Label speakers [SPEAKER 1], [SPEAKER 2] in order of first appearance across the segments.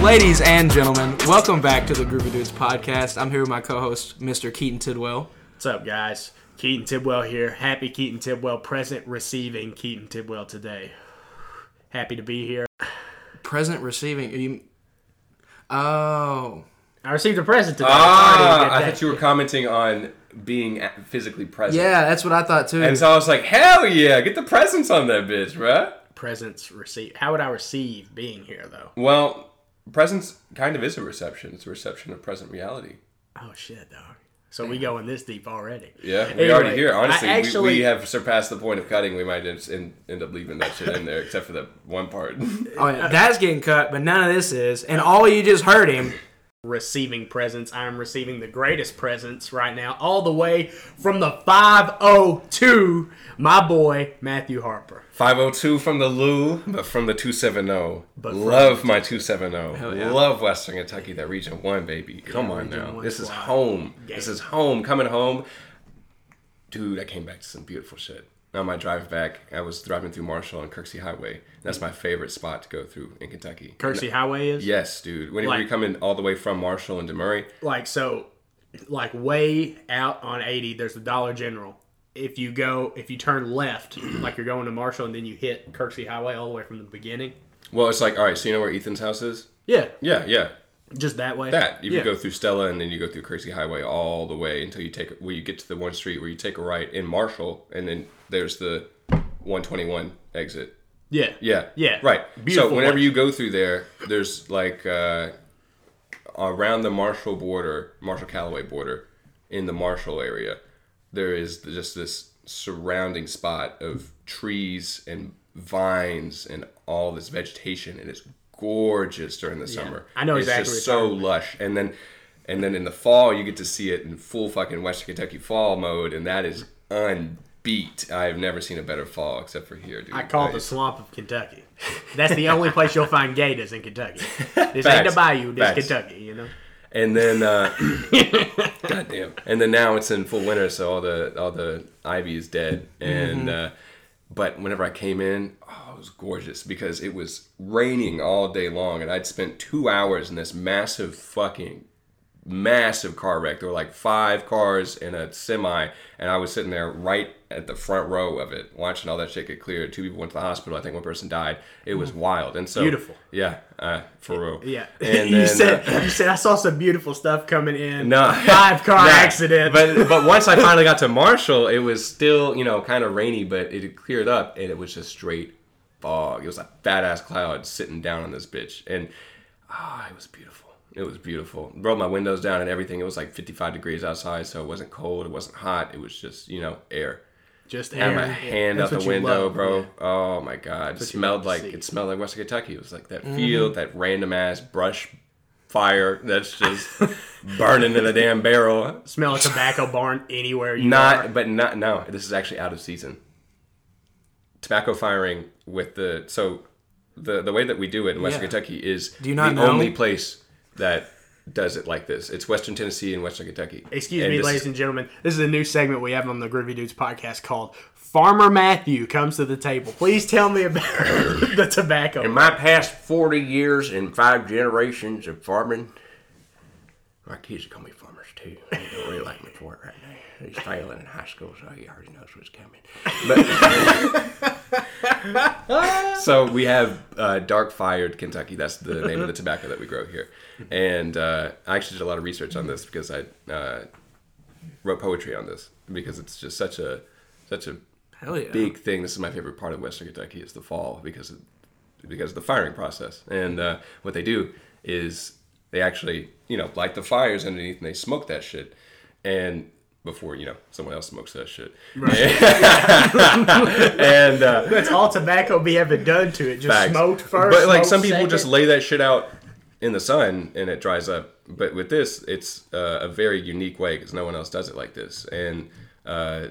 [SPEAKER 1] Ladies and gentlemen, welcome back to the Groovy Dudes podcast. I'm here with my co-host, Mr. Keaton Tidwell.
[SPEAKER 2] What's up, guys? Keaton Tidwell here. Happy Keaton Tidwell, present receiving Keaton Tidwell today. Happy to be here.
[SPEAKER 1] Present receiving. Are you? Oh,
[SPEAKER 2] I received a present today. Sorry
[SPEAKER 3] Ah,
[SPEAKER 2] to
[SPEAKER 3] I
[SPEAKER 2] get that.
[SPEAKER 3] thought you were commenting on being a- physically present.
[SPEAKER 1] yeah, that's what I thought too.
[SPEAKER 3] And so I was like, hell yeah, get the presents on that bitch, bruh.
[SPEAKER 2] presents received. How would I receive being here though?
[SPEAKER 3] Well, presents kind of is a reception. It's a reception of present reality.
[SPEAKER 2] Oh shit, dog. So we going this deep already.
[SPEAKER 3] Yeah, we
[SPEAKER 2] Anyway,
[SPEAKER 3] already here.
[SPEAKER 2] I
[SPEAKER 3] Honestly, we,
[SPEAKER 2] actually-
[SPEAKER 3] we have surpassed the point of cutting. We might just end, end up leaving that shit in there, except for that one part.
[SPEAKER 1] oh, yeah, that's getting cut, but none of this is. And all you just heard him.
[SPEAKER 2] Receiving presents. I am receiving the greatest presents right now, all the way from the 502, my boy Matthew Harper.
[SPEAKER 3] 502 from the Lou, but from the 270.
[SPEAKER 2] from
[SPEAKER 3] Love my
[SPEAKER 2] oh.
[SPEAKER 3] 270.
[SPEAKER 1] yeah.
[SPEAKER 3] Love Western Kentucky, that region one, baby. Come on now.
[SPEAKER 2] one
[SPEAKER 3] This is
[SPEAKER 2] squad.
[SPEAKER 3] home. This
[SPEAKER 2] Gang.
[SPEAKER 3] is home. Coming home. Dude, I came back to some beautiful shit. On my drive back, I was driving through Marshall on Kirksey Highway. That's my favorite spot to go through in Kentucky.
[SPEAKER 2] Kersey Highway is?
[SPEAKER 3] Yes, dude. Whenever
[SPEAKER 2] Like-
[SPEAKER 3] you're coming all the way from Marshall and DeMurray,
[SPEAKER 2] like so like way out on 80 there's the dollar general if you go if you turn left like you're going to marshall and then you hit kirksey highway all the way from the beginning
[SPEAKER 3] well, it's like, all right, so you know where Ethan's house is?
[SPEAKER 2] yeah
[SPEAKER 3] Yeah, yeah.
[SPEAKER 2] just that way
[SPEAKER 3] that. You
[SPEAKER 2] yeah.
[SPEAKER 3] can go through Stella and then you go through Crazy Highway all the way until you take where you get to the one street where you take a right in Marshall and then there's the 121 exit.
[SPEAKER 2] yeah
[SPEAKER 3] Yeah.
[SPEAKER 2] Yeah.
[SPEAKER 3] Right.
[SPEAKER 2] Beautiful
[SPEAKER 3] so whenever
[SPEAKER 2] place.
[SPEAKER 3] you go through there, there's like uh, around the Marshall border, Marshall Callaway border, in the Marshall area, there is just this surrounding spot of trees and vines and all this vegetation, and it's gorgeous during the summer.
[SPEAKER 2] I know
[SPEAKER 3] it's
[SPEAKER 2] exactly
[SPEAKER 3] Just
[SPEAKER 2] what you're
[SPEAKER 3] so lush, and then and then in the fall you get to see it in full fucking Western Kentucky fall mode, and that is unbeat. I've never seen a better fall except for here, dude.
[SPEAKER 2] i call it the swamp of kentucky that's the only place you'll find gators in kentucky this ain't
[SPEAKER 3] Facts.
[SPEAKER 2] the bayou this
[SPEAKER 3] Facts.
[SPEAKER 2] kentucky you know
[SPEAKER 3] and then uh, goddamn, and then now it's in full winter, so all the all the ivy is dead. And
[SPEAKER 2] Mm-hmm.
[SPEAKER 3] uh, but whenever I came in, oh, it was gorgeous because it was raining all day long, and I'd spent two hours in this massive fucking massive car wreck. There were like five cars and a semi, and I was sitting there right at the front row of it, watching all that shit get cleared. Two people went to the hospital. I think one person died. It was wild and so
[SPEAKER 2] Mm. Beautiful.
[SPEAKER 3] Yeah, uh, for real.
[SPEAKER 2] yeah
[SPEAKER 3] And
[SPEAKER 2] you
[SPEAKER 3] then,
[SPEAKER 2] said
[SPEAKER 3] uh,
[SPEAKER 2] you said i saw some beautiful stuff coming in
[SPEAKER 3] No.
[SPEAKER 2] five car
[SPEAKER 3] Nah.
[SPEAKER 2] accident
[SPEAKER 3] But but once I finally got to Marshall, it was still you know kind of rainy, but it had cleared up and it was just straight fog. It was a fat ass cloud sitting down on this bitch, and ah, it was beautiful. It was beautiful. Rolled my windows down and everything. It was like 55 degrees outside, so it wasn't cold. It wasn't hot. It was just you know air.
[SPEAKER 2] just
[SPEAKER 3] I had
[SPEAKER 2] air.
[SPEAKER 3] my hand
[SPEAKER 2] That's
[SPEAKER 3] out the
[SPEAKER 2] what you
[SPEAKER 3] window,
[SPEAKER 2] love.
[SPEAKER 3] bro.
[SPEAKER 2] Yeah.
[SPEAKER 3] Oh my god, it
[SPEAKER 2] you love
[SPEAKER 3] smelled
[SPEAKER 2] to
[SPEAKER 3] like
[SPEAKER 2] see.
[SPEAKER 3] it smelled like Western Kentucky. It was like
[SPEAKER 1] Mm-hmm.
[SPEAKER 3] that field, that random ass brush fire that's just burning in a damn barrel.
[SPEAKER 2] smell a tobacco barn anywhere you
[SPEAKER 3] Not,
[SPEAKER 2] are.
[SPEAKER 3] but not. No, this is actually out of season. Tobacco firing with the so the the way that we do it in Western
[SPEAKER 1] Yeah.
[SPEAKER 3] Kentucky is
[SPEAKER 1] Do you not
[SPEAKER 3] the
[SPEAKER 1] know?
[SPEAKER 3] only place that does it like this. It's Western Tennessee and Western Kentucky.
[SPEAKER 2] Excuse
[SPEAKER 3] And
[SPEAKER 2] me,
[SPEAKER 3] this-
[SPEAKER 2] ladies and gentlemen. This is a new segment we have on the Groovy Dudes podcast called Farmer Matthew Comes to the Table. Please tell me about the
[SPEAKER 3] In
[SPEAKER 2] tobacco.
[SPEAKER 3] my past 40 years and five generations of farming, my kids call me farmers too. They don't really like me for it right now. He's failing in high school, so he already knows what's coming. so we have uh, dark fired Kentucky. That's the name of the tobacco that we grow here. And uh, I actually did a lot of research on this because I uh, wrote poetry on this because it's just such a such a
[SPEAKER 1] Hell yeah.
[SPEAKER 3] big thing. This is my favorite part of Western Kentucky is the fall because of, because of the firing process. And uh, what they do is they actually you know light the fires underneath and they smoke that shit. And before you know someone else smokes that shit. and uh,
[SPEAKER 2] That's all tobacco be ever done to it. Just
[SPEAKER 3] bags.
[SPEAKER 2] smoked first.
[SPEAKER 3] But like
[SPEAKER 2] smoked
[SPEAKER 3] some people
[SPEAKER 2] second.
[SPEAKER 3] just lay that shit out in the sun and it dries up. But with this, it's uh, a very unique way because no one else does it like this. And uh,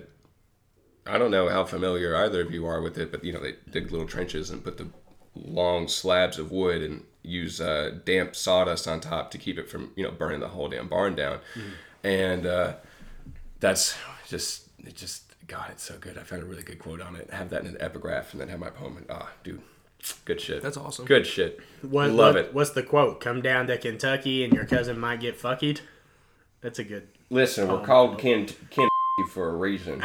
[SPEAKER 3] I don't know how familiar either of you are with it, but you know they dig little trenches and put the long slabs of wood and use uh, damp sawdust on top to keep it from you know burning the whole damn barn down.
[SPEAKER 1] Mm-hmm.
[SPEAKER 3] And uh, that's just it. Just God, it's so good. I found a really good quote on it. Have that in an epigraph and then have my poem. And ah, dude, Good shit.
[SPEAKER 1] That's awesome.
[SPEAKER 3] Good shit.
[SPEAKER 2] What,
[SPEAKER 3] Love
[SPEAKER 2] what-
[SPEAKER 3] it.
[SPEAKER 2] What's the quote? Come down to Kentucky and your cousin might get fuckied. That's a good.
[SPEAKER 3] Listen, we're called Ken Ken for a reason.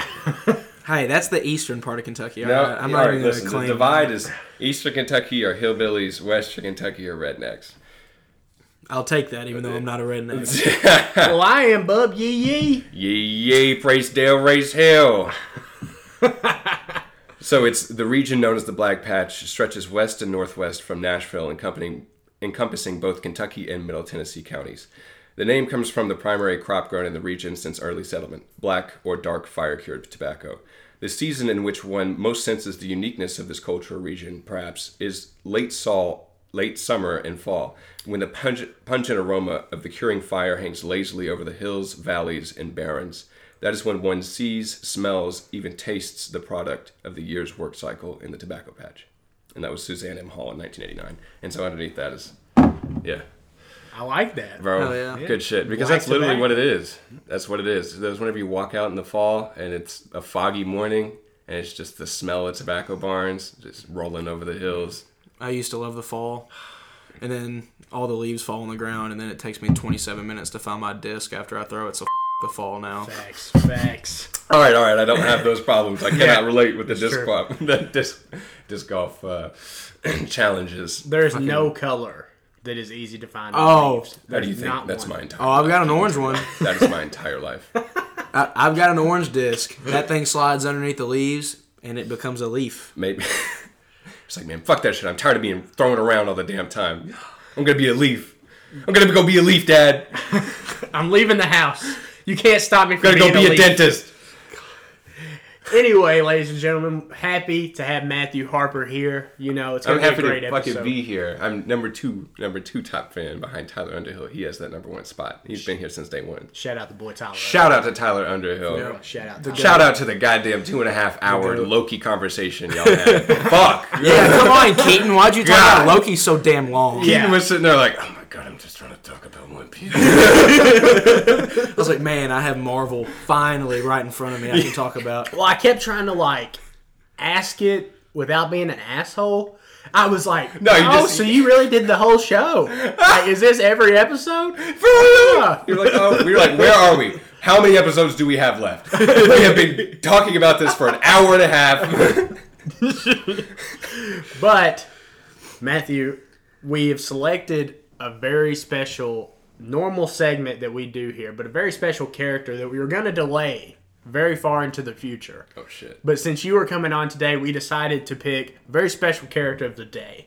[SPEAKER 1] Hey, that's the eastern part of Kentucky.
[SPEAKER 3] No,
[SPEAKER 1] all right? I'm not
[SPEAKER 3] all right,
[SPEAKER 1] even
[SPEAKER 3] listen,
[SPEAKER 1] gonna claim
[SPEAKER 3] the divide is Eastern Kentucky are hillbillies, Western Kentucky are rednecks.
[SPEAKER 1] I'll take that, even though I'm not a redneck.
[SPEAKER 2] well, I am bub yee yee.
[SPEAKER 3] Yay, yay, praise Dale, raise hell. so it's the region known as the Black Patch stretches west and northwest from Nashville, encompassing, encompassing both Kentucky and Middle Tennessee counties. The name comes from the primary crop grown in the region since early settlement black or dark fire cured tobacco. The season in which one most senses the uniqueness of this cultural region, perhaps, is late fall, late summer and fall, when the pungent, pungent aroma of the curing fire hangs lazily over the hills, valleys, and barrens. That is when one sees, smells, even tastes the product of the year's work cycle in the tobacco patch. And that was Suzanne M. Hall in 1989. And so underneath that is, yeah,
[SPEAKER 2] I like that.
[SPEAKER 3] bro,
[SPEAKER 1] Hell yeah.
[SPEAKER 3] good shit. Because
[SPEAKER 2] Black
[SPEAKER 3] that's literally
[SPEAKER 2] tobacco.
[SPEAKER 3] what it is. That's what it is. There's whenever you walk out in the fall and it's a foggy morning and it's just the smell of tobacco barns just rolling over the hills.
[SPEAKER 1] I used to love the fall, and then all the leaves fall on the ground, and then it takes me 27 minutes to find my disc after I throw it. So f- the fall now.
[SPEAKER 2] Facts. Facts.
[SPEAKER 3] All right, all right. I don't have those problems. I cannot relate with the disc
[SPEAKER 2] sure.
[SPEAKER 3] golf, the disc, disc golf uh, challenges.
[SPEAKER 2] There's no color that is easy to find.
[SPEAKER 1] Oh.
[SPEAKER 3] How do you think that's my entire?
[SPEAKER 1] Oh, I've got an orange one.
[SPEAKER 3] That is my entire life.
[SPEAKER 1] I, I've got an orange disc. That thing slides underneath the leaves, and it becomes a leaf.
[SPEAKER 3] Maybe it's like, man, fuck that shit. I'm tired of being thrown around all the damn time. I'm gonna be a leaf. I'm gonna go be a leaf, Dad. I'm
[SPEAKER 2] I'm leaving the house. You can't stop me from
[SPEAKER 3] gonna
[SPEAKER 2] being
[SPEAKER 3] go be a
[SPEAKER 2] elite.
[SPEAKER 3] dentist.
[SPEAKER 2] Anyway, ladies and gentlemen, happy to have Matthew Harper here. You know, it's
[SPEAKER 3] I'm
[SPEAKER 2] gonna be a
[SPEAKER 3] happy
[SPEAKER 2] great
[SPEAKER 3] to
[SPEAKER 2] episode.
[SPEAKER 3] fucking be here. I'm number two, number two top fan behind Tyler Underhill. He has that number one spot. He's been here since day one.
[SPEAKER 2] Shout out the boy Tyler.
[SPEAKER 3] Shout out to Tyler Underhill.
[SPEAKER 2] Shout out. Tyler.
[SPEAKER 3] Shout out to the goddamn two and a half hour Loki conversation y'all had. Fuck.
[SPEAKER 1] Yeah, come on, Keaton. Why'd you talk
[SPEAKER 3] God.
[SPEAKER 1] about Loki so damn long?
[SPEAKER 2] Yeah.
[SPEAKER 3] Keaton was sitting there like, oh my god, I'm just trying to talk about One Piece.
[SPEAKER 1] I was like, man, I have Marvel finally right in front of me. I can talk about.
[SPEAKER 2] Well, I kept trying to like ask it without being an asshole. I was like,
[SPEAKER 3] No,
[SPEAKER 2] no,
[SPEAKER 3] you
[SPEAKER 2] you
[SPEAKER 3] just-
[SPEAKER 2] so you really did the whole show? like, is this every episode? Yeah.
[SPEAKER 3] You're like, oh, we were like, where are we? How many episodes do we have left? We have been talking about this for an hour and a half.
[SPEAKER 2] But Matthew, we have selected a very special normal segment that we do here, but a very special character that we were going to delay very far into the future.
[SPEAKER 3] Oh shit.
[SPEAKER 2] But since you were coming on today, we decided to pick a very special character of the day.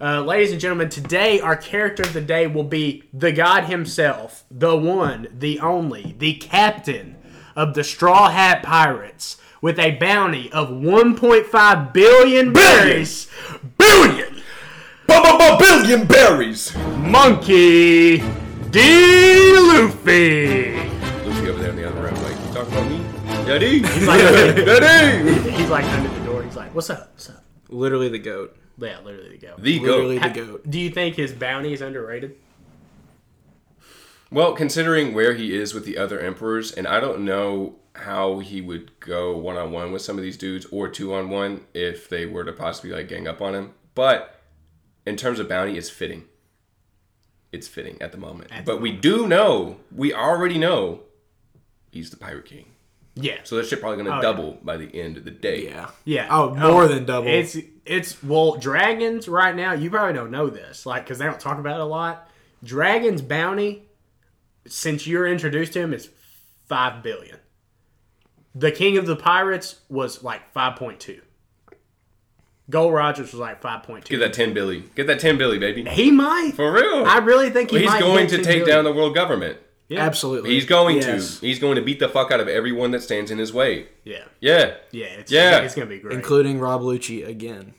[SPEAKER 2] Uh, ladies and gentlemen, today our character of the day will be the God himself, the one, the only, the captain of the Straw Hat Pirates, with a bounty of 1.5 billion berries. Billion!
[SPEAKER 3] Billion berries.
[SPEAKER 2] Monkey D. Luffy!
[SPEAKER 3] Luffy over there in the other room, like, you talking about me? Daddy!
[SPEAKER 2] like-
[SPEAKER 3] Daddy!
[SPEAKER 2] He's like under the door. He's like, what's up? What's up?
[SPEAKER 1] Literally the goat.
[SPEAKER 2] Yeah, literally the go.
[SPEAKER 3] The
[SPEAKER 1] Literally
[SPEAKER 3] goat.
[SPEAKER 1] the goat.
[SPEAKER 2] Do you think his bounty is underrated?
[SPEAKER 3] Well, considering where he is with the other emperors, and I don't know how he would go one on one with some of these dudes or two on one if they were to possibly like gang up on him. But in terms of bounty, it's fitting. It's fitting at the moment. but we do know, we already know he's the pirate king.
[SPEAKER 2] Yes.
[SPEAKER 3] So that shit probably gonna
[SPEAKER 2] Oh, yeah.
[SPEAKER 3] double by the end of the day.
[SPEAKER 1] Yeah.
[SPEAKER 2] Yeah.
[SPEAKER 1] Oh, more than double.
[SPEAKER 2] It's it's well, dragons right now. You probably don't know this, like because they don't talk about it a lot. Dragons bounty, since you were introduced to him, is five billion. The king of the pirates was like five point two. Gold Rogers was like five point
[SPEAKER 3] Get
[SPEAKER 2] two.
[SPEAKER 3] that ten billy. Get that ten billy, baby.
[SPEAKER 2] He might.
[SPEAKER 3] For real.
[SPEAKER 2] I really think he
[SPEAKER 3] he's
[SPEAKER 2] might
[SPEAKER 3] going
[SPEAKER 2] get
[SPEAKER 3] to
[SPEAKER 2] 10
[SPEAKER 3] take
[SPEAKER 2] billion.
[SPEAKER 3] down the world government.
[SPEAKER 2] Yeah.
[SPEAKER 1] Absolutely.
[SPEAKER 3] He's going
[SPEAKER 1] Yes.
[SPEAKER 3] to. He's going to beat the fuck out of everyone that stands in his way.
[SPEAKER 2] Yeah.
[SPEAKER 3] Yeah.
[SPEAKER 2] Yeah. It's,
[SPEAKER 3] Yeah.
[SPEAKER 2] It's gonna be great.
[SPEAKER 1] Including Rob Lucci again.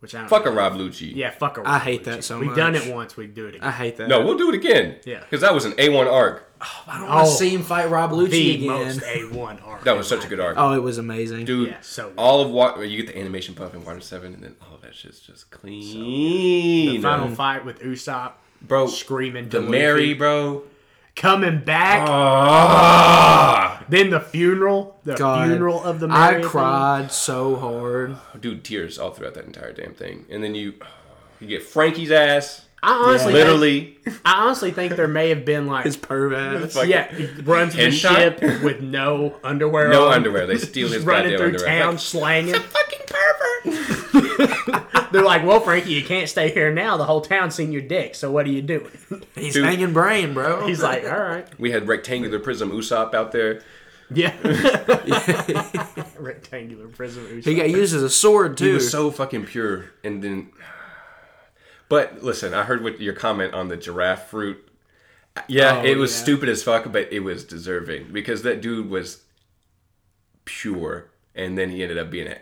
[SPEAKER 2] which I don't.
[SPEAKER 3] Fuck a Rob Lucci.
[SPEAKER 2] Yeah. Fuck a
[SPEAKER 1] I hate that so
[SPEAKER 2] We've
[SPEAKER 1] much.
[SPEAKER 2] done it once. We do it again.
[SPEAKER 1] I hate that.
[SPEAKER 3] No, we'll do it again.
[SPEAKER 2] Yeah.
[SPEAKER 3] Because that was an A1 arc.
[SPEAKER 1] I don't want
[SPEAKER 2] Oh.
[SPEAKER 1] to see him fight Rob Lucci
[SPEAKER 2] the
[SPEAKER 1] again.
[SPEAKER 2] most A one arc.
[SPEAKER 3] That was such a good arc.
[SPEAKER 1] Oh, it was amazing.
[SPEAKER 3] Dude,
[SPEAKER 2] Yeah, so good.
[SPEAKER 3] all of what you get the animation puff in Water 7 and then all that shit's just clean.
[SPEAKER 2] final fight with Usopp
[SPEAKER 3] bro,
[SPEAKER 2] screaming
[SPEAKER 3] Oh, the
[SPEAKER 2] to
[SPEAKER 3] Mary, Oh.
[SPEAKER 2] Luffy.
[SPEAKER 3] bro.
[SPEAKER 2] coming back.
[SPEAKER 3] Ah,
[SPEAKER 2] Then the funeral, the
[SPEAKER 1] God,
[SPEAKER 2] funeral of the
[SPEAKER 1] I
[SPEAKER 2] Marion.
[SPEAKER 1] cried so hard.
[SPEAKER 3] dude, tears all throughout that entire damn thing, and then you you get Frankie's ass,
[SPEAKER 2] I honestly,
[SPEAKER 3] literally.
[SPEAKER 2] think, I honestly think there may have been like,
[SPEAKER 1] His perv ass.
[SPEAKER 3] Fucking
[SPEAKER 2] yeah, he runs the
[SPEAKER 3] Head shot?
[SPEAKER 2] ship with no underwear.
[SPEAKER 3] No
[SPEAKER 2] on,
[SPEAKER 3] underwear. They steal his
[SPEAKER 2] Just running
[SPEAKER 3] goddamn
[SPEAKER 2] through
[SPEAKER 3] underwear.
[SPEAKER 2] town,
[SPEAKER 3] Like,
[SPEAKER 2] slanging.
[SPEAKER 3] fucking pervert.
[SPEAKER 2] They're like, "Well, Frankie, you can't stay here now. The whole town's seen your dick. So what are you doing?"
[SPEAKER 1] He's
[SPEAKER 3] Dude.
[SPEAKER 1] hanging brain, bro.
[SPEAKER 2] He's like, "All right,
[SPEAKER 3] We had rectangular prism Usopp out there.
[SPEAKER 2] yeah." Rectangular prism.
[SPEAKER 1] he got used as a sword too.
[SPEAKER 3] He was so fucking pure, and then. But listen, I heard what your comment on the giraffe fruit. Yeah,
[SPEAKER 1] Oh,
[SPEAKER 3] it was
[SPEAKER 1] yeah.
[SPEAKER 3] stupid as fuck, but it was deserving because that dude was pure, and then he ended up being a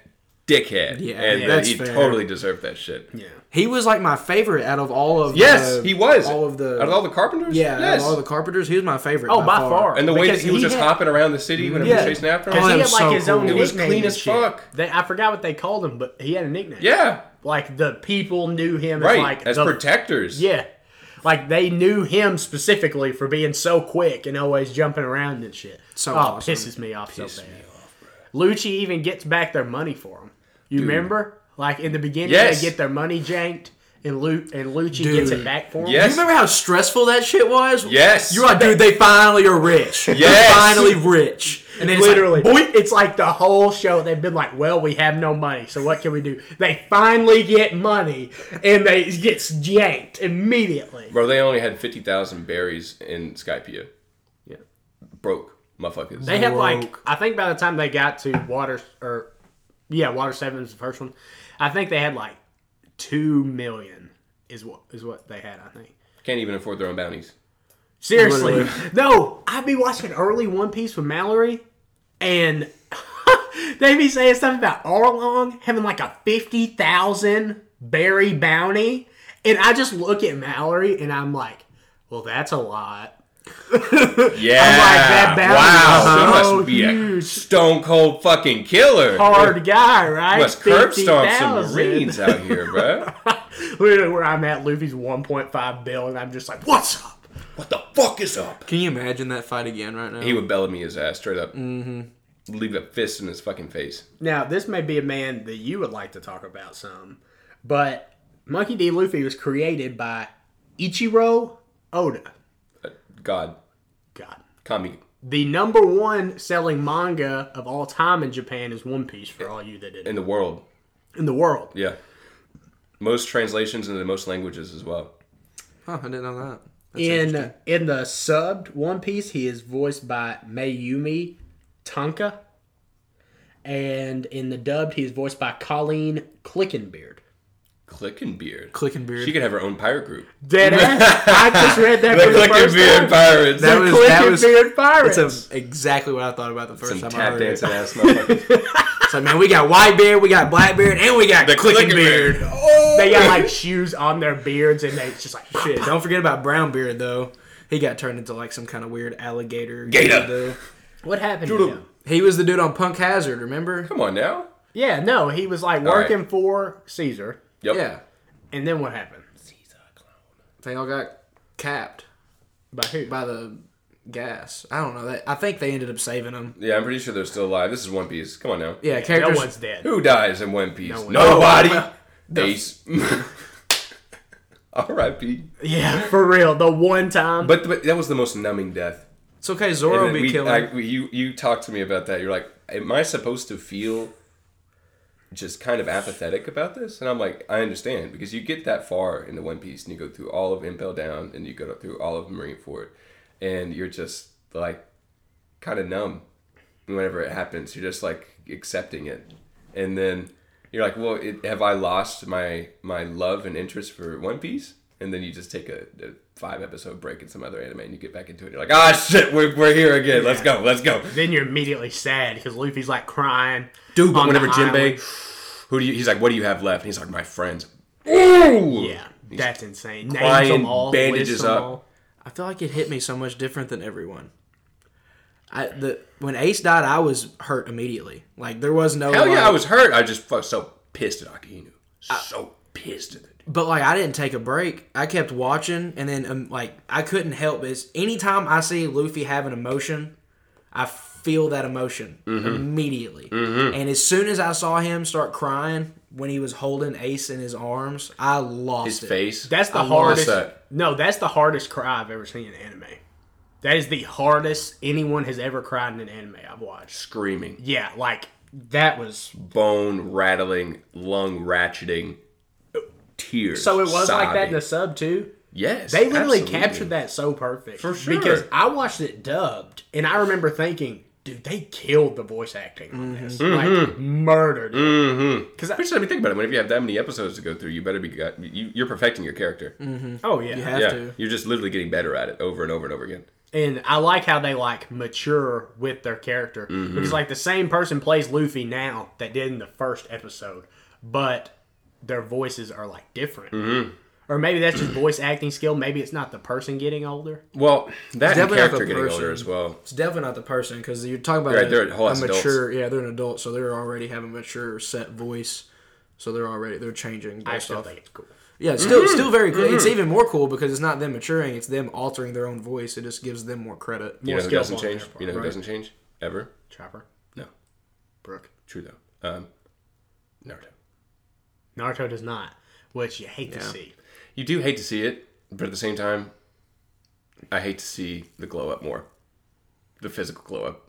[SPEAKER 3] dickhead.
[SPEAKER 1] Yeah,
[SPEAKER 3] and
[SPEAKER 1] yeah,
[SPEAKER 3] that
[SPEAKER 1] that's
[SPEAKER 3] he
[SPEAKER 1] fair.
[SPEAKER 3] totally deserved that shit.
[SPEAKER 2] yeah.
[SPEAKER 1] He was like my favorite out of all of
[SPEAKER 3] Yes,
[SPEAKER 1] the-
[SPEAKER 3] he was.
[SPEAKER 1] all of the
[SPEAKER 3] out of all the carpenters.
[SPEAKER 1] yeah out
[SPEAKER 3] yes.
[SPEAKER 1] of all the carpenters. He was my favorite.
[SPEAKER 2] Oh, by far.
[SPEAKER 3] and the way that
[SPEAKER 2] Because
[SPEAKER 3] he was
[SPEAKER 2] he
[SPEAKER 3] just
[SPEAKER 2] had-
[SPEAKER 3] hopping around the city whenever
[SPEAKER 1] Yeah.
[SPEAKER 3] yeah. chasing after
[SPEAKER 1] Oh, that
[SPEAKER 2] Because
[SPEAKER 3] him.
[SPEAKER 2] he had
[SPEAKER 1] was
[SPEAKER 2] like
[SPEAKER 1] so
[SPEAKER 2] his own
[SPEAKER 1] cool.
[SPEAKER 2] nickname.
[SPEAKER 1] It
[SPEAKER 3] was clean
[SPEAKER 2] and
[SPEAKER 3] as
[SPEAKER 2] shit.
[SPEAKER 3] fuck.
[SPEAKER 2] They, I forgot what they called him, but he had a nickname.
[SPEAKER 3] Yeah,
[SPEAKER 2] Like the people knew him
[SPEAKER 3] right.
[SPEAKER 2] as like
[SPEAKER 3] As
[SPEAKER 2] the,
[SPEAKER 3] protectors.
[SPEAKER 2] Yeah. Like they knew him specifically for being so quick and always jumping around and shit.
[SPEAKER 1] So
[SPEAKER 2] oh,
[SPEAKER 1] awesome.
[SPEAKER 2] pisses me off so bad. Lucci even gets back their money for him. You remember? Like in the beginning,
[SPEAKER 3] Yes.
[SPEAKER 2] they get their money janked, and Lu- and Lucci
[SPEAKER 1] Dude.
[SPEAKER 2] gets it back for him.
[SPEAKER 1] You
[SPEAKER 3] Yes.
[SPEAKER 1] remember how stressful that shit was?
[SPEAKER 3] Yes.
[SPEAKER 1] You're like, dude, they finally are rich.
[SPEAKER 3] Yes.
[SPEAKER 1] They're finally rich. And then
[SPEAKER 2] Literally,
[SPEAKER 1] It's like, boy,
[SPEAKER 2] it's like the whole show. They've been like, "Well, we have no money, so what can we do?" They finally get money, and they it gets yanked immediately.
[SPEAKER 3] Bro, they only had 50,000 berries in Skypia.
[SPEAKER 2] Yeah.
[SPEAKER 3] Broke motherfuckers.
[SPEAKER 2] They had like
[SPEAKER 1] Broke.
[SPEAKER 2] I think by the time they got to Water or yeah, Water Seven is the first one. I think they had like two million is what is what they had. I think
[SPEAKER 3] Can't even afford their own bounties.
[SPEAKER 2] seriously.
[SPEAKER 1] Literally.
[SPEAKER 2] No, I'd be watching early One Piece with Mallory, and they be saying something about Arlong having like a fifty thousand berry bounty, and I just look at Mallory and I'm like, well, that's a lot.
[SPEAKER 3] Yeah.
[SPEAKER 2] that bounty was
[SPEAKER 3] wow. She
[SPEAKER 2] so
[SPEAKER 3] must be a
[SPEAKER 2] huge.
[SPEAKER 3] stone cold fucking killer.
[SPEAKER 2] Hard guy, right?
[SPEAKER 3] Must curb stomp some
[SPEAKER 2] 50,000.
[SPEAKER 3] Marines out here, bro.
[SPEAKER 2] Literally, where I'm at, Luffy's 1.5 bill, and I'm just like, "What's up?"
[SPEAKER 3] what the fuck is up?
[SPEAKER 1] can you imagine that fight again right now?
[SPEAKER 3] He would belly me his ass straight up. Mm-hmm. Leave a fist in his fucking face.
[SPEAKER 2] Now, this may be a man that you would like to talk about some, but Monkey D. Luffy was created by Ichiro Oda.
[SPEAKER 3] Uh, God.
[SPEAKER 2] God,
[SPEAKER 3] Kami.
[SPEAKER 2] the number one selling manga of all time in Japan is One Piece. For all you that didn't
[SPEAKER 3] In the world.
[SPEAKER 2] in the world,
[SPEAKER 3] Yeah. Most translations into most languages as well.
[SPEAKER 1] Huh, I didn't know that. That's
[SPEAKER 2] in uh,
[SPEAKER 1] interesting.
[SPEAKER 2] in the subbed One Piece, he is voiced by Mayumi Tonka, and in the dubbed, he is voiced by Colleen Clickenbeard.
[SPEAKER 3] Click and beard.
[SPEAKER 1] Click and beard.
[SPEAKER 3] She could have her own pirate group.
[SPEAKER 2] Dead ass. I just read that
[SPEAKER 3] The
[SPEAKER 2] for the
[SPEAKER 3] Click and
[SPEAKER 2] first
[SPEAKER 3] beard
[SPEAKER 2] time.
[SPEAKER 3] pirates.
[SPEAKER 1] That
[SPEAKER 2] The
[SPEAKER 1] was-
[SPEAKER 2] Click
[SPEAKER 1] that
[SPEAKER 2] and
[SPEAKER 1] was-
[SPEAKER 2] beard pirates.
[SPEAKER 1] That's a, exactly what I thought about the first
[SPEAKER 3] some
[SPEAKER 1] time I
[SPEAKER 3] tap
[SPEAKER 1] heard it.
[SPEAKER 3] dancing ass motherfuckers.
[SPEAKER 1] It's like, man, we got white beard, we got black beard, and we got
[SPEAKER 3] The
[SPEAKER 1] click and
[SPEAKER 3] clicker
[SPEAKER 1] beard.
[SPEAKER 3] beard. Oh!
[SPEAKER 2] they got like shoes on their beards, and they it's just like
[SPEAKER 1] Shit,
[SPEAKER 2] shit.
[SPEAKER 1] don't forget about brown beard though. He got turned into like some kind of weird alligator.
[SPEAKER 3] Gator.
[SPEAKER 1] dude.
[SPEAKER 2] What happened to
[SPEAKER 3] Doodle.
[SPEAKER 2] him?
[SPEAKER 1] He was the dude on Punk Hazard, remember?
[SPEAKER 3] Come on now.
[SPEAKER 2] Yeah, no, he was like
[SPEAKER 3] right.
[SPEAKER 2] working for Caesar,
[SPEAKER 3] Yep.
[SPEAKER 1] Yeah.
[SPEAKER 2] and then what happened?
[SPEAKER 1] They all got capped
[SPEAKER 2] By who?
[SPEAKER 1] by the gas. I don't know. That I think they ended up saving him.
[SPEAKER 3] Yeah, I'm pretty sure they're still alive. This is One Piece. Come on now.
[SPEAKER 1] Yeah,
[SPEAKER 2] no
[SPEAKER 1] characters.
[SPEAKER 2] one's dead.
[SPEAKER 3] Who dies in One Piece?
[SPEAKER 2] one.
[SPEAKER 3] Nobody. Ace. R.I.P.
[SPEAKER 2] Yeah, for real. The one time.
[SPEAKER 3] But, but that was the most numbing death.
[SPEAKER 1] it's okay.
[SPEAKER 3] And
[SPEAKER 1] Zoro
[SPEAKER 3] then
[SPEAKER 1] be
[SPEAKER 3] we-
[SPEAKER 1] killing.
[SPEAKER 3] I- we- you you talked to me about that. You're like, am I supposed to feel just kind of apathetic about this? And I'm like, I understand because you get that far into One Piece and you go through all of Impel Down and you go through all of Marine Fort, and you're just like kind of numb whenever it happens. You're just like accepting it, and then you're like, well, it, have I lost my my love and interest for One Piece? And then you just take a, a five episode break in some other anime, and you get back into it. You're like, ah, shit, we're, we're here again. Let's go, let's go.
[SPEAKER 2] then you're immediately sad because Luffy's like crying.
[SPEAKER 3] Dude, but
[SPEAKER 2] on
[SPEAKER 3] whenever
[SPEAKER 2] the
[SPEAKER 3] Jinbei,
[SPEAKER 2] island.
[SPEAKER 3] who do you? He's like, what do you have left? And he's like, my friends. Ooh,
[SPEAKER 2] Yeah, that's insane. Names
[SPEAKER 3] crying,
[SPEAKER 2] them all,
[SPEAKER 3] bandages
[SPEAKER 2] lists them
[SPEAKER 3] up.
[SPEAKER 2] all.
[SPEAKER 1] I feel like it hit me so much different than everyone. I the when Ace died, I was hurt immediately. Like there was no.
[SPEAKER 3] Hell
[SPEAKER 1] like-
[SPEAKER 3] yeah, I was hurt. I just felt so pissed at Akihinu. So
[SPEAKER 2] pissed at it.
[SPEAKER 1] But like I didn't take a break. I kept watching, and then um, like I couldn't help it. Anytime I see Luffy have an emotion, I feel that emotion
[SPEAKER 3] Mm-hmm.
[SPEAKER 1] immediately. And as soon as I saw him start crying when he was holding Ace in his arms, I lost
[SPEAKER 3] His
[SPEAKER 1] it.
[SPEAKER 3] face.
[SPEAKER 2] That's the
[SPEAKER 1] I
[SPEAKER 2] hardest.
[SPEAKER 3] lost that.
[SPEAKER 2] No, that's the hardest cry I've ever seen in anime. That is the hardest anyone has ever cried in an anime I've watched.
[SPEAKER 3] screaming,
[SPEAKER 2] Yeah, like that was.
[SPEAKER 3] bone rattling, lung ratcheting, tears.
[SPEAKER 2] So it was like that in
[SPEAKER 3] sobbing.
[SPEAKER 2] the sub too.
[SPEAKER 3] yes,
[SPEAKER 2] They literally
[SPEAKER 3] absolutely.
[SPEAKER 2] captured that so perfect.
[SPEAKER 3] For sure.
[SPEAKER 2] Because I watched it dubbed, and I remember thinking, dude, they killed the voice acting on this.
[SPEAKER 3] Mm-hmm.
[SPEAKER 2] Like, murdered it.
[SPEAKER 3] Which I mean, think about it. Whenever you have that many episodes to go through, you better be you, you're perfecting your character.
[SPEAKER 2] Oh, yeah.
[SPEAKER 1] You have
[SPEAKER 3] Yeah,
[SPEAKER 1] to.
[SPEAKER 3] you're just literally getting better at it over and over and over again.
[SPEAKER 2] And I like how they, like, mature with their character.
[SPEAKER 3] Mm-hmm.
[SPEAKER 2] Because, like, the same person plays Luffy now that did in the first episode, but their voices are, like, different.
[SPEAKER 3] Mm-hmm.
[SPEAKER 2] Or maybe that's just voice acting skill. Maybe it's not the person getting older.
[SPEAKER 3] Well, that and
[SPEAKER 1] definitely not
[SPEAKER 3] character
[SPEAKER 1] the
[SPEAKER 3] getting older
[SPEAKER 1] person.
[SPEAKER 3] as well.
[SPEAKER 1] It's definitely not the person because you're talking about
[SPEAKER 3] Right,
[SPEAKER 1] a,
[SPEAKER 3] they're a whole
[SPEAKER 1] a
[SPEAKER 3] ass adults.
[SPEAKER 1] mature. Yeah, they're an adult, so they're already having a mature set voice. So they're already they're changing
[SPEAKER 2] I
[SPEAKER 1] based
[SPEAKER 2] still
[SPEAKER 1] off.
[SPEAKER 2] think it's cool.
[SPEAKER 1] Yeah, it's still
[SPEAKER 3] Mm-hmm.
[SPEAKER 1] still very cool. It's even more cool because it's not them maturing; it's them altering their own voice. It just gives them more credit.
[SPEAKER 3] You know who
[SPEAKER 2] skills
[SPEAKER 3] doesn't
[SPEAKER 2] on their
[SPEAKER 3] change?
[SPEAKER 2] part,
[SPEAKER 3] You know who
[SPEAKER 1] right?
[SPEAKER 3] doesn't change ever?
[SPEAKER 2] Chopper,
[SPEAKER 3] No,
[SPEAKER 2] Brooke.
[SPEAKER 3] true though. Um, Naruto.
[SPEAKER 2] Naruto does not, which you hate to see.
[SPEAKER 3] You do hate to see it, but at the same time, I hate to see the glow up more, the physical glow up.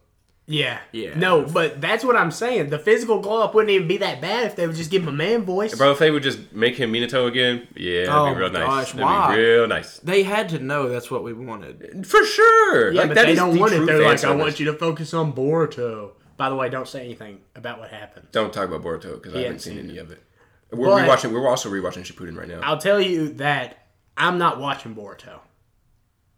[SPEAKER 2] Yeah.
[SPEAKER 1] Yeah.
[SPEAKER 2] No, but that's what I'm saying. The physical glow up wouldn't even be that bad if they would just give him a man voice.
[SPEAKER 3] Bro, if they would just make him Minato again, yeah, that'd
[SPEAKER 1] Oh
[SPEAKER 3] be real
[SPEAKER 1] my
[SPEAKER 3] nice.
[SPEAKER 1] gosh,
[SPEAKER 3] that'd
[SPEAKER 1] why?
[SPEAKER 3] be real nice.
[SPEAKER 1] They had to know that's what we wanted.
[SPEAKER 3] For sure.
[SPEAKER 2] yeah,
[SPEAKER 3] Like,
[SPEAKER 2] but
[SPEAKER 3] that
[SPEAKER 2] they
[SPEAKER 3] is
[SPEAKER 2] don't
[SPEAKER 3] the
[SPEAKER 2] want it.
[SPEAKER 3] true
[SPEAKER 2] They're
[SPEAKER 3] fan
[SPEAKER 2] like, I
[SPEAKER 3] service.
[SPEAKER 2] want you to focus on Boruto. By the way, don't say anything about what happened.
[SPEAKER 3] Don't talk about Boruto because I haven't
[SPEAKER 2] hasn't
[SPEAKER 3] seen
[SPEAKER 2] seen
[SPEAKER 3] any of it. We're
[SPEAKER 2] But-
[SPEAKER 3] rewatching. We're also rewatching Shippuden right now.
[SPEAKER 2] I'll tell you that I'm not watching Boruto.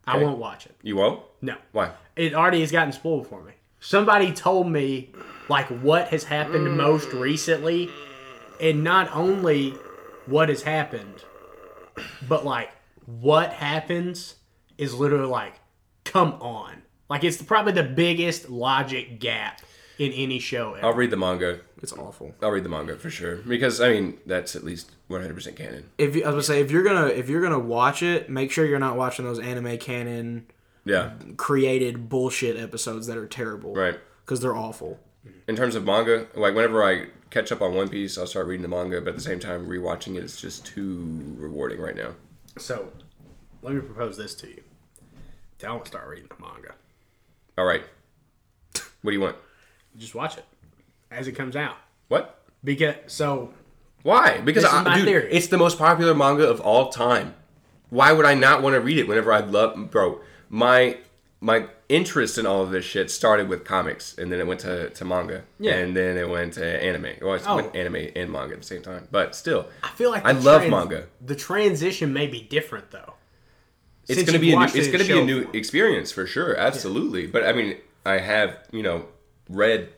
[SPEAKER 2] I won't watch it.
[SPEAKER 3] You won't?
[SPEAKER 2] No.
[SPEAKER 3] Why?
[SPEAKER 2] It already has gotten spoiled for me. Somebody told me like what has happened most recently and not only what has happened, but like what happens is literally like come on. Like it's probably the biggest logic gap in any show ever.
[SPEAKER 3] I'll read the manga.
[SPEAKER 1] It's awful.
[SPEAKER 3] I'll read the manga for sure because I mean that's at least 100% canon.
[SPEAKER 1] If you, I was gonna say, if you're gonna if you're gonna watch it, make sure you're not watching those anime canon
[SPEAKER 3] Yeah,
[SPEAKER 1] created bullshit episodes that are terrible.
[SPEAKER 3] right.
[SPEAKER 1] Because they're awful.
[SPEAKER 3] In terms of manga, like whenever I catch up on One Piece, I'll start reading the manga, but at the same time, rewatching it is just too rewarding right now.
[SPEAKER 2] So, let me propose this to you. Don't start reading the manga.
[SPEAKER 3] All right, what do you want?
[SPEAKER 2] Just watch it as it comes out.
[SPEAKER 3] What?
[SPEAKER 2] Because so
[SPEAKER 3] Why? Because
[SPEAKER 2] This is
[SPEAKER 3] I,
[SPEAKER 2] my
[SPEAKER 3] dude,
[SPEAKER 2] theory.
[SPEAKER 3] it's the most popular manga of all time. Why would I not want to read it whenever I love, bro? My my interest in all of this shit started with comics, and then it went to, to manga,
[SPEAKER 2] Yeah.
[SPEAKER 3] and then it went to anime. Well, it's
[SPEAKER 2] Oh.
[SPEAKER 3] went anime and manga at the same time, but still,
[SPEAKER 2] I feel like
[SPEAKER 3] I
[SPEAKER 2] the
[SPEAKER 3] love
[SPEAKER 2] trans-
[SPEAKER 3] manga.
[SPEAKER 2] The transition may be different though.
[SPEAKER 3] It's
[SPEAKER 2] Since
[SPEAKER 3] gonna
[SPEAKER 2] you've
[SPEAKER 3] be a new,
[SPEAKER 2] watched it
[SPEAKER 3] it's
[SPEAKER 2] in
[SPEAKER 3] gonna be a
[SPEAKER 2] show
[SPEAKER 3] new
[SPEAKER 2] form.
[SPEAKER 3] experience for sure, absolutely. But I mean, I have you know read,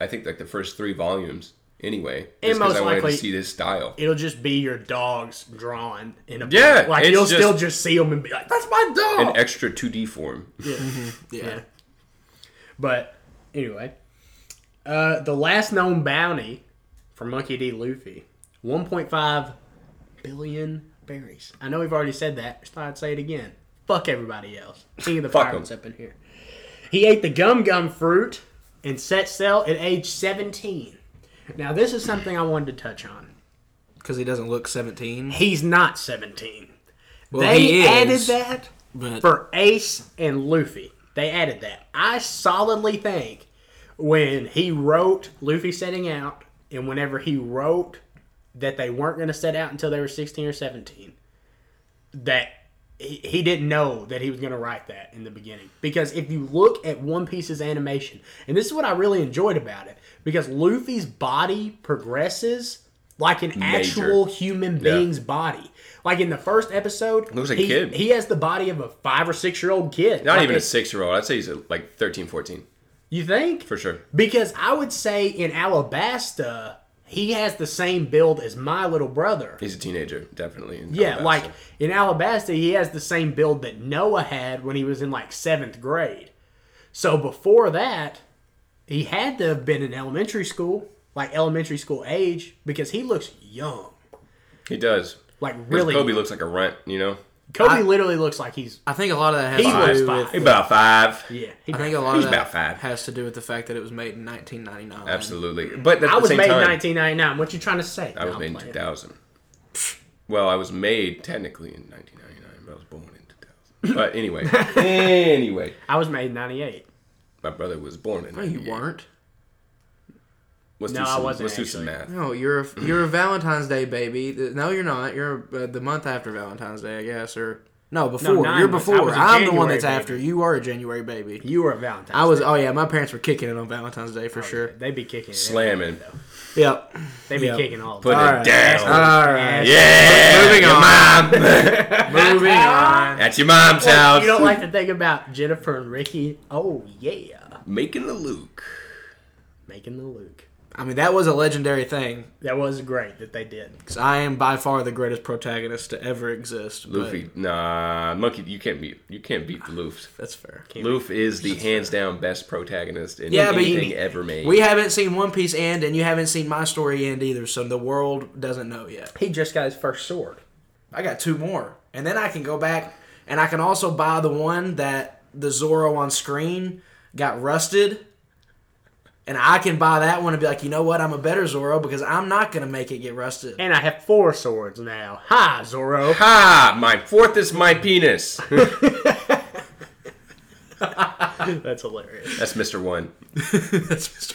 [SPEAKER 3] I think like the first three volumes anyway,
[SPEAKER 2] And
[SPEAKER 3] just 'cause
[SPEAKER 2] most
[SPEAKER 3] I wanted
[SPEAKER 2] likely-
[SPEAKER 3] to see this style.
[SPEAKER 2] It'll just be your dogs drawn in a
[SPEAKER 3] Yeah,
[SPEAKER 2] like
[SPEAKER 3] it's
[SPEAKER 2] you'll
[SPEAKER 3] just-
[SPEAKER 2] still just see them and be like, "That's my dog."
[SPEAKER 3] An extra 2D form.
[SPEAKER 1] Yeah.
[SPEAKER 2] yeah. But anyway, uh, the last known bounty for Monkey D. Luffy, 1.5 billion berries. I know we've already said that. Just thought I'd say it again. Fuck everybody else. King of the
[SPEAKER 3] Fuck
[SPEAKER 2] pirates up in here. He ate the gum gum fruit and set sail at age 17. Now this is something I wanted to touch on.
[SPEAKER 1] Because he doesn't look 17.
[SPEAKER 2] He's not 17.
[SPEAKER 1] Well,
[SPEAKER 2] they
[SPEAKER 1] he is,
[SPEAKER 2] added that
[SPEAKER 1] But
[SPEAKER 2] for Ace and Luffy. They added that. I solidly think when he wrote Luffy setting out, and whenever he wrote that they weren't going to set out until they were 16 or 17, that he, he didn't know that he was going to write that in the beginning. Because if you look at One Piece's animation, and this is what I really enjoyed about it, because Luffy's body progresses like an actual human being's body. Like in the first episode,
[SPEAKER 3] Looks like a
[SPEAKER 2] he,
[SPEAKER 3] kid.
[SPEAKER 2] He has the body of a five or six year old kid.
[SPEAKER 3] Not
[SPEAKER 2] Like
[SPEAKER 3] even a
[SPEAKER 2] it's-
[SPEAKER 3] six year old. I'd say he's like 13, 14,
[SPEAKER 2] You think?
[SPEAKER 3] for sure.
[SPEAKER 2] Because I would say in Alabasta, he has the same build as my little brother.
[SPEAKER 3] He's a teenager, definitely. in
[SPEAKER 2] Yeah,
[SPEAKER 3] Alabasta.
[SPEAKER 2] like in Alabasta, he has the same build that Noah had when he was in like seventh grade. So before that, he had to have been in elementary school, like elementary school age, because he looks young.
[SPEAKER 3] He does.
[SPEAKER 2] Like
[SPEAKER 3] 'Cause
[SPEAKER 2] really,
[SPEAKER 3] Kobe
[SPEAKER 2] Kobe,
[SPEAKER 3] looks like a runt, you know?
[SPEAKER 1] I-
[SPEAKER 2] literally looks like he's
[SPEAKER 1] I think a lot of that has
[SPEAKER 2] He
[SPEAKER 1] to
[SPEAKER 2] was
[SPEAKER 1] do
[SPEAKER 2] five.
[SPEAKER 1] with.
[SPEAKER 3] He's about five.
[SPEAKER 2] yeah. He,
[SPEAKER 1] I think a lot
[SPEAKER 3] He's
[SPEAKER 1] of
[SPEAKER 3] about
[SPEAKER 1] that
[SPEAKER 3] five.
[SPEAKER 1] has to do with the fact that it was made in 1999.
[SPEAKER 3] Absolutely. But at
[SPEAKER 2] I
[SPEAKER 3] the
[SPEAKER 2] was
[SPEAKER 3] same
[SPEAKER 2] made
[SPEAKER 3] time,
[SPEAKER 2] in 1999. What you trying to say?
[SPEAKER 3] I was made in 2000. Well, I was made technically in 1999, but I was born in 2000. But anyway, anyway,
[SPEAKER 2] I was made in 98.
[SPEAKER 3] my brother was born in.
[SPEAKER 1] No, you
[SPEAKER 3] 98.
[SPEAKER 1] weren't.
[SPEAKER 3] Let's
[SPEAKER 2] No,
[SPEAKER 3] do
[SPEAKER 2] I
[SPEAKER 3] some,
[SPEAKER 2] wasn't,
[SPEAKER 3] Let's do some math.
[SPEAKER 1] No, you're a, you're a Valentine's Day baby. Th- No, you're not. You're uh, the month after Valentine's Day, I guess, or no, before.
[SPEAKER 2] nine
[SPEAKER 1] you're
[SPEAKER 2] months. I
[SPEAKER 1] before.
[SPEAKER 2] was a
[SPEAKER 1] I'm the one
[SPEAKER 2] January
[SPEAKER 1] that's after.
[SPEAKER 2] baby.
[SPEAKER 1] You are a January baby.
[SPEAKER 2] You were a Valentine.
[SPEAKER 1] I was. Oh yeah, my parents were kicking it on Valentine's Day
[SPEAKER 2] Oh,
[SPEAKER 1] for sure.
[SPEAKER 2] They be kicking. it.
[SPEAKER 3] Slamming.
[SPEAKER 1] Yep.
[SPEAKER 2] They be
[SPEAKER 1] Yeah.
[SPEAKER 2] kicking all.
[SPEAKER 3] Put
[SPEAKER 2] the
[SPEAKER 3] it
[SPEAKER 1] All right.
[SPEAKER 3] down.
[SPEAKER 1] All right.
[SPEAKER 3] yeah.
[SPEAKER 1] Moving
[SPEAKER 3] your Mom.
[SPEAKER 1] Moving on.
[SPEAKER 3] At your mom's
[SPEAKER 2] time.
[SPEAKER 3] house.
[SPEAKER 2] You don't like to think about Jennifer and Ricky. Oh yeah,
[SPEAKER 3] Making the Luke.
[SPEAKER 2] making the Luke.
[SPEAKER 1] I mean, that was a legendary thing.
[SPEAKER 2] That was great that they did.
[SPEAKER 1] 'cause I am by far the greatest protagonist to ever exist. but
[SPEAKER 3] Luffy. Nah, Monkey, you can't beat you can't beat the Luffs.
[SPEAKER 1] that's fair.
[SPEAKER 3] Luffy is the hands down best protagonist in
[SPEAKER 1] Yeah, but you-
[SPEAKER 3] anything ever made.
[SPEAKER 1] We haven't seen One Piece end, and you haven't seen my story end either, so the world doesn't know yet.
[SPEAKER 2] He just got his first sword.
[SPEAKER 1] I got two more, and then I can go back, and I can also buy the one that the Zoro on screen got rusted, and I can buy that one and be like, you know what, I'm a better Zoro because I'm not gonna make it get rusted.
[SPEAKER 2] And I have four swords now. Hi, Zoro.
[SPEAKER 3] Ha! My fourth is my penis.
[SPEAKER 2] That's hilarious.
[SPEAKER 3] That's Mr. One.
[SPEAKER 1] That's Mr.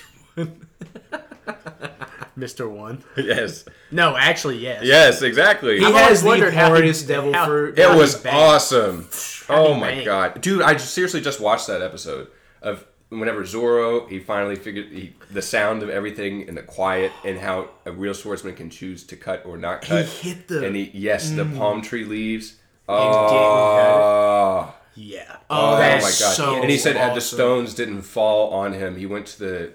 [SPEAKER 2] Mr. One.
[SPEAKER 3] Yes.
[SPEAKER 2] No, actually, yes.
[SPEAKER 3] Yes, exactly.
[SPEAKER 1] He
[SPEAKER 2] I've
[SPEAKER 1] has
[SPEAKER 2] always
[SPEAKER 1] the
[SPEAKER 2] wondered how he-
[SPEAKER 1] hardest devil
[SPEAKER 2] how-
[SPEAKER 1] fruit.
[SPEAKER 3] It
[SPEAKER 2] How'd
[SPEAKER 3] was
[SPEAKER 2] he bang?
[SPEAKER 3] awesome. oh
[SPEAKER 2] he
[SPEAKER 3] my
[SPEAKER 2] bang?
[SPEAKER 3] god, dude! I just, seriously just watched that episode of whenever Zoro he finally figured he, the sound of everything and the quiet and how a real swordsman can choose to cut or not cut.
[SPEAKER 1] hit the-
[SPEAKER 3] and he yes the palm tree leaves.
[SPEAKER 2] Mm. didn't cut it.
[SPEAKER 3] Oh,
[SPEAKER 2] Yeah. Oh,
[SPEAKER 3] oh my god!
[SPEAKER 2] that's
[SPEAKER 1] so
[SPEAKER 3] and he said had the
[SPEAKER 1] awesome.
[SPEAKER 3] stones didn't fall on him. He went to the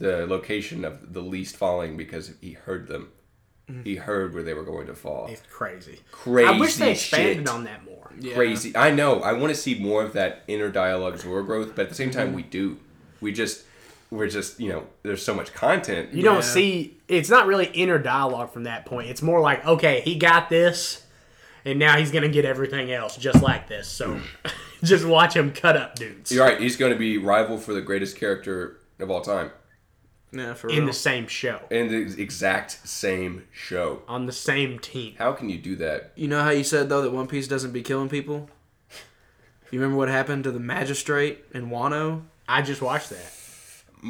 [SPEAKER 3] the location of the least falling because he heard them. He
[SPEAKER 2] Mm.
[SPEAKER 3] heard where they were going to fall.
[SPEAKER 2] it's crazy.
[SPEAKER 3] Crazy
[SPEAKER 2] I wish they expanded
[SPEAKER 3] shit
[SPEAKER 2] on that more.
[SPEAKER 1] Yeah.
[SPEAKER 3] crazy. I know. I want to see more of that inner dialogue Zora growth, but at the same
[SPEAKER 1] Mm-hmm.
[SPEAKER 3] time, we do. We just, we're just, you know, there's so much content.
[SPEAKER 2] You
[SPEAKER 1] Yeah.
[SPEAKER 2] don't see. It's not really inner dialogue from that point. It's more like, okay, he got this, and now he's gonna get everything else just like this. So, just watch him cut up dudes
[SPEAKER 3] You're right. He's going to be rival for the greatest character of all time
[SPEAKER 1] Nah, for
[SPEAKER 2] in
[SPEAKER 1] real.
[SPEAKER 2] the same show
[SPEAKER 3] in the exact same show.
[SPEAKER 2] on the same team.
[SPEAKER 3] How can you do that?
[SPEAKER 1] You know how you said though that One Piece doesn't be killing people. You remember what happened to the magistrate in Wano?
[SPEAKER 2] I just watched that.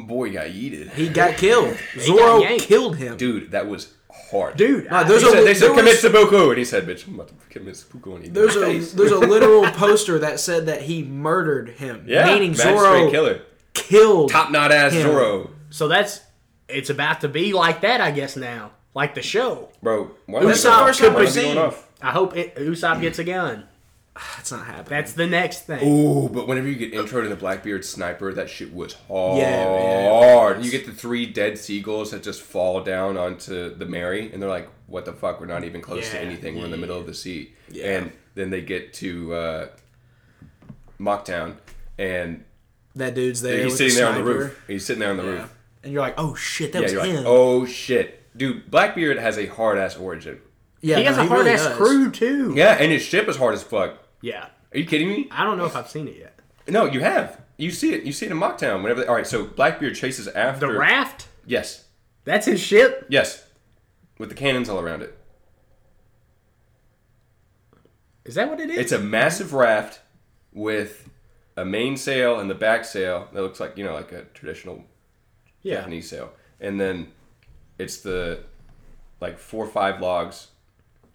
[SPEAKER 3] Boy, you got yeeted.
[SPEAKER 1] He got killed. Zoro
[SPEAKER 2] yanked.
[SPEAKER 1] killed him.
[SPEAKER 3] Dude, that was hard.
[SPEAKER 2] Dude,
[SPEAKER 1] No,
[SPEAKER 2] I-
[SPEAKER 1] there's
[SPEAKER 3] He said,
[SPEAKER 1] a-
[SPEAKER 3] they said,
[SPEAKER 1] there
[SPEAKER 3] commit
[SPEAKER 1] was-
[SPEAKER 3] seppuku. And he said, bitch, I'm about to commit seppuku on you.
[SPEAKER 1] There's a there's a literal poster that said that he murdered him,
[SPEAKER 3] yeah,
[SPEAKER 1] meaning
[SPEAKER 3] magistrate
[SPEAKER 1] Zoro
[SPEAKER 3] killer.
[SPEAKER 1] killed.
[SPEAKER 3] Top knot ass
[SPEAKER 1] Him.
[SPEAKER 3] Zoro.
[SPEAKER 2] so that's it's about to be like that, I guess now, like the show.
[SPEAKER 3] Bro, why
[SPEAKER 1] That's the
[SPEAKER 3] why
[SPEAKER 1] first time
[SPEAKER 3] why
[SPEAKER 1] we've
[SPEAKER 3] is he going
[SPEAKER 1] seen.
[SPEAKER 3] off?
[SPEAKER 2] I hope it, Usopp gets a gun.
[SPEAKER 1] That's not happening.
[SPEAKER 2] That's the next thing.
[SPEAKER 3] Ooh, but whenever you get intro to the Blackbeard sniper, that shit was hard.
[SPEAKER 1] yeah, yeah.
[SPEAKER 3] You get the three dead seagulls that just fall down onto the Mary, and they're like, "What the fuck? We're not even close to
[SPEAKER 2] Yeah,
[SPEAKER 3] anything. We're in the middle of the sea."
[SPEAKER 1] Yeah.
[SPEAKER 3] And then they get to uh, Mocktown, and
[SPEAKER 1] that dude's there.
[SPEAKER 3] he's
[SPEAKER 1] with
[SPEAKER 3] sitting
[SPEAKER 1] the
[SPEAKER 3] there on the
[SPEAKER 1] sniper.
[SPEAKER 3] roof. He's sitting there on the roof.
[SPEAKER 1] and you're like, oh shit, that
[SPEAKER 3] Yeah,
[SPEAKER 1] was
[SPEAKER 3] you're
[SPEAKER 1] him.
[SPEAKER 3] like, "Oh shit, dude!" Blackbeard has a hard ass origin.
[SPEAKER 1] yeah,
[SPEAKER 2] He has
[SPEAKER 1] no,
[SPEAKER 2] a hard
[SPEAKER 1] really
[SPEAKER 2] ass
[SPEAKER 1] does.
[SPEAKER 2] crew too.
[SPEAKER 3] Yeah, and his ship is hard as fuck.
[SPEAKER 2] yeah.
[SPEAKER 3] Are you kidding me?
[SPEAKER 2] I don't know if I've seen it yet.
[SPEAKER 3] No, you have. You see it. You see it in Mocktown. Whenever. They, all right, so Blackbeard chases after
[SPEAKER 2] The raft.
[SPEAKER 3] Yes.
[SPEAKER 2] That's his ship.
[SPEAKER 3] Yes. With the cannons all around it.
[SPEAKER 2] Is that what it is?
[SPEAKER 3] It's a massive raft with a mainsail and the back sail that looks like, you know, like a traditional
[SPEAKER 2] yeah.
[SPEAKER 3] Japanese sail. And then it's the like four or five logs.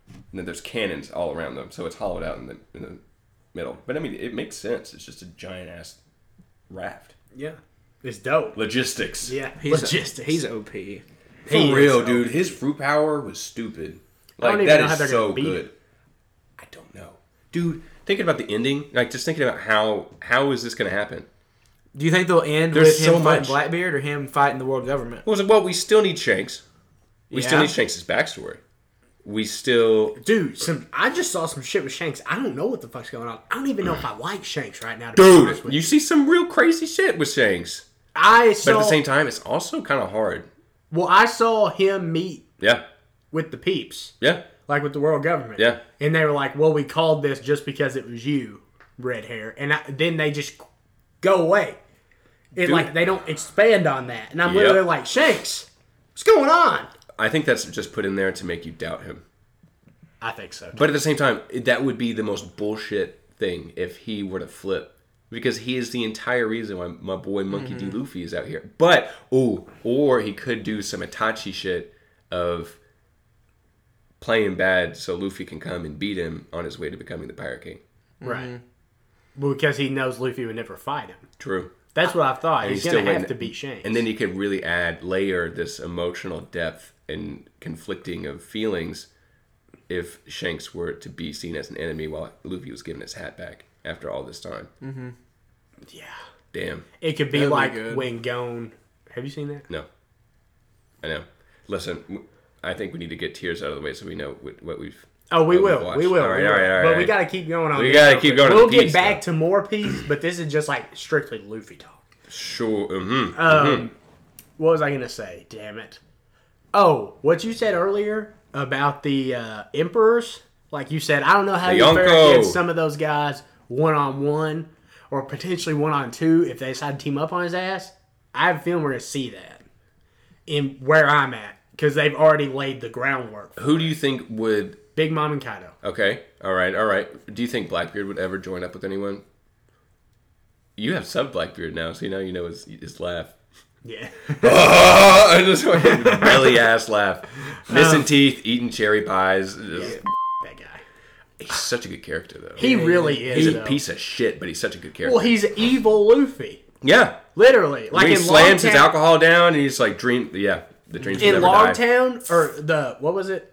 [SPEAKER 3] And then there's cannons all around them. So it's hollowed out in the, in the middle. But I mean, it makes sense. It's just a giant ass raft.
[SPEAKER 2] Yeah. It's dope.
[SPEAKER 3] Logistics.
[SPEAKER 2] Yeah.
[SPEAKER 1] He's
[SPEAKER 2] Logistics.
[SPEAKER 1] He's OP.
[SPEAKER 3] For
[SPEAKER 2] He is
[SPEAKER 3] real,
[SPEAKER 2] dope.
[SPEAKER 3] dude. His fruit power was stupid.
[SPEAKER 2] don't
[SPEAKER 3] Like
[SPEAKER 2] even
[SPEAKER 3] that
[SPEAKER 2] know how
[SPEAKER 3] is
[SPEAKER 2] they're
[SPEAKER 3] so
[SPEAKER 2] gonna beat
[SPEAKER 3] good. I don't know, dude. Thinking about the ending, like just thinking about how how is this gonna happen?
[SPEAKER 1] Do you think they'll end
[SPEAKER 3] There's
[SPEAKER 1] with him
[SPEAKER 3] so
[SPEAKER 1] fighting
[SPEAKER 3] much.
[SPEAKER 1] Blackbeard or him fighting the world government?
[SPEAKER 3] Well, so- well, we still need Shanks. We still
[SPEAKER 1] Yeah.
[SPEAKER 3] need Shanks' backstory. We still
[SPEAKER 2] Dude, some I just saw some shit with Shanks. I don't know what the fuck's going on. I don't even know if I like Shanks right now. To be honest
[SPEAKER 3] dude.
[SPEAKER 2] with
[SPEAKER 3] You
[SPEAKER 2] you.
[SPEAKER 3] see some real crazy shit with Shanks,
[SPEAKER 2] I
[SPEAKER 3] but
[SPEAKER 2] saw.
[SPEAKER 3] at the same time, it's also kind of hard.
[SPEAKER 2] well, I saw him meet
[SPEAKER 3] Yeah,
[SPEAKER 2] with the peeps.
[SPEAKER 3] yeah.
[SPEAKER 2] like with the world government.
[SPEAKER 3] Yeah.
[SPEAKER 2] And they were like, well, we called this just because it was you, red hair. And I, then they just go away. It,
[SPEAKER 3] Dude.
[SPEAKER 2] like, they don't expand on that. And I'm
[SPEAKER 3] Yep.
[SPEAKER 2] literally like, Shanks, what's going on?
[SPEAKER 3] I think that's just put in there to make you doubt him.
[SPEAKER 2] I think so.
[SPEAKER 3] But at the same time, that would be the most bullshit thing if he were to flip. Because he is the entire reason why my boy Monkey D. Luffy is out here. But, ooh, or he could do some Itachi shit of playing bad so Luffy can come and beat him on his way to becoming the Pirate King.
[SPEAKER 2] Right. Because he knows Luffy would never fight him.
[SPEAKER 3] True.
[SPEAKER 2] That's what I thought.
[SPEAKER 3] he's
[SPEAKER 2] He's, going
[SPEAKER 3] still
[SPEAKER 2] to have
[SPEAKER 3] in-
[SPEAKER 2] to beat Shanks.
[SPEAKER 3] And then you could really add, layer this emotional depth and conflicting of feelings if Shanks were to be seen as an enemy while Luffy was given his hat back after all this time.
[SPEAKER 2] yeah.
[SPEAKER 3] Damn.
[SPEAKER 2] It could be
[SPEAKER 1] That'd be
[SPEAKER 2] like
[SPEAKER 1] good.
[SPEAKER 2] when Gon. Have you seen that?
[SPEAKER 3] No. I know. Listen, w- I think we need to get tears out of the way so we know what, what we've.
[SPEAKER 2] Oh, we
[SPEAKER 3] what we've
[SPEAKER 2] will.
[SPEAKER 3] watched.
[SPEAKER 2] We will.
[SPEAKER 3] All right,
[SPEAKER 2] we will.
[SPEAKER 3] all right, all right.
[SPEAKER 2] but we got to keep going on.
[SPEAKER 3] We
[SPEAKER 2] this
[SPEAKER 3] gotta
[SPEAKER 2] real
[SPEAKER 3] keep
[SPEAKER 2] quick.
[SPEAKER 3] going on
[SPEAKER 2] We'll
[SPEAKER 3] the
[SPEAKER 2] get
[SPEAKER 3] piece,
[SPEAKER 2] back to more peas, but this is just like strictly Luffy talk.
[SPEAKER 3] Sure. mhm.
[SPEAKER 2] What was I gonna say? Damn it! Oh, what you said earlier about the uh, emperors? Like you said, I don't know how
[SPEAKER 3] The
[SPEAKER 2] you fare
[SPEAKER 3] Yonko.
[SPEAKER 2] against some of those guys one on one, or potentially one on two if they decide to team up on his ass. I have a feeling we're gonna see that in where I'm at because they've already laid the groundwork.
[SPEAKER 3] Who do you think would.
[SPEAKER 2] Big Mom and Kaido.
[SPEAKER 3] Okay. All right. All right. Do you think Blackbeard would ever join up with anyone? You have sub Blackbeard now, so you know you know his, his laugh.
[SPEAKER 2] Yeah.
[SPEAKER 3] I just want him to belly ass laugh, missing
[SPEAKER 2] Oh.
[SPEAKER 3] teeth, eating cherry pies. Just-
[SPEAKER 2] that guy.
[SPEAKER 3] He's such a good character though.
[SPEAKER 2] He really is.
[SPEAKER 3] he's a
[SPEAKER 2] though.
[SPEAKER 3] piece of shit, but he's such a good character.
[SPEAKER 2] Well, he's evil Luffy,
[SPEAKER 3] yeah,
[SPEAKER 2] literally. Like
[SPEAKER 3] when he
[SPEAKER 2] in
[SPEAKER 3] slams his
[SPEAKER 2] Logtown-
[SPEAKER 3] alcohol down and he's like dream. Yeah, the dreams will
[SPEAKER 2] in
[SPEAKER 3] never die.
[SPEAKER 2] Logtown or the what was it?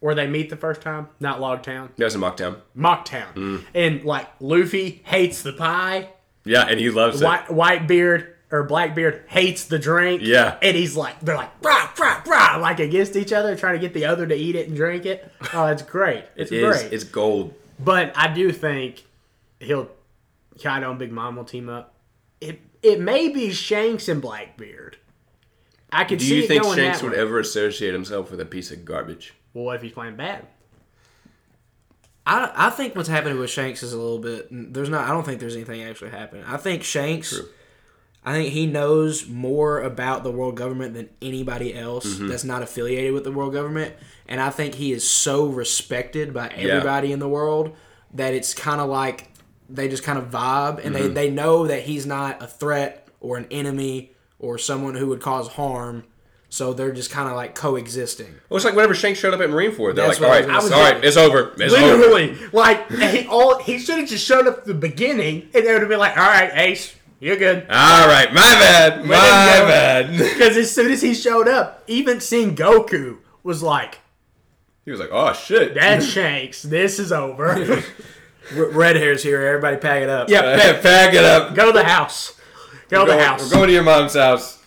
[SPEAKER 2] Where they meet the first time? Not Logtown,
[SPEAKER 3] That was in Mocktown.
[SPEAKER 2] Mocktown.
[SPEAKER 3] Mm.
[SPEAKER 2] And like Luffy hates the pie.
[SPEAKER 3] Yeah, and he loves it.
[SPEAKER 2] White Whitebeard or Blackbeard hates the drink.
[SPEAKER 3] Yeah.
[SPEAKER 2] and he's like they're like brah brah brah like against each other, trying to get the other to eat it and drink it. Oh, it's great. It's
[SPEAKER 3] It
[SPEAKER 2] great.
[SPEAKER 3] is. It's gold.
[SPEAKER 2] But I do think he'll Kaido and Big Mom will team up. It it may be Shanks and Blackbeard. I could
[SPEAKER 3] Do
[SPEAKER 2] see
[SPEAKER 3] you
[SPEAKER 2] it
[SPEAKER 3] think
[SPEAKER 2] going
[SPEAKER 3] Shanks
[SPEAKER 2] that
[SPEAKER 3] would
[SPEAKER 2] way.
[SPEAKER 3] ever associate himself with a piece of garbage?
[SPEAKER 2] Well, what if he's playing bad?
[SPEAKER 1] I, I think what's happening with Shanks is a little bit. There's not. I don't think there's anything actually happening. I think Shanks. I think he knows more about the world government than anybody else
[SPEAKER 3] Mm-hmm.
[SPEAKER 1] that's not affiliated with the world government, and I think he is so respected by everybody in the world that it's kind of like they just kind of vibe, and
[SPEAKER 3] Mm-hmm.
[SPEAKER 1] they they know that he's not a threat or an enemy or someone who would cause harm. So they're just kind of like coexisting.
[SPEAKER 3] Well, it's like whenever Shanks showed up at Marineford, they're
[SPEAKER 1] That's
[SPEAKER 3] like,
[SPEAKER 1] what I
[SPEAKER 3] "All
[SPEAKER 1] was
[SPEAKER 3] right,
[SPEAKER 1] gonna
[SPEAKER 3] it's-
[SPEAKER 2] say.
[SPEAKER 3] all right, it's over, it's over."
[SPEAKER 2] Literally, like he all he should have just showed up at the beginning, and they would have been like, "All right, Ace, you're good."
[SPEAKER 3] All right, my bad, my bad.
[SPEAKER 2] Because as soon as he showed up, even seeing Goku was like,
[SPEAKER 3] He was like, "Oh shit,
[SPEAKER 2] "That Shanks, this is over.
[SPEAKER 1] R- red hair's here. Everybody pack it up.
[SPEAKER 2] yeah,
[SPEAKER 3] Hey, pack it up.
[SPEAKER 2] Uh, go to the house, go to the
[SPEAKER 3] We're going-
[SPEAKER 2] house,
[SPEAKER 3] We're going to your mom's house.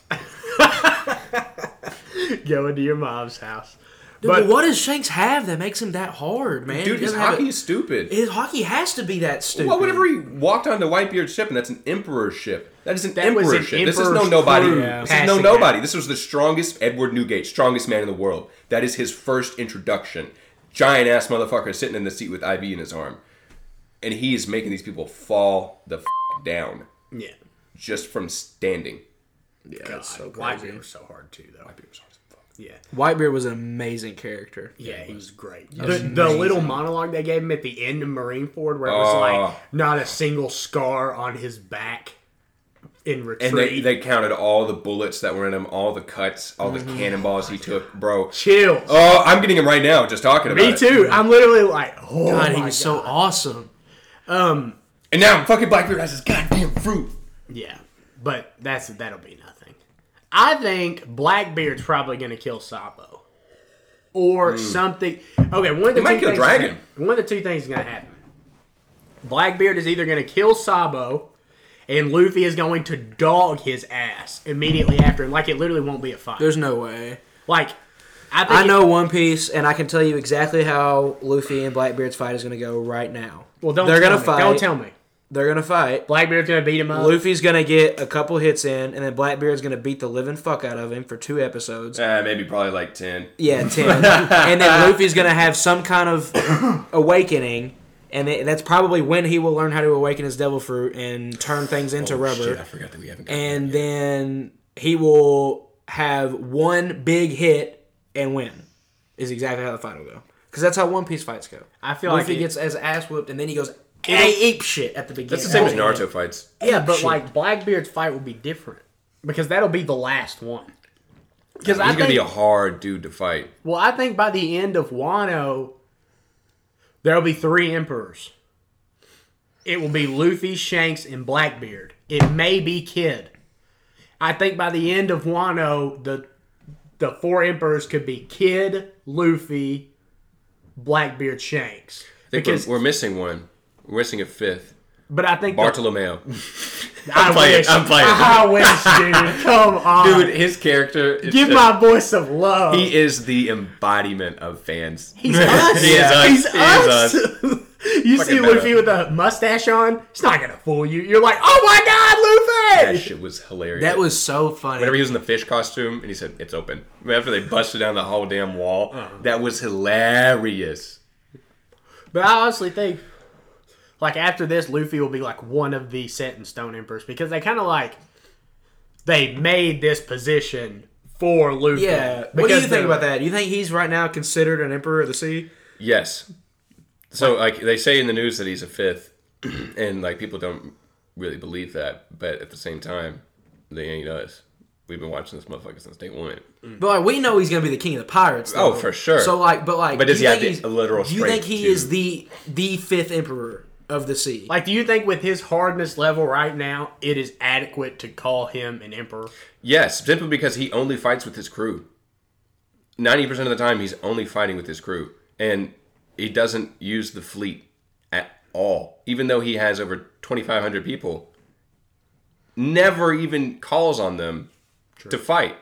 [SPEAKER 2] go into your mom's house."
[SPEAKER 1] But
[SPEAKER 2] But
[SPEAKER 1] what does Shanks have that makes him that hard, man?
[SPEAKER 3] Dude,
[SPEAKER 1] He
[SPEAKER 3] his
[SPEAKER 1] doesn't have
[SPEAKER 3] hockey
[SPEAKER 1] it-
[SPEAKER 3] is stupid.
[SPEAKER 1] his hockey has to be that stupid.
[SPEAKER 3] well, whenever he walked onto Whitebeard's ship, and that's an emperor's ship. That is an
[SPEAKER 2] That was
[SPEAKER 3] emperor's
[SPEAKER 2] an
[SPEAKER 3] ship. this is no
[SPEAKER 2] emperor's
[SPEAKER 3] nobody.
[SPEAKER 2] crew
[SPEAKER 3] This is no
[SPEAKER 2] passing
[SPEAKER 3] nobody. This was the strongest Edward Newgate, strongest man in the world. That is his first introduction. Giant ass motherfucker sitting in the seat with IV in his arm, and he is making these people fall the f- down
[SPEAKER 2] yeah,
[SPEAKER 3] just from standing.
[SPEAKER 1] yeah,
[SPEAKER 2] God,
[SPEAKER 1] it's so
[SPEAKER 2] Whitebeard
[SPEAKER 1] crazy.
[SPEAKER 2] was so hard too, though.
[SPEAKER 3] It was hard as fuck.
[SPEAKER 2] Yeah.
[SPEAKER 1] Whitebeard was an amazing character.
[SPEAKER 2] Yeah, he was great. The, the little monologue they gave him at the end of Marineford, where it was
[SPEAKER 3] Oh.
[SPEAKER 2] like not a single scar on his back in retreat.
[SPEAKER 3] And they, they counted all the bullets that were in him, all the cuts, all the
[SPEAKER 2] Mm-hmm.
[SPEAKER 3] cannonballs he took, bro.
[SPEAKER 2] Chills.
[SPEAKER 3] Oh, I'm getting him right now just talking about
[SPEAKER 2] Me
[SPEAKER 3] it.
[SPEAKER 2] too. I'm literally like, oh
[SPEAKER 1] God, he
[SPEAKER 2] my
[SPEAKER 1] was so
[SPEAKER 2] God.
[SPEAKER 1] awesome.
[SPEAKER 3] And now fucking Blackbeard has his goddamn fruit.
[SPEAKER 2] Yeah, but that's that'll be nothing. I think Blackbeard's probably going to kill Sabo or
[SPEAKER 1] Hmm.
[SPEAKER 2] something. Okay, one of the
[SPEAKER 3] might
[SPEAKER 2] two
[SPEAKER 3] kill
[SPEAKER 2] things
[SPEAKER 3] Dragon.
[SPEAKER 2] One of the two things is going to happen. Blackbeard is either going to kill Sabo, and Luffy is going to dog his ass immediately after, and like it literally won't be a fight.
[SPEAKER 1] There's no way.
[SPEAKER 2] like, I think
[SPEAKER 1] I know One Piece, and I can tell you exactly how Luffy and Blackbeard's fight is going to go right now.
[SPEAKER 2] well, don't
[SPEAKER 1] They're
[SPEAKER 2] tell
[SPEAKER 1] gonna
[SPEAKER 2] me.
[SPEAKER 1] fight.
[SPEAKER 2] Don't tell me.
[SPEAKER 1] They're gonna fight.
[SPEAKER 2] Blackbeard's gonna beat him up.
[SPEAKER 1] Luffy's gonna get a couple hits in, and then Blackbeard's gonna beat the living fuck out of him for two episodes.
[SPEAKER 3] Uh, maybe probably like ten.
[SPEAKER 1] Yeah, ten. and then Luffy's gonna have some kind of awakening, and it- that's probably when he will learn how to awaken his devil fruit and turn things into
[SPEAKER 3] Oh,
[SPEAKER 1] rubber.
[SPEAKER 3] Shit, I forgot that we haven't. gotten
[SPEAKER 1] and then he will have one big hit and win. Is exactly how the fight will go. Because that's how One Piece fights go.
[SPEAKER 2] I feel
[SPEAKER 1] Luffy
[SPEAKER 2] like it-
[SPEAKER 1] gets his ass whooped, and then he goes ape shit at the beginning.
[SPEAKER 3] That's the same as Naruto fights.
[SPEAKER 2] Yeah, but
[SPEAKER 1] Shit.
[SPEAKER 2] like Blackbeard's fight will be different because that'll be the last one. Because I
[SPEAKER 3] He's gonna
[SPEAKER 2] think,
[SPEAKER 3] be a hard dude to fight.
[SPEAKER 2] well, I think by the end of Wano, there'll be three emperors. It will be Luffy, Shanks, and Blackbeard. It may be Kid. I think by the end of Wano, the the four emperors could be Kid, Luffy, Blackbeard, Shanks.
[SPEAKER 3] I think
[SPEAKER 2] Because,
[SPEAKER 3] we're, we're missing one. We're missing a fifth.
[SPEAKER 2] but I think the-
[SPEAKER 3] Bartolomeo.
[SPEAKER 2] I
[SPEAKER 3] playing,
[SPEAKER 2] wish,
[SPEAKER 3] I'm playing.
[SPEAKER 2] I wish, dude. Come on,
[SPEAKER 3] Dude, his character. Is
[SPEAKER 2] Give
[SPEAKER 3] just-
[SPEAKER 2] my boy some love.
[SPEAKER 3] He is the embodiment of fans.
[SPEAKER 2] He's us.
[SPEAKER 3] he is us.
[SPEAKER 2] He's
[SPEAKER 3] he
[SPEAKER 2] us.
[SPEAKER 3] Is us.
[SPEAKER 2] you
[SPEAKER 3] Fucking
[SPEAKER 2] see
[SPEAKER 3] better.
[SPEAKER 2] Luffy with a mustache on? It's not gonna fool you. You're like, oh my god,
[SPEAKER 3] That
[SPEAKER 2] Luffy!
[SPEAKER 3] shit was hilarious.
[SPEAKER 1] That was so funny.
[SPEAKER 3] Whenever he was in the fish costume and he said, it's open. I mean, after they busted down the whole damn wall, that was hilarious.
[SPEAKER 2] But I honestly think, like after this, Luffy will be like one of the set in stone emperors because they kind of like they made this position for Luffy.
[SPEAKER 1] yeah. What do you
[SPEAKER 2] Because
[SPEAKER 1] think
[SPEAKER 2] the-
[SPEAKER 1] about that? Do you think he's right now considered an emperor of the sea?
[SPEAKER 3] Yes. So, like, they say in the news that he's a fifth, and, like, people don't really believe that, but at the same time, they ain't us. We've been watching this motherfucker since day one.
[SPEAKER 1] But like we know he's gonna be the king of the pirates.
[SPEAKER 3] Oh,
[SPEAKER 1] Though.
[SPEAKER 3] for sure.
[SPEAKER 1] So like, but like,
[SPEAKER 3] But
[SPEAKER 1] do
[SPEAKER 3] does
[SPEAKER 1] you
[SPEAKER 3] he
[SPEAKER 1] think
[SPEAKER 3] have the-
[SPEAKER 1] he's-
[SPEAKER 3] a literal
[SPEAKER 1] Do you think
[SPEAKER 3] strength
[SPEAKER 1] he
[SPEAKER 3] to-
[SPEAKER 1] is the the fifth emperor of the sea?
[SPEAKER 2] Like, do you think with his hardness level right now, it is adequate to call him an emperor?
[SPEAKER 3] Yes, simply because he only fights with his crew. 90% of the time, he's only fighting with his crew. And he doesn't use the fleet at all. Even though he has over 2,500 people, never even calls on them to fight.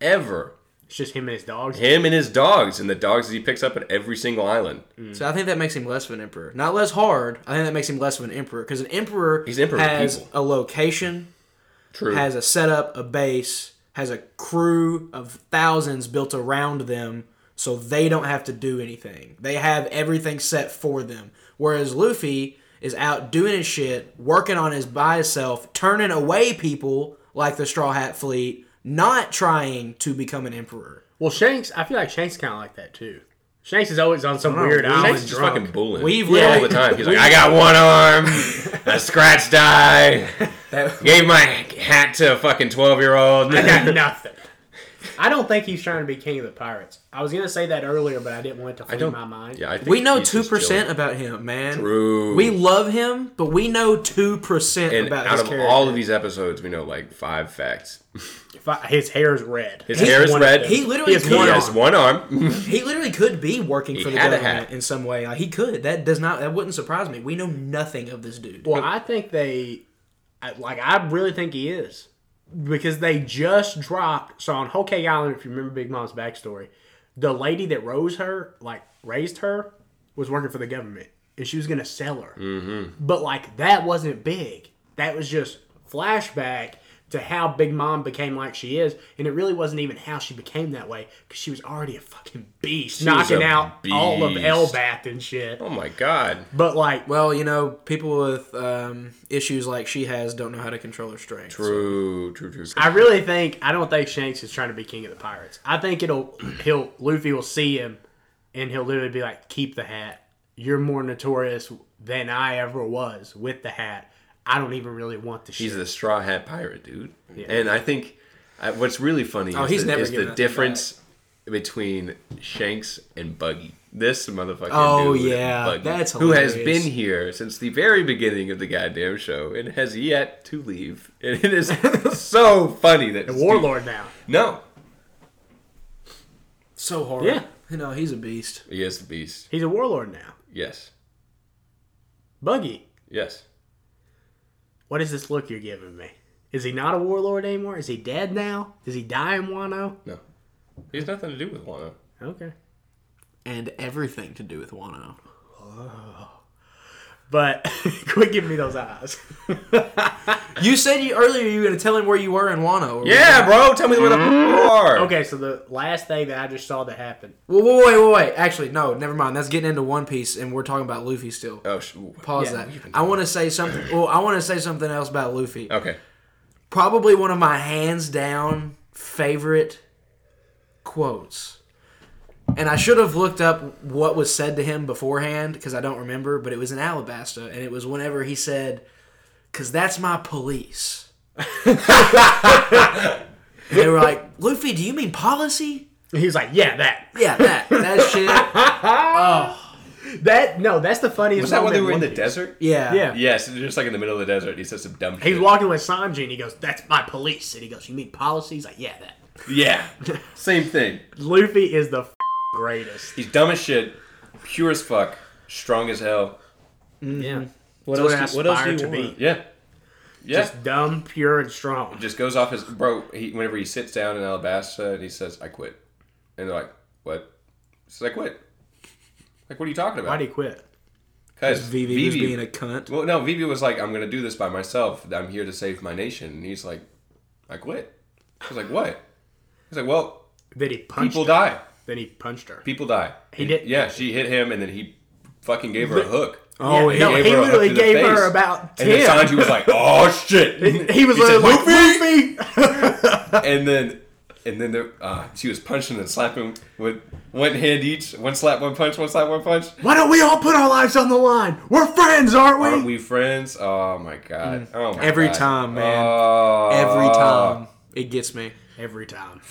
[SPEAKER 3] Ever.
[SPEAKER 2] It's just him and his dogs.
[SPEAKER 3] Him and his dogs, and the dogs that he picks up at every single island.
[SPEAKER 1] So I think that makes him less of an emperor. Not less hard. I think that makes him less of an emperor because an emperor
[SPEAKER 3] He's emperor of
[SPEAKER 1] has
[SPEAKER 3] people.
[SPEAKER 1] a location,
[SPEAKER 3] True.
[SPEAKER 1] has a setup, a base, has a crew of thousands built around them, so they don't have to do anything. They have everything set for them. Whereas Luffy is out doing his shit, working on his by himself, turning away people like the Straw Hat Fleet, not trying to become an emperor.
[SPEAKER 2] Well, Shanks, I feel like Shanks kind of like that too. Shanks is always on some weird
[SPEAKER 1] Shanks
[SPEAKER 2] island
[SPEAKER 3] Shanks is just
[SPEAKER 2] drunk.
[SPEAKER 3] fucking bullying
[SPEAKER 1] We've
[SPEAKER 3] all
[SPEAKER 1] literally-
[SPEAKER 3] the time. He's like, I got one arm, a scratched eye,
[SPEAKER 1] That-
[SPEAKER 3] gave my hat to a fucking 12 year old.
[SPEAKER 2] I got nothing. I don't think he's trying to be king of the pirates. I was gonna say that earlier, but I didn't want it to flee
[SPEAKER 3] don't-
[SPEAKER 2] my mind.
[SPEAKER 3] Yeah, I think
[SPEAKER 1] We know
[SPEAKER 3] he's
[SPEAKER 1] two
[SPEAKER 3] just
[SPEAKER 1] percent
[SPEAKER 3] chilling.
[SPEAKER 1] about him, man.
[SPEAKER 3] True.
[SPEAKER 1] We love him, but we know two percent
[SPEAKER 3] and
[SPEAKER 1] about
[SPEAKER 3] out
[SPEAKER 1] his
[SPEAKER 3] of
[SPEAKER 1] character.
[SPEAKER 3] all of these episodes, we know like five facts.
[SPEAKER 2] If I- his hair is red.
[SPEAKER 3] His hair is
[SPEAKER 2] one of
[SPEAKER 3] red.
[SPEAKER 2] them.
[SPEAKER 1] he literally
[SPEAKER 2] has
[SPEAKER 1] could-
[SPEAKER 3] He
[SPEAKER 2] one
[SPEAKER 3] has
[SPEAKER 2] arm.
[SPEAKER 3] one arm.
[SPEAKER 1] he literally could be working for the
[SPEAKER 3] had a
[SPEAKER 1] government
[SPEAKER 3] hat.
[SPEAKER 1] in some way. Like he could. That does not. That wouldn't surprise me. We know nothing of this dude.
[SPEAKER 2] Well, I think they, I- like, I really think he is because they just dropped. So on Whole Cake Island, if you remember Big Mom's backstory, the lady that rose her, like raised her, was working for the government, and she was gonna sell her.
[SPEAKER 3] Mm-hmm.
[SPEAKER 2] But like that wasn't big. That was just flashback to how Big Mom became like she is, and it really wasn't even how she became that way because she was already a fucking beast,
[SPEAKER 3] was
[SPEAKER 2] knocking
[SPEAKER 3] a
[SPEAKER 2] out all of
[SPEAKER 3] beast.
[SPEAKER 2] Elbath and shit.
[SPEAKER 3] oh my god.
[SPEAKER 2] But like,
[SPEAKER 1] Well, you know, people with um, issues like she has don't know how to control her strength.
[SPEAKER 3] True, true, true. true.
[SPEAKER 2] I really think I don't think Shanks is trying to be king of the pirates. I think it'll he'll Luffy will see him and he'll literally be like, "Keep the hat. You're more notorious than I ever was with the hat. I don't even really want the shit."
[SPEAKER 3] He's the straw hat pirate, dude. And I think I, what's really funny is,
[SPEAKER 1] Oh, he's
[SPEAKER 3] the,
[SPEAKER 1] never
[SPEAKER 3] is
[SPEAKER 1] giving
[SPEAKER 3] the
[SPEAKER 1] that thing
[SPEAKER 3] difference between Shanks and Buggy. This motherfucker.
[SPEAKER 1] Oh,
[SPEAKER 3] dude,
[SPEAKER 1] yeah,
[SPEAKER 3] Buggy,
[SPEAKER 1] that's
[SPEAKER 3] who has
[SPEAKER 1] hilarious.
[SPEAKER 3] been here since the very beginning of the goddamn show and has yet to leave. And it is so funny that this dude-
[SPEAKER 2] warlord now.
[SPEAKER 3] No,
[SPEAKER 1] So hard.
[SPEAKER 2] Yeah.
[SPEAKER 1] You know, he's a beast.
[SPEAKER 3] he is the beast.
[SPEAKER 2] He's a warlord now.
[SPEAKER 3] Yes,
[SPEAKER 2] Buggy,
[SPEAKER 3] yes.
[SPEAKER 2] what is this look you're giving me? Is he not a warlord anymore? Is he dead now? Does he die in Wano?
[SPEAKER 3] No. He has nothing to do with Wano.
[SPEAKER 2] Okay.
[SPEAKER 1] And everything to do with Wano.
[SPEAKER 2] But quit giving me those eyes.
[SPEAKER 1] You said you earlier you were going to tell him where you were in Wano. or-
[SPEAKER 3] Yeah, bro. Tell me where the f- you are.
[SPEAKER 2] okay, so the last thing that I just saw that happened.
[SPEAKER 1] Well, wait, wait, wait, wait. Actually, no, never mind. That's getting into One Piece, and we're talking about Luffy still.
[SPEAKER 3] Oh, sh- ooh.
[SPEAKER 1] Pause
[SPEAKER 2] Yeah.
[SPEAKER 1] that. I want to say something. Well, I want to say something else about Luffy.
[SPEAKER 3] Okay.
[SPEAKER 1] Probably one of my hands down favorite quotes. And I should have looked up what was said to him beforehand because I don't remember, but it was in Alabasta, and it was whenever he said, "Cause that's my police." And they were like, "Luffy, do you mean policy?"
[SPEAKER 2] He was like, "Yeah, that,
[SPEAKER 1] Yeah, that that shit.
[SPEAKER 2] that, no, that's the funniest."
[SPEAKER 3] Was that when
[SPEAKER 2] moment
[SPEAKER 3] they were in the
[SPEAKER 2] One Piece.
[SPEAKER 3] desert?
[SPEAKER 1] Yeah.
[SPEAKER 2] Yeah.
[SPEAKER 3] Yes, they're just like in the middle of the desert. He said some dumb
[SPEAKER 2] He's
[SPEAKER 3] shit.
[SPEAKER 2] walking with Sanji, and he goes, "That's my police." And he goes, "You mean policy?" He's like, "Yeah, that."
[SPEAKER 3] yeah. Same thing.
[SPEAKER 2] Luffy is the f- greatest.
[SPEAKER 3] He's dumb as shit, pure as fuck, strong as hell.
[SPEAKER 2] Yeah.
[SPEAKER 4] Mm-hmm. What
[SPEAKER 2] That's
[SPEAKER 4] else?
[SPEAKER 2] what
[SPEAKER 4] do- What
[SPEAKER 2] I
[SPEAKER 4] else do
[SPEAKER 2] aspire
[SPEAKER 4] you
[SPEAKER 2] to be.
[SPEAKER 4] want?
[SPEAKER 3] Yeah. Yeah. Just,
[SPEAKER 2] Just dumb, pure, and strong.
[SPEAKER 3] goes off his bro. He whenever he sits down in Alabasta and he says, "I quit," and they're like, "What?" He says, "I quit." Like, what are you talking
[SPEAKER 2] Why'd
[SPEAKER 3] about?
[SPEAKER 2] he quit?
[SPEAKER 3] Because
[SPEAKER 1] Vivi, was being a cunt.
[SPEAKER 3] Well, no, Vivi was like, I'm going to do this by myself. I'm here to save my nation. And he's like, I quit. I was like, what? He's like, well,
[SPEAKER 2] Then he punched
[SPEAKER 3] people
[SPEAKER 2] her.
[SPEAKER 3] die.
[SPEAKER 2] Then he punched her.
[SPEAKER 3] People die.
[SPEAKER 2] He did-
[SPEAKER 3] Yeah, she hit him and then he fucking gave her a hook.
[SPEAKER 1] Oh,
[SPEAKER 2] Yeah,
[SPEAKER 1] he
[SPEAKER 2] no,
[SPEAKER 3] gave
[SPEAKER 2] he
[SPEAKER 3] her a hook
[SPEAKER 2] literally
[SPEAKER 3] to the
[SPEAKER 2] gave her
[SPEAKER 3] face.
[SPEAKER 2] about
[SPEAKER 3] And then
[SPEAKER 2] ten.
[SPEAKER 3] Sanji was like, oh, shit.
[SPEAKER 2] He was
[SPEAKER 3] said,
[SPEAKER 2] literally like, Luffy.
[SPEAKER 3] and then. And then there, uh, she was punching and slapping with one hand each, one slap, one punch, one slap, one punch.
[SPEAKER 2] Why don't we all put our lives on the line? We're friends, aren't we?
[SPEAKER 3] Aren't we friends? Oh my god!
[SPEAKER 2] Mm.
[SPEAKER 3] Oh my
[SPEAKER 1] Every
[SPEAKER 3] God.
[SPEAKER 1] time, man.
[SPEAKER 3] Oh.
[SPEAKER 1] Every
[SPEAKER 2] Uh,
[SPEAKER 1] time it gets me.
[SPEAKER 2] Every time.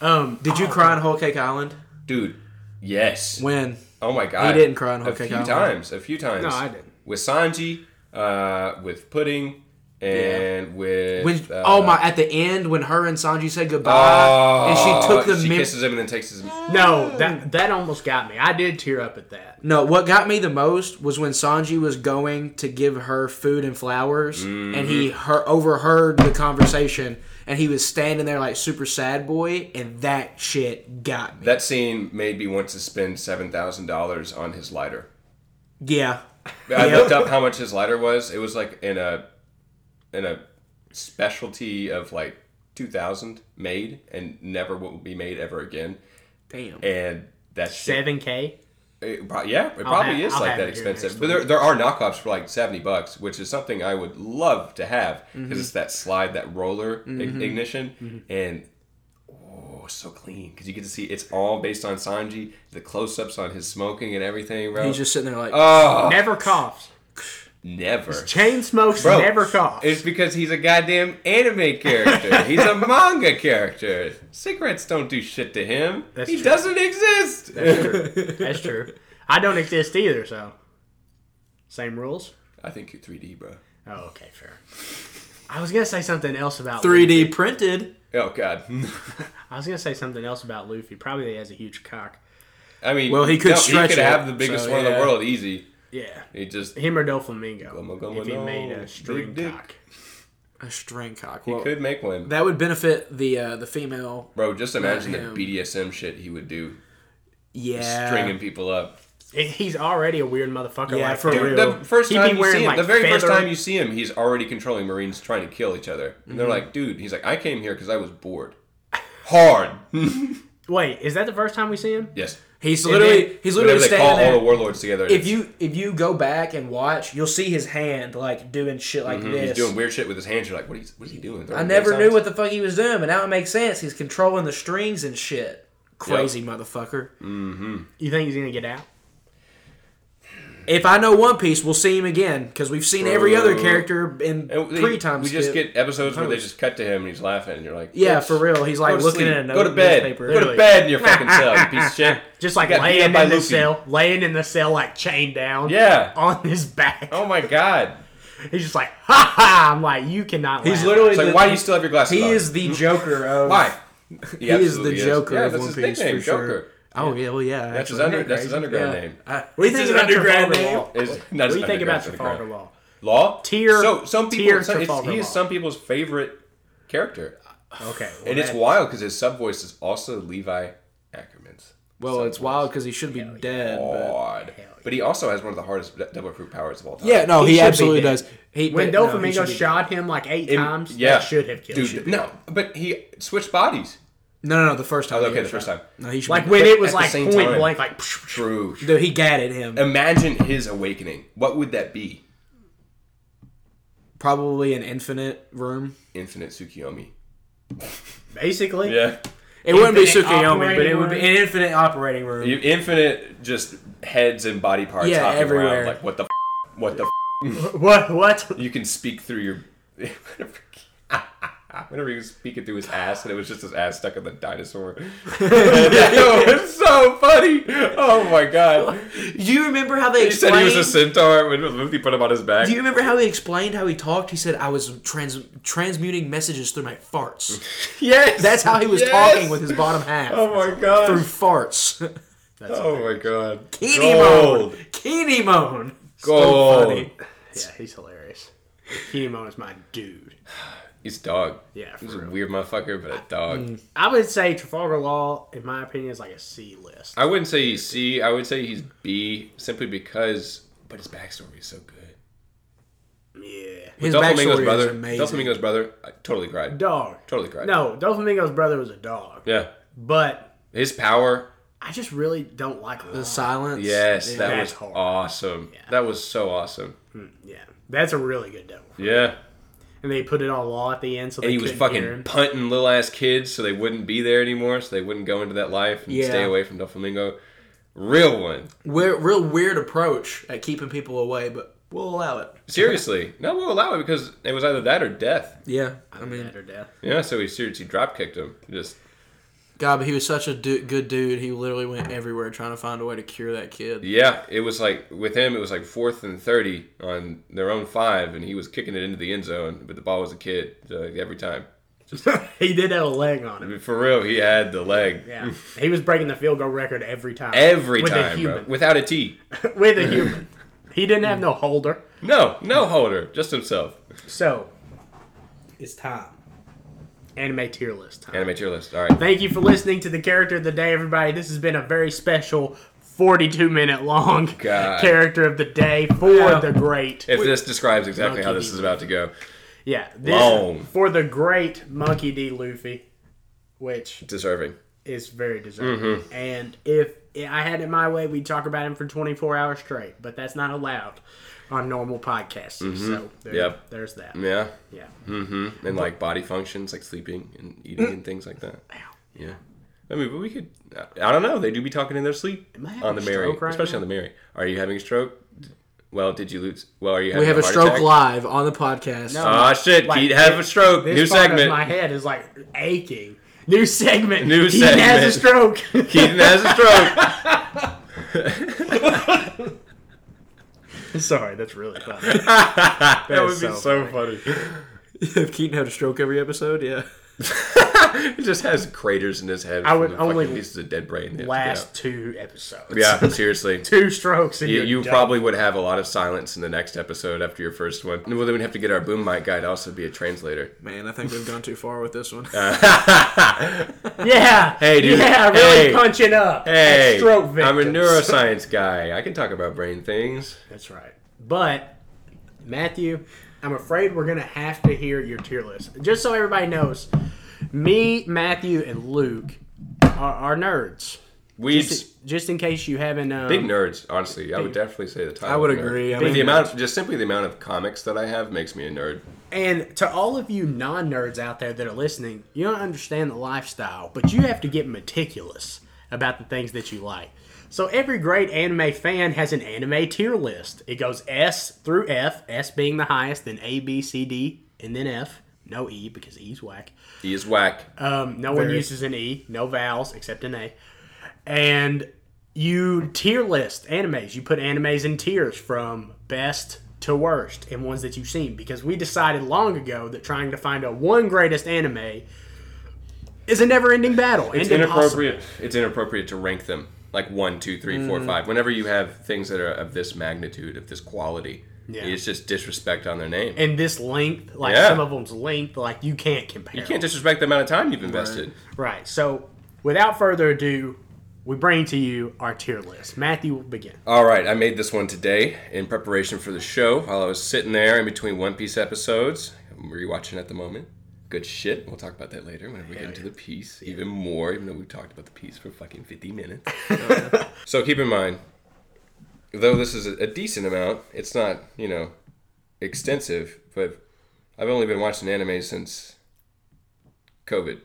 [SPEAKER 2] Um,
[SPEAKER 1] Did you cry in Whole Cake Island?
[SPEAKER 3] dude. Yes.
[SPEAKER 1] When?
[SPEAKER 3] Oh my god!
[SPEAKER 1] didn't cry on
[SPEAKER 3] a
[SPEAKER 1] Hokkaido
[SPEAKER 3] few
[SPEAKER 1] Island.
[SPEAKER 3] times. A few times.
[SPEAKER 2] No, I didn't.
[SPEAKER 3] With Sanji, uh, with Pudding, and with
[SPEAKER 1] When?
[SPEAKER 3] uh,
[SPEAKER 1] oh my! At the end, when her and Sanji said goodbye, and she took the
[SPEAKER 3] Oh, she
[SPEAKER 1] mem-
[SPEAKER 3] kisses him and then takes his.
[SPEAKER 2] no, that that almost got me. I did tear up at that.
[SPEAKER 1] No, what got me the most was when Sanji was going to give her food and flowers, and he
[SPEAKER 3] Mm-hmm.
[SPEAKER 1] her- overheard the conversation, and he was standing there like super sad boy, and that shit got me.
[SPEAKER 3] That scene made me want to spend seven thousand dollars on his lighter.
[SPEAKER 1] yeah,
[SPEAKER 3] I looked up how much his lighter was. It was like in a in a specialty of like two thousand made and never will be made ever again.
[SPEAKER 1] damn.
[SPEAKER 3] And that's shit
[SPEAKER 2] Seven k.
[SPEAKER 3] It, prob- yeah, it probably
[SPEAKER 2] have-
[SPEAKER 3] is
[SPEAKER 2] I'll
[SPEAKER 3] like
[SPEAKER 2] have
[SPEAKER 3] that
[SPEAKER 2] it here
[SPEAKER 3] expensive.
[SPEAKER 2] next
[SPEAKER 3] But there, there are knockoffs for like 70 bucks, which is something I would love to have
[SPEAKER 2] Mm-hmm.
[SPEAKER 3] because it's that slide, that roller ig- ignition, and oh, so clean because you get to see it's all based on Sanji, the close ups on his smoking and everything, bro.
[SPEAKER 1] He's just sitting there like,
[SPEAKER 3] oh,
[SPEAKER 2] Never coughs.
[SPEAKER 3] never.
[SPEAKER 2] Chain smokes.
[SPEAKER 3] Bro,
[SPEAKER 2] never coughs.
[SPEAKER 3] It's because he's a goddamn anime character. he's a manga character. Cigarettes don't do shit to him.
[SPEAKER 2] That's
[SPEAKER 3] he
[SPEAKER 2] true.
[SPEAKER 3] doesn't exist.
[SPEAKER 2] That's true. I don't exist either, so same rules.
[SPEAKER 3] I think you're 3D, bro.
[SPEAKER 2] Oh, okay, fair. I was gonna say something else about
[SPEAKER 1] 3D printed.
[SPEAKER 3] Oh God.
[SPEAKER 2] I was gonna say something else about Luffy. Probably that he has a huge cock.
[SPEAKER 3] I mean,
[SPEAKER 1] Well, he could stretch
[SPEAKER 3] He could
[SPEAKER 1] it,
[SPEAKER 3] have the biggest
[SPEAKER 1] so,
[SPEAKER 3] one in
[SPEAKER 1] yeah.
[SPEAKER 3] the world easy.
[SPEAKER 2] Yeah,
[SPEAKER 3] He just
[SPEAKER 2] him or Doflamingo.
[SPEAKER 3] Gumma, gumma,
[SPEAKER 2] if he
[SPEAKER 3] no.
[SPEAKER 2] made a string
[SPEAKER 3] Big dick.
[SPEAKER 2] cock,
[SPEAKER 1] A string cock.
[SPEAKER 3] he
[SPEAKER 1] Well,
[SPEAKER 3] could make one,
[SPEAKER 1] that would benefit the uh, the female.
[SPEAKER 3] bro. Just imagine the
[SPEAKER 1] him.
[SPEAKER 3] BDSM shit he would do,
[SPEAKER 1] Yeah,
[SPEAKER 3] stringing people up.
[SPEAKER 2] He- he's already a weird motherfucker.
[SPEAKER 1] Yeah,
[SPEAKER 2] like
[SPEAKER 1] for
[SPEAKER 2] that.
[SPEAKER 1] real.
[SPEAKER 3] The first
[SPEAKER 2] He'd be
[SPEAKER 3] time you
[SPEAKER 2] wearing,
[SPEAKER 3] see him,
[SPEAKER 2] like,
[SPEAKER 3] the very first
[SPEAKER 2] feather.
[SPEAKER 3] time you see him, he's already controlling Marines trying to kill each other. And
[SPEAKER 1] Mm-hmm.
[SPEAKER 3] they're like, dude, he's like, I came here because I was bored, hard.
[SPEAKER 2] Wait, is that the first time we see him?
[SPEAKER 3] yes,
[SPEAKER 1] He's literally
[SPEAKER 3] And then
[SPEAKER 1] he's literally
[SPEAKER 3] whenever they call
[SPEAKER 1] standing there.
[SPEAKER 3] all the warlords together.
[SPEAKER 1] if you if you go back and watch, you'll see his hand like doing shit like this.
[SPEAKER 3] Mm-hmm, he's doing weird shit with his hands, you're like, what is what is he doing?
[SPEAKER 1] I never knew what the fuck he was doing, but now it makes sense. He's controlling the strings and shit. Crazy motherfucker.
[SPEAKER 3] Mm.
[SPEAKER 2] You think he's gonna get out?
[SPEAKER 1] If I know One Piece, we'll see him again because we've seen every other
[SPEAKER 3] True.
[SPEAKER 1] character in three times.
[SPEAKER 3] We just get episodes where they just cut to him and he's laughing, and you're like,
[SPEAKER 1] yeah,
[SPEAKER 3] "Bitch,
[SPEAKER 1] for real. He's like
[SPEAKER 3] Go to
[SPEAKER 1] looking
[SPEAKER 3] sleep.
[SPEAKER 1] at a note
[SPEAKER 3] Go to bed.
[SPEAKER 1] newspaper.
[SPEAKER 3] Go to
[SPEAKER 2] Literally.
[SPEAKER 3] bed in your fucking cell, you piece of shit.
[SPEAKER 2] Just
[SPEAKER 3] You
[SPEAKER 2] like
[SPEAKER 3] got beat
[SPEAKER 2] laying
[SPEAKER 3] up
[SPEAKER 2] in
[SPEAKER 3] by
[SPEAKER 2] the
[SPEAKER 3] Luffy.
[SPEAKER 2] cell, laying in the cell like chained down.
[SPEAKER 3] Yeah.
[SPEAKER 2] on his back.
[SPEAKER 3] Oh my god.
[SPEAKER 2] He's just like, ha ha. I'm like, you cannot.
[SPEAKER 1] He's
[SPEAKER 2] laugh.
[SPEAKER 1] literally
[SPEAKER 3] It's like,
[SPEAKER 1] the,
[SPEAKER 3] why do you still have your glasses
[SPEAKER 1] he
[SPEAKER 3] on?
[SPEAKER 1] is the Joker of
[SPEAKER 3] why?
[SPEAKER 1] He is the Joker
[SPEAKER 3] Yeah,
[SPEAKER 1] of
[SPEAKER 3] that's
[SPEAKER 1] One
[SPEAKER 3] his
[SPEAKER 1] Piece
[SPEAKER 3] nickname,
[SPEAKER 1] for sure.
[SPEAKER 3] Joker.
[SPEAKER 1] Oh yeah, well yeah.
[SPEAKER 3] That's his
[SPEAKER 1] actually.
[SPEAKER 3] under. That's his underground
[SPEAKER 1] Yeah.
[SPEAKER 3] name.
[SPEAKER 1] Uh, what do you
[SPEAKER 2] It's
[SPEAKER 1] think
[SPEAKER 2] his
[SPEAKER 1] about
[SPEAKER 2] underground
[SPEAKER 1] Trafalgar
[SPEAKER 2] name.
[SPEAKER 1] Law?
[SPEAKER 3] Is
[SPEAKER 2] What do you think about Trafalgar
[SPEAKER 3] Trafalgar
[SPEAKER 2] Law?
[SPEAKER 3] Law?
[SPEAKER 2] Tier-
[SPEAKER 3] So some people.
[SPEAKER 2] tier
[SPEAKER 3] so it's,
[SPEAKER 2] Trafalgar
[SPEAKER 3] he is
[SPEAKER 2] Law.
[SPEAKER 3] some people's favorite character,
[SPEAKER 2] Okay, well,
[SPEAKER 3] and it's
[SPEAKER 2] that-
[SPEAKER 3] wild because his sub voice is also Levi Ackerman's.
[SPEAKER 1] Well, it's wild because he should be dead. But
[SPEAKER 3] God.
[SPEAKER 2] Hell
[SPEAKER 3] But he also has one of the hardest d- double proof powers of all time.
[SPEAKER 1] Yeah, no,
[SPEAKER 2] He
[SPEAKER 1] he,
[SPEAKER 2] should be
[SPEAKER 1] absolutely
[SPEAKER 2] dead.
[SPEAKER 1] does. He,
[SPEAKER 2] When
[SPEAKER 1] but- no, he
[SPEAKER 2] Doflamingo
[SPEAKER 1] should be-
[SPEAKER 2] shot him like eight
[SPEAKER 3] It-
[SPEAKER 2] times, that should have killed
[SPEAKER 3] Dude,
[SPEAKER 2] him.
[SPEAKER 3] no, but he switched bodies.
[SPEAKER 1] No, no, no, the first time. he
[SPEAKER 3] okay,
[SPEAKER 1] got
[SPEAKER 3] the first
[SPEAKER 1] shot.
[SPEAKER 3] time.
[SPEAKER 1] No, he should
[SPEAKER 2] Like
[SPEAKER 1] be-
[SPEAKER 2] when
[SPEAKER 3] But
[SPEAKER 2] it was
[SPEAKER 3] at the
[SPEAKER 2] like
[SPEAKER 3] same
[SPEAKER 2] point
[SPEAKER 3] time-
[SPEAKER 2] blank, like
[SPEAKER 3] True.
[SPEAKER 1] Dude, he gatted him.
[SPEAKER 3] Imagine his awakening. What would that be?
[SPEAKER 1] Probably an infinite room.
[SPEAKER 3] Infinite Tsukiyomi.
[SPEAKER 2] basically.
[SPEAKER 3] Yeah.
[SPEAKER 1] It wouldn't be
[SPEAKER 2] Infinite
[SPEAKER 1] Tsukuyomi, but it
[SPEAKER 2] operating
[SPEAKER 1] would be
[SPEAKER 2] room.
[SPEAKER 1] an infinite operating room.
[SPEAKER 3] You- Infinite just heads and body parts
[SPEAKER 1] Yeah,
[SPEAKER 3] hopping
[SPEAKER 1] everywhere.
[SPEAKER 3] around. Like, what the f? What the f?
[SPEAKER 2] What? What?
[SPEAKER 3] You can speak through your. Whenever he was speaking through his ass, and it was just his ass stuck in the dinosaur. it was so funny. Oh my god!
[SPEAKER 1] Do you remember how they
[SPEAKER 3] He said
[SPEAKER 1] explained?
[SPEAKER 3] he was a centaur when Luffy put him on his back.
[SPEAKER 1] do you remember how he explained how he talked? He said, "I was trans- transmuting messages through my farts."
[SPEAKER 3] yes,
[SPEAKER 1] That's how he was
[SPEAKER 3] Yes!
[SPEAKER 1] talking with his bottom half.
[SPEAKER 3] Oh my
[SPEAKER 1] Through
[SPEAKER 3] god!
[SPEAKER 1] farts.
[SPEAKER 3] Oh my god!
[SPEAKER 1] Keeny
[SPEAKER 3] Gold.
[SPEAKER 1] moan. Keeny moan.
[SPEAKER 3] Gold.
[SPEAKER 1] funny.
[SPEAKER 2] Yeah, he's hilarious. Kinemon is my dude.
[SPEAKER 3] He's a dog.
[SPEAKER 2] Yeah, for
[SPEAKER 3] he's a
[SPEAKER 2] real. Mm.
[SPEAKER 3] weird motherfucker, but a dog.
[SPEAKER 2] I would say Trafalgar Law, in my opinion, is like a C list.
[SPEAKER 3] I wouldn't say he's C. I would say he's B, simply because. But his backstory is so good.
[SPEAKER 2] Yeah.
[SPEAKER 1] His backstory
[SPEAKER 3] Doflamingo's
[SPEAKER 1] is
[SPEAKER 3] brother.
[SPEAKER 1] amazing.
[SPEAKER 3] Doflamingo's brother. I totally cried.
[SPEAKER 2] Dog.
[SPEAKER 3] totally cried.
[SPEAKER 2] No, Doflamingo's brother was a dog.
[SPEAKER 3] Yeah.
[SPEAKER 2] But
[SPEAKER 3] His power.
[SPEAKER 2] I just really don't like Law.
[SPEAKER 1] The silence.
[SPEAKER 3] Yes,
[SPEAKER 1] Yeah.
[SPEAKER 3] that
[SPEAKER 2] That's
[SPEAKER 3] was
[SPEAKER 2] hard.
[SPEAKER 3] awesome. That was so awesome.
[SPEAKER 2] Yeah. That's a really good devil.
[SPEAKER 3] Yeah.
[SPEAKER 2] And they put it on Law at the end so they
[SPEAKER 3] And he was
[SPEAKER 2] couldn't hear
[SPEAKER 3] fucking
[SPEAKER 2] him.
[SPEAKER 3] punting little ass kids so they wouldn't be there anymore, so they wouldn't go into that life and
[SPEAKER 1] Yeah.
[SPEAKER 3] stay away from Doflamingo. Real one.
[SPEAKER 1] Weird, real weird approach at keeping people away, but we'll allow it.
[SPEAKER 3] Seriously. no, we'll allow it because it was either that or death.
[SPEAKER 1] Yeah, I mean,
[SPEAKER 2] Dead or death.
[SPEAKER 3] Yeah, so he seriously drop kicked him. Just
[SPEAKER 1] God, but he was such a du- good dude. He literally went everywhere trying to find a way to cure that kid.
[SPEAKER 3] Yeah, it was like with him, it was like fourth and thirty on their own five, and he was kicking it into the end zone, but the ball was a kid so, like, every time.
[SPEAKER 2] he did have a leg on
[SPEAKER 3] I
[SPEAKER 2] him.
[SPEAKER 3] mean, for real, he had the leg
[SPEAKER 2] Yeah. he was breaking the field goal record every time.
[SPEAKER 3] every
[SPEAKER 2] with
[SPEAKER 3] time,
[SPEAKER 2] a
[SPEAKER 3] bro,
[SPEAKER 2] human.
[SPEAKER 3] without a tee.
[SPEAKER 2] with a human. He didn't have no holder.
[SPEAKER 3] No, no holder, just himself.
[SPEAKER 2] So, it's time. Anime tier list time.
[SPEAKER 3] Animate your list. All right,
[SPEAKER 2] Thank you for listening to the character of the day, everybody. This has been a very special 42 minute long
[SPEAKER 3] God.
[SPEAKER 2] character of the day for
[SPEAKER 1] Yeah.
[SPEAKER 2] the great.
[SPEAKER 3] if this describes exactly how
[SPEAKER 1] Monkey
[SPEAKER 3] this
[SPEAKER 1] D.
[SPEAKER 3] is about to go,
[SPEAKER 2] Yeah. This,
[SPEAKER 3] Long.
[SPEAKER 2] For the great Monkey D. Luffy, which
[SPEAKER 3] deserving.
[SPEAKER 2] is very deserving.
[SPEAKER 3] Mm-hmm.
[SPEAKER 2] And if I had it my way, we'd talk about him for 24 hours straight, but that's not allowed on normal podcasts. So, there,
[SPEAKER 3] Mm-hmm. Yep.
[SPEAKER 2] there's that.
[SPEAKER 3] Yeah,
[SPEAKER 2] Yeah.
[SPEAKER 3] mm-hmm. and like body functions, like sleeping and eating and things like that. Yeah, I mean, but we could. I don't know. They do be talking in their sleep
[SPEAKER 2] I having
[SPEAKER 3] on the
[SPEAKER 2] a
[SPEAKER 3] Mary,
[SPEAKER 2] stroke right
[SPEAKER 3] especially
[SPEAKER 2] now?
[SPEAKER 3] on the Mary. Are you having a stroke? Well, did you lose? Well, are you? Having
[SPEAKER 1] We have a
[SPEAKER 3] heart
[SPEAKER 1] stroke
[SPEAKER 3] attack?
[SPEAKER 1] live on the podcast.
[SPEAKER 2] No.
[SPEAKER 3] Ah shit!
[SPEAKER 2] Like,
[SPEAKER 3] Pete have a stroke.
[SPEAKER 2] This
[SPEAKER 3] New
[SPEAKER 2] part
[SPEAKER 3] segment.
[SPEAKER 2] Of my head is like aching. New segment.
[SPEAKER 3] New
[SPEAKER 2] Keaton has a stroke.
[SPEAKER 3] Keaton has a stroke.
[SPEAKER 2] Sorry, that's really funny.
[SPEAKER 3] that
[SPEAKER 2] would be so
[SPEAKER 3] funny.
[SPEAKER 1] if Keaton had a stroke every episode, yeah.
[SPEAKER 3] He just has craters in his head.
[SPEAKER 2] I
[SPEAKER 3] from
[SPEAKER 2] would
[SPEAKER 3] the fucking
[SPEAKER 2] only
[SPEAKER 3] pieces of dead brain. that-
[SPEAKER 2] Last two episodes.
[SPEAKER 3] Yeah, Yeah, seriously.
[SPEAKER 2] Two strokes and
[SPEAKER 3] You,
[SPEAKER 2] you're
[SPEAKER 3] you
[SPEAKER 2] done.
[SPEAKER 3] probably would have a lot of silence in the next episode after your first one. And we'll then have to get our boom mic guy to also be a translator.
[SPEAKER 1] Man, I think we've gone too far with this one.
[SPEAKER 2] Yeah.
[SPEAKER 3] Hey, dude.
[SPEAKER 2] Yeah, really
[SPEAKER 3] Hey.
[SPEAKER 2] punching up.
[SPEAKER 3] Hey,
[SPEAKER 2] at stroke
[SPEAKER 3] I'm a
[SPEAKER 2] victims.
[SPEAKER 3] neuroscience guy. I can talk about brain things.
[SPEAKER 2] That's right. But Matthew, I'm afraid we're gonna have to hear your tier list. Just so everybody knows, me, Matthew, and Luke are, are nerds.
[SPEAKER 3] Weeds.
[SPEAKER 2] Just in case you haven't. Um,
[SPEAKER 3] Big nerds, honestly. I would definitely say the title.
[SPEAKER 1] I would
[SPEAKER 3] of a nerd.
[SPEAKER 1] agree. I
[SPEAKER 3] But
[SPEAKER 1] mean-
[SPEAKER 3] the amount, just simply the amount of comics that I have makes me a nerd.
[SPEAKER 2] And to all of you non nerds out there that are listening, you don't understand the lifestyle, but you have to get meticulous about the things that you like. So every great anime fan has an anime tier list. It goes S through F, S being the highest, then A, B, C, D, and then F. No E because E's whack.
[SPEAKER 3] He is whack.
[SPEAKER 2] Um, no one uses an E, no vowels except an A. And you tier list animes. You put animes in tiers from best to worst and ones that you've seen because we decided long ago that trying to find a one greatest anime is a never ending battle.
[SPEAKER 3] It's
[SPEAKER 2] and impossible.
[SPEAKER 3] inappropriate. It's inappropriate to rank them like one, two, three,
[SPEAKER 2] Mm.
[SPEAKER 3] four, five. Whenever you have things that are of this magnitude, of this quality,
[SPEAKER 2] Yeah.
[SPEAKER 3] it's just disrespect on their name.
[SPEAKER 2] And this length, like
[SPEAKER 3] Yeah.
[SPEAKER 2] some of them's length, like you can't compare.
[SPEAKER 3] you can't disrespect the amount of time you've invested.
[SPEAKER 2] Right. So, without further ado, we bring to you our tier list. Matthew, will begin.
[SPEAKER 3] All right, I made this one today in preparation for the show while I was sitting there in between One Piece episodes. I'm rewatching at the moment. Good shit. We'll talk about that later whenever we get into the piece even more, even though we talked about the piece for fucking 50 minutes. so keep in mind, though this is a a decent amount, it's not, you know, extensive, but I've only been watching anime since COVID.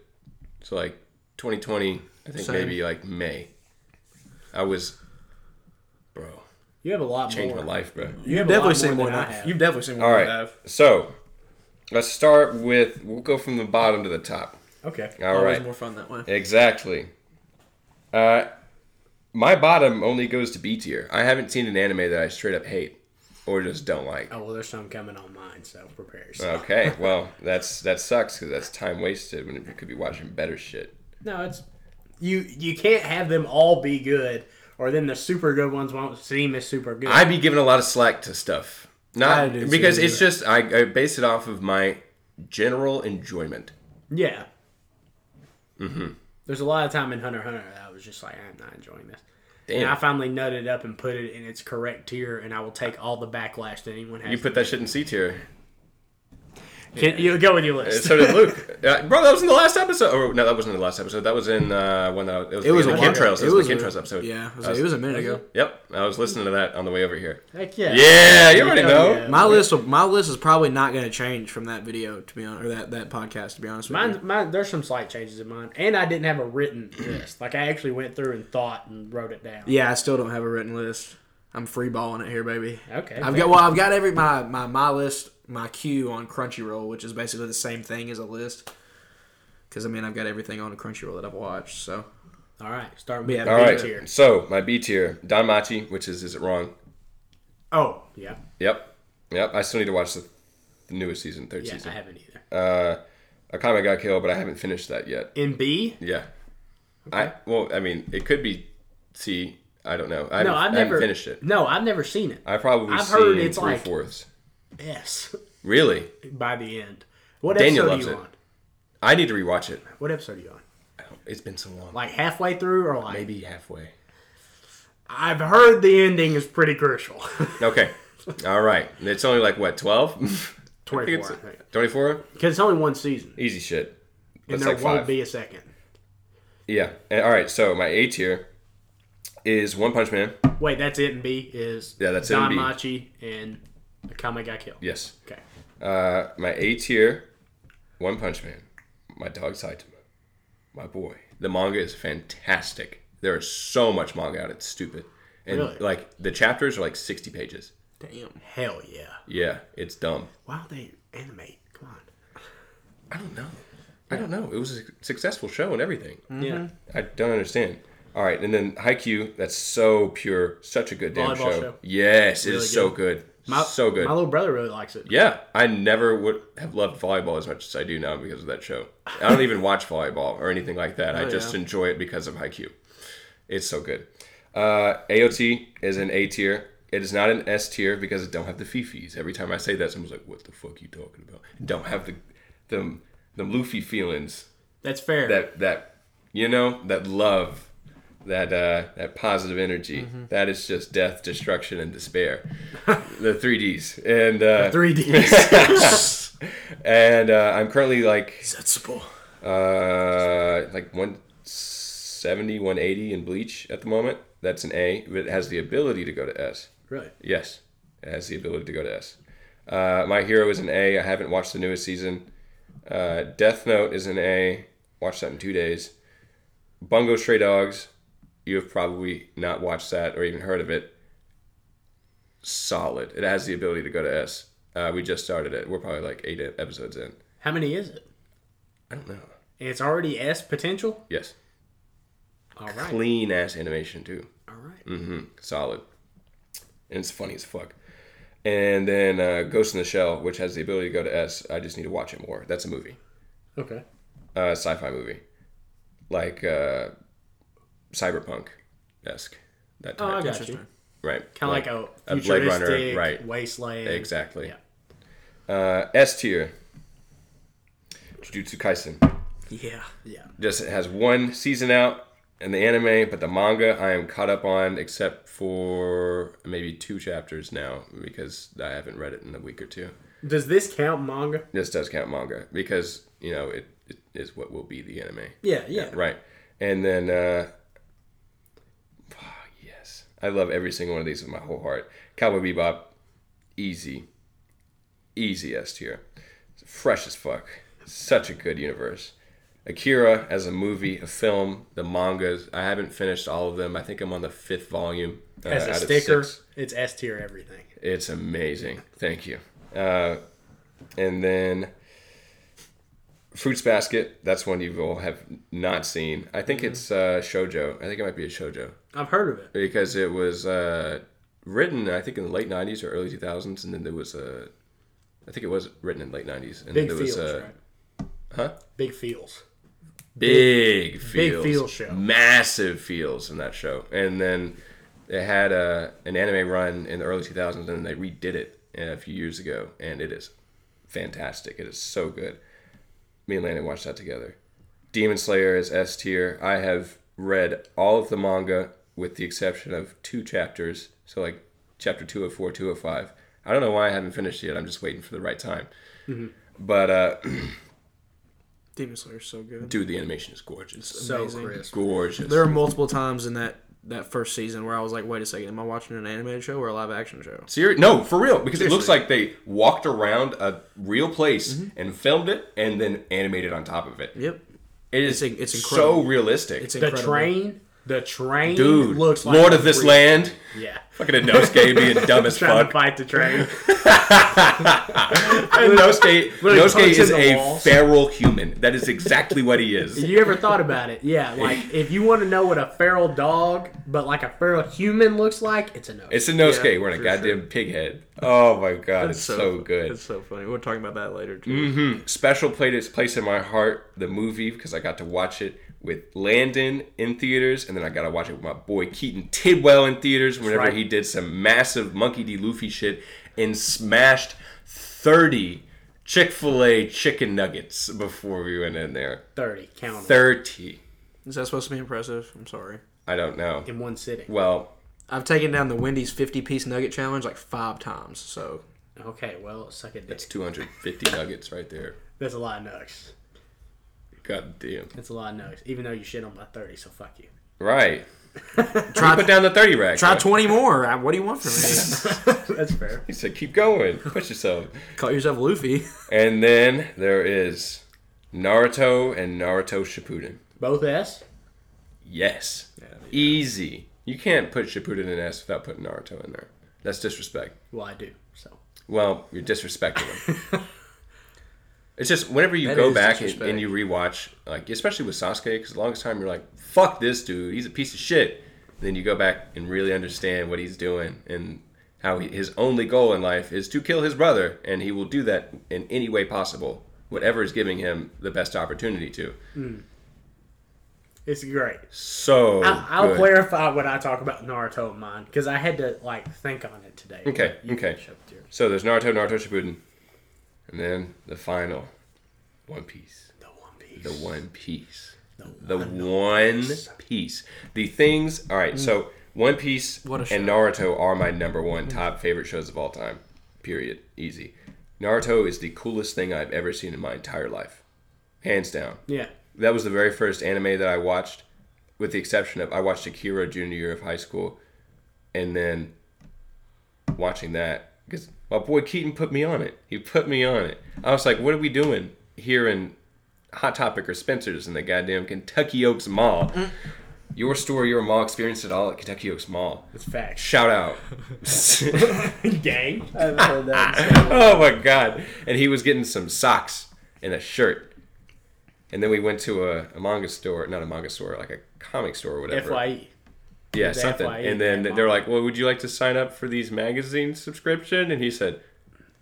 [SPEAKER 3] So like 2020, I think
[SPEAKER 2] Same.
[SPEAKER 3] maybe like May. I was, bro
[SPEAKER 2] You have a lot
[SPEAKER 3] changed
[SPEAKER 2] more.
[SPEAKER 3] my life, bro.
[SPEAKER 2] You have
[SPEAKER 1] You've
[SPEAKER 2] a lot
[SPEAKER 1] definitely seen
[SPEAKER 2] more
[SPEAKER 1] more
[SPEAKER 2] than
[SPEAKER 1] than
[SPEAKER 2] I have.
[SPEAKER 1] You've definitely seen more
[SPEAKER 3] All
[SPEAKER 1] than I
[SPEAKER 3] right.
[SPEAKER 1] have.
[SPEAKER 3] So let's start with. We'll go from the bottom to the top.
[SPEAKER 2] Okay.
[SPEAKER 3] All
[SPEAKER 1] Always
[SPEAKER 3] right.
[SPEAKER 1] more fun that way.
[SPEAKER 3] Exactly. Uh, my bottom only goes to B tier. I haven't seen an anime that I straight up hate or just don't like.
[SPEAKER 2] Oh well, there's some coming on mine, so prepare yourself.
[SPEAKER 3] Okay, well that's that sucks because that's time wasted when you could be watching better shit.
[SPEAKER 2] No, it's you. You can't have them all be good, or then the super good ones won't seem as super good.
[SPEAKER 3] I'd be giving a lot of slack to stuff,
[SPEAKER 1] I
[SPEAKER 3] not
[SPEAKER 1] do too,
[SPEAKER 3] because it's just I, I base it off of my general enjoyment.
[SPEAKER 2] yeah. Mm-hmm.
[SPEAKER 3] Mm-hmm.
[SPEAKER 2] There's a lot of time in Hunter x Hunter that I was just like, I'm not enjoying this.
[SPEAKER 3] Damn,
[SPEAKER 2] And I finally nutted up and put it in its correct tier, and I will take all the backlash that anyone has.
[SPEAKER 3] you put that shit in C tier.
[SPEAKER 2] Can, you go with your list.
[SPEAKER 3] Uh, So did Luke, uh, bro. That was in the last episode. Or, no, that wasn't in the last episode. That was in uh, one that I, it was.
[SPEAKER 1] It was a
[SPEAKER 3] the
[SPEAKER 1] while ago.
[SPEAKER 3] chemtrails. It,
[SPEAKER 1] It
[SPEAKER 3] was the
[SPEAKER 1] was a-
[SPEAKER 3] chemtrails episode.
[SPEAKER 1] Yeah, I was
[SPEAKER 3] I
[SPEAKER 1] like, it was a minute ago.
[SPEAKER 3] Yep, I was listening to that on the way over here.
[SPEAKER 2] Heck yeah.
[SPEAKER 3] Yeah, you already
[SPEAKER 2] Yeah,
[SPEAKER 3] know.
[SPEAKER 2] yeah.
[SPEAKER 1] My list, will, my list is probably not going to change from that video to be on, or that, that podcast to be honest. With
[SPEAKER 2] Mine,
[SPEAKER 1] you.
[SPEAKER 2] mine, there's some slight changes in mine, and I didn't have a written list. Like I actually went through and thought and wrote it down.
[SPEAKER 1] yeah, I still don't have a written list. I'm free balling it here, baby.
[SPEAKER 2] Okay.
[SPEAKER 1] I've got well, I've got every my my my list, my queue on Crunchyroll, which is basically the same thing as a list. Because I mean, I've got everything on Crunchyroll that I've watched. So
[SPEAKER 2] All right. Start with
[SPEAKER 1] Yeah,
[SPEAKER 2] the
[SPEAKER 3] All
[SPEAKER 2] B
[SPEAKER 3] right.
[SPEAKER 2] tier.
[SPEAKER 3] So my B tier, Don Machi, which is is it wrong?
[SPEAKER 2] Oh yeah.
[SPEAKER 3] Yep, yep. I still need to watch the, the newest season, third
[SPEAKER 2] Yeah, I
[SPEAKER 3] season.
[SPEAKER 2] haven't either.
[SPEAKER 3] Uh, Akame got killed, but I haven't finished that yet.
[SPEAKER 2] In B?
[SPEAKER 3] Yeah. I well, I mean, it could be C. I don't know. I haven't,
[SPEAKER 2] No, I've
[SPEAKER 3] I haven't
[SPEAKER 2] never
[SPEAKER 3] finished it.
[SPEAKER 2] No, I've never seen it.
[SPEAKER 3] I've probably
[SPEAKER 2] I've
[SPEAKER 3] seen
[SPEAKER 2] heard it's
[SPEAKER 3] three
[SPEAKER 2] like-
[SPEAKER 3] fourths.
[SPEAKER 2] Yes.
[SPEAKER 3] Really?
[SPEAKER 2] By the end. What
[SPEAKER 3] Daniel
[SPEAKER 2] episode are you
[SPEAKER 3] loves
[SPEAKER 2] on?
[SPEAKER 3] I need to rewatch it.
[SPEAKER 2] What episode are you on?
[SPEAKER 3] It's been so long.
[SPEAKER 2] Like halfway through, or like
[SPEAKER 3] Maybe halfway.
[SPEAKER 2] I've heard the ending is pretty crucial.
[SPEAKER 3] Okay. All right. It's only like what, 12?
[SPEAKER 2] Twenty four, I think,
[SPEAKER 3] 24?
[SPEAKER 2] because it's only one season,
[SPEAKER 3] Easy shit.
[SPEAKER 2] and
[SPEAKER 3] That's
[SPEAKER 2] there
[SPEAKER 3] like
[SPEAKER 2] won't
[SPEAKER 3] five.
[SPEAKER 2] be a second.
[SPEAKER 3] Yeah. And- all right. So my A tier is One Punch Man.
[SPEAKER 2] Wait, that's it. And B is
[SPEAKER 3] Yeah, that's it in
[SPEAKER 2] Don
[SPEAKER 3] B.
[SPEAKER 2] Machi and Akame got killed.
[SPEAKER 3] Yes.
[SPEAKER 2] Okay.
[SPEAKER 3] Uh, my A tier, One Punch Man. My dog Saitama. My boy. The manga is fantastic. There is so much manga out. It's stupid. And
[SPEAKER 2] Really?
[SPEAKER 3] like the chapters are like 60 pages.
[SPEAKER 1] damn,
[SPEAKER 2] Hell yeah.
[SPEAKER 3] Yeah. It's dumb.
[SPEAKER 2] Why don't they animate? Come on.
[SPEAKER 3] I don't know. I don't know. It was a successful show and everything.
[SPEAKER 2] Yeah.
[SPEAKER 3] I don't understand. All right, and then Haikyuu, that's so pure, such a good damn
[SPEAKER 2] Volleyball
[SPEAKER 3] show.
[SPEAKER 2] show.
[SPEAKER 3] Yes, it
[SPEAKER 2] Really
[SPEAKER 3] is so good.
[SPEAKER 2] My,
[SPEAKER 3] so good.
[SPEAKER 2] My little brother really likes it.
[SPEAKER 3] yeah, I never would have loved volleyball as much as I do now because of that show. I don't even watch volleyball or anything like that. I just
[SPEAKER 1] yeah.
[SPEAKER 3] enjoy it because of Haikyuu. It's so good. Uh, AOT is an A tier. It is not an S tier because it don't have the fifis. Every time I say that, someone's like, "What the fuck you talking about?" It don't have the them them Luffy feelings
[SPEAKER 2] That's fair.
[SPEAKER 3] that that you know that love that uh that positive energy that is just death destruction and despair the 3ds and uh
[SPEAKER 2] 3D.
[SPEAKER 3] and uh i'm currently like
[SPEAKER 1] sensible.
[SPEAKER 3] uh like 170 180 in bleach at the moment that's an a but it has the ability to go to s
[SPEAKER 2] really?
[SPEAKER 3] yes it has the ability to go to s uh my hero is an a i haven't watched the newest season uh death note is an a watched that in two days Bungo Stray Dogs, you have probably not watched that or even heard of it. Solid. It has the ability to go to S. Uh, we just started it. We're probably like eight episodes in.
[SPEAKER 2] How many is it?
[SPEAKER 3] I don't know.
[SPEAKER 2] And it's already S potential.
[SPEAKER 3] Yes.
[SPEAKER 2] All right.
[SPEAKER 3] Clean ass animation, too.
[SPEAKER 2] All right.
[SPEAKER 3] Mm-hmm. Solid. And it's funny as fuck. And then uh, Ghost in the Shell, which has the ability to go to S. I just need to watch it more. That's a movie,
[SPEAKER 2] Okay.
[SPEAKER 3] uh, sci fi movie. Like uh, cyberpunk esque. That
[SPEAKER 2] Oh, I
[SPEAKER 3] type.
[SPEAKER 2] got you.
[SPEAKER 3] right.
[SPEAKER 2] Kind of like a
[SPEAKER 3] a Blade Runner,
[SPEAKER 2] futuristic
[SPEAKER 3] right.
[SPEAKER 2] wasteland.
[SPEAKER 3] Exactly.
[SPEAKER 2] Yeah.
[SPEAKER 3] Uh, S tier. Jujutsu Kaisen.
[SPEAKER 1] Yeah,
[SPEAKER 2] Yeah.
[SPEAKER 3] Just has one season out. in the anime, but the manga I am caught up on, except for maybe two chapters now because I haven't read it in a week or two.
[SPEAKER 2] Does this count manga?
[SPEAKER 3] This does count manga because you know it, it is what will be the anime,
[SPEAKER 2] Yeah, yeah.
[SPEAKER 3] right? And then, uh, ah, yes, I love every single one of these with my whole heart. Cowboy Bebop, easy, easiest here, fresh as fuck, such a good universe. Akira as a movie, a film, the mangas. I haven't finished all of them. I think I'm on the fifth volume. uh,
[SPEAKER 2] As
[SPEAKER 3] out
[SPEAKER 2] a
[SPEAKER 3] of
[SPEAKER 2] sticker,
[SPEAKER 3] six.
[SPEAKER 2] it's S tier everything.
[SPEAKER 3] It's amazing. Thank you. Uh, and then Fruits Basket. That's one you all have not seen. I think
[SPEAKER 2] Mm-hmm.
[SPEAKER 3] it's uh, shojo. I think it might be a shojo
[SPEAKER 2] I've heard of it.
[SPEAKER 3] because it was uh, written, I think, in the late '90s or early 2000s, and then there was a. I think it was written in late '90s, and
[SPEAKER 2] Big
[SPEAKER 3] then there
[SPEAKER 2] feels,
[SPEAKER 3] was a
[SPEAKER 2] right?
[SPEAKER 3] huh?
[SPEAKER 2] Big feels.
[SPEAKER 3] big feels,
[SPEAKER 2] feel show.
[SPEAKER 3] massive feels in that show. And then they had a an anime run in the early 2000s, and they redid it uh, a few years ago, and it is fantastic. It is so good. Me and Landon watched that together. Demon Slayer is S tier. I have read all of the manga with the exception of two chapters. So like chapter 204, 205. I don't know why I haven't finished yet. I'm just waiting for the right time. But uh,
[SPEAKER 1] Demon Slayer's so good.
[SPEAKER 3] dude, the animation is gorgeous.
[SPEAKER 2] So
[SPEAKER 1] Amazing.
[SPEAKER 2] crisp.
[SPEAKER 3] gorgeous.
[SPEAKER 1] There are multiple times in that that first season where I was like, wait a second, am I watching an animated show or a live action show?
[SPEAKER 3] Seri- no, for real, because it looks like they walked around a real place
[SPEAKER 2] Mm-hmm.
[SPEAKER 3] and filmed it and then animated on top of it.
[SPEAKER 1] Yep.
[SPEAKER 3] It is
[SPEAKER 1] It's in- it's
[SPEAKER 3] so
[SPEAKER 1] incredible.
[SPEAKER 3] realistic.
[SPEAKER 1] It's
[SPEAKER 2] The
[SPEAKER 1] incredible.
[SPEAKER 2] train, the train
[SPEAKER 3] Dude,
[SPEAKER 2] looks like
[SPEAKER 3] Lord
[SPEAKER 2] a
[SPEAKER 3] of this
[SPEAKER 2] freak.
[SPEAKER 3] land.
[SPEAKER 2] Yeah.
[SPEAKER 3] Fucking Inosuke being dumb as
[SPEAKER 2] Trying to
[SPEAKER 3] fuck.
[SPEAKER 2] fight the train.
[SPEAKER 3] Inosuke,
[SPEAKER 2] Literally
[SPEAKER 3] Inosuke
[SPEAKER 2] punching
[SPEAKER 3] is
[SPEAKER 2] the
[SPEAKER 3] a
[SPEAKER 2] walls.
[SPEAKER 3] feral human. That is exactly what he is.
[SPEAKER 2] you ever thought about it? Yeah, like if you want to know what a feral dog, but like a feral human looks like, it's a no.
[SPEAKER 3] It's Inosuke
[SPEAKER 1] Yeah,
[SPEAKER 3] wearing a
[SPEAKER 1] for
[SPEAKER 3] goddamn pig head. Oh my god, it's so, good. Mm-hmm.
[SPEAKER 1] It's so funny. We're talking about that later too.
[SPEAKER 3] special played its place in my heart the movie because i got to watch it with landon in theaters and then i got to watch it with my boy keaton tidwell in theaters whenever
[SPEAKER 2] right.
[SPEAKER 3] he did some massive monkey d luffy shit and smashed 30 chick-fil-a chicken nuggets before we went in there
[SPEAKER 2] thirty count 'em
[SPEAKER 3] 30
[SPEAKER 1] Is that supposed to be impressive? I'm sorry.
[SPEAKER 3] i don't know
[SPEAKER 2] in one sitting.
[SPEAKER 3] well
[SPEAKER 1] I've taken down the Wendy's 50 piece nugget challenge like five times. So
[SPEAKER 2] Okay, well, suck it.
[SPEAKER 3] it's 250 nuggets right there
[SPEAKER 2] That's a lot of nugs.
[SPEAKER 3] god damn
[SPEAKER 2] That's a lot of nugs. Even though you shit on my thirty, so fuck you.
[SPEAKER 3] right
[SPEAKER 1] Try-
[SPEAKER 3] put down the 30 rack
[SPEAKER 1] try
[SPEAKER 3] bro.
[SPEAKER 1] 20 more. I- What do you want from me?
[SPEAKER 2] That's fair.
[SPEAKER 3] he said keep going push yourself
[SPEAKER 1] Call yourself Luffy.
[SPEAKER 3] And then there is Naruto and Naruto Shippuden.
[SPEAKER 2] Both S.
[SPEAKER 3] Yes. Easy. You can't put Shippuden in S without putting Naruto in there. That's disrespect.
[SPEAKER 2] Well, I do. So
[SPEAKER 3] Well, you're disrespecting them. it's just whenever you
[SPEAKER 1] That
[SPEAKER 3] go
[SPEAKER 1] is
[SPEAKER 3] back and,
[SPEAKER 1] disrespect.
[SPEAKER 3] and you rewatch, like especially with Sasuke, because the longest time you're like, "Fuck this dude, he's a piece of shit." Then you go back and really understand what he's doing and how he, his only goal in life is to kill his brother, and he will do that in any way possible, whatever is giving him the best opportunity to.
[SPEAKER 2] it's great.
[SPEAKER 3] So
[SPEAKER 2] I, I'll
[SPEAKER 3] good.
[SPEAKER 2] clarify when I talk about Naruto in mine because I had to like think on it today.
[SPEAKER 3] Okay,
[SPEAKER 2] You can
[SPEAKER 3] okay.
[SPEAKER 2] shut up, dear.
[SPEAKER 3] So there's Naruto, Naruto Shippuden, and then the final, One Piece.
[SPEAKER 2] The One Piece.
[SPEAKER 3] The One Piece.
[SPEAKER 2] The
[SPEAKER 3] The One Piece. The things. All right. So One Piece
[SPEAKER 1] Mm. What a show.
[SPEAKER 3] and Naruto are my number one top favorite shows of all time. Period. Easy. Naruto is the coolest thing I've ever seen in my entire life, hands down.
[SPEAKER 2] yeah.
[SPEAKER 3] That was the very first anime that I watched, with the exception of I watched Akira junior year of high school, and then watching that because my boy Keaton put me on it. He put me on it. I was like, "What are we doing here in Hot Topic or Spencer's in the goddamn Kentucky Oaks Mall?" Your store, your mall experienced it all at Kentucky Oaks Mall.
[SPEAKER 2] It's facts.
[SPEAKER 3] Shout out.
[SPEAKER 2] Gang. I haven't heard that.
[SPEAKER 3] oh my god! And he was getting some socks and a shirt. And then we went to a, a manga store, not a manga store, like a comic store or whatever.
[SPEAKER 2] Fye.
[SPEAKER 3] yeah,
[SPEAKER 2] E, the
[SPEAKER 3] something.
[SPEAKER 2] FYE,
[SPEAKER 3] and then
[SPEAKER 2] yeah,
[SPEAKER 3] they're
[SPEAKER 2] manga.
[SPEAKER 3] like, "Well, would you like to sign up for these magazine subscription?" And he said,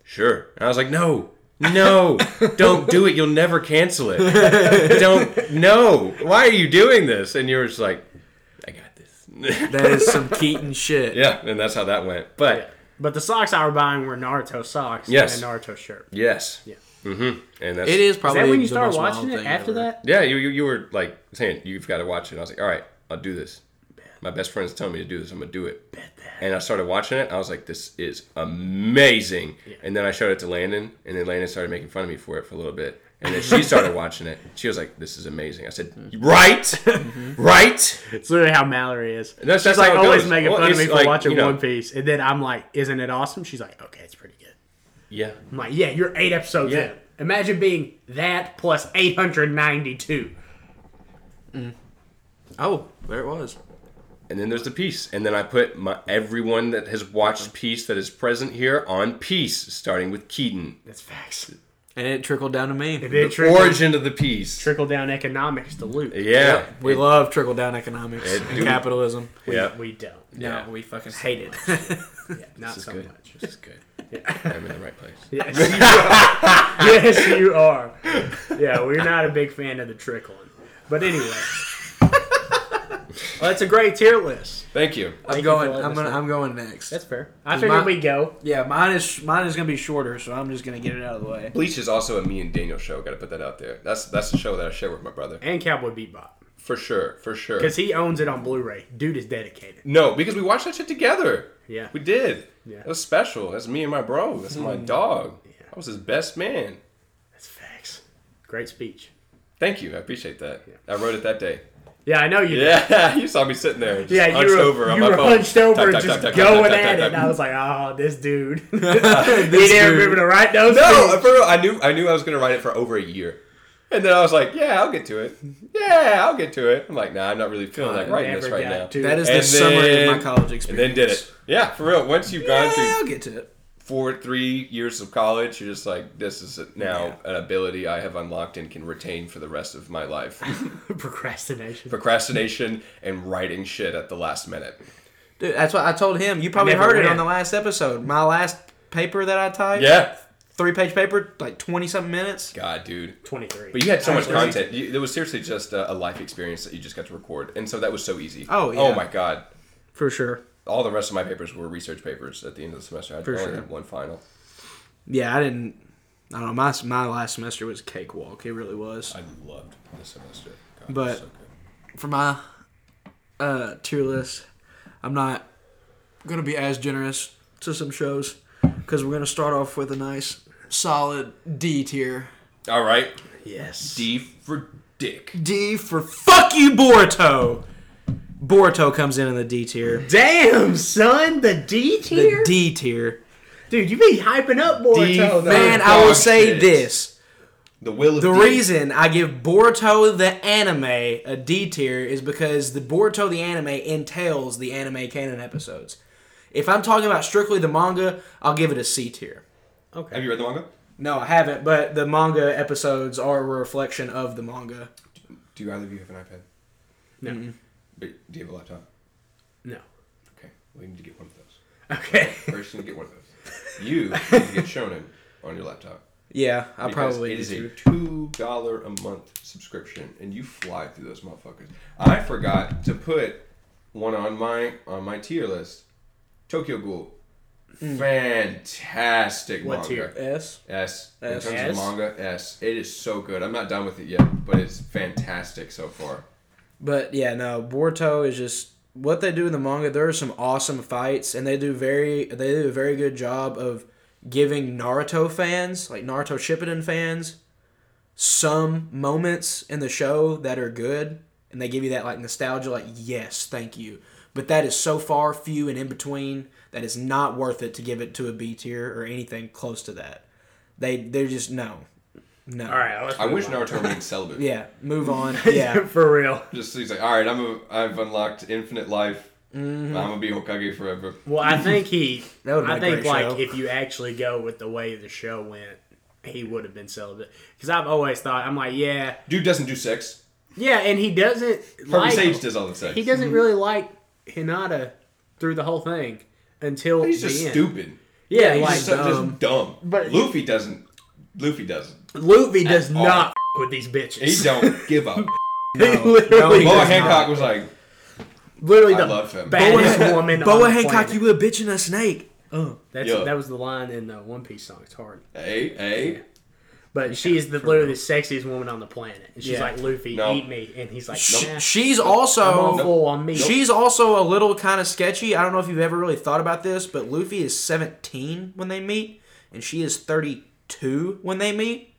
[SPEAKER 3] "Sure." And I was like, "No." No, don't do it. You'll never cancel it. Don't. No. Why are you doing this? And you were just like, I got this.
[SPEAKER 1] That is some Keaton shit.
[SPEAKER 3] yeah, and that's how that went. But
[SPEAKER 2] But the socks I were buying were Naruto socks
[SPEAKER 3] Yes.
[SPEAKER 2] and a Naruto shirt.
[SPEAKER 3] yes.
[SPEAKER 2] Yeah.
[SPEAKER 3] Mm-hmm. And that's
[SPEAKER 1] It is
[SPEAKER 2] Is
[SPEAKER 1] probably
[SPEAKER 2] that when you
[SPEAKER 1] the
[SPEAKER 2] start
[SPEAKER 1] most
[SPEAKER 2] watching
[SPEAKER 1] wild
[SPEAKER 2] it
[SPEAKER 1] thing
[SPEAKER 2] after
[SPEAKER 1] ever.
[SPEAKER 2] that?
[SPEAKER 3] Yeah, you, you, you were like saying you've got to watch it. I was like, all right, I'll do this. My best friend's telling me to do this. I'm gonna do it. And I started watching it. I was like, this is amazing. And then I showed it to Landon, and then Landon started making fun of me for it for a little bit. And then she started watching it. She was like, "This is amazing." I said, "Right, right."
[SPEAKER 2] It's literally how Mallory is.
[SPEAKER 3] that's-
[SPEAKER 2] Mm-hmm. She's
[SPEAKER 3] that's
[SPEAKER 2] like
[SPEAKER 3] how it
[SPEAKER 2] always
[SPEAKER 3] goes.
[SPEAKER 2] making
[SPEAKER 3] Well,
[SPEAKER 2] fun of
[SPEAKER 3] it's
[SPEAKER 2] me for
[SPEAKER 3] like,
[SPEAKER 2] watching
[SPEAKER 3] you know-
[SPEAKER 2] One Piece, and then I'm like, "Isn't it awesome?" She's like, "Okay, it's pretty good."
[SPEAKER 3] Yeah,
[SPEAKER 2] I'm like, "Yeah, you're eight episodes
[SPEAKER 3] Yeah.
[SPEAKER 2] in. Imagine being that plus 892."
[SPEAKER 1] Oh, there it was.
[SPEAKER 3] and then there's the piece and then i put my everyone that has
[SPEAKER 2] Uh-huh.
[SPEAKER 3] watched peace that is present here on peace starting with keaton
[SPEAKER 2] That's facts.
[SPEAKER 1] And it trickled down to me.
[SPEAKER 2] Did
[SPEAKER 3] the origin of the piece
[SPEAKER 2] trickle down economics to loot?
[SPEAKER 3] yeah
[SPEAKER 1] We love trickle down economics
[SPEAKER 3] It-
[SPEAKER 1] and capitalism.
[SPEAKER 3] yeah
[SPEAKER 2] We don't.
[SPEAKER 1] No,
[SPEAKER 3] Yeah.
[SPEAKER 1] we fucking hate
[SPEAKER 2] Hate it. yeah, not
[SPEAKER 3] this is
[SPEAKER 2] so
[SPEAKER 3] good
[SPEAKER 2] much.
[SPEAKER 3] this is good i'm in the right place
[SPEAKER 2] Yes, you are. yes, you are. Yeah, we're not a big fan of the trickling. But anyway. well, it's a great tier list.
[SPEAKER 3] thank you
[SPEAKER 1] I'm
[SPEAKER 2] you
[SPEAKER 1] going.
[SPEAKER 2] for letting
[SPEAKER 1] I'm
[SPEAKER 2] us
[SPEAKER 1] gonna.
[SPEAKER 2] know.
[SPEAKER 1] I'm going next.
[SPEAKER 2] That's fair. I
[SPEAKER 1] Is
[SPEAKER 2] figured
[SPEAKER 1] my-
[SPEAKER 2] we go.
[SPEAKER 1] yeah, mine is. Mine is gonna be shorter, so I'm just gonna get it out of the way.
[SPEAKER 3] bleach is also a me and daniel show gotta put that out there that's that's a show that i share with my brother
[SPEAKER 2] And Cowboy Bebop.
[SPEAKER 3] for sure for sure
[SPEAKER 2] Because he owns it on Blu ray. Dude is dedicated.
[SPEAKER 3] no because we watched that shit together
[SPEAKER 2] Yeah.
[SPEAKER 3] we did
[SPEAKER 2] Yeah. Mm.
[SPEAKER 3] yeah that's special that's me and my bro that's my dog i was his best man
[SPEAKER 2] That's facts. Great speech.
[SPEAKER 3] thank you i appreciate that i wrote it that day
[SPEAKER 2] Yeah, I know you did.
[SPEAKER 3] Yeah, you saw me sitting there. Just
[SPEAKER 2] Yeah, you
[SPEAKER 3] hunched
[SPEAKER 2] were,
[SPEAKER 3] over on
[SPEAKER 2] you
[SPEAKER 3] my
[SPEAKER 2] were
[SPEAKER 3] phone.
[SPEAKER 2] hunched over
[SPEAKER 3] Tap,
[SPEAKER 2] and
[SPEAKER 3] tap,
[SPEAKER 2] just
[SPEAKER 3] tap, tap, tap,
[SPEAKER 2] going
[SPEAKER 3] tap, tap,
[SPEAKER 2] at it.
[SPEAKER 3] tap.
[SPEAKER 2] And I was like, oh, this dude. he didn't remember to write those
[SPEAKER 3] No,
[SPEAKER 2] things.
[SPEAKER 3] for real, I knew I knew I was gonna write it for over a year. And then I was like, yeah, I'll get to it. Yeah, I'll get to it. I'm like, nah, I'm not really feeling like writing this
[SPEAKER 2] Never
[SPEAKER 3] right
[SPEAKER 2] got
[SPEAKER 3] now.
[SPEAKER 2] to
[SPEAKER 1] That is the
[SPEAKER 3] And
[SPEAKER 1] summary of
[SPEAKER 3] then-
[SPEAKER 1] my college
[SPEAKER 3] And
[SPEAKER 1] experience.
[SPEAKER 3] then did it. Yeah, for real. Once you've gone
[SPEAKER 1] Yeah,
[SPEAKER 3] through
[SPEAKER 1] I'll get to it.
[SPEAKER 3] four, three years of college, you're just like, this is now an ability I have unlocked and can retain for the rest of my life.
[SPEAKER 2] procrastination.
[SPEAKER 3] Procrastination and writing shit at the last minute.
[SPEAKER 1] Dude, that's what I told him. You probably
[SPEAKER 2] Never
[SPEAKER 1] heard it
[SPEAKER 2] went.
[SPEAKER 1] on the last episode. My last paper that I typed.
[SPEAKER 3] Yeah.
[SPEAKER 1] Three page paper, like twenty something minutes.
[SPEAKER 3] God, dude.
[SPEAKER 2] 23.
[SPEAKER 3] But you had so much
[SPEAKER 2] Honestly.
[SPEAKER 3] content. You, there was seriously just a, a life experience that you just got to record, and so that was so easy.
[SPEAKER 1] Oh, yeah.
[SPEAKER 3] Oh my god!
[SPEAKER 1] For sure.
[SPEAKER 3] All the rest of my papers were research papers. At the end of the semester, I only
[SPEAKER 1] sure.
[SPEAKER 3] had one final.
[SPEAKER 1] Yeah, I didn't I don't know, my my last semester was cakewalk. It really was.
[SPEAKER 3] I loved this semester. God, it was
[SPEAKER 1] But-
[SPEAKER 3] so good.
[SPEAKER 1] For my uh tier list, I'm not gonna be as generous to some shows because we're gonna start off with a nice solid D tier.
[SPEAKER 3] all right,
[SPEAKER 2] Yes.
[SPEAKER 3] D for Dick.
[SPEAKER 1] D for fuck you, Boruto. Boruto comes in in the D tier.
[SPEAKER 2] Damn, son, the D tier?
[SPEAKER 1] The D tier.
[SPEAKER 2] Dude, you be hyping up Boruto, though.
[SPEAKER 1] Man, I will
[SPEAKER 3] dog
[SPEAKER 1] say
[SPEAKER 3] shit.
[SPEAKER 1] this.
[SPEAKER 3] The will of
[SPEAKER 1] The
[SPEAKER 3] D.
[SPEAKER 1] reason I give Boruto the anime a D tier is because the Boruto the anime entails the anime canon episodes. If I'm talking about strictly the manga, I'll give it a C tier.
[SPEAKER 3] Have
[SPEAKER 2] Okay.
[SPEAKER 3] you read the manga?
[SPEAKER 1] No, I haven't, but the manga episodes are a reflection of the manga.
[SPEAKER 3] Do you either of you have an iPad? Mm-hmm.
[SPEAKER 2] No.
[SPEAKER 3] But do you have a laptop?
[SPEAKER 2] No.
[SPEAKER 3] Okay, we need to get one of those.
[SPEAKER 2] Okay.
[SPEAKER 3] First, you need to get one of those. You need to get Shonen on your laptop.
[SPEAKER 1] Yeah, I
[SPEAKER 3] Because
[SPEAKER 1] probably
[SPEAKER 3] it is
[SPEAKER 1] do.
[SPEAKER 3] a two dollar a month subscription, and you fly through those motherfuckers. I forgot to put one on my on my tier list. Tokyo Ghoul, fantastic
[SPEAKER 2] Hmm. What
[SPEAKER 3] manga.
[SPEAKER 2] tier?
[SPEAKER 1] S.
[SPEAKER 3] S. In
[SPEAKER 1] S.
[SPEAKER 3] terms
[SPEAKER 2] S?
[SPEAKER 3] of manga, S. It is so good. I'm not done with it yet, but it's fantastic so far.
[SPEAKER 1] But yeah, no, Boruto is just what they do in the manga. There are some awesome fights, and they do very they do a very good job of giving Naruto fans, like Naruto Shippuden fans, some moments in the show that are good, and they give you that like nostalgia, like yes, thank you. But that is so far few and in between that it's not worth it to give it to a B tier or anything close to that. They they're just no, no.
[SPEAKER 2] All right. Let's
[SPEAKER 3] I
[SPEAKER 2] move
[SPEAKER 3] wish
[SPEAKER 2] on.
[SPEAKER 3] Naruto remained celibate.
[SPEAKER 1] Yeah, move on. Yeah.
[SPEAKER 2] For real.
[SPEAKER 3] Just he's like, all right, I'm a, I've unlocked infinite life.
[SPEAKER 2] Mm-hmm.
[SPEAKER 3] I'm gonna be Hokage forever.
[SPEAKER 2] Well, I think he.
[SPEAKER 1] That would've been
[SPEAKER 2] I
[SPEAKER 1] a
[SPEAKER 2] think
[SPEAKER 1] great
[SPEAKER 2] like
[SPEAKER 1] show.
[SPEAKER 2] if you actually go with the way the show went, he would have been celibate. Because I've always thought I'm like, yeah,
[SPEAKER 3] Dude doesn't do sex.
[SPEAKER 2] yeah, and he doesn't
[SPEAKER 3] Perfect
[SPEAKER 2] like
[SPEAKER 3] Sage does all the sex.
[SPEAKER 2] he
[SPEAKER 1] Mm-hmm.
[SPEAKER 2] doesn't really like Hinata through the whole thing until
[SPEAKER 3] He's
[SPEAKER 2] the
[SPEAKER 3] just
[SPEAKER 2] end.
[SPEAKER 3] stupid.
[SPEAKER 2] Yeah,
[SPEAKER 1] he's
[SPEAKER 2] like um,
[SPEAKER 3] He's so-
[SPEAKER 1] dumb.
[SPEAKER 3] just dumb.
[SPEAKER 2] But-
[SPEAKER 3] Luffy doesn't. Luffy doesn't.
[SPEAKER 2] Luffy does
[SPEAKER 3] At all.
[SPEAKER 2] not f- with these bitches.
[SPEAKER 3] He don't give up.
[SPEAKER 2] He
[SPEAKER 1] No, no,
[SPEAKER 2] literally,
[SPEAKER 1] he
[SPEAKER 3] Boa
[SPEAKER 1] does
[SPEAKER 3] Hancock
[SPEAKER 1] not.
[SPEAKER 3] was like,
[SPEAKER 2] literally
[SPEAKER 3] I
[SPEAKER 2] the
[SPEAKER 3] love him.
[SPEAKER 2] baddest
[SPEAKER 1] Boa-
[SPEAKER 2] woman.
[SPEAKER 1] Boa
[SPEAKER 2] on
[SPEAKER 1] Hancock,
[SPEAKER 2] Hancock,
[SPEAKER 1] you were a bitch and a snake. Oh.
[SPEAKER 2] That's,
[SPEAKER 3] Yeah.
[SPEAKER 2] That was the line in the One Piece song. It's hard.
[SPEAKER 3] "Hey, hey,
[SPEAKER 2] But she's the, literally the sexiest woman on the planet. And she's
[SPEAKER 1] Yeah.
[SPEAKER 2] like, Luffy,
[SPEAKER 3] No.
[SPEAKER 2] eat me. And he's like,
[SPEAKER 1] Sh-
[SPEAKER 2] nah,
[SPEAKER 1] She's
[SPEAKER 2] I'm all
[SPEAKER 1] also
[SPEAKER 2] full on me.
[SPEAKER 1] she's also a little kind of sketchy. I don't know if you've ever really thought about this, but Luffy is 17 when they meet, and she is 32 when they meet.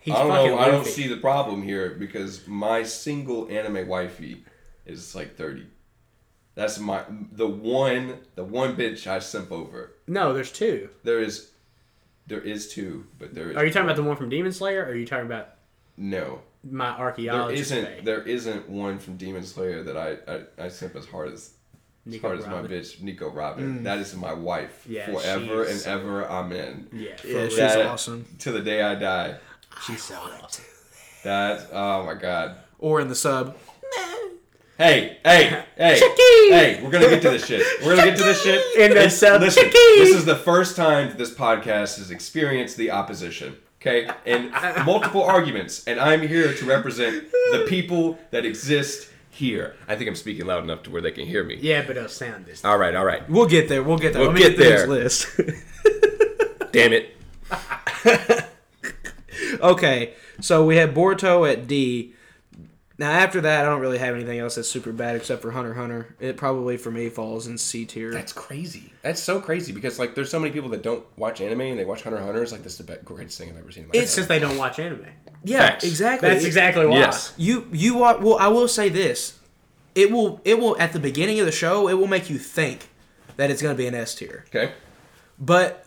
[SPEAKER 2] He's
[SPEAKER 3] I don't
[SPEAKER 2] fucking
[SPEAKER 3] know. I don't
[SPEAKER 2] Luffy.
[SPEAKER 3] see the problem here because my single anime wifey is like thirty. That's my the one the one bitch I simp over.
[SPEAKER 2] No, there's two.
[SPEAKER 3] There is there is two, but there is.
[SPEAKER 2] Are you talking about the one from Demon Slayer? Or are you talking about
[SPEAKER 3] No,
[SPEAKER 2] my
[SPEAKER 3] there
[SPEAKER 2] archaeologist?
[SPEAKER 3] isn't.
[SPEAKER 2] day?
[SPEAKER 3] There isn't one from Demon Slayer that I I, I simp as hard as. As
[SPEAKER 2] Nico
[SPEAKER 3] hard as my
[SPEAKER 2] Robin.
[SPEAKER 3] bitch, Nico Robin. That is my wife.
[SPEAKER 2] Yeah,
[SPEAKER 3] Forever
[SPEAKER 2] she
[SPEAKER 3] and
[SPEAKER 2] is-
[SPEAKER 3] ever, I'm in.
[SPEAKER 2] Yeah, for
[SPEAKER 1] Yeah,
[SPEAKER 2] real.
[SPEAKER 1] she's
[SPEAKER 3] That-
[SPEAKER 1] awesome.
[SPEAKER 3] To the day I die.
[SPEAKER 2] she's so awesome.
[SPEAKER 3] That's oh my god.
[SPEAKER 1] Or in the sub,
[SPEAKER 3] Hey, hey, hey,
[SPEAKER 2] Chicky!
[SPEAKER 3] hey! We're gonna get to this shit. We're gonna get to this shit.
[SPEAKER 2] In the
[SPEAKER 3] This-
[SPEAKER 2] sub,
[SPEAKER 3] listen,
[SPEAKER 2] Chicky!
[SPEAKER 3] this is the first time this podcast has experienced the opposition. Okay, and multiple arguments, and I'm here to represent the people that exist here. I think I'm speaking loud enough to where they can hear me.
[SPEAKER 2] Yeah, but it'll sound this.
[SPEAKER 3] All right, all right.
[SPEAKER 1] we'll get there. We'll get there.
[SPEAKER 3] We'll
[SPEAKER 1] Let me
[SPEAKER 3] get
[SPEAKER 1] get, there.
[SPEAKER 3] there.
[SPEAKER 1] list.
[SPEAKER 3] Damn it.
[SPEAKER 1] okay, so we had Borto at D. Now after that, I don't really have anything else that's super bad except for Hunter x Hunter. It probably for me falls in C tier.
[SPEAKER 3] That's crazy. That's so crazy because like there's so many people that don't watch anime and they watch Hunter x Hunter. It's like this is the be- greatest thing I've ever seen. In my
[SPEAKER 2] It's since they don't watch anime.
[SPEAKER 1] Yeah,
[SPEAKER 3] Facts.
[SPEAKER 1] exactly.
[SPEAKER 2] That's
[SPEAKER 1] It-
[SPEAKER 2] exactly why.
[SPEAKER 3] Yes.
[SPEAKER 1] You you are well. I will say this: it will it will at the beginning of the show it will make you think that it's going to be an S tier,
[SPEAKER 3] okay.
[SPEAKER 1] but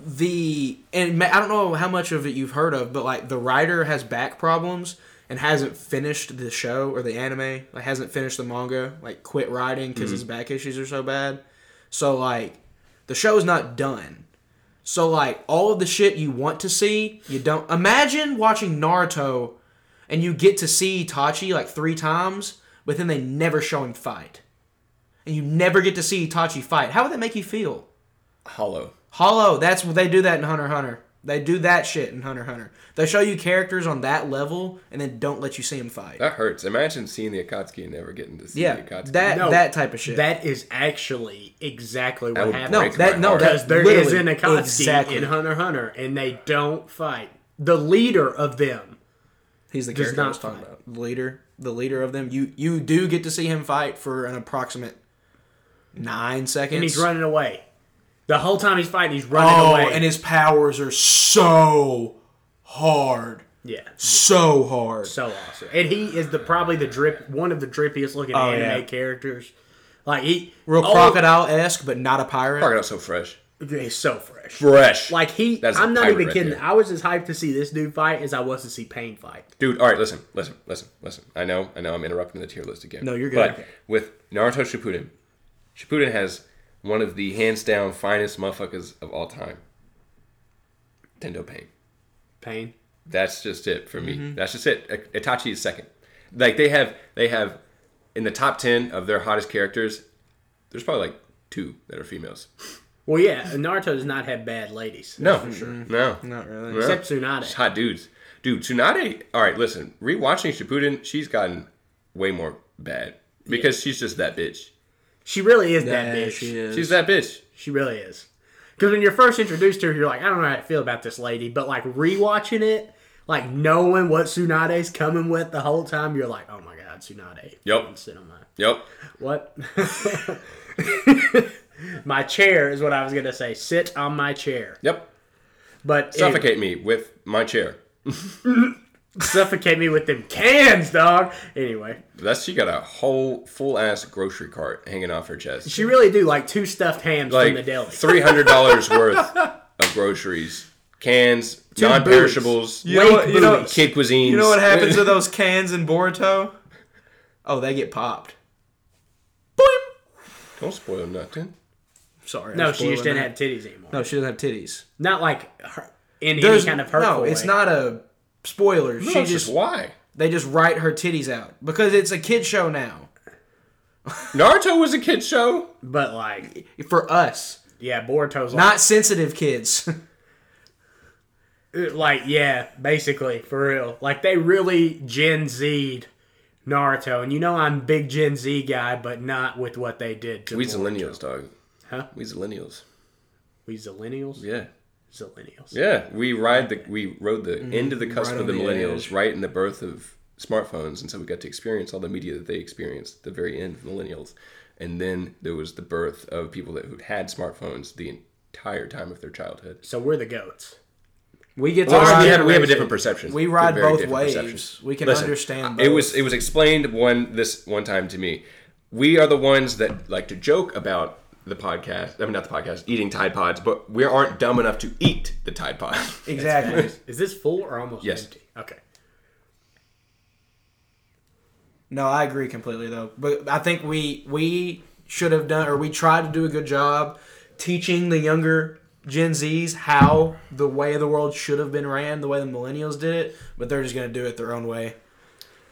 [SPEAKER 1] the and ma- I don't know how much of it you've heard of, but like the writer has back problems and hasn't finished the show or the anime, like hasn't finished the manga, like quit writing because his back issues are so bad. So like the show's not done. So like all of the shit you want to see, you don't imagine watching Naruto and you get to see Itachi like three times, but then they never show him fight. And you never get to see Itachi fight. How would that make you feel?
[SPEAKER 3] Hollow.
[SPEAKER 1] Hollow, that's what they do that in Hunter x Hunter. They do that shit in Hunter x Hunter. They show you characters on that level and then don't let you see them fight.
[SPEAKER 3] That hurts. Imagine seeing the Akatsuki and never getting to see
[SPEAKER 1] yeah,
[SPEAKER 3] the Akatsuki.
[SPEAKER 1] that
[SPEAKER 2] No.
[SPEAKER 1] that type of shit.
[SPEAKER 2] That is actually exactly
[SPEAKER 3] That
[SPEAKER 2] what
[SPEAKER 3] would
[SPEAKER 2] happened.
[SPEAKER 1] no,
[SPEAKER 3] breaks my
[SPEAKER 1] that no,
[SPEAKER 3] heart.
[SPEAKER 1] that's
[SPEAKER 2] because there is an Akatsuki
[SPEAKER 1] exactly.
[SPEAKER 2] in Hunter x Hunter, and they don't fight. The leader of them.
[SPEAKER 1] He's the
[SPEAKER 2] does
[SPEAKER 1] character I
[SPEAKER 2] not
[SPEAKER 1] was talking
[SPEAKER 2] fight.
[SPEAKER 1] about. The leader, the leader of them. You you do get to see him fight for an approximate nine seconds.
[SPEAKER 2] And he's running away. The whole time he's fighting, he's running
[SPEAKER 1] Oh,
[SPEAKER 2] away.
[SPEAKER 1] and his powers are so hard,
[SPEAKER 2] yeah,
[SPEAKER 1] so hard.
[SPEAKER 2] so awesome. And he is the probably the drip one of the drippiest looking
[SPEAKER 1] Oh,
[SPEAKER 2] anime
[SPEAKER 1] yeah.
[SPEAKER 2] characters. Like he oh,
[SPEAKER 1] Real
[SPEAKER 2] all-
[SPEAKER 1] crocodile esque, but not a pirate.
[SPEAKER 3] Parking out so fresh.
[SPEAKER 2] He's so fresh.
[SPEAKER 3] Fresh.
[SPEAKER 2] Like he,
[SPEAKER 3] That is a
[SPEAKER 2] I'm not
[SPEAKER 3] pirate
[SPEAKER 2] even
[SPEAKER 3] right
[SPEAKER 2] kidding.
[SPEAKER 3] there.
[SPEAKER 2] I was as hyped to see this dude fight as I was to see Pain fight.
[SPEAKER 3] Dude, all right, listen, listen, listen, listen. I know, I know I'm interrupting the tier list again.
[SPEAKER 1] No, you're good.
[SPEAKER 3] But with Naruto Shippuden, Shippuden has one of the hands down finest motherfuckers of all time. Tendo Pain.
[SPEAKER 2] Pain.
[SPEAKER 3] That's just it for me.
[SPEAKER 1] Mm-hmm.
[SPEAKER 3] That's just it. I- Itachi is second. Like they have they have in the top 10 of their hottest characters, there's probably like two that are females.
[SPEAKER 2] Well, yeah, Naruto does not have bad ladies
[SPEAKER 3] No. For sure. No.
[SPEAKER 1] Not really.
[SPEAKER 3] No.
[SPEAKER 2] except Tsunade.
[SPEAKER 3] Just hot dudes. Dude, Tsunade. All right, listen. Rewatching Shippuden, she's gotten way more bad because she's just that bitch.
[SPEAKER 2] She really is that
[SPEAKER 1] Yeah,
[SPEAKER 2] bitch.
[SPEAKER 1] she
[SPEAKER 2] She,
[SPEAKER 1] is.
[SPEAKER 3] She's that bitch.
[SPEAKER 2] really is. Because when you're first introduced to her, you're like, I don't know how to feel about this lady, but like rewatching it, like knowing what Tsunade's coming with the whole time, you're like, oh my god, Tsunade.
[SPEAKER 3] Yep.
[SPEAKER 2] Fucking Sit on my
[SPEAKER 3] Yep.
[SPEAKER 2] what? my chair is what I was gonna say. Sit on my chair,
[SPEAKER 3] Yep.
[SPEAKER 2] but anyway.
[SPEAKER 3] Suffocate me with my chair.
[SPEAKER 2] suffocate me with them cans, dog. Anyway,
[SPEAKER 3] That's she got a whole full ass grocery cart hanging off her chest.
[SPEAKER 2] she really do like two stuffed hams from the
[SPEAKER 3] Like
[SPEAKER 2] deli.
[SPEAKER 3] three hundred dollars worth of groceries, cans, non perishable
[SPEAKER 1] You know what- you know-
[SPEAKER 3] kid cuisines.
[SPEAKER 1] You know what happens to those cans in Boruto? Oh, they get popped. Boing.
[SPEAKER 3] Don't spoil nothing.
[SPEAKER 1] Sorry. I'm
[SPEAKER 2] no, she
[SPEAKER 1] spoiling
[SPEAKER 2] just didn't
[SPEAKER 1] that.
[SPEAKER 2] have titties anymore.
[SPEAKER 1] No, she doesn't have titties.
[SPEAKER 2] Not like her, in
[SPEAKER 1] There's
[SPEAKER 2] any kind of hurtful.
[SPEAKER 1] No, it's
[SPEAKER 2] way.
[SPEAKER 1] not a spoiler.
[SPEAKER 3] No,
[SPEAKER 1] she
[SPEAKER 3] it's
[SPEAKER 1] just
[SPEAKER 3] why.
[SPEAKER 1] they just write her titties out because it's a kid show now
[SPEAKER 3] Naruto was a kid show.
[SPEAKER 2] But like,
[SPEAKER 1] for us,
[SPEAKER 2] yeah, Boruto's like,
[SPEAKER 1] not sensitive kids.
[SPEAKER 2] like, yeah, basically for real. Like they really Gen Z'd Naruto, and you know I'm big Gen Z guy, but not with what they did to
[SPEAKER 3] We
[SPEAKER 2] Boruto.
[SPEAKER 3] zillennials, dog.
[SPEAKER 2] Huh?
[SPEAKER 3] We zillennials.
[SPEAKER 2] We zillennials.
[SPEAKER 3] Yeah.
[SPEAKER 2] Zillennials.
[SPEAKER 3] Yeah, we ride the we rode the end of the cusp
[SPEAKER 1] Mm-hmm. right
[SPEAKER 3] of the
[SPEAKER 1] on the
[SPEAKER 3] millennials,
[SPEAKER 1] edge.
[SPEAKER 3] right in the birth of smartphones, and so we got to experience all the media that they experienced at the very end of millennials, and then there was the birth of people that who'd had smartphones the entire time of their childhood.
[SPEAKER 2] So we're the goats.
[SPEAKER 1] We get to
[SPEAKER 3] Well,
[SPEAKER 1] ride,
[SPEAKER 3] we, have, we have a different perception.
[SPEAKER 1] we ride
[SPEAKER 3] Very
[SPEAKER 1] both
[SPEAKER 3] different
[SPEAKER 1] ways.
[SPEAKER 3] perceptions.
[SPEAKER 1] We can
[SPEAKER 3] Listen,
[SPEAKER 1] understand.
[SPEAKER 3] It
[SPEAKER 1] both.
[SPEAKER 3] was it was explained one this one time to me. We are the ones that like to joke about the podcast. I mean, not the podcast, eating Tide Pods, but we aren't dumb enough to eat the Tide Pod.
[SPEAKER 1] exactly.
[SPEAKER 2] Is this full or almost
[SPEAKER 3] Yes.
[SPEAKER 2] empty? Okay.
[SPEAKER 1] No, I agree completely though. But I think we we should have done or we tried to do a good job teaching the younger Gen Zs how the way of the world should have been ran, the way the millennials did it, but they're just gonna do it their own way.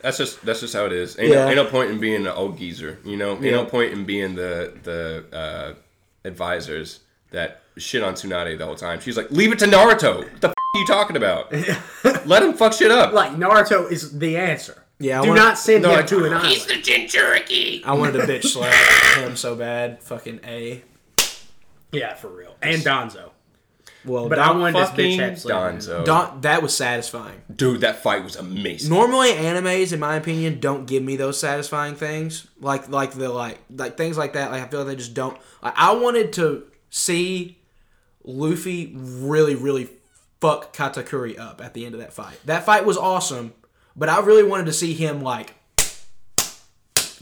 [SPEAKER 3] That's just that's just how it is. Ain't, no,
[SPEAKER 1] Yeah.
[SPEAKER 3] ain't no point in being an old geezer, you know. Ain't no point in being the the uh, advisors that shit on Tsunade the whole time. She's like, leave it to Naruto. What the f- are you talking about? Let him fuck shit up.
[SPEAKER 2] Like Naruto is the answer.
[SPEAKER 1] Yeah, I
[SPEAKER 2] Do
[SPEAKER 1] wanna-
[SPEAKER 2] not send
[SPEAKER 3] No, I-
[SPEAKER 2] him to an island.
[SPEAKER 3] Jinchuriki.
[SPEAKER 1] I wanted to bitch slap him so bad. Fucking A.
[SPEAKER 2] Yeah, for real. And Donzo.
[SPEAKER 1] Well
[SPEAKER 2] But I
[SPEAKER 1] Don,
[SPEAKER 2] wanted this bitch
[SPEAKER 3] Fucking
[SPEAKER 2] have slavery.
[SPEAKER 3] Donzo.
[SPEAKER 1] Don that was satisfying.
[SPEAKER 3] Dude, that fight was amazing.
[SPEAKER 1] Normally animes, in my opinion, don't give me those satisfying things. Like like the like like things like that. Like I feel like they just don't like, I wanted to see Luffy really, really fuck Katakuri up at the end of that fight. That fight was awesome, but I really wanted to see him like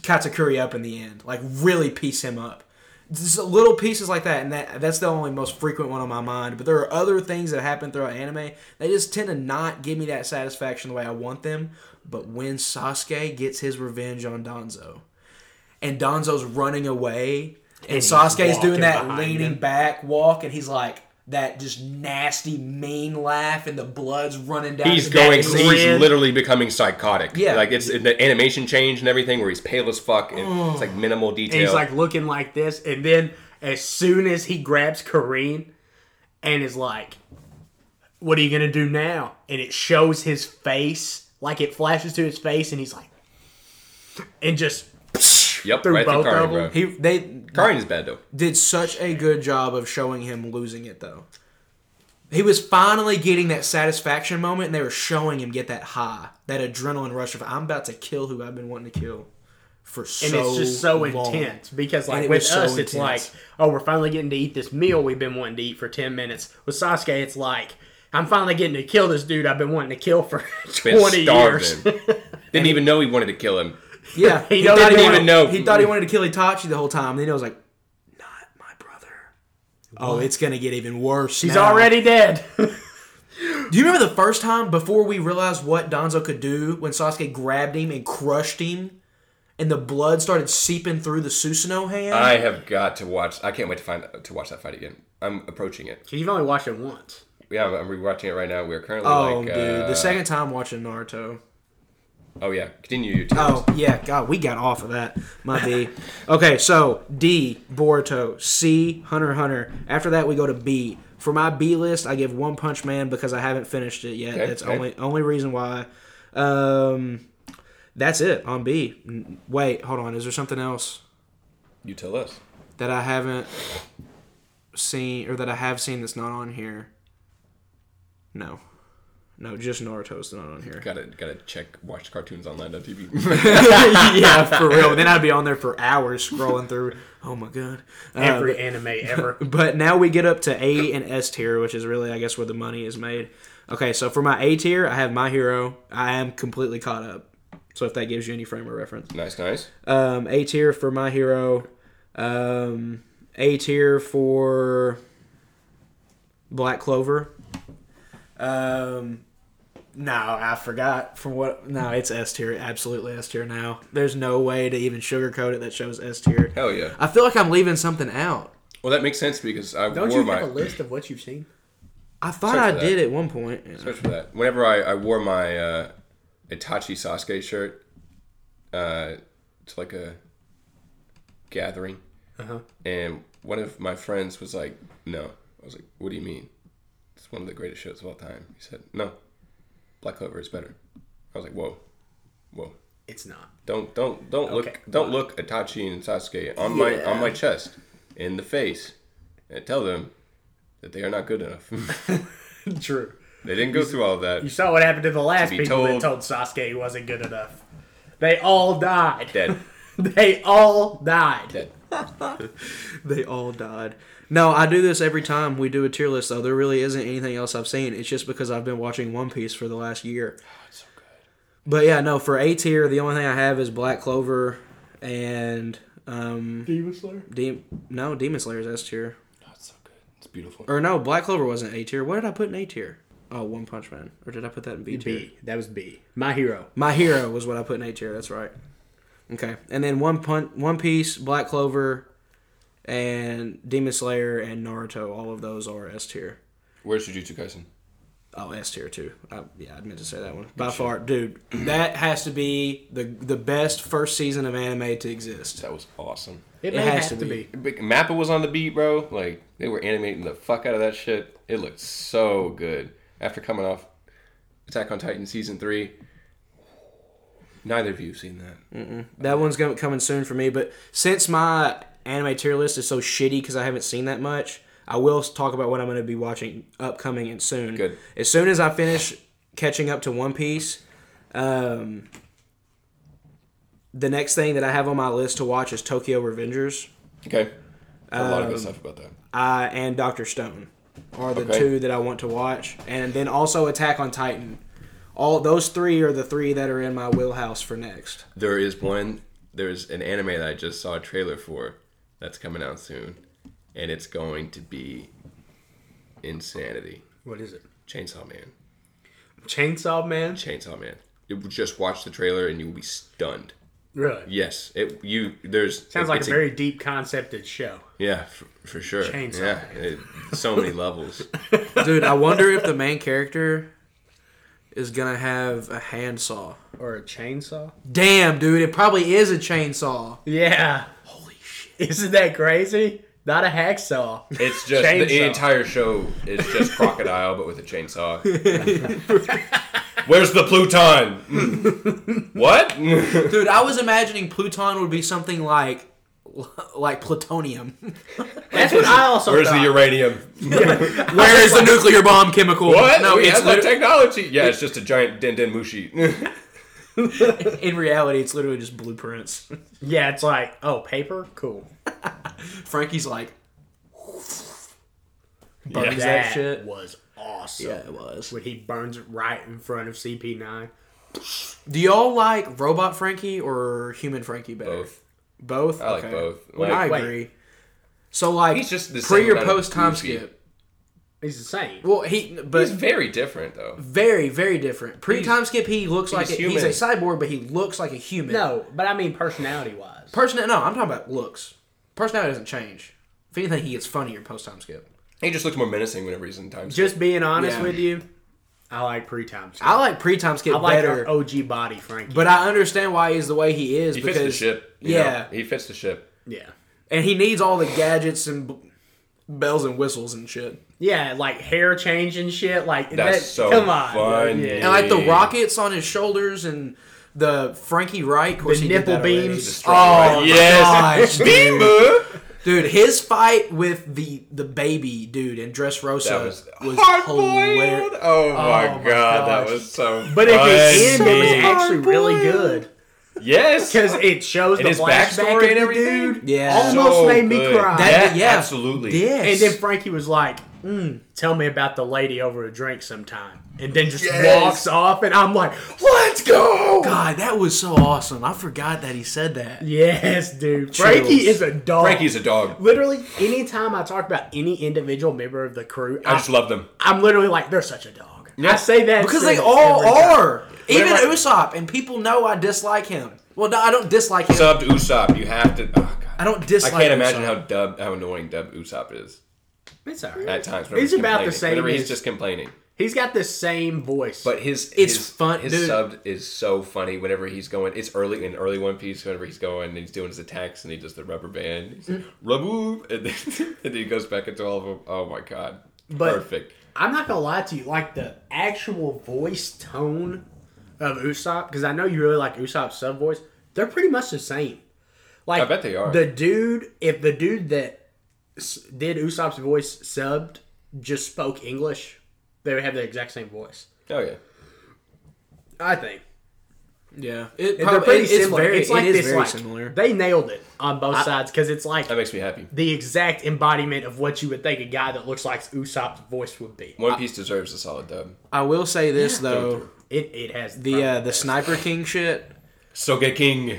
[SPEAKER 1] Katakuri up in the end. Like really piece him up. Just little pieces like that, and that that's the only most frequent one on my mind. But there are other things that happen throughout anime. They just tend to not give me that satisfaction the way I want them. But when Sasuke gets his revenge on Donzo, and Donzo's running away, and,
[SPEAKER 2] he's
[SPEAKER 1] Sasuke's
[SPEAKER 2] walking
[SPEAKER 1] doing that
[SPEAKER 2] behind
[SPEAKER 1] leaning
[SPEAKER 2] him.
[SPEAKER 1] back walk, and he's like that just nasty mean laugh, and the blood's running down.
[SPEAKER 3] He's
[SPEAKER 1] his
[SPEAKER 3] going.
[SPEAKER 1] back.
[SPEAKER 3] He's
[SPEAKER 2] grin.
[SPEAKER 3] literally becoming psychotic.
[SPEAKER 1] Yeah.
[SPEAKER 3] like it's the animation change and everything, where he's pale as fuck and it's like minimal detail.
[SPEAKER 2] And he's like looking like this. And then as soon as he grabs Kareen and is like, What are you gonna do now? And it shows his face, like it flashes to his face, and he's like and just
[SPEAKER 3] yep,
[SPEAKER 2] through
[SPEAKER 3] right through
[SPEAKER 2] both of
[SPEAKER 3] Karin,
[SPEAKER 2] them.
[SPEAKER 3] bro.
[SPEAKER 1] He they
[SPEAKER 3] Karin is bad though.
[SPEAKER 1] did such a good job of showing him losing it though. He was finally getting that satisfaction moment and they were showing him get that high, that adrenaline rush of I'm about to kill who I've been wanting to kill for so
[SPEAKER 2] and it's just so
[SPEAKER 1] long."
[SPEAKER 2] intense because
[SPEAKER 1] And
[SPEAKER 2] like
[SPEAKER 1] it
[SPEAKER 2] with
[SPEAKER 1] was so
[SPEAKER 2] us it's like
[SPEAKER 1] intense.
[SPEAKER 2] oh we're finally getting to eat this meal we've been wanting to eat for 10 minutes with sasuke it's like i'm finally getting to kill this dude i've been wanting to kill for
[SPEAKER 3] Been
[SPEAKER 2] 20 years
[SPEAKER 3] starving. Didn't even know he wanted to kill him.
[SPEAKER 1] Yeah.
[SPEAKER 2] He don't
[SPEAKER 1] thought
[SPEAKER 2] even
[SPEAKER 1] wanted-
[SPEAKER 3] know.
[SPEAKER 1] He thought he wanted to kill Itachi the whole time. Then he was like, Not my brother. Oh, it's gonna get even worse.
[SPEAKER 2] he's
[SPEAKER 1] now.
[SPEAKER 2] already dead
[SPEAKER 1] Do you remember the first time before we realized what Donzo could do when Sasuke grabbed him and crushed him and the blood started seeping through the Susanoo hand?
[SPEAKER 3] I have got to watch. I can't wait to find to watch that fight again. I'm approaching it.
[SPEAKER 2] you've only watched it once
[SPEAKER 3] Yeah, I'm, I'm rewatching it right now. We're currently
[SPEAKER 1] Oh,
[SPEAKER 3] like,
[SPEAKER 1] dude,
[SPEAKER 3] uh,
[SPEAKER 1] the second time watching Naruto.
[SPEAKER 3] oh yeah, continue your tips.
[SPEAKER 1] Oh yeah, God, we got off of that. My B. Okay, so D Boruto, C Hunter x Hunter. After that, we go to B. For my B list, I give One Punch Man because I haven't finished it yet.
[SPEAKER 3] Okay,
[SPEAKER 1] that's
[SPEAKER 3] okay.
[SPEAKER 1] only only reason why. Um, that's it on B. N- Wait, hold on. Is there something else
[SPEAKER 3] You tell us.
[SPEAKER 1] that I haven't seen or that I have seen that's not on here? No, no, just Naruto's not on here.
[SPEAKER 3] Gotta gotta check watch cartoons online on TV.
[SPEAKER 1] yeah, for real. Then I'd be on there for hours scrolling through. Oh my god. Uh,
[SPEAKER 2] every
[SPEAKER 3] Um,
[SPEAKER 2] anime ever
[SPEAKER 1] but now we get up to A and S tier, which is really, I guess, where the money is made. Okay, so for my A tier, I have My Hero. I am completely caught up. So if that gives you any frame of reference,
[SPEAKER 3] nice, nice.
[SPEAKER 1] um, A tier for My Hero, um, A tier for Black Clover. Um, no, I forgot from what. No, it's S tier, absolutely S tier now. There's no way to even sugarcoat it. That shows S tier.
[SPEAKER 3] Hell yeah.
[SPEAKER 1] I feel like I'm leaving something out.
[SPEAKER 3] Well, that makes sense because I
[SPEAKER 2] don't
[SPEAKER 3] wore
[SPEAKER 2] you
[SPEAKER 3] my
[SPEAKER 2] have a list of what you've seen
[SPEAKER 1] I thought
[SPEAKER 3] Search
[SPEAKER 1] I
[SPEAKER 3] for that.
[SPEAKER 1] did at one point. Yeah.
[SPEAKER 3] Search for that. Whenever I, I wore my uh, Itachi Sasuke shirt uh, to like a gathering,
[SPEAKER 2] Uh-huh.
[SPEAKER 3] and one of my friends was like, "No," I was like, "What do you mean? It's one of the greatest shows of all time." He said, "No, Black Clover is better." I was like, "Whoa, whoa."
[SPEAKER 2] it's not
[SPEAKER 3] Don't don't don't
[SPEAKER 2] Okay.
[SPEAKER 3] look don't look Itachi and Sasuke on my on my chest in the face and tell them that they are not good enough.
[SPEAKER 2] True.
[SPEAKER 3] they didn't go through all of
[SPEAKER 2] You
[SPEAKER 3] that.
[SPEAKER 2] saw what happened to the last
[SPEAKER 3] To be
[SPEAKER 2] people that
[SPEAKER 3] told-
[SPEAKER 2] told Sasuke he wasn't good enough. They all died.
[SPEAKER 3] Dead.
[SPEAKER 2] They all died.
[SPEAKER 3] Dead.
[SPEAKER 1] They all died. No, I do this every time we do a tier list, though. There really isn't anything else I've seen. It's just because I've been watching One Piece for the last year. But yeah, no, for A tier, the only thing I have is Black Clover and um
[SPEAKER 2] Demon Slayer.
[SPEAKER 1] Dem- no, Demon Slayer's S tier.
[SPEAKER 3] Oh, it's so good. It's beautiful.
[SPEAKER 1] Or no, Black Clover wasn't A tier. What did I put in A tier? Oh, One Punch Man. Or did I put that in B tier?
[SPEAKER 2] B. That was B. My hero.
[SPEAKER 1] My Hero was what I put in A tier. That's right. Okay, and then One Punch, One Piece, Black Clover, and Demon Slayer and Naruto. All of those are S tier.
[SPEAKER 3] Where's Jujutsu Kaisen?
[SPEAKER 1] Oh, S tier too. I, yeah, I meant to say that one. By far, dude, that has to be the the best first season of anime to exist.
[SPEAKER 3] That was awesome.
[SPEAKER 2] It,
[SPEAKER 1] It
[SPEAKER 2] may
[SPEAKER 1] has
[SPEAKER 2] have
[SPEAKER 1] to
[SPEAKER 2] to
[SPEAKER 1] be.
[SPEAKER 2] be.
[SPEAKER 3] Big- Mappa was on the beat, bro. Like they were animating the fuck out of that shit. It looked so good after coming off Attack on Titan season three. Neither of you have seen that.
[SPEAKER 1] That one's going coming soon for me. But since my anime tier list is so shitty because I haven't seen that much, I will talk about what I'm going to be watching upcoming and soon.
[SPEAKER 3] Good.
[SPEAKER 1] As soon as I finish catching up to One Piece, um, the next thing that I have on my list to watch is Tokyo Revengers
[SPEAKER 3] Okay, a lot of good stuff about that.
[SPEAKER 1] uh, and Doctor Stone are the
[SPEAKER 3] Okay.
[SPEAKER 1] two that I want to watch, and then also Attack on Titan. All those three are the three that are in my wheelhouse for next.
[SPEAKER 3] There is one. There's an anime that I just saw a trailer for that's coming out soon, and it's going to be insanity.
[SPEAKER 2] What is it?
[SPEAKER 3] Chainsaw Man.
[SPEAKER 2] Chainsaw Man.
[SPEAKER 3] Chainsaw Man. You just watch the trailer and you will be stunned.
[SPEAKER 2] Really?
[SPEAKER 3] Yes, it you there's
[SPEAKER 2] Sounds like a
[SPEAKER 3] it's
[SPEAKER 2] very deep concepted show.
[SPEAKER 3] Yeah, for, for sure.
[SPEAKER 2] Chainsaw
[SPEAKER 3] Yeah, it- so many levels.
[SPEAKER 1] Dude, I wonder if the main character is gonna have a handsaw.
[SPEAKER 2] Or a chainsaw?
[SPEAKER 1] Damn, dude, it probably is a chainsaw.
[SPEAKER 2] Yeah. Holy shit. Isn't that crazy? Not a hacksaw.
[SPEAKER 3] It's just the
[SPEAKER 2] Chainsaw.
[SPEAKER 3] entire show is just crocodile, but with a chainsaw. Where's the Pluton? Mm. what?
[SPEAKER 1] Dude, I was imagining Pluton would be something like like plutonium.
[SPEAKER 2] That's what I also
[SPEAKER 3] Where's the
[SPEAKER 2] thought.
[SPEAKER 3] uranium?
[SPEAKER 1] Where is the nuclear bomb chemical?
[SPEAKER 3] What?
[SPEAKER 1] No,
[SPEAKER 3] we
[SPEAKER 1] it's
[SPEAKER 3] have that
[SPEAKER 1] lit-
[SPEAKER 3] technology. Yeah, it's just a giant den den mushi.
[SPEAKER 1] in reality, it's literally just blueprints.
[SPEAKER 2] yeah, it's like, oh, paper? Cool.
[SPEAKER 1] Frankie's like burns
[SPEAKER 3] Yeah.
[SPEAKER 1] that shit.
[SPEAKER 2] was awesome.
[SPEAKER 1] Yeah, it was.
[SPEAKER 2] When he burns it right in front of CP9.
[SPEAKER 1] Do y'all like robot Frankie or human Frankie better?
[SPEAKER 3] Both.
[SPEAKER 1] Both.
[SPEAKER 3] I like both.
[SPEAKER 1] Well,
[SPEAKER 3] Like-
[SPEAKER 1] I
[SPEAKER 2] Wait.
[SPEAKER 1] agree. So like,
[SPEAKER 3] He's just the
[SPEAKER 1] pre
[SPEAKER 3] same
[SPEAKER 1] or
[SPEAKER 3] amount of
[SPEAKER 1] post time
[SPEAKER 3] goofy.
[SPEAKER 1] skip.
[SPEAKER 2] He's the same.
[SPEAKER 1] Well, he but
[SPEAKER 3] It's very different though.
[SPEAKER 1] very very different. Pre time skip, he looks like a, he's
[SPEAKER 3] human.
[SPEAKER 1] a cyborg, but he looks like a human.
[SPEAKER 2] No, but I mean personality wise.
[SPEAKER 1] person. No, I'm talking about looks. Personality doesn't change. If anything, he gets funnier post time skip.
[SPEAKER 3] He just looks more menacing whenever he's in time. skip.
[SPEAKER 2] Just being honest
[SPEAKER 1] Yeah.
[SPEAKER 2] with you, I like pre time. I,
[SPEAKER 1] I like pre time skip
[SPEAKER 2] like
[SPEAKER 1] better,
[SPEAKER 2] our OG body, Frankie.
[SPEAKER 1] but I understand why he's the way he is
[SPEAKER 3] he
[SPEAKER 1] because
[SPEAKER 3] fits the ship. you know?
[SPEAKER 1] yeah,
[SPEAKER 3] he fits the ship.
[SPEAKER 2] yeah.
[SPEAKER 1] and he needs all the gadgets and b- bells and whistles and shit.
[SPEAKER 2] Yeah, like hair change and shit. Like
[SPEAKER 3] That's
[SPEAKER 2] that,
[SPEAKER 3] so
[SPEAKER 2] come on,
[SPEAKER 3] fun.
[SPEAKER 2] Yeah.
[SPEAKER 1] And like the
[SPEAKER 3] Yeah.
[SPEAKER 1] rockets on his shoulders and the Frankie Wright, of course
[SPEAKER 2] The
[SPEAKER 1] he did
[SPEAKER 2] nipple
[SPEAKER 1] that already.
[SPEAKER 2] beams.
[SPEAKER 1] Oh, my
[SPEAKER 3] yes,
[SPEAKER 1] gosh, dude. dude, his fight with the the baby dude in Dress Rosa
[SPEAKER 3] That
[SPEAKER 1] was,
[SPEAKER 3] was,
[SPEAKER 1] hilarious.
[SPEAKER 3] hard-boiled. Oh, my
[SPEAKER 2] Oh my
[SPEAKER 3] god, that
[SPEAKER 2] gosh.
[SPEAKER 3] was so.
[SPEAKER 2] But at the end, it was
[SPEAKER 3] funny.
[SPEAKER 2] actually really good
[SPEAKER 3] yes,
[SPEAKER 2] because it shows
[SPEAKER 3] And
[SPEAKER 2] the
[SPEAKER 3] his
[SPEAKER 2] flashback
[SPEAKER 3] backstory
[SPEAKER 2] of
[SPEAKER 3] and
[SPEAKER 2] the
[SPEAKER 3] everything?
[SPEAKER 2] dude.
[SPEAKER 1] Yeah.
[SPEAKER 2] almost
[SPEAKER 3] So
[SPEAKER 2] made me
[SPEAKER 3] good.
[SPEAKER 2] cry.
[SPEAKER 1] That-
[SPEAKER 3] yeah,
[SPEAKER 1] yeah.
[SPEAKER 3] absolutely.
[SPEAKER 1] Yes.
[SPEAKER 2] and then Frankie was like, mm, "Tell me about the lady over a drink sometime," and then just
[SPEAKER 3] Yes.
[SPEAKER 2] walks off, and I'm like,
[SPEAKER 3] Let's go.
[SPEAKER 1] God, that was so awesome. I forgot that he said that.
[SPEAKER 2] "Yes, dude, Frankie is a dog."
[SPEAKER 3] Frankie's a dog.
[SPEAKER 2] literally anytime I talk about any individual member of the crew,
[SPEAKER 3] I
[SPEAKER 2] I,
[SPEAKER 3] just love them.
[SPEAKER 2] am literally like, "They're such a dog."
[SPEAKER 3] Yeah.
[SPEAKER 2] I say that
[SPEAKER 1] Because they
[SPEAKER 2] sentence
[SPEAKER 1] all
[SPEAKER 2] every time.
[SPEAKER 1] are. Even
[SPEAKER 2] Whenever-
[SPEAKER 1] Usopp, and people know I dislike him. Well, no, I don't dislike him.
[SPEAKER 3] Dubbed Usopp, you have to. Oh god.
[SPEAKER 1] I don't dislike.
[SPEAKER 3] I can't imagine
[SPEAKER 1] Usopp.
[SPEAKER 3] how dub how annoying dub Usopp is
[SPEAKER 2] It's all right.
[SPEAKER 3] at times. whenever
[SPEAKER 2] He's about the
[SPEAKER 3] complaining.
[SPEAKER 2] same
[SPEAKER 3] Whenever he's
[SPEAKER 2] as-
[SPEAKER 3] just complaining,
[SPEAKER 2] He's got the same voice.
[SPEAKER 3] but his
[SPEAKER 1] It's
[SPEAKER 3] his,
[SPEAKER 1] fun-
[SPEAKER 3] His
[SPEAKER 1] dude.
[SPEAKER 3] subbed is so funny. Whenever he's going, it's early in early One Piece. Whenever he's going and he's doing his attacks and he does the rubber band, he's
[SPEAKER 1] Mm.
[SPEAKER 3] like, rubber, and then, and then he goes back into all of them. Oh my god,
[SPEAKER 2] But-
[SPEAKER 3] perfect.
[SPEAKER 2] I'm not gonna lie to you, like the actual voice tone of Usopp, because I know you really like Usopp's sub voice. They're pretty much the same. Like
[SPEAKER 3] I bet they are.
[SPEAKER 2] The dude, if the dude that s- did Usopp's voice subbed just spoke English, they would have the exact same voice.
[SPEAKER 3] Oh yeah.
[SPEAKER 2] I think
[SPEAKER 1] Yeah, it,
[SPEAKER 2] they're
[SPEAKER 1] prob- it-
[SPEAKER 2] pretty
[SPEAKER 1] it's
[SPEAKER 2] similar.
[SPEAKER 1] very,
[SPEAKER 2] it's like
[SPEAKER 1] it is
[SPEAKER 2] this,
[SPEAKER 1] very
[SPEAKER 2] like
[SPEAKER 1] similar.
[SPEAKER 2] they nailed it on both sides because it's like
[SPEAKER 3] That makes me happy.
[SPEAKER 2] the exact embodiment of what you would think a guy that looks like Usopp's voice would be.
[SPEAKER 3] One Piece deserves a solid dub.
[SPEAKER 1] I will say this though,
[SPEAKER 2] It it has
[SPEAKER 1] the uh, the Sniper King shit.
[SPEAKER 3] Soge King.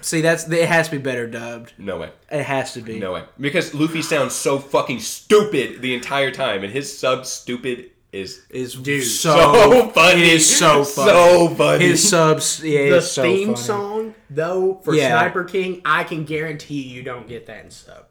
[SPEAKER 1] See, that's it has to be better dubbed.
[SPEAKER 3] No way.
[SPEAKER 1] It has to be.
[SPEAKER 3] No way. Because Luffy sounds so fucking stupid the entire time, and his sub stupid is
[SPEAKER 1] Is
[SPEAKER 2] Dude,
[SPEAKER 1] so
[SPEAKER 3] funny.
[SPEAKER 1] It is so funny.
[SPEAKER 3] So funny.
[SPEAKER 1] his subs. Yeah,
[SPEAKER 2] the
[SPEAKER 1] it's so
[SPEAKER 2] theme
[SPEAKER 1] funny.
[SPEAKER 2] song though for
[SPEAKER 1] Yeah.
[SPEAKER 2] Sniper King, I can guarantee you don't get that in sub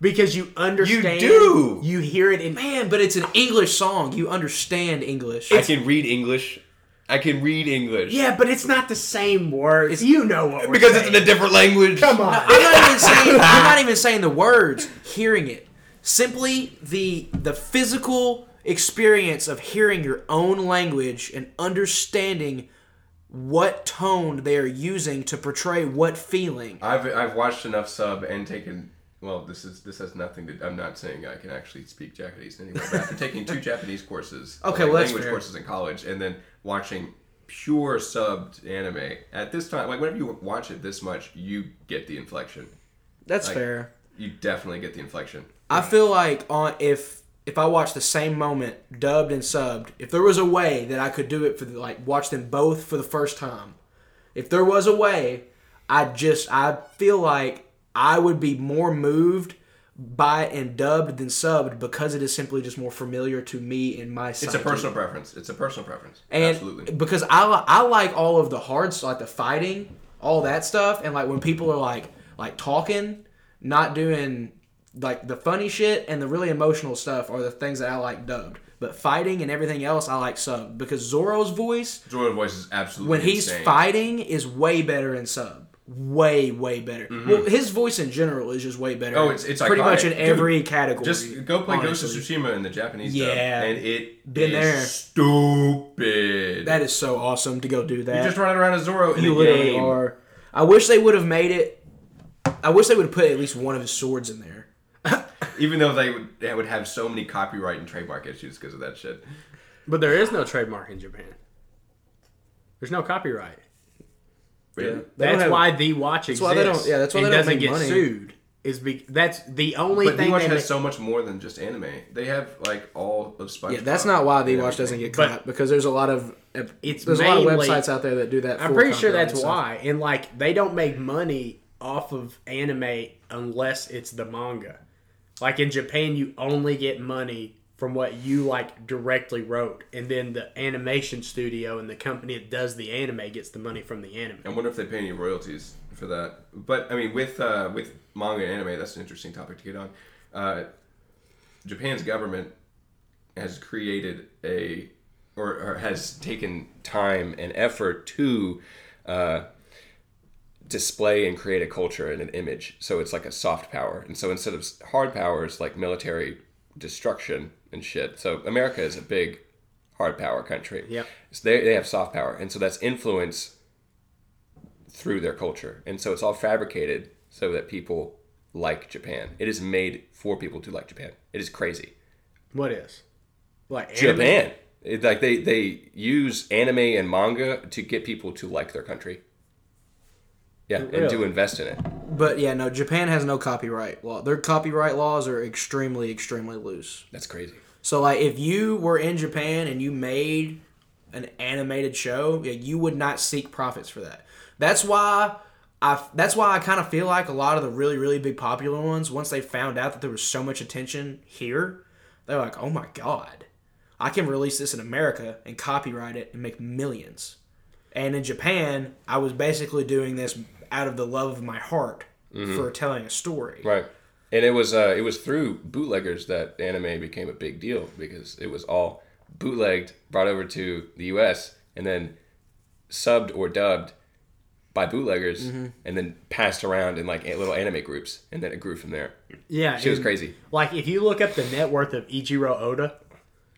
[SPEAKER 2] because you understand.
[SPEAKER 3] do.
[SPEAKER 2] You hear it in
[SPEAKER 1] Man, but it's an English song. You understand English.
[SPEAKER 3] I can read English. I can read English.
[SPEAKER 2] yeah, but it's not the same words. you know what? We're
[SPEAKER 3] Because it's
[SPEAKER 2] saying.
[SPEAKER 3] in a different language.
[SPEAKER 2] come on.
[SPEAKER 1] I'm not even saying. I'm not even saying the words. Hearing it, simply the the physical experience of hearing your own language and understanding what tone they are using to portray what feeling.
[SPEAKER 3] I've I've watched enough sub and taken. Well, this is this has nothing to. I'm not saying I can actually speak Japanese anyway. But after taking two Japanese courses,
[SPEAKER 1] Okay, well, that's
[SPEAKER 3] language
[SPEAKER 1] fair.
[SPEAKER 3] courses in college, and then watching pure subbed anime at this time, like whenever you watch it this much, you get the inflection.
[SPEAKER 1] That's
[SPEAKER 3] Like-
[SPEAKER 1] fair.
[SPEAKER 3] You definitely get the inflection.
[SPEAKER 1] I feel like on if if I watched the same moment dubbed and subbed, if there was a way that I could do it for the, like watch them both for the first time, if there was a way, I just I feel like I would be more moved by it and dubbed than subbed because it is simply just more familiar to me and my.
[SPEAKER 3] It's a personal preference. It's a personal preference.
[SPEAKER 1] And
[SPEAKER 3] Absolutely.
[SPEAKER 1] Because I li- I like all of the hard stuff, like the fighting, all that stuff, and like when people are like like talking, not doing like the funny shit and the really emotional stuff are the things that I like dubbed. But fighting and everything else I like subbed because Zoro's voice
[SPEAKER 3] Jordan voice is absolutely
[SPEAKER 1] when he's
[SPEAKER 3] insane.
[SPEAKER 1] fighting is way better in sub. Way way better. Well, his voice in general is just way better.
[SPEAKER 3] Mm-hmm. Oh, it's- it's
[SPEAKER 1] pretty much in
[SPEAKER 3] iconic.
[SPEAKER 1] every
[SPEAKER 3] Dude,
[SPEAKER 1] category.
[SPEAKER 3] Just go play
[SPEAKER 1] honestly.
[SPEAKER 3] Ghost of Tsushima in the Japanese dub,
[SPEAKER 1] Yeah.
[SPEAKER 3] and it
[SPEAKER 1] Been
[SPEAKER 3] is
[SPEAKER 1] there.
[SPEAKER 3] stupid.
[SPEAKER 1] That is so awesome to go do that.
[SPEAKER 3] You're just running around as Zoro in
[SPEAKER 1] You
[SPEAKER 3] the
[SPEAKER 1] literally
[SPEAKER 3] game.
[SPEAKER 1] are. I wish they would have made it. I wish they would have put at least one of his swords in there.
[SPEAKER 3] Even though they would, they would have so many copyright and trademark issues because of that shit.
[SPEAKER 2] But there is no trademark in Japan. There's no copyright.
[SPEAKER 1] They
[SPEAKER 3] Really?
[SPEAKER 1] don't
[SPEAKER 2] That's
[SPEAKER 1] have-
[SPEAKER 2] why the watch exists.
[SPEAKER 1] why they don't- yeah, that's why
[SPEAKER 2] and
[SPEAKER 1] they don't
[SPEAKER 2] doesn't
[SPEAKER 1] make
[SPEAKER 2] get
[SPEAKER 1] money.
[SPEAKER 2] sued. Is be, that's the only
[SPEAKER 3] But
[SPEAKER 2] thing.
[SPEAKER 3] Watch
[SPEAKER 2] they
[SPEAKER 3] has
[SPEAKER 2] ma-
[SPEAKER 3] so much more than just anime. They have like all of SpongeBob.
[SPEAKER 1] Yeah, that's not why the
[SPEAKER 3] and
[SPEAKER 1] watch doesn't
[SPEAKER 3] everything.
[SPEAKER 1] get
[SPEAKER 2] But-
[SPEAKER 1] caught because there's a lot of
[SPEAKER 2] It's
[SPEAKER 1] there's a lot of
[SPEAKER 2] mainly-
[SPEAKER 1] websites out there that do that.
[SPEAKER 2] I'm
[SPEAKER 1] for
[SPEAKER 2] pretty sure
[SPEAKER 1] copyright
[SPEAKER 2] that's
[SPEAKER 1] and stuff.
[SPEAKER 2] why. And like they don't make money off of anime unless it's the manga. Like in Japan, you only get money from what you like directly wrote, and then the animation studio and the company that does the anime gets the money from the anime.
[SPEAKER 3] I wonder if they pay any royalties for that. But I mean, with uh, with manga and anime, that's an interesting topic to get on. Uh, Japan's government has created a or, or has taken time and effort to uh, display and create a culture and an image. So it's like a soft power, and so instead of s- hard power, it's like military destruction and shit. So America is a big hard power country.
[SPEAKER 2] Yep.
[SPEAKER 3] So they they have soft power, and so that's influence through their culture, and so it's all fabricated so that people like Japan. It is made for people to like Japan. It is crazy.
[SPEAKER 2] What is like anime?
[SPEAKER 3] Japan. It, like they they use anime and manga to get people to like their country. Yeah, and to
[SPEAKER 2] Really?
[SPEAKER 3] invest in it.
[SPEAKER 1] But yeah, no, Japan has no copyright law. Their copyright laws are extremely extremely loose.
[SPEAKER 3] That's crazy.
[SPEAKER 1] So like if you were in Japan and you made an animated show, yeah, you would not seek profits for that. That's why I that's why I kind of feel like a lot of the really really big popular ones once they found out that there was so much attention here, they're like, "Oh my god. I can release this in America and copyright it and make millions. And in Japan, I was basically doing this out of the love of my heart for telling a story.
[SPEAKER 3] Right. And it was uh, it was through bootleggers that anime became a big deal because it was all bootlegged, brought over to the U.S. and then subbed or dubbed by bootleggers, and then passed around in like little anime groups, and then it grew from there.
[SPEAKER 2] Yeah,
[SPEAKER 3] She was
[SPEAKER 2] and,
[SPEAKER 3] crazy,
[SPEAKER 2] Like if you look up the net worth of Ichiro Oda,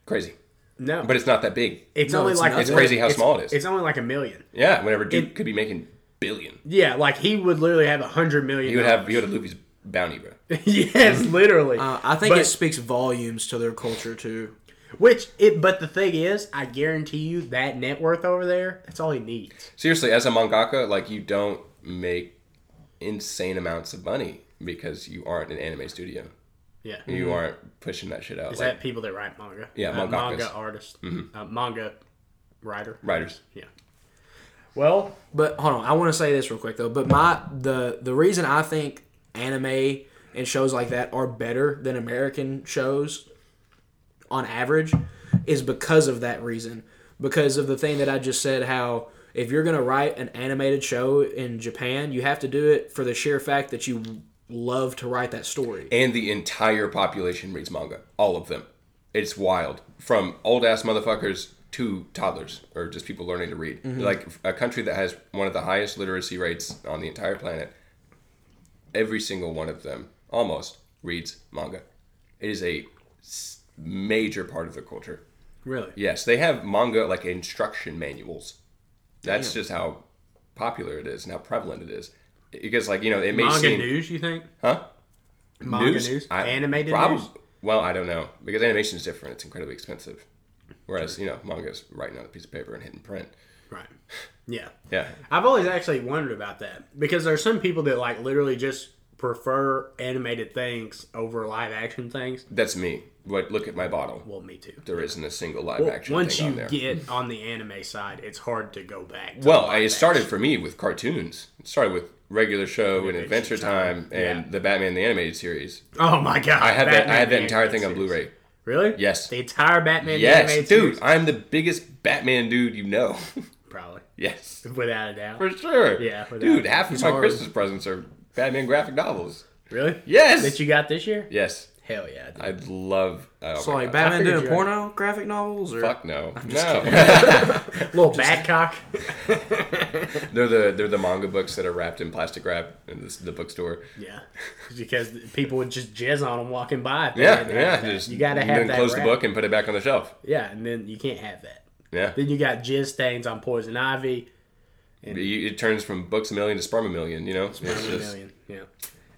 [SPEAKER 3] crazy.
[SPEAKER 2] no,
[SPEAKER 3] But it's not that big.
[SPEAKER 2] it's
[SPEAKER 1] No,
[SPEAKER 2] only
[SPEAKER 1] it's
[SPEAKER 2] like
[SPEAKER 1] not.
[SPEAKER 2] a
[SPEAKER 1] It's
[SPEAKER 2] million-
[SPEAKER 3] crazy how small it is.
[SPEAKER 2] It's only like a million.
[SPEAKER 3] Yeah, whenever dude could be making billion,
[SPEAKER 2] Yeah, like he would literally have a hundred million.
[SPEAKER 3] he would have he would have Luffy's Bounty, bro.
[SPEAKER 2] yes, literally.
[SPEAKER 1] Uh, I think
[SPEAKER 2] But-
[SPEAKER 1] it speaks volumes to their culture too.
[SPEAKER 2] Which it, but the thing is, I guarantee you that net worth over there, that's all he needs.
[SPEAKER 3] Seriously, as a mangaka, like you don't make insane amounts of money because you aren't an anime studio.
[SPEAKER 2] Yeah.
[SPEAKER 3] You aren't pushing that shit out.
[SPEAKER 2] Mm-hmm. Is
[SPEAKER 3] like
[SPEAKER 2] that people that write manga?
[SPEAKER 3] Yeah, Mm-hmm.
[SPEAKER 2] uh, manga
[SPEAKER 3] mangakas.
[SPEAKER 2] artist, uh, manga writer.
[SPEAKER 3] writers.
[SPEAKER 2] Yeah. Well,
[SPEAKER 1] But hold on, I want to say this real quick though. But my the the reason I think anime and shows like that are better than American shows on average is because of that reason. Because of the thing that I just said how if you're going to write an animated show in Japan, you have to do it for the sheer fact that you love to write that story.
[SPEAKER 3] And the entire population reads manga. All of them. It's wild. From old ass motherfuckers to toddlers or just people learning to read.
[SPEAKER 2] Mm-hmm.
[SPEAKER 3] Like a country that has one of the highest literacy rates on the entire planet, every single one of them almost reads manga. It is a s- major part of their culture.
[SPEAKER 2] really.
[SPEAKER 3] Yes, they have manga like instruction manuals. That's just how popular it is and how prevalent it is. Because like you know, it may
[SPEAKER 2] Manga
[SPEAKER 3] seem
[SPEAKER 2] news, you think?
[SPEAKER 3] huh
[SPEAKER 2] Manga news? Animated
[SPEAKER 3] prob-
[SPEAKER 2] news?
[SPEAKER 3] Well, I don't know because animation is different. It's incredibly expensive. Whereas you know, manga is writing on a piece of paper and hitting print.
[SPEAKER 2] Right. Yeah.
[SPEAKER 3] Yeah,
[SPEAKER 2] I've always actually wondered about that because there's some people that like literally just prefer animated things over live action things.
[SPEAKER 3] that's me. But look at my bottle.
[SPEAKER 2] Well, me too.
[SPEAKER 3] There isn't a single live
[SPEAKER 2] Well,
[SPEAKER 3] action
[SPEAKER 2] once
[SPEAKER 3] thing
[SPEAKER 2] you
[SPEAKER 3] on there.
[SPEAKER 2] get on the anime side, it's hard to go back. To
[SPEAKER 3] Well,
[SPEAKER 2] live
[SPEAKER 3] it started for me with cartoons. It started with regular show and Adventure Time and
[SPEAKER 2] Yeah.
[SPEAKER 3] the Batman the Animated Series.
[SPEAKER 2] action. Oh my god!
[SPEAKER 3] I had that. I had that
[SPEAKER 2] Batman
[SPEAKER 3] entire
[SPEAKER 2] animated
[SPEAKER 3] thing on
[SPEAKER 2] series.
[SPEAKER 3] Blu-ray.
[SPEAKER 2] Really?
[SPEAKER 3] Yes.
[SPEAKER 2] The entire Batman
[SPEAKER 3] Yes,
[SPEAKER 2] animated
[SPEAKER 3] dude,
[SPEAKER 2] series?
[SPEAKER 3] I'm the biggest Batman dude you know.
[SPEAKER 2] Probably.
[SPEAKER 3] yes,
[SPEAKER 2] Without a doubt.
[SPEAKER 3] for sure.
[SPEAKER 2] Yeah, without-
[SPEAKER 3] dude, half of
[SPEAKER 1] It's
[SPEAKER 3] my
[SPEAKER 1] hard.
[SPEAKER 3] Christmas presents are Batman graphic novels.
[SPEAKER 2] Really?
[SPEAKER 3] Yes,
[SPEAKER 2] That you got this year?
[SPEAKER 3] yes,
[SPEAKER 2] Hell yeah. Dude.
[SPEAKER 3] I love. Oh
[SPEAKER 1] So
[SPEAKER 3] my
[SPEAKER 1] like
[SPEAKER 3] God.
[SPEAKER 1] Batman
[SPEAKER 2] figured
[SPEAKER 1] doing
[SPEAKER 2] you had-
[SPEAKER 1] porno graphic novels or
[SPEAKER 3] Fuck no, no.
[SPEAKER 2] Little Batcock.
[SPEAKER 3] they're the they're the manga books that are wrapped in plastic wrap in this, the bookstore.
[SPEAKER 2] yeah. Because people would just jizz on them walking by. if they
[SPEAKER 3] Yeah,
[SPEAKER 2] had that.
[SPEAKER 3] yeah. Just,
[SPEAKER 2] you gotta
[SPEAKER 3] and
[SPEAKER 2] have
[SPEAKER 3] then
[SPEAKER 2] that
[SPEAKER 3] close
[SPEAKER 2] wrap.
[SPEAKER 3] the book and put it back on the shelf.
[SPEAKER 2] Yeah, and then you can't have that.
[SPEAKER 3] Yeah,
[SPEAKER 2] Then you got jizz stains on poison ivy.
[SPEAKER 3] You- it turns from books a million to sperm a million. You know, it's
[SPEAKER 2] A
[SPEAKER 3] just
[SPEAKER 2] million. Yeah.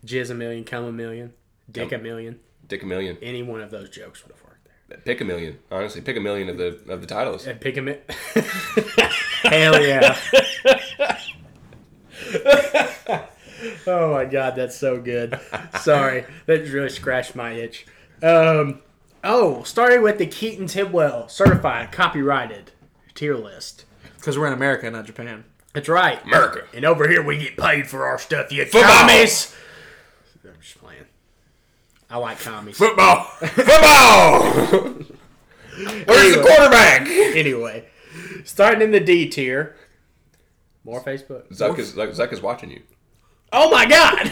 [SPEAKER 2] Jizz a million, cum a million, dick a million.
[SPEAKER 3] dick a million,
[SPEAKER 2] Any one of those jokes would have worked there.
[SPEAKER 3] pick a million. Honestly, pick a million of the of the titles.
[SPEAKER 2] And pick a mi- Hell yeah. oh my god, that's so good. Sorry, that really scratched my itch. Um, oh, starting with the Keaton Tidwell certified copyrighted tier list.
[SPEAKER 1] cuz we're in America not Japan.
[SPEAKER 2] That's right.
[SPEAKER 3] America.
[SPEAKER 2] And over here we get paid for our stuff, you
[SPEAKER 3] Football.
[SPEAKER 2] commies. I'm just playing. I like commies.
[SPEAKER 3] Football! Football! Where's
[SPEAKER 2] Anyway.
[SPEAKER 3] the quarterback?
[SPEAKER 2] anyway, starting in the D tier. More Facebook.
[SPEAKER 3] Zuck is, Zuck, Zuck is watching you.
[SPEAKER 2] Oh my god!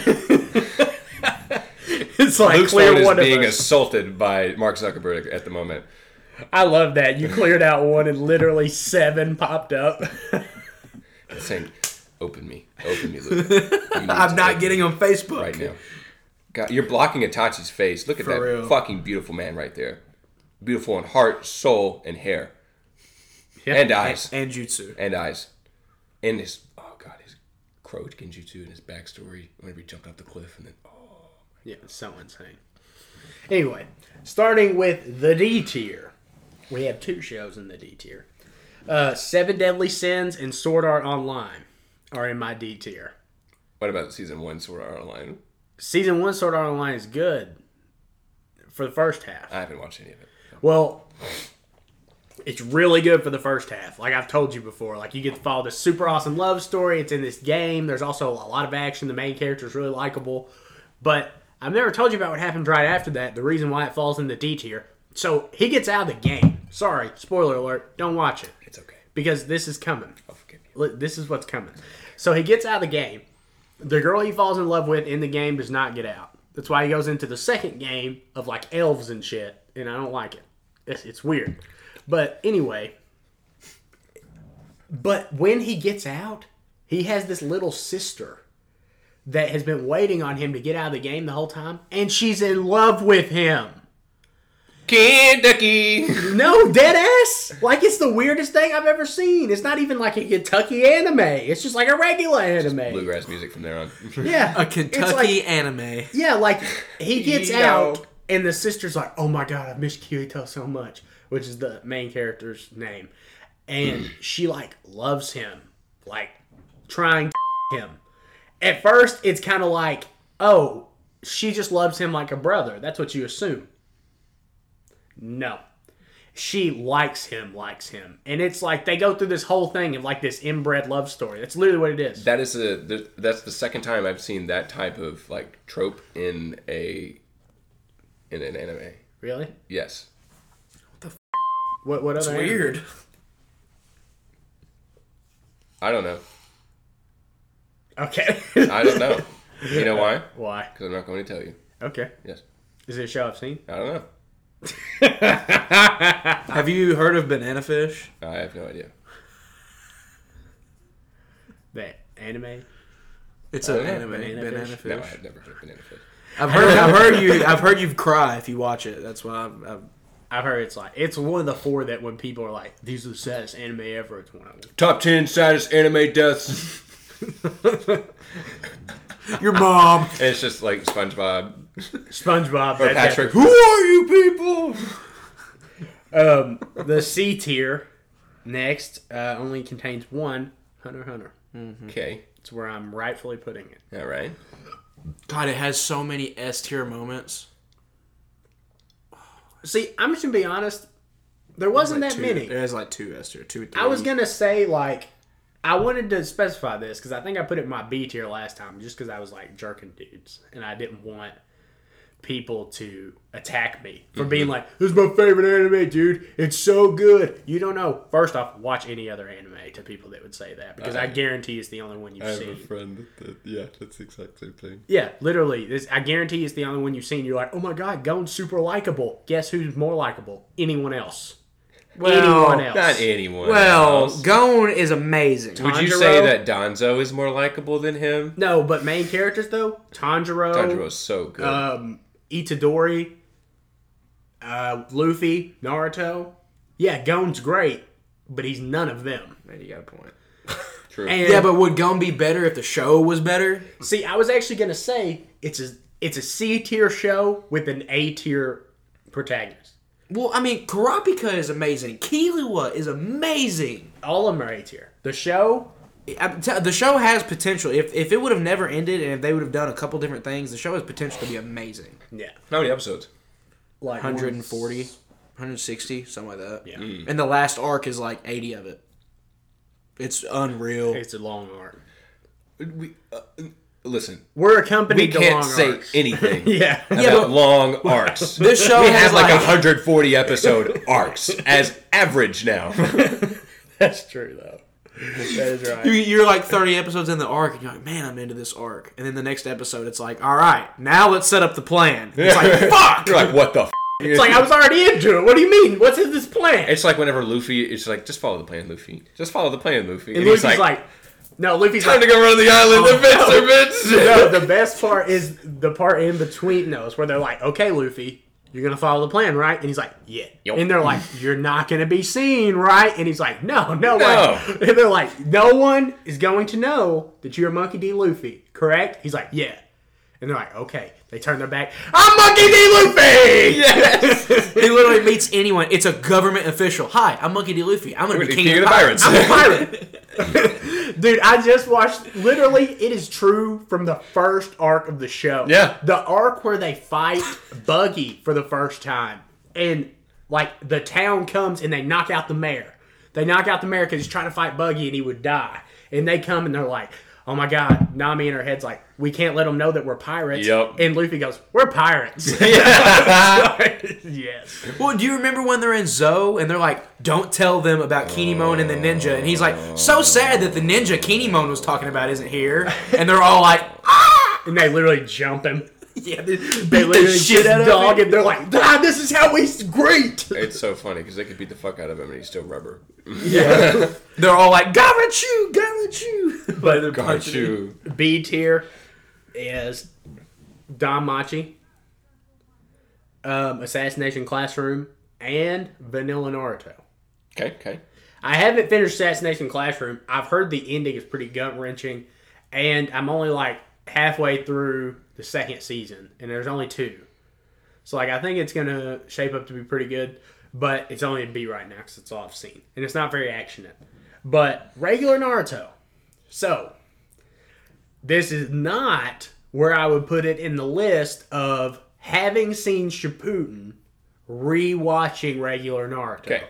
[SPEAKER 2] it's like
[SPEAKER 3] Luke's phone
[SPEAKER 2] clear
[SPEAKER 3] is
[SPEAKER 2] one of
[SPEAKER 3] being
[SPEAKER 2] us.
[SPEAKER 3] assaulted by Mark Zuckerberg at the moment.
[SPEAKER 2] I love that you cleared out one and literally seven popped up.
[SPEAKER 3] It's saying, open me. Open me, Luke. You need to
[SPEAKER 1] I'm not
[SPEAKER 3] open
[SPEAKER 1] getting
[SPEAKER 3] me
[SPEAKER 1] on Facebook.
[SPEAKER 3] Right now. God, you're blocking Itachi's face. Look at that
[SPEAKER 1] real.
[SPEAKER 3] fucking beautiful man right there. Beautiful in heart, soul, and hair. And eyes.
[SPEAKER 1] And jutsu.
[SPEAKER 3] and eyes. And his oh god, his croat genjutsu and his backstory whenever he jumped off the cliff and then oh
[SPEAKER 2] yeah, so insane. Anyway, starting with the D tier, we have two shows in the D tier. Uh, Seven Deadly Sins and Sword Art Online are in my D tier.
[SPEAKER 3] what about season one Sword Art Online?
[SPEAKER 2] Season one Sword Art Online is good for the first half.
[SPEAKER 3] I haven't watched any of it.
[SPEAKER 2] Well, it's really good for the first half. Like I've told you before, like you get to follow this super awesome love story. It's in this game. There's also a lot of action. The main character is really likable. But I've never told you about what happens right after that. The reason why it falls in the D tier. So he gets out of the game. Sorry, spoiler alert. Don't watch it
[SPEAKER 3] It's okay.
[SPEAKER 2] because this is coming.
[SPEAKER 3] I'll forgive you.
[SPEAKER 2] Look, this is what's coming. So he gets out of the game. The girl he falls in love with in the game does not get out. That's why he goes into the second game of like elves and shit, and I don't like it. It's, it's weird. But anyway, but when he gets out, he has this little sister that has been waiting on him to get out of the game the whole time, and she's in love with him.
[SPEAKER 3] Kentucky.
[SPEAKER 2] No, dead ass. Like it's the weirdest thing I've ever seen. It's not even like a Kentucky anime. It's just like a regular anime.
[SPEAKER 3] Bluegrass music from there on.
[SPEAKER 2] Yeah,
[SPEAKER 1] A
[SPEAKER 2] It's
[SPEAKER 1] Kentucky
[SPEAKER 2] like-
[SPEAKER 1] anime.
[SPEAKER 2] yeah, like he gets
[SPEAKER 3] Yo.
[SPEAKER 2] out, and the sister's like, "Oh my god, I miss Kirito so much," which is the main character's name, and she like loves him, like trying to him. At first, it's kind of like, "Oh, she just loves him like a brother." That's what you assume. No. She likes him, likes him. And it's like they go through this whole thing of like this inbred love story. That's literally what it is.
[SPEAKER 3] That is a th- that's the second time I've seen that type of like trope in a in an anime.
[SPEAKER 2] really?
[SPEAKER 3] Yes.
[SPEAKER 2] What what
[SPEAKER 1] It's
[SPEAKER 2] other anime?
[SPEAKER 1] weird.
[SPEAKER 3] I don't know.
[SPEAKER 2] Okay.
[SPEAKER 3] I don't know. You know why?
[SPEAKER 2] Why?
[SPEAKER 3] Because I'm not going to tell you.
[SPEAKER 2] Okay.
[SPEAKER 3] Yes.
[SPEAKER 2] Is it a show I've seen?
[SPEAKER 3] I don't know.
[SPEAKER 1] Have you heard of banana fish?
[SPEAKER 3] I have no idea.
[SPEAKER 2] That anime?
[SPEAKER 1] It's
[SPEAKER 3] Oh,
[SPEAKER 1] an
[SPEAKER 3] yeah,
[SPEAKER 1] anime.
[SPEAKER 2] banana
[SPEAKER 1] Banana,
[SPEAKER 2] fish.
[SPEAKER 1] fish.
[SPEAKER 3] No, I have never heard of banana fish.
[SPEAKER 1] I've heard. I've heard you. I've heard you cry if you watch it. That's why. I've, I've,
[SPEAKER 2] I've heard it's like it's one of the four that when people are like, These are the saddest anime ever, it's one of them.
[SPEAKER 3] Top ten saddest anime deaths.
[SPEAKER 1] your mom.
[SPEAKER 3] and it's just like SpongeBob
[SPEAKER 2] SpongeBob
[SPEAKER 1] Oh,
[SPEAKER 3] or
[SPEAKER 2] that- that-
[SPEAKER 3] Patrick. Who are you people?
[SPEAKER 2] Um the C tier next uh, only contains one Hunter x Hunter.
[SPEAKER 3] Okay.
[SPEAKER 2] It's where I'm rightfully putting it.
[SPEAKER 3] All right.
[SPEAKER 1] God, it has so many S tier moments.
[SPEAKER 2] See, I'm just gonna be honest. There wasn't
[SPEAKER 1] Like
[SPEAKER 2] that
[SPEAKER 1] two-
[SPEAKER 2] many.
[SPEAKER 1] It has like two S tier, two. or Three.
[SPEAKER 2] I was gonna say like I wanted to specify this because I think I put it in my B tier last time just because I was like jerking dudes and I didn't want people to attack me for being like this is my favorite anime dude it's so good you don't know first off watch any other anime to people that would say that because i guarantee it's the only one you've seen
[SPEAKER 3] friend that, yeah, that's the exact same thing.
[SPEAKER 2] yeah literally this i guarantee it's the only one you've seen you're like oh my god gon's super likable guess who's more likable anyone else anyone else
[SPEAKER 3] Not anyone.
[SPEAKER 1] Well,
[SPEAKER 3] else.
[SPEAKER 1] Gone is amazing.
[SPEAKER 3] would you
[SPEAKER 2] Tanjiro?
[SPEAKER 3] say that Donzo is more likable than him?
[SPEAKER 2] no but main characters though tanjiro
[SPEAKER 3] Tanjiro's so good.
[SPEAKER 2] um, Itadori, uh, Luffy, Naruto. Yeah, Gon's great, but he's none of them.
[SPEAKER 1] Man, you got a point.
[SPEAKER 3] True.
[SPEAKER 2] And
[SPEAKER 1] Yeah, but would Gone be better if the show was better?
[SPEAKER 2] see, I was actually gonna say it's a it's a C tier show with an A tier protagonist.
[SPEAKER 1] Well, I mean, Karapika is amazing. Killua is amazing.
[SPEAKER 2] All of them are A tier. The show,
[SPEAKER 1] I- t- the show has potential. If, if it would have never ended and if they would have done a couple different things, the show has potential to be amazing.
[SPEAKER 2] yeah,
[SPEAKER 3] How many episodes?
[SPEAKER 2] like
[SPEAKER 1] 140, 160, something like that. Yeah. And the last arc is like 80 of it. It's unreal.
[SPEAKER 2] It's a long arc.
[SPEAKER 3] We, uh, listen,
[SPEAKER 2] We're a company.
[SPEAKER 3] we
[SPEAKER 2] to long
[SPEAKER 3] can't say
[SPEAKER 2] arcs.
[SPEAKER 3] anything
[SPEAKER 2] Yeah.
[SPEAKER 3] about
[SPEAKER 1] but-
[SPEAKER 3] long arcs.
[SPEAKER 1] This show
[SPEAKER 3] we
[SPEAKER 1] has
[SPEAKER 3] have like,
[SPEAKER 1] like-
[SPEAKER 3] 140 episode arcs as average now.
[SPEAKER 2] That's true though. That is right.
[SPEAKER 1] You, you're like 30 episodes in the arc, and you're like, man, I'm into this arc. And then the next episode, it's like, all right, now let's set up the plan. It's like, fuck!
[SPEAKER 3] You're like, what the? F-?
[SPEAKER 2] It's like I was already into it. What do you mean? What's in this plan?
[SPEAKER 3] It's like whenever Luffy, it's like just follow the plan, Luffy. Just follow the plan, Luffy.
[SPEAKER 2] And Luffy's like, no, Luffy's
[SPEAKER 3] time
[SPEAKER 2] like,
[SPEAKER 3] to go run the island. the bits are bits.
[SPEAKER 2] no, the best part is the part in between those where they're like, okay, Luffy, you're going to follow the plan, right? And he's like, yeah.
[SPEAKER 3] Yup.
[SPEAKER 2] And they're like, you're not going to be seen, right? And he's like, no, no,
[SPEAKER 3] No.
[SPEAKER 2] way. And they're like, no one is going to know that you're Monkey D. Luffy, correct? He's like, yeah. And they're like, okay. They turn their back. I'm Monkey D. Luffy!
[SPEAKER 1] He literally meets anyone. It's a government official. Hi, I'm Monkey D. Luffy. I'm going to be king, of the pirates.
[SPEAKER 3] pirates.
[SPEAKER 1] I'm a pirate.
[SPEAKER 2] Dude, I just watched. Literally, it is true from the first arc of the show.
[SPEAKER 3] Yeah.
[SPEAKER 2] the arc where they fight Buggy for the first time, and like the town comes and they knock out the mayor. They knock out the mayor because he's trying to fight Buggy and he would die. And they come and they're like, "Oh my God!" Nami in her head's like, "We can't let them know that we're pirates."
[SPEAKER 3] Yup.
[SPEAKER 2] And Luffy goes, "We're pirates." yes.
[SPEAKER 1] well, do you remember when they're in Zoe and they're like, don't tell them about Kinemon and the ninja? And he's like, so sad that the ninja Kinemon was talking about isn't here. And they're all like,
[SPEAKER 2] And they literally jump him.
[SPEAKER 1] yeah, they
[SPEAKER 2] They
[SPEAKER 1] beat
[SPEAKER 2] literally
[SPEAKER 1] the shit
[SPEAKER 2] just
[SPEAKER 1] out of
[SPEAKER 2] dog
[SPEAKER 1] me.
[SPEAKER 2] and they're like, ah, "This is how we great."
[SPEAKER 3] It's so funny because they could beat the fuck out of him and he's still rubber.
[SPEAKER 1] They're all like, got you, got you. But they're
[SPEAKER 3] Aren't
[SPEAKER 1] punching him.
[SPEAKER 3] you?
[SPEAKER 2] B tier is Don Machi. um, Assassination Classroom, and Vanilla Naruto.
[SPEAKER 3] Okay, okay.
[SPEAKER 2] I haven't finished Assassination Classroom. I've heard the ending is pretty gut wrenching, and I'm only like halfway through the second season, and there's only two. So like I think it's gonna shape up to be pretty good, but it's only a B right now because it's all I've seen, and it's not very actionate. But regular Naruto. So this is not where I would put it in the list of having seen Shippuden, rewatching regular Naruto
[SPEAKER 3] Okay.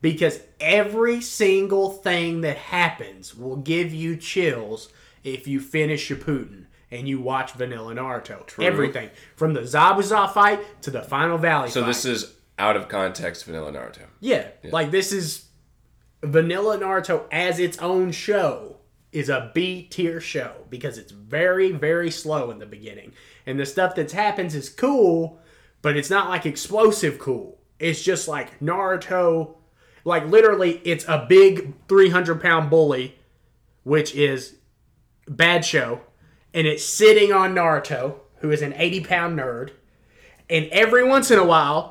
[SPEAKER 2] because every single thing that happens will give you chills if you finish Shippuden and you watch Vanilla Naruto. Everything from the Zabuza fight to the Final Valley.
[SPEAKER 3] So
[SPEAKER 2] fight.
[SPEAKER 3] this is out of context Vanilla Naruto.
[SPEAKER 2] yeah, like this is Vanilla Naruto as its own show is a B tier show because it's very very slow in the beginning and the stuff that happens is cool, but it's not like explosive cool. It's just like Naruto, like literally, it's a big three hundred pound bully, which is bad show, and it's sitting on Naruto, who is an eighty pound nerd, and every once in a while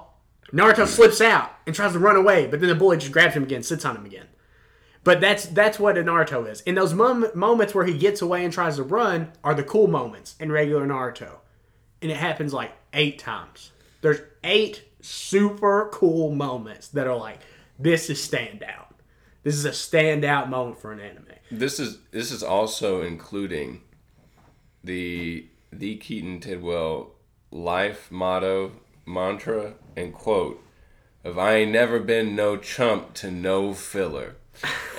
[SPEAKER 2] Naruto slips out and tries to run away, but then the bully just grabs him again, sits on him again. But that's that's what a Naruto is. In those mom- moments where he gets away and tries to run are the cool moments in regular Naruto, and it happens like eight times. There's eight super cool moments that are like this is standout. This is a standout moment for an anime.
[SPEAKER 3] This is this is also including the the Keaton Tidwell life motto, mantra, and quote of "I ain't never been no chump to no filler,"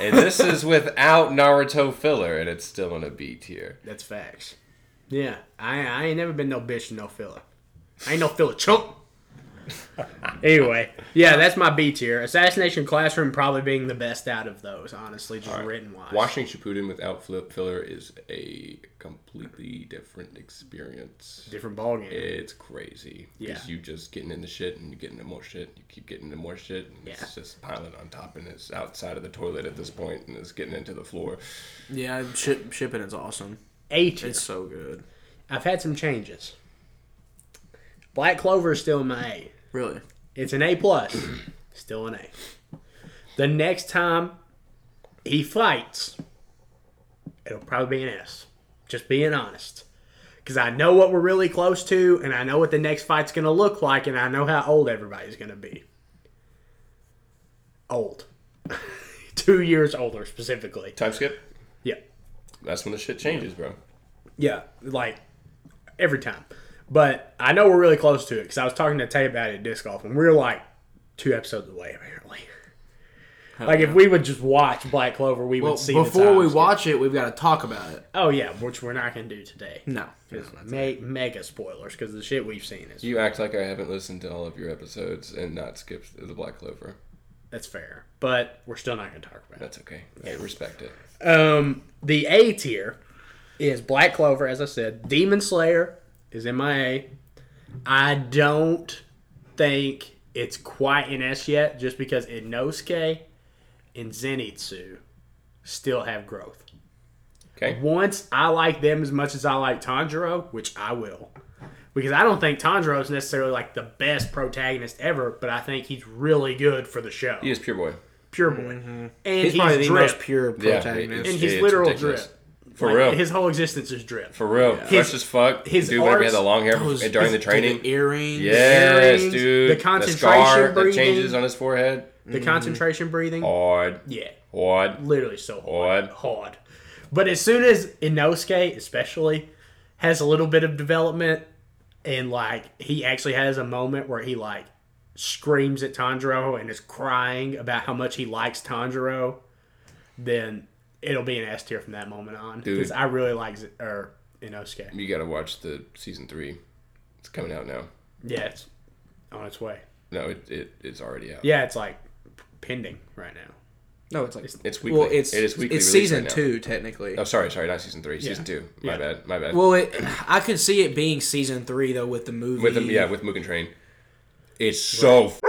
[SPEAKER 3] and this is without Naruto filler, and it's still in a B tier.
[SPEAKER 2] That's facts. Yeah, I, I ain't never been no bitch and no filler. I ain't no filler chunk. anyway, yeah, that's my B tier. Assassination Classroom probably being the best out of those, honestly, just written wise.
[SPEAKER 3] Watching Shippuden without flip filler is a completely different experience.
[SPEAKER 2] Different ballgame.
[SPEAKER 3] It's crazy because
[SPEAKER 2] Yeah.
[SPEAKER 3] you just getting into shit and you getting into more shit. You keep getting into more shit. And
[SPEAKER 2] Yeah.
[SPEAKER 3] It's just piling on top and it's outside of the toilet at this point and it's getting into the floor.
[SPEAKER 1] Yeah, ship, shipping is awesome.
[SPEAKER 2] A tier.
[SPEAKER 1] It's so good.
[SPEAKER 2] I've had some changes. Black Clover is still in my A.
[SPEAKER 1] Really.
[SPEAKER 2] It's an A plus. Still an A. The next time he fights, it'll probably be an S. Just being honest. Because I know what we're really close to, and I know what the next fight's going to look like, and I know how old everybody's going to be. Old. Two years older, specifically.
[SPEAKER 3] Time skip.
[SPEAKER 2] Yeah.
[SPEAKER 3] That's when the shit changes, bro.
[SPEAKER 2] Yeah, like every time. But I know we're really close to it because I was talking to Tay about it at disc golf, and we are like two episodes away apparently. like if we would just watch Black Clover, we
[SPEAKER 1] Well,
[SPEAKER 2] would see the
[SPEAKER 1] before we
[SPEAKER 2] times.
[SPEAKER 1] watch it, we've got to talk about it.
[SPEAKER 2] Oh yeah, which we're not gonna do today.
[SPEAKER 1] No.
[SPEAKER 2] It's me- mega spoilers because the shit we've seen is
[SPEAKER 3] You act like I haven't listened to all of your episodes and not skipped the Black Clover.
[SPEAKER 2] that's fair, but we're still not gonna talk about it.
[SPEAKER 3] That's okay. I respect it.
[SPEAKER 2] Um, the A tier is Black Clover, as I said. Demon Slayer is in my A. I don't think it's quite an S yet, just because Inosuke and Zenitsu still have growth.
[SPEAKER 3] Okay.
[SPEAKER 2] Once I like them as much as I like Tanjiro, which I will, because I don't think Tanjiro is necessarily like the best protagonist ever, but I think he's really good for the show.
[SPEAKER 3] He is pure boy.
[SPEAKER 2] Pure boy, and he's,
[SPEAKER 1] Mm-hmm. He's, probably the
[SPEAKER 2] drip.
[SPEAKER 1] most pure
[SPEAKER 3] Yeah.
[SPEAKER 1] protagonist.
[SPEAKER 2] And he's
[SPEAKER 3] it's
[SPEAKER 2] literal
[SPEAKER 3] ridiculous.
[SPEAKER 2] drip.
[SPEAKER 3] For
[SPEAKER 2] Like,
[SPEAKER 3] real.
[SPEAKER 2] His whole existence is drip.
[SPEAKER 3] For real. Fresh
[SPEAKER 2] His-
[SPEAKER 3] as fuck.
[SPEAKER 2] his
[SPEAKER 3] dude whenever he had
[SPEAKER 2] arts-
[SPEAKER 3] the long hair
[SPEAKER 1] Those-
[SPEAKER 3] during the
[SPEAKER 1] to
[SPEAKER 3] training.
[SPEAKER 1] earrings.
[SPEAKER 3] yes,
[SPEAKER 2] earrings,
[SPEAKER 3] dude.
[SPEAKER 2] the
[SPEAKER 3] scar
[SPEAKER 2] concentration
[SPEAKER 3] that
[SPEAKER 2] breathing.
[SPEAKER 3] changes on his forehead.
[SPEAKER 2] The concentration breathing.
[SPEAKER 3] Hard.
[SPEAKER 2] Yeah,
[SPEAKER 3] Hard.
[SPEAKER 2] literally so hard.
[SPEAKER 3] Hard.
[SPEAKER 2] Hard. But as soon as Inosuke, especially, has a little bit of development and like he actually has a moment where he like screams at Tanjiro and is crying about how much he likes Tanjiro, then it'll be an S tier from that moment on. Because
[SPEAKER 3] Dude.
[SPEAKER 2] I really like Z- or Inosuke.
[SPEAKER 3] You gotta watch the season three. It's coming out now.
[SPEAKER 2] Yeah, it's on its way.
[SPEAKER 3] No, it, it it's already out.
[SPEAKER 2] Yeah, it's like pending right now.
[SPEAKER 1] No, it's like
[SPEAKER 3] It's weekly.
[SPEAKER 1] well, it's
[SPEAKER 3] it is weekly.
[SPEAKER 1] it's
[SPEAKER 3] release
[SPEAKER 1] season
[SPEAKER 3] right now.
[SPEAKER 1] two technically.
[SPEAKER 3] Oh, sorry, sorry, not season three. Season two. My
[SPEAKER 2] Yeah.
[SPEAKER 3] bad. My bad.
[SPEAKER 1] Well, it, I could see it being season three though with the movie.
[SPEAKER 3] with him, yeah, with Mugen Train. It's so f-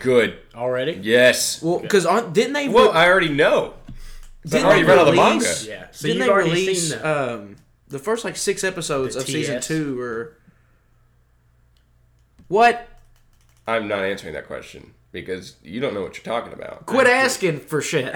[SPEAKER 3] good.
[SPEAKER 2] Already?
[SPEAKER 3] Yes.
[SPEAKER 1] Well, because didn't they?
[SPEAKER 3] Well, I already know.
[SPEAKER 1] didn't
[SPEAKER 3] I already
[SPEAKER 1] they
[SPEAKER 3] read all the
[SPEAKER 1] release-
[SPEAKER 3] manga.
[SPEAKER 2] Yeah. So
[SPEAKER 1] Didn't
[SPEAKER 2] you've
[SPEAKER 1] they
[SPEAKER 2] already
[SPEAKER 1] release
[SPEAKER 2] seen the
[SPEAKER 1] um the first like six episodes
[SPEAKER 2] The
[SPEAKER 1] of season
[SPEAKER 2] TS?
[SPEAKER 1] two? Or what?
[SPEAKER 3] I'm not answering that question because you don't know what you're talking about.
[SPEAKER 1] Quit asking for shit.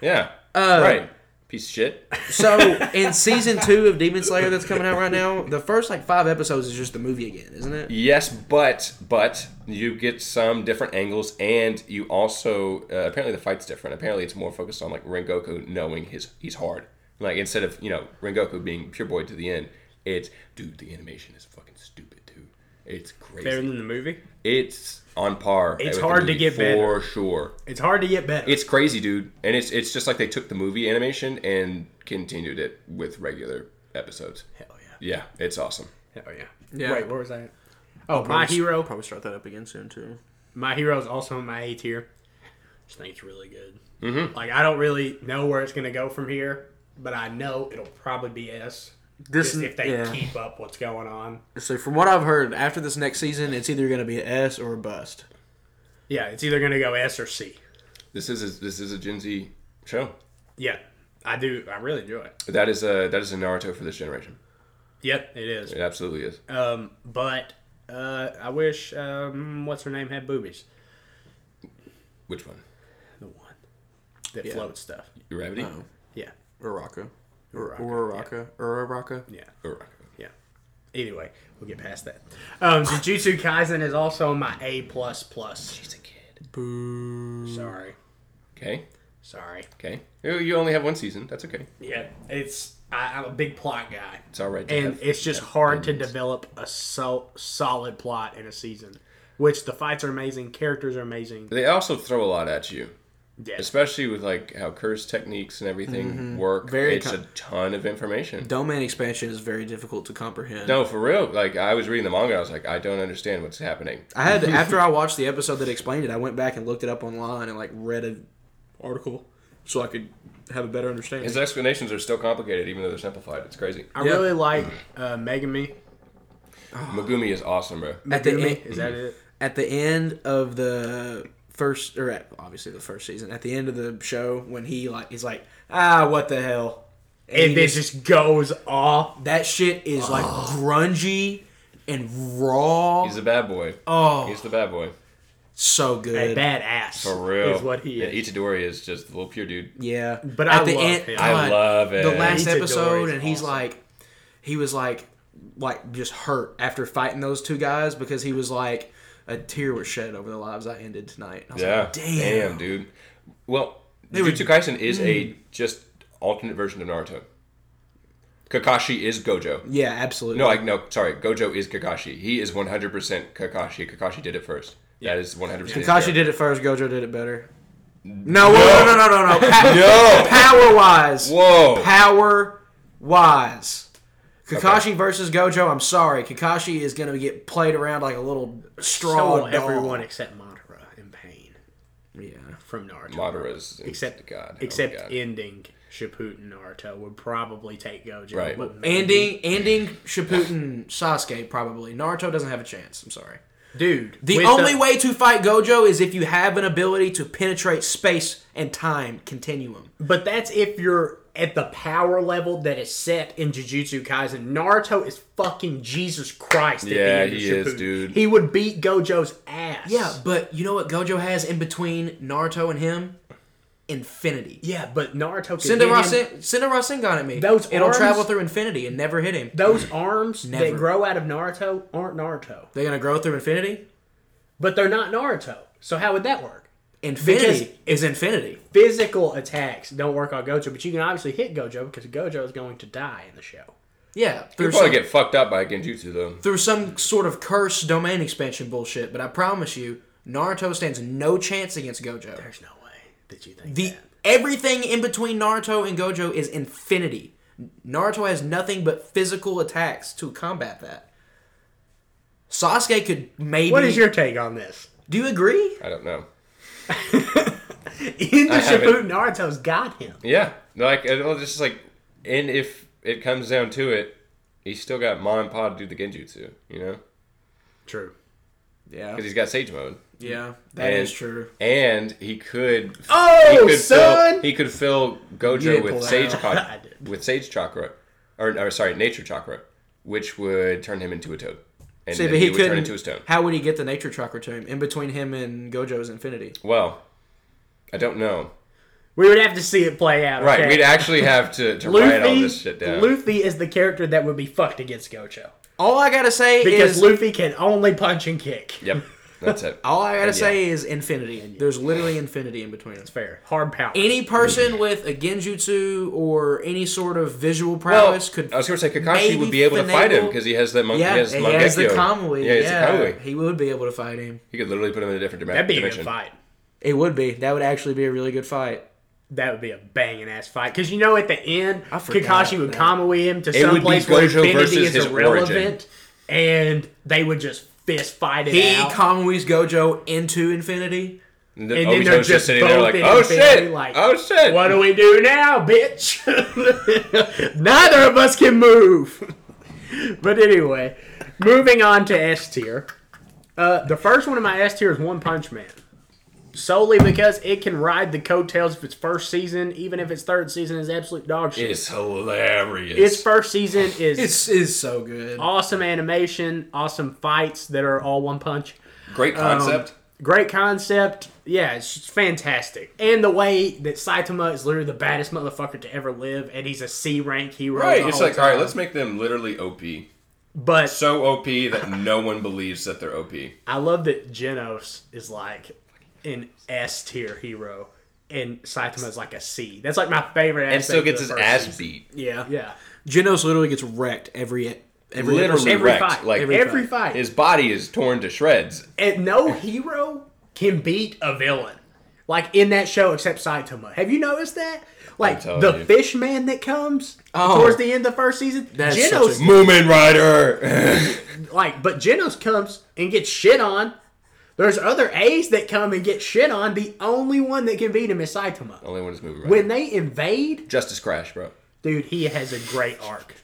[SPEAKER 3] Yeah.
[SPEAKER 1] Uh,
[SPEAKER 3] right. Piece of shit.
[SPEAKER 1] So in season two of Demon Slayer that's coming out right now, the first like five episodes is just the movie again, isn't it?
[SPEAKER 3] Yes, but but you get some different angles, and you also uh, apparently the fight's different. Apparently, it's more focused on like Rengoku knowing his he's hard. Like instead of you know Rengoku being pure boy to the end, it's dude. The animation is fucking stupid, dude. It's crazy.
[SPEAKER 2] Better than the movie.
[SPEAKER 3] it's on par.
[SPEAKER 2] It's
[SPEAKER 3] with the
[SPEAKER 2] hard to
[SPEAKER 3] movie
[SPEAKER 2] get
[SPEAKER 3] for
[SPEAKER 2] better.
[SPEAKER 3] sure.
[SPEAKER 2] It's hard to get better.
[SPEAKER 3] It's crazy, dude. And it's it's just like they took the movie animation and continued it with regular episodes.
[SPEAKER 2] Hell yeah.
[SPEAKER 3] Yeah, it's awesome.
[SPEAKER 2] Hell yeah.
[SPEAKER 1] Yeah.
[SPEAKER 2] Wait, where was I? at? Oh, my hero.
[SPEAKER 1] Probably start that up again soon too.
[SPEAKER 2] My Hero's also in my A tier. Just think it's really good. Mm-hmm. Like I don't really know where it's gonna go from here, but I know it'll probably be S.
[SPEAKER 1] This-
[SPEAKER 2] just if they
[SPEAKER 1] yeah.
[SPEAKER 2] keep up what's going on.
[SPEAKER 1] So from what I've heard, after this next season, it's either going to be an S or a bust.
[SPEAKER 2] Yeah, it's either gonna go S or C.
[SPEAKER 3] This is a, this is a Gen Z show.
[SPEAKER 2] Yeah, I do. I really enjoy it.
[SPEAKER 3] That is a that is a Naruto for this generation.
[SPEAKER 2] Yep, it is.
[SPEAKER 3] It absolutely is.
[SPEAKER 2] Um, but uh, I wish um, what's her name had boobies.
[SPEAKER 3] Which one?
[SPEAKER 2] The one that floats stuff.
[SPEAKER 3] Gravity.
[SPEAKER 2] Yeah,
[SPEAKER 1] Uraraka.
[SPEAKER 2] Uraraka,
[SPEAKER 1] Uraraka. Uraraka.
[SPEAKER 2] yeah,
[SPEAKER 3] Or-
[SPEAKER 2] yeah. Anyway, we'll get past that. Um, Jujutsu Kaisen is also my A plus plus. She's a kid.
[SPEAKER 1] Boo.
[SPEAKER 2] Sorry,
[SPEAKER 3] Okay.
[SPEAKER 2] sorry.
[SPEAKER 3] Okay. You- You only have one season. That's okay.
[SPEAKER 2] Yeah, it's I, I'm a big plot guy,
[SPEAKER 3] It's all right. to
[SPEAKER 2] and
[SPEAKER 3] have-
[SPEAKER 2] it's just hard to develop a so, solid plot in a season. Which the fights are amazing, characters are amazing.
[SPEAKER 3] they also throw a lot at you,
[SPEAKER 2] Yes.
[SPEAKER 3] especially with like how curse techniques and everything
[SPEAKER 2] Mm-hmm.
[SPEAKER 3] work.
[SPEAKER 1] Very
[SPEAKER 3] it's
[SPEAKER 1] com-
[SPEAKER 3] a ton of information.
[SPEAKER 1] Domain expansion is very difficult to comprehend.
[SPEAKER 3] No, for real. Like I was reading the manga, I was like, I don't understand what's happening.
[SPEAKER 1] I had after I watched the episode that explained it, I went back and looked it up online and like read an article so I could have a better understanding.
[SPEAKER 3] His explanations are still complicated, even though they're simplified. It's crazy.
[SPEAKER 2] I
[SPEAKER 1] Yeah.
[SPEAKER 2] really like uh, Megami.
[SPEAKER 3] Megumi is awesome, bro.
[SPEAKER 1] At the
[SPEAKER 2] Megumi,
[SPEAKER 1] end-
[SPEAKER 2] is that it?
[SPEAKER 1] at the end of the first or at, obviously the first season at the end of the show when he like he's like ah what the hell
[SPEAKER 2] And
[SPEAKER 1] he
[SPEAKER 2] it just goes off.
[SPEAKER 1] that shit is like
[SPEAKER 2] Oh.
[SPEAKER 1] grungy and raw
[SPEAKER 3] He's a bad boy.
[SPEAKER 1] oh
[SPEAKER 3] He's the bad boy.
[SPEAKER 1] so
[SPEAKER 2] A
[SPEAKER 1] good
[SPEAKER 2] badass
[SPEAKER 3] For real.
[SPEAKER 2] is what he
[SPEAKER 3] Yeah,
[SPEAKER 2] is.
[SPEAKER 3] Itadori is just the little pure dude.
[SPEAKER 1] yeah
[SPEAKER 2] But I love him. I
[SPEAKER 1] God,
[SPEAKER 3] I love it.
[SPEAKER 1] the last
[SPEAKER 2] Itadori's
[SPEAKER 1] episode and he's
[SPEAKER 2] awesome.
[SPEAKER 1] like he was like like just hurt after fighting those two guys because he was like a tear was shed over the lives I ended tonight. I was
[SPEAKER 3] Yeah.
[SPEAKER 1] like,
[SPEAKER 3] damn.
[SPEAKER 1] damn,
[SPEAKER 3] dude. Well,
[SPEAKER 1] were-
[SPEAKER 3] Jujutsu Kaisen is a just alternate version of Naruto. Kakashi is Gojo.
[SPEAKER 1] yeah, absolutely.
[SPEAKER 3] No, I no, sorry. Gojo is Kakashi. He is 100% Kakashi. Kakashi did it first. That is 100%.
[SPEAKER 1] Kashi did it first. Gojo did it better. No, whoa, no, no, no, no, no. Pa-
[SPEAKER 3] No.
[SPEAKER 1] Power wise.
[SPEAKER 3] Whoa.
[SPEAKER 1] Power wise. Kakashi versus Gojo. I'm sorry, Kakashi is gonna get played around like a little straw.
[SPEAKER 2] So
[SPEAKER 1] doll.
[SPEAKER 2] everyone except Madara in pain
[SPEAKER 1] Yeah.
[SPEAKER 2] from Naruto.
[SPEAKER 3] Madara's
[SPEAKER 2] except
[SPEAKER 3] God. Oh,
[SPEAKER 2] except
[SPEAKER 3] God.
[SPEAKER 2] ending Shippuden Naruto would probably take Gojo.
[SPEAKER 3] Right.
[SPEAKER 2] but maybe-
[SPEAKER 1] Ending, ending Shippuden Sasuke probably. Naruto doesn't have a chance. I'm sorry.
[SPEAKER 2] dude.
[SPEAKER 1] The
[SPEAKER 2] with
[SPEAKER 1] only way to fight Gojo is if you have an ability to penetrate space and time continuum.
[SPEAKER 2] but that's if you're at the power level that is set in Jujutsu Kaisen. Naruto is fucking Jesus Christ. At
[SPEAKER 3] Yeah,
[SPEAKER 2] the end of
[SPEAKER 3] he is,
[SPEAKER 2] Shippuden.
[SPEAKER 3] dude.
[SPEAKER 2] He would beat Gojo's ass.
[SPEAKER 1] Yeah, but you know what Gojo has in between Naruto and him? Infinity.
[SPEAKER 2] yeah, but Naruto can
[SPEAKER 1] Send a,
[SPEAKER 2] hit him-
[SPEAKER 1] Rasen, send a Rasengan at me.
[SPEAKER 2] Those
[SPEAKER 1] It'll
[SPEAKER 2] arms-
[SPEAKER 1] travel through infinity and never hit him.
[SPEAKER 2] Those arms
[SPEAKER 1] Never.
[SPEAKER 2] that grow out of Naruto aren't Naruto,
[SPEAKER 1] They're going to grow through infinity?
[SPEAKER 2] but they're not Naruto. So how would that work?
[SPEAKER 1] Infinity
[SPEAKER 2] Because-
[SPEAKER 1] is infinity.
[SPEAKER 2] Physical attacks don't work on Gojo, but you can obviously hit Gojo because Gojo is going to die in the show.
[SPEAKER 1] Yeah.
[SPEAKER 3] You'll
[SPEAKER 1] Through
[SPEAKER 3] probably
[SPEAKER 1] some,
[SPEAKER 3] get fucked up by Genjutsu, though.
[SPEAKER 1] through some sort of cursed domain expansion bullshit, but I promise you, Naruto stands no chance against Gojo.
[SPEAKER 2] There's no way that you think
[SPEAKER 1] The
[SPEAKER 2] that.
[SPEAKER 1] everything in between Naruto and Gojo is infinity. Naruto has nothing but physical attacks to combat that. Sasuke could maybe.
[SPEAKER 2] What is your take on this?
[SPEAKER 1] Do you agree?
[SPEAKER 3] I don't know.
[SPEAKER 2] In the
[SPEAKER 3] haven't.
[SPEAKER 2] Shippuden, Naruto's got him.
[SPEAKER 3] Yeah, like it was just like, and if it comes down to it, he's still got Ma and Pa to do the Genjutsu, you know,
[SPEAKER 2] True.
[SPEAKER 1] Yeah.
[SPEAKER 3] because he's got Sage Mode.
[SPEAKER 1] Yeah, that
[SPEAKER 3] and,
[SPEAKER 1] is true.
[SPEAKER 3] And he could.
[SPEAKER 2] Oh,
[SPEAKER 3] he
[SPEAKER 2] son!
[SPEAKER 3] Fill, he could fill
[SPEAKER 1] You didn't
[SPEAKER 3] Gojo
[SPEAKER 1] pull
[SPEAKER 3] with
[SPEAKER 1] that
[SPEAKER 3] Sage
[SPEAKER 1] out.
[SPEAKER 2] I
[SPEAKER 3] chakra,
[SPEAKER 2] did.
[SPEAKER 3] with Sage chakra, or, or sorry, Nature chakra, which would turn him into a toad. and
[SPEAKER 1] See,
[SPEAKER 3] then
[SPEAKER 1] but he,
[SPEAKER 3] would
[SPEAKER 1] couldn't.
[SPEAKER 3] turn into his tome.
[SPEAKER 1] How would he get the nature chakra to him? In between him and Gojo's infinity.
[SPEAKER 3] Well, I don't know.
[SPEAKER 2] We would have to see it play out.
[SPEAKER 3] Right,
[SPEAKER 2] okay?
[SPEAKER 3] we'd actually have to, to
[SPEAKER 2] Luffy,
[SPEAKER 3] write all this shit down.
[SPEAKER 2] Luffy is the character that would be fucked against Gojo
[SPEAKER 1] All I gotta say
[SPEAKER 2] because
[SPEAKER 1] is.
[SPEAKER 2] Luffy can only punch and kick.
[SPEAKER 3] Yep, that's it.
[SPEAKER 1] all I gotta say is infinity. There's literally infinity in between us.
[SPEAKER 2] Fair, hard power.
[SPEAKER 1] Any person with a genjutsu or any sort of visual prowess could.
[SPEAKER 3] I was going to say Kakashi
[SPEAKER 1] maybe
[SPEAKER 3] would be able to fight him
[SPEAKER 1] finagle-
[SPEAKER 3] because he has that monkey.
[SPEAKER 1] yeah,
[SPEAKER 3] he has,
[SPEAKER 1] he has the
[SPEAKER 3] Mangekyo.
[SPEAKER 1] Kamui.
[SPEAKER 3] Yeah,
[SPEAKER 1] Yeah,
[SPEAKER 3] he has the Kamui.
[SPEAKER 1] he would be able to fight him.
[SPEAKER 3] He could literally put him in a different dimension.
[SPEAKER 2] That'd be a good fight.
[SPEAKER 1] It would be. That would actually be a really good fight.
[SPEAKER 2] That would be a banging ass fight because you know at the end
[SPEAKER 1] I forgot
[SPEAKER 2] Kakashi would
[SPEAKER 1] that.
[SPEAKER 2] Kamui him to
[SPEAKER 3] would be
[SPEAKER 2] some place where
[SPEAKER 3] Gojo
[SPEAKER 2] infinity
[SPEAKER 3] versus
[SPEAKER 2] is
[SPEAKER 3] his
[SPEAKER 2] irrelevant, and they would just fist fight it
[SPEAKER 1] He
[SPEAKER 2] out.
[SPEAKER 1] Kamui's Gojo into infinity.
[SPEAKER 2] and
[SPEAKER 3] And then
[SPEAKER 2] then they're
[SPEAKER 3] Obito's
[SPEAKER 2] just
[SPEAKER 3] just sitting there
[SPEAKER 2] both
[SPEAKER 3] like,
[SPEAKER 2] in
[SPEAKER 3] oh
[SPEAKER 2] infinity,
[SPEAKER 3] shit,
[SPEAKER 2] like,
[SPEAKER 3] oh shit.
[SPEAKER 2] what do we do now, bitch? Neither of us can move. but anyway, moving on to S tier. Uh, the first one in my S tier is One Punch Man. Solely because it can ride the coattails of its first season, even if its third season is absolute dog shit.
[SPEAKER 3] It's hilarious.
[SPEAKER 2] Its first season is
[SPEAKER 1] It's is so good.
[SPEAKER 2] awesome animation, awesome fights that are all one punch.
[SPEAKER 3] great
[SPEAKER 2] um,
[SPEAKER 3] concept.
[SPEAKER 2] Great concept. Yeah, it's just fantastic. And the way that Saitama is literally the baddest motherfucker to ever live, and he's a C rank hero.
[SPEAKER 3] right,
[SPEAKER 2] the
[SPEAKER 3] it's
[SPEAKER 2] whole
[SPEAKER 3] like all right,
[SPEAKER 2] time.
[SPEAKER 3] let's make them literally OP.
[SPEAKER 2] But
[SPEAKER 3] So OP that no one believes that they're OP.
[SPEAKER 2] I love that Genos is like an S tier hero, and Saitama is like a C. That's like my favorite.
[SPEAKER 3] And
[SPEAKER 2] aspect
[SPEAKER 3] still
[SPEAKER 2] of
[SPEAKER 3] gets
[SPEAKER 2] the
[SPEAKER 3] his
[SPEAKER 2] first
[SPEAKER 3] ass
[SPEAKER 2] season.
[SPEAKER 3] beat.
[SPEAKER 1] Yeah.
[SPEAKER 2] Yeah,
[SPEAKER 1] Genos literally gets wrecked every every
[SPEAKER 3] Literally
[SPEAKER 2] every
[SPEAKER 3] wrecked.
[SPEAKER 2] fight,
[SPEAKER 3] like
[SPEAKER 2] every,
[SPEAKER 1] every
[SPEAKER 2] fight.
[SPEAKER 3] his body is torn to shreds.
[SPEAKER 2] and no hero can beat a villain. Like in that show, except Saitama. Have you noticed that? Like
[SPEAKER 3] telling
[SPEAKER 2] the
[SPEAKER 3] you.
[SPEAKER 2] fish man that comes
[SPEAKER 1] Oh.
[SPEAKER 2] towards the end of the first season.
[SPEAKER 1] That's such
[SPEAKER 2] Genos
[SPEAKER 1] a-
[SPEAKER 3] Moomin Rider.
[SPEAKER 2] like, but Genos comes and gets shit on. There's other A's that come and get shit on. The only one that can beat him is Saitama.
[SPEAKER 3] Only one is Moomin Rider.
[SPEAKER 2] When they invade,
[SPEAKER 3] Justice Crash, bro.
[SPEAKER 2] dude, he has a great arc.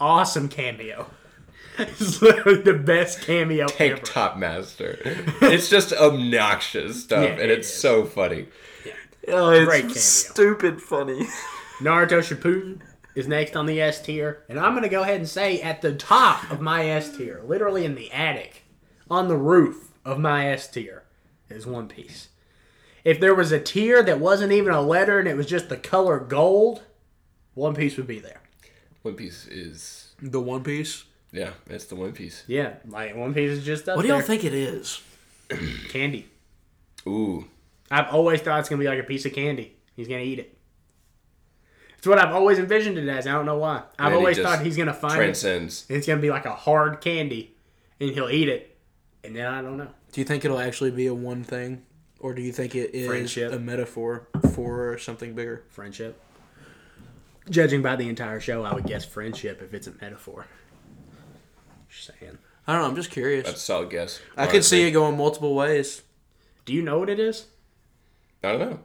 [SPEAKER 2] Awesome cameo. it's literally the best cameo ever.
[SPEAKER 3] Tank Top Master. it's just obnoxious stuff,
[SPEAKER 2] Yeah,
[SPEAKER 3] and
[SPEAKER 2] it
[SPEAKER 3] it's
[SPEAKER 2] is.
[SPEAKER 3] so funny.
[SPEAKER 1] Oh, it's
[SPEAKER 2] Great cameo.
[SPEAKER 1] stupid funny.
[SPEAKER 2] Naruto Shippuden is next on the S tier, and I'm going to go ahead and say at the top of my S tier, literally in the attic, on the roof of my S tier, is One Piece. If there was a tier that wasn't even a letter and it was just the color gold, One Piece would be there.
[SPEAKER 3] One Piece is
[SPEAKER 1] the One Piece.
[SPEAKER 3] yeah, it's the One Piece.
[SPEAKER 2] Yeah, like One Piece is just up
[SPEAKER 1] What do
[SPEAKER 2] there.
[SPEAKER 1] y'all think it is?
[SPEAKER 2] Candy.
[SPEAKER 3] Ooh,
[SPEAKER 2] I've always thought it's going to be like a piece of candy. He's going to eat it. It's what I've always envisioned it as. I don't know why. I've
[SPEAKER 3] And he
[SPEAKER 2] always
[SPEAKER 3] just
[SPEAKER 2] thought he's going to find it.
[SPEAKER 3] transcends.
[SPEAKER 2] and it's gonna be like a hard candy, and he'll eat it, and then I don't know.
[SPEAKER 1] Do you think it'll actually be a one thing, or do you think it is
[SPEAKER 2] Friendship.
[SPEAKER 1] a metaphor for something bigger?
[SPEAKER 2] Friendship. Judging by the entire show, I would guess friendship if it's a metaphor. Just saying.
[SPEAKER 1] I don't know. I'm just curious.
[SPEAKER 3] That's a solid guess.
[SPEAKER 1] I could see it going multiple ways.
[SPEAKER 2] Do you know what it is?
[SPEAKER 3] I don't know.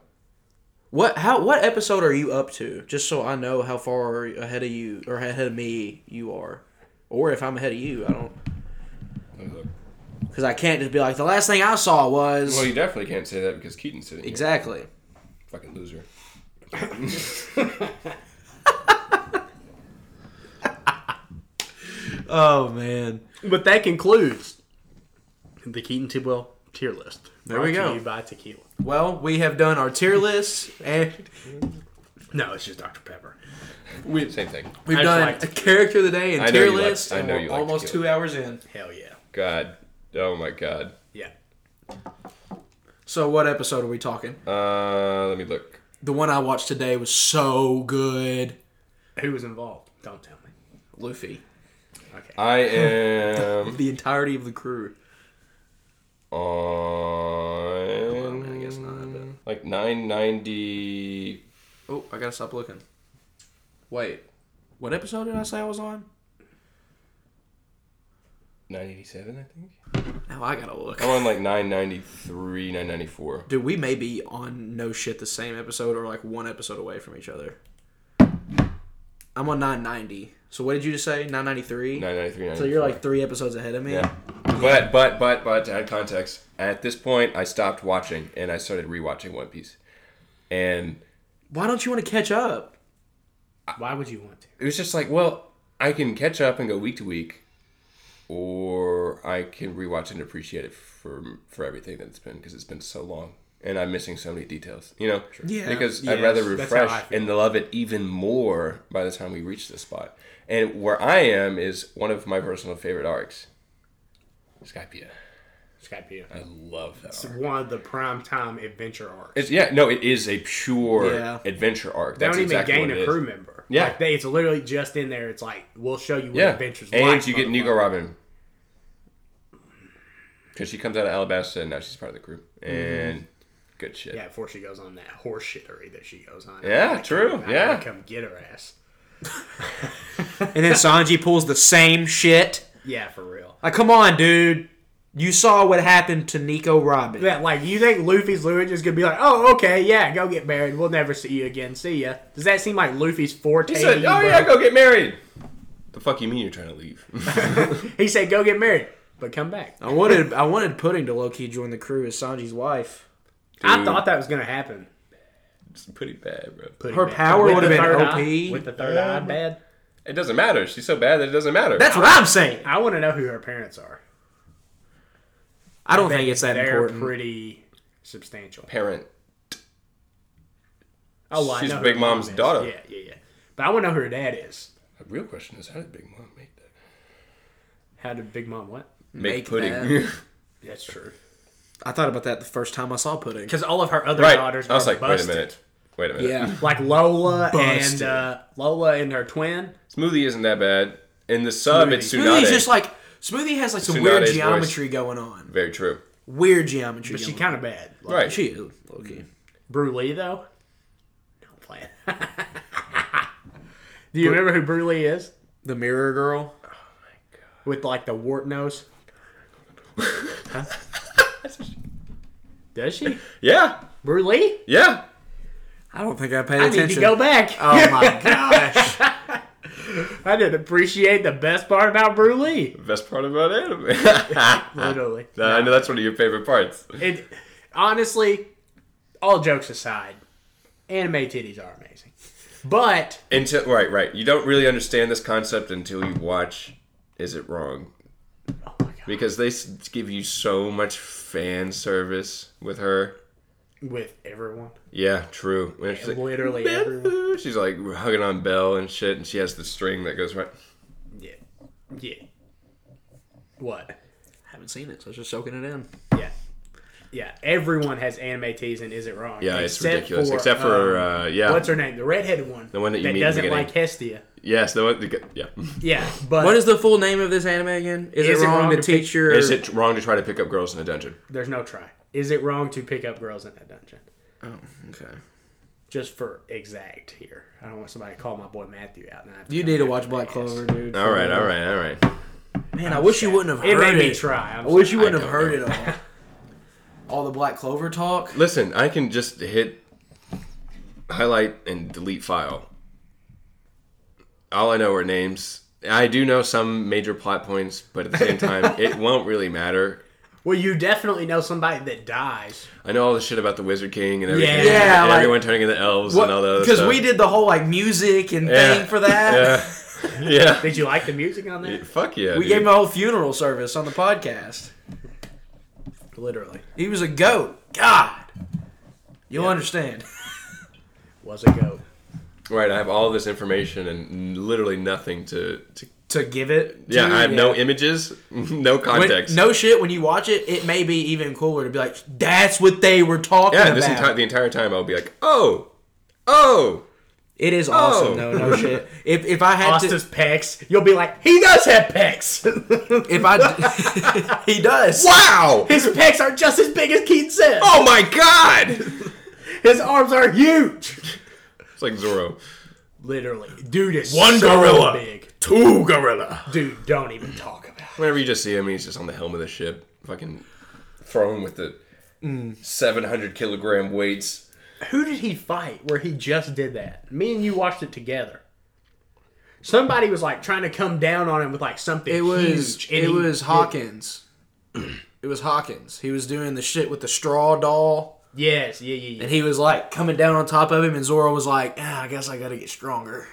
[SPEAKER 1] What how what episode are you up to? Just so I know how far ahead of you or ahead of me you are, or if I'm ahead of you, I don't.
[SPEAKER 3] Let me look.
[SPEAKER 1] Because I can't just be like the last thing I saw was
[SPEAKER 3] Well, you definitely can't say that because Keaton's sitting here.
[SPEAKER 1] exactly.
[SPEAKER 3] Fucking loser.
[SPEAKER 1] Oh man,
[SPEAKER 2] But that concludes the Keaton Tidwell tier list.
[SPEAKER 1] There
[SPEAKER 2] Brought
[SPEAKER 1] we
[SPEAKER 2] to
[SPEAKER 1] go.
[SPEAKER 2] you by tequila.
[SPEAKER 1] Well, we have done our tier lists and
[SPEAKER 2] No, it's just Dr Pepper.
[SPEAKER 3] Same thing.
[SPEAKER 1] we've
[SPEAKER 2] I just
[SPEAKER 1] done
[SPEAKER 2] liked
[SPEAKER 1] a character of the day and
[SPEAKER 3] I know
[SPEAKER 1] tier
[SPEAKER 3] you liked-
[SPEAKER 1] lists.
[SPEAKER 3] I
[SPEAKER 1] and
[SPEAKER 3] know
[SPEAKER 1] we're
[SPEAKER 3] you liked
[SPEAKER 1] almost
[SPEAKER 3] tequila.
[SPEAKER 1] two hours in.
[SPEAKER 2] Hell yeah,
[SPEAKER 3] God. Oh my God.
[SPEAKER 2] yeah.
[SPEAKER 1] So what episode are we talking?
[SPEAKER 3] Uh, let me look.
[SPEAKER 1] The one I watched today was so good.
[SPEAKER 2] Who was involved? Don't tell me.
[SPEAKER 1] Luffy,
[SPEAKER 3] I am
[SPEAKER 1] the entirety of the crew.
[SPEAKER 3] on.
[SPEAKER 1] I guess not, but-
[SPEAKER 3] Like nine ninety.
[SPEAKER 1] Oh, I gotta stop looking. Wait, what episode did I say I was on?
[SPEAKER 3] 987, I think.
[SPEAKER 1] Now I gotta look.
[SPEAKER 3] I'm on like 993, 994.
[SPEAKER 1] Oh, Dude, we may be on no shit the same episode or like one episode away from each other. I'm on 990. So what did you just say? 993?
[SPEAKER 3] 993,
[SPEAKER 1] So you're like three episodes ahead of me?
[SPEAKER 3] Yeah. But, but, but, but to add context, at this point, I stopped watching and I started rewatching One Piece. And
[SPEAKER 1] Why don't you want to catch up?
[SPEAKER 2] Why would you want to?
[SPEAKER 3] it was just like, well, I can catch up and go week to week. or I can rewatch and appreciate it for for everything that it's been because it's been so long and I'm missing so many details. You know,
[SPEAKER 1] Yeah.
[SPEAKER 3] because
[SPEAKER 2] Yes,
[SPEAKER 3] I'd rather
[SPEAKER 2] that's how I
[SPEAKER 3] refresh
[SPEAKER 2] feel.
[SPEAKER 3] and love it even more by the time we reach this spot. And where I am is one of my personal favorite arcs, Skypea.
[SPEAKER 2] Skypea.
[SPEAKER 3] I love that.
[SPEAKER 2] It's
[SPEAKER 3] Arc.
[SPEAKER 2] one of the prime time adventure arcs.
[SPEAKER 3] It's, yeah, no, it is a pure
[SPEAKER 1] Yeah.
[SPEAKER 3] adventure arc.
[SPEAKER 2] They
[SPEAKER 3] That's
[SPEAKER 2] don't even
[SPEAKER 3] exactly
[SPEAKER 2] gain
[SPEAKER 3] what
[SPEAKER 2] a
[SPEAKER 3] it is.
[SPEAKER 2] crew member.
[SPEAKER 3] Yeah.
[SPEAKER 2] like they, it's literally just in there. It's like we'll show you what
[SPEAKER 3] Yeah,
[SPEAKER 2] adventures.
[SPEAKER 3] and
[SPEAKER 2] like,
[SPEAKER 3] you get Nico
[SPEAKER 2] motherfucker.
[SPEAKER 3] Robin because she comes out of Alabasta and now she's part of the crew. And good shit.
[SPEAKER 2] Yeah, before she goes on that horse shittery that she goes on.
[SPEAKER 3] Yeah,
[SPEAKER 2] I'm gonna
[SPEAKER 3] true,
[SPEAKER 2] come- I'm
[SPEAKER 3] yeah.
[SPEAKER 2] gonna come get her ass.
[SPEAKER 1] And then Sanji pulls the same shit.
[SPEAKER 2] Yeah, for real.
[SPEAKER 1] Like, come on, dude. You saw what happened to Nico Robin.
[SPEAKER 2] That like you think Luffy's literally just gonna be like, oh okay, yeah, go get married. We'll never see you again. See ya. Does that seem like Luffy's forte?
[SPEAKER 3] He said, "Oh yeah, go get married." The fuck you mean you're trying to leave?
[SPEAKER 2] He said, go get married, but come back.
[SPEAKER 1] I wanted I wanted Pudding to low key join the crew as Sanji's wife.
[SPEAKER 2] I
[SPEAKER 3] Dude.
[SPEAKER 2] thought that was gonna happen.
[SPEAKER 3] it's pretty bad, bro.
[SPEAKER 2] Putting
[SPEAKER 1] Her
[SPEAKER 2] back-
[SPEAKER 1] power
[SPEAKER 2] with
[SPEAKER 1] would've
[SPEAKER 2] the
[SPEAKER 1] been
[SPEAKER 2] third
[SPEAKER 1] OP.
[SPEAKER 2] eye- with the third
[SPEAKER 3] Yeah.
[SPEAKER 2] eye bad.
[SPEAKER 3] It doesn't matter. She's so bad that it doesn't matter.
[SPEAKER 1] That's what I'm saying.
[SPEAKER 2] I want to know who her parents are.
[SPEAKER 1] I don't think it's that
[SPEAKER 2] They're
[SPEAKER 1] important.
[SPEAKER 2] pretty substantial.
[SPEAKER 3] Parent.
[SPEAKER 2] Oh, well, I
[SPEAKER 3] She's
[SPEAKER 2] know who
[SPEAKER 3] Big
[SPEAKER 2] her
[SPEAKER 3] Mom's
[SPEAKER 2] mom is.
[SPEAKER 3] daughter.
[SPEAKER 2] Yeah, yeah, yeah. But I want to know who her dad is.
[SPEAKER 3] The real question is, how did Big Mom make that?
[SPEAKER 2] How did Big Mom what?
[SPEAKER 3] Make,
[SPEAKER 1] Make
[SPEAKER 3] pudding.
[SPEAKER 1] that.
[SPEAKER 2] That's true.
[SPEAKER 1] I thought about that the first time I saw Pudding.
[SPEAKER 2] Because all of her other
[SPEAKER 3] right.
[SPEAKER 2] daughters
[SPEAKER 3] I was
[SPEAKER 2] are
[SPEAKER 3] like,
[SPEAKER 2] busted.
[SPEAKER 3] wait a minute. Wait a minute.
[SPEAKER 1] Yeah.
[SPEAKER 2] Like Lola
[SPEAKER 1] Busted.
[SPEAKER 2] and uh, Lola and her twin.
[SPEAKER 3] Smoothie isn't that bad. In the sub, it's
[SPEAKER 2] Smoothie.
[SPEAKER 3] Tsunade.
[SPEAKER 1] Smoothie's just like Smoothie has like some weird
[SPEAKER 3] Tsunade's
[SPEAKER 1] geometry going on.
[SPEAKER 3] Very true.
[SPEAKER 1] Weird geometry.
[SPEAKER 2] But she
[SPEAKER 1] going
[SPEAKER 2] kind of bad.
[SPEAKER 1] on.
[SPEAKER 2] Like,
[SPEAKER 3] Right.
[SPEAKER 1] she is okay.
[SPEAKER 2] Brulee though. No I'm playing. Do you remember who Brulee is?
[SPEAKER 1] The mirror girl.
[SPEAKER 2] With like the wart nose. Huh? Does she?
[SPEAKER 3] yeah.
[SPEAKER 2] Brulee?
[SPEAKER 3] Yeah.
[SPEAKER 1] I don't think I paid
[SPEAKER 2] I
[SPEAKER 1] attention.
[SPEAKER 2] need to go back.
[SPEAKER 1] Oh my gosh.
[SPEAKER 2] I didn't appreciate the best part about Brulee.
[SPEAKER 3] The best part about anime. Nah,
[SPEAKER 2] Literally.
[SPEAKER 3] Uh, I know that's one of your favorite parts.
[SPEAKER 2] It honestly, all jokes aside, anime titties are amazing. But
[SPEAKER 3] Until right, right. You don't really understand this concept until you watch. Is it wrong?
[SPEAKER 2] oh my god,
[SPEAKER 3] Because they s- give you so much fan service with her.
[SPEAKER 2] with everyone,
[SPEAKER 3] Yeah, true. When she's, like,
[SPEAKER 2] literally everyone,
[SPEAKER 3] "Boo," she's like hugging on Belle and shit, and she has the string that goes right.
[SPEAKER 2] yeah, yeah. What?
[SPEAKER 1] I haven't seen it, so I was just soaking it in.
[SPEAKER 2] Yeah, yeah. Everyone has anime titties, and is it wrong?
[SPEAKER 3] Yeah, it's ridiculous. Except for
[SPEAKER 2] um,
[SPEAKER 3] uh, yeah,
[SPEAKER 2] what's her name, the redheaded one, the
[SPEAKER 3] one that you meet in the
[SPEAKER 2] doesn't
[SPEAKER 3] beginning.
[SPEAKER 2] like Hestia.
[SPEAKER 3] yes, the one, the, yeah.
[SPEAKER 2] Yeah, but
[SPEAKER 1] What is the full name of this anime again? Is, it, wrong, to
[SPEAKER 2] pick-
[SPEAKER 1] teach your?
[SPEAKER 3] Is it wrong to try to pick up girls in a dungeon?
[SPEAKER 2] there's no try. Is it wrong to pick up girls in that dungeon?
[SPEAKER 1] Oh, okay.
[SPEAKER 2] Just for exact here, I don't want somebody to call my boy Matthew out. And I have
[SPEAKER 1] You
[SPEAKER 2] come
[SPEAKER 1] need to
[SPEAKER 2] after
[SPEAKER 1] watch
[SPEAKER 2] my
[SPEAKER 1] Black
[SPEAKER 2] ass.
[SPEAKER 1] Clover, dude.
[SPEAKER 3] All right, all right, all right.
[SPEAKER 1] Man, I wish you wouldn't have
[SPEAKER 2] It
[SPEAKER 1] heard
[SPEAKER 2] made
[SPEAKER 1] it.
[SPEAKER 2] me try. I'm
[SPEAKER 1] I wish you
[SPEAKER 2] sorry.
[SPEAKER 1] wouldn't
[SPEAKER 3] I
[SPEAKER 1] have
[SPEAKER 3] don't
[SPEAKER 1] heard it all. All the Black Clover talk.
[SPEAKER 3] Listen, I can just hit highlight and delete file. All I know are names. I do know some major plot points, but at the same time, it won't really matter.
[SPEAKER 2] Well, you definitely know somebody that dies.
[SPEAKER 3] I know all the shit about the Wizard King and everything.
[SPEAKER 2] Yeah.
[SPEAKER 1] Yeah,
[SPEAKER 3] and
[SPEAKER 1] like-
[SPEAKER 3] everyone turning into elves and all that.
[SPEAKER 1] Because we did the whole like music and
[SPEAKER 3] Yeah.
[SPEAKER 1] thing for that.
[SPEAKER 3] Yeah. yeah.
[SPEAKER 2] Did you like the music on that?
[SPEAKER 3] Fuck yeah.
[SPEAKER 1] We
[SPEAKER 3] dude.
[SPEAKER 1] gave him a whole funeral service on the podcast.
[SPEAKER 2] Literally,
[SPEAKER 1] He was a goat. God, you'll understand.
[SPEAKER 2] was a goat.
[SPEAKER 3] right. I have all this information and literally nothing to. to
[SPEAKER 1] To give it.
[SPEAKER 3] yeah,
[SPEAKER 1] to-
[SPEAKER 3] I have no images, no
[SPEAKER 1] When-
[SPEAKER 3] context.
[SPEAKER 1] no shit. When you watch it, it may be even cooler to be like, "That's what they were talking
[SPEAKER 3] yeah,
[SPEAKER 1] about."
[SPEAKER 3] this entire the entire time I'll be like, oh, oh,
[SPEAKER 1] it is awesome,
[SPEAKER 3] Oh.
[SPEAKER 1] though. No shit. If if I had to,
[SPEAKER 2] Austin's pecs. You'll be like, he does have pecs.
[SPEAKER 1] if I, he does.
[SPEAKER 3] wow.
[SPEAKER 2] His pecs are just as big as Keith said.
[SPEAKER 3] Oh my god!
[SPEAKER 2] His arms are huge.
[SPEAKER 3] It's like Zorro.
[SPEAKER 2] Literally, dude is
[SPEAKER 3] One
[SPEAKER 2] so
[SPEAKER 3] gorilla.
[SPEAKER 2] big.
[SPEAKER 3] Two gorilla.
[SPEAKER 2] Dude, don't even talk about. it.
[SPEAKER 3] Whenever you just see him, he's just on the helm of the ship, fucking thrown with the 700 kilogram weights.
[SPEAKER 2] Who did he fight where he just did that? Me and you watched it together. Somebody was like trying to come down on him with like something.
[SPEAKER 1] It was
[SPEAKER 2] huge, and
[SPEAKER 1] it
[SPEAKER 2] he
[SPEAKER 1] was
[SPEAKER 2] did-
[SPEAKER 1] Hawkins. it was Hawkins. He was doing the shit with the straw doll,
[SPEAKER 2] Yes, yeah, yeah, yeah.
[SPEAKER 1] and he was like coming down on top of him, and Zoro was like, ah, "I guess I gotta get stronger."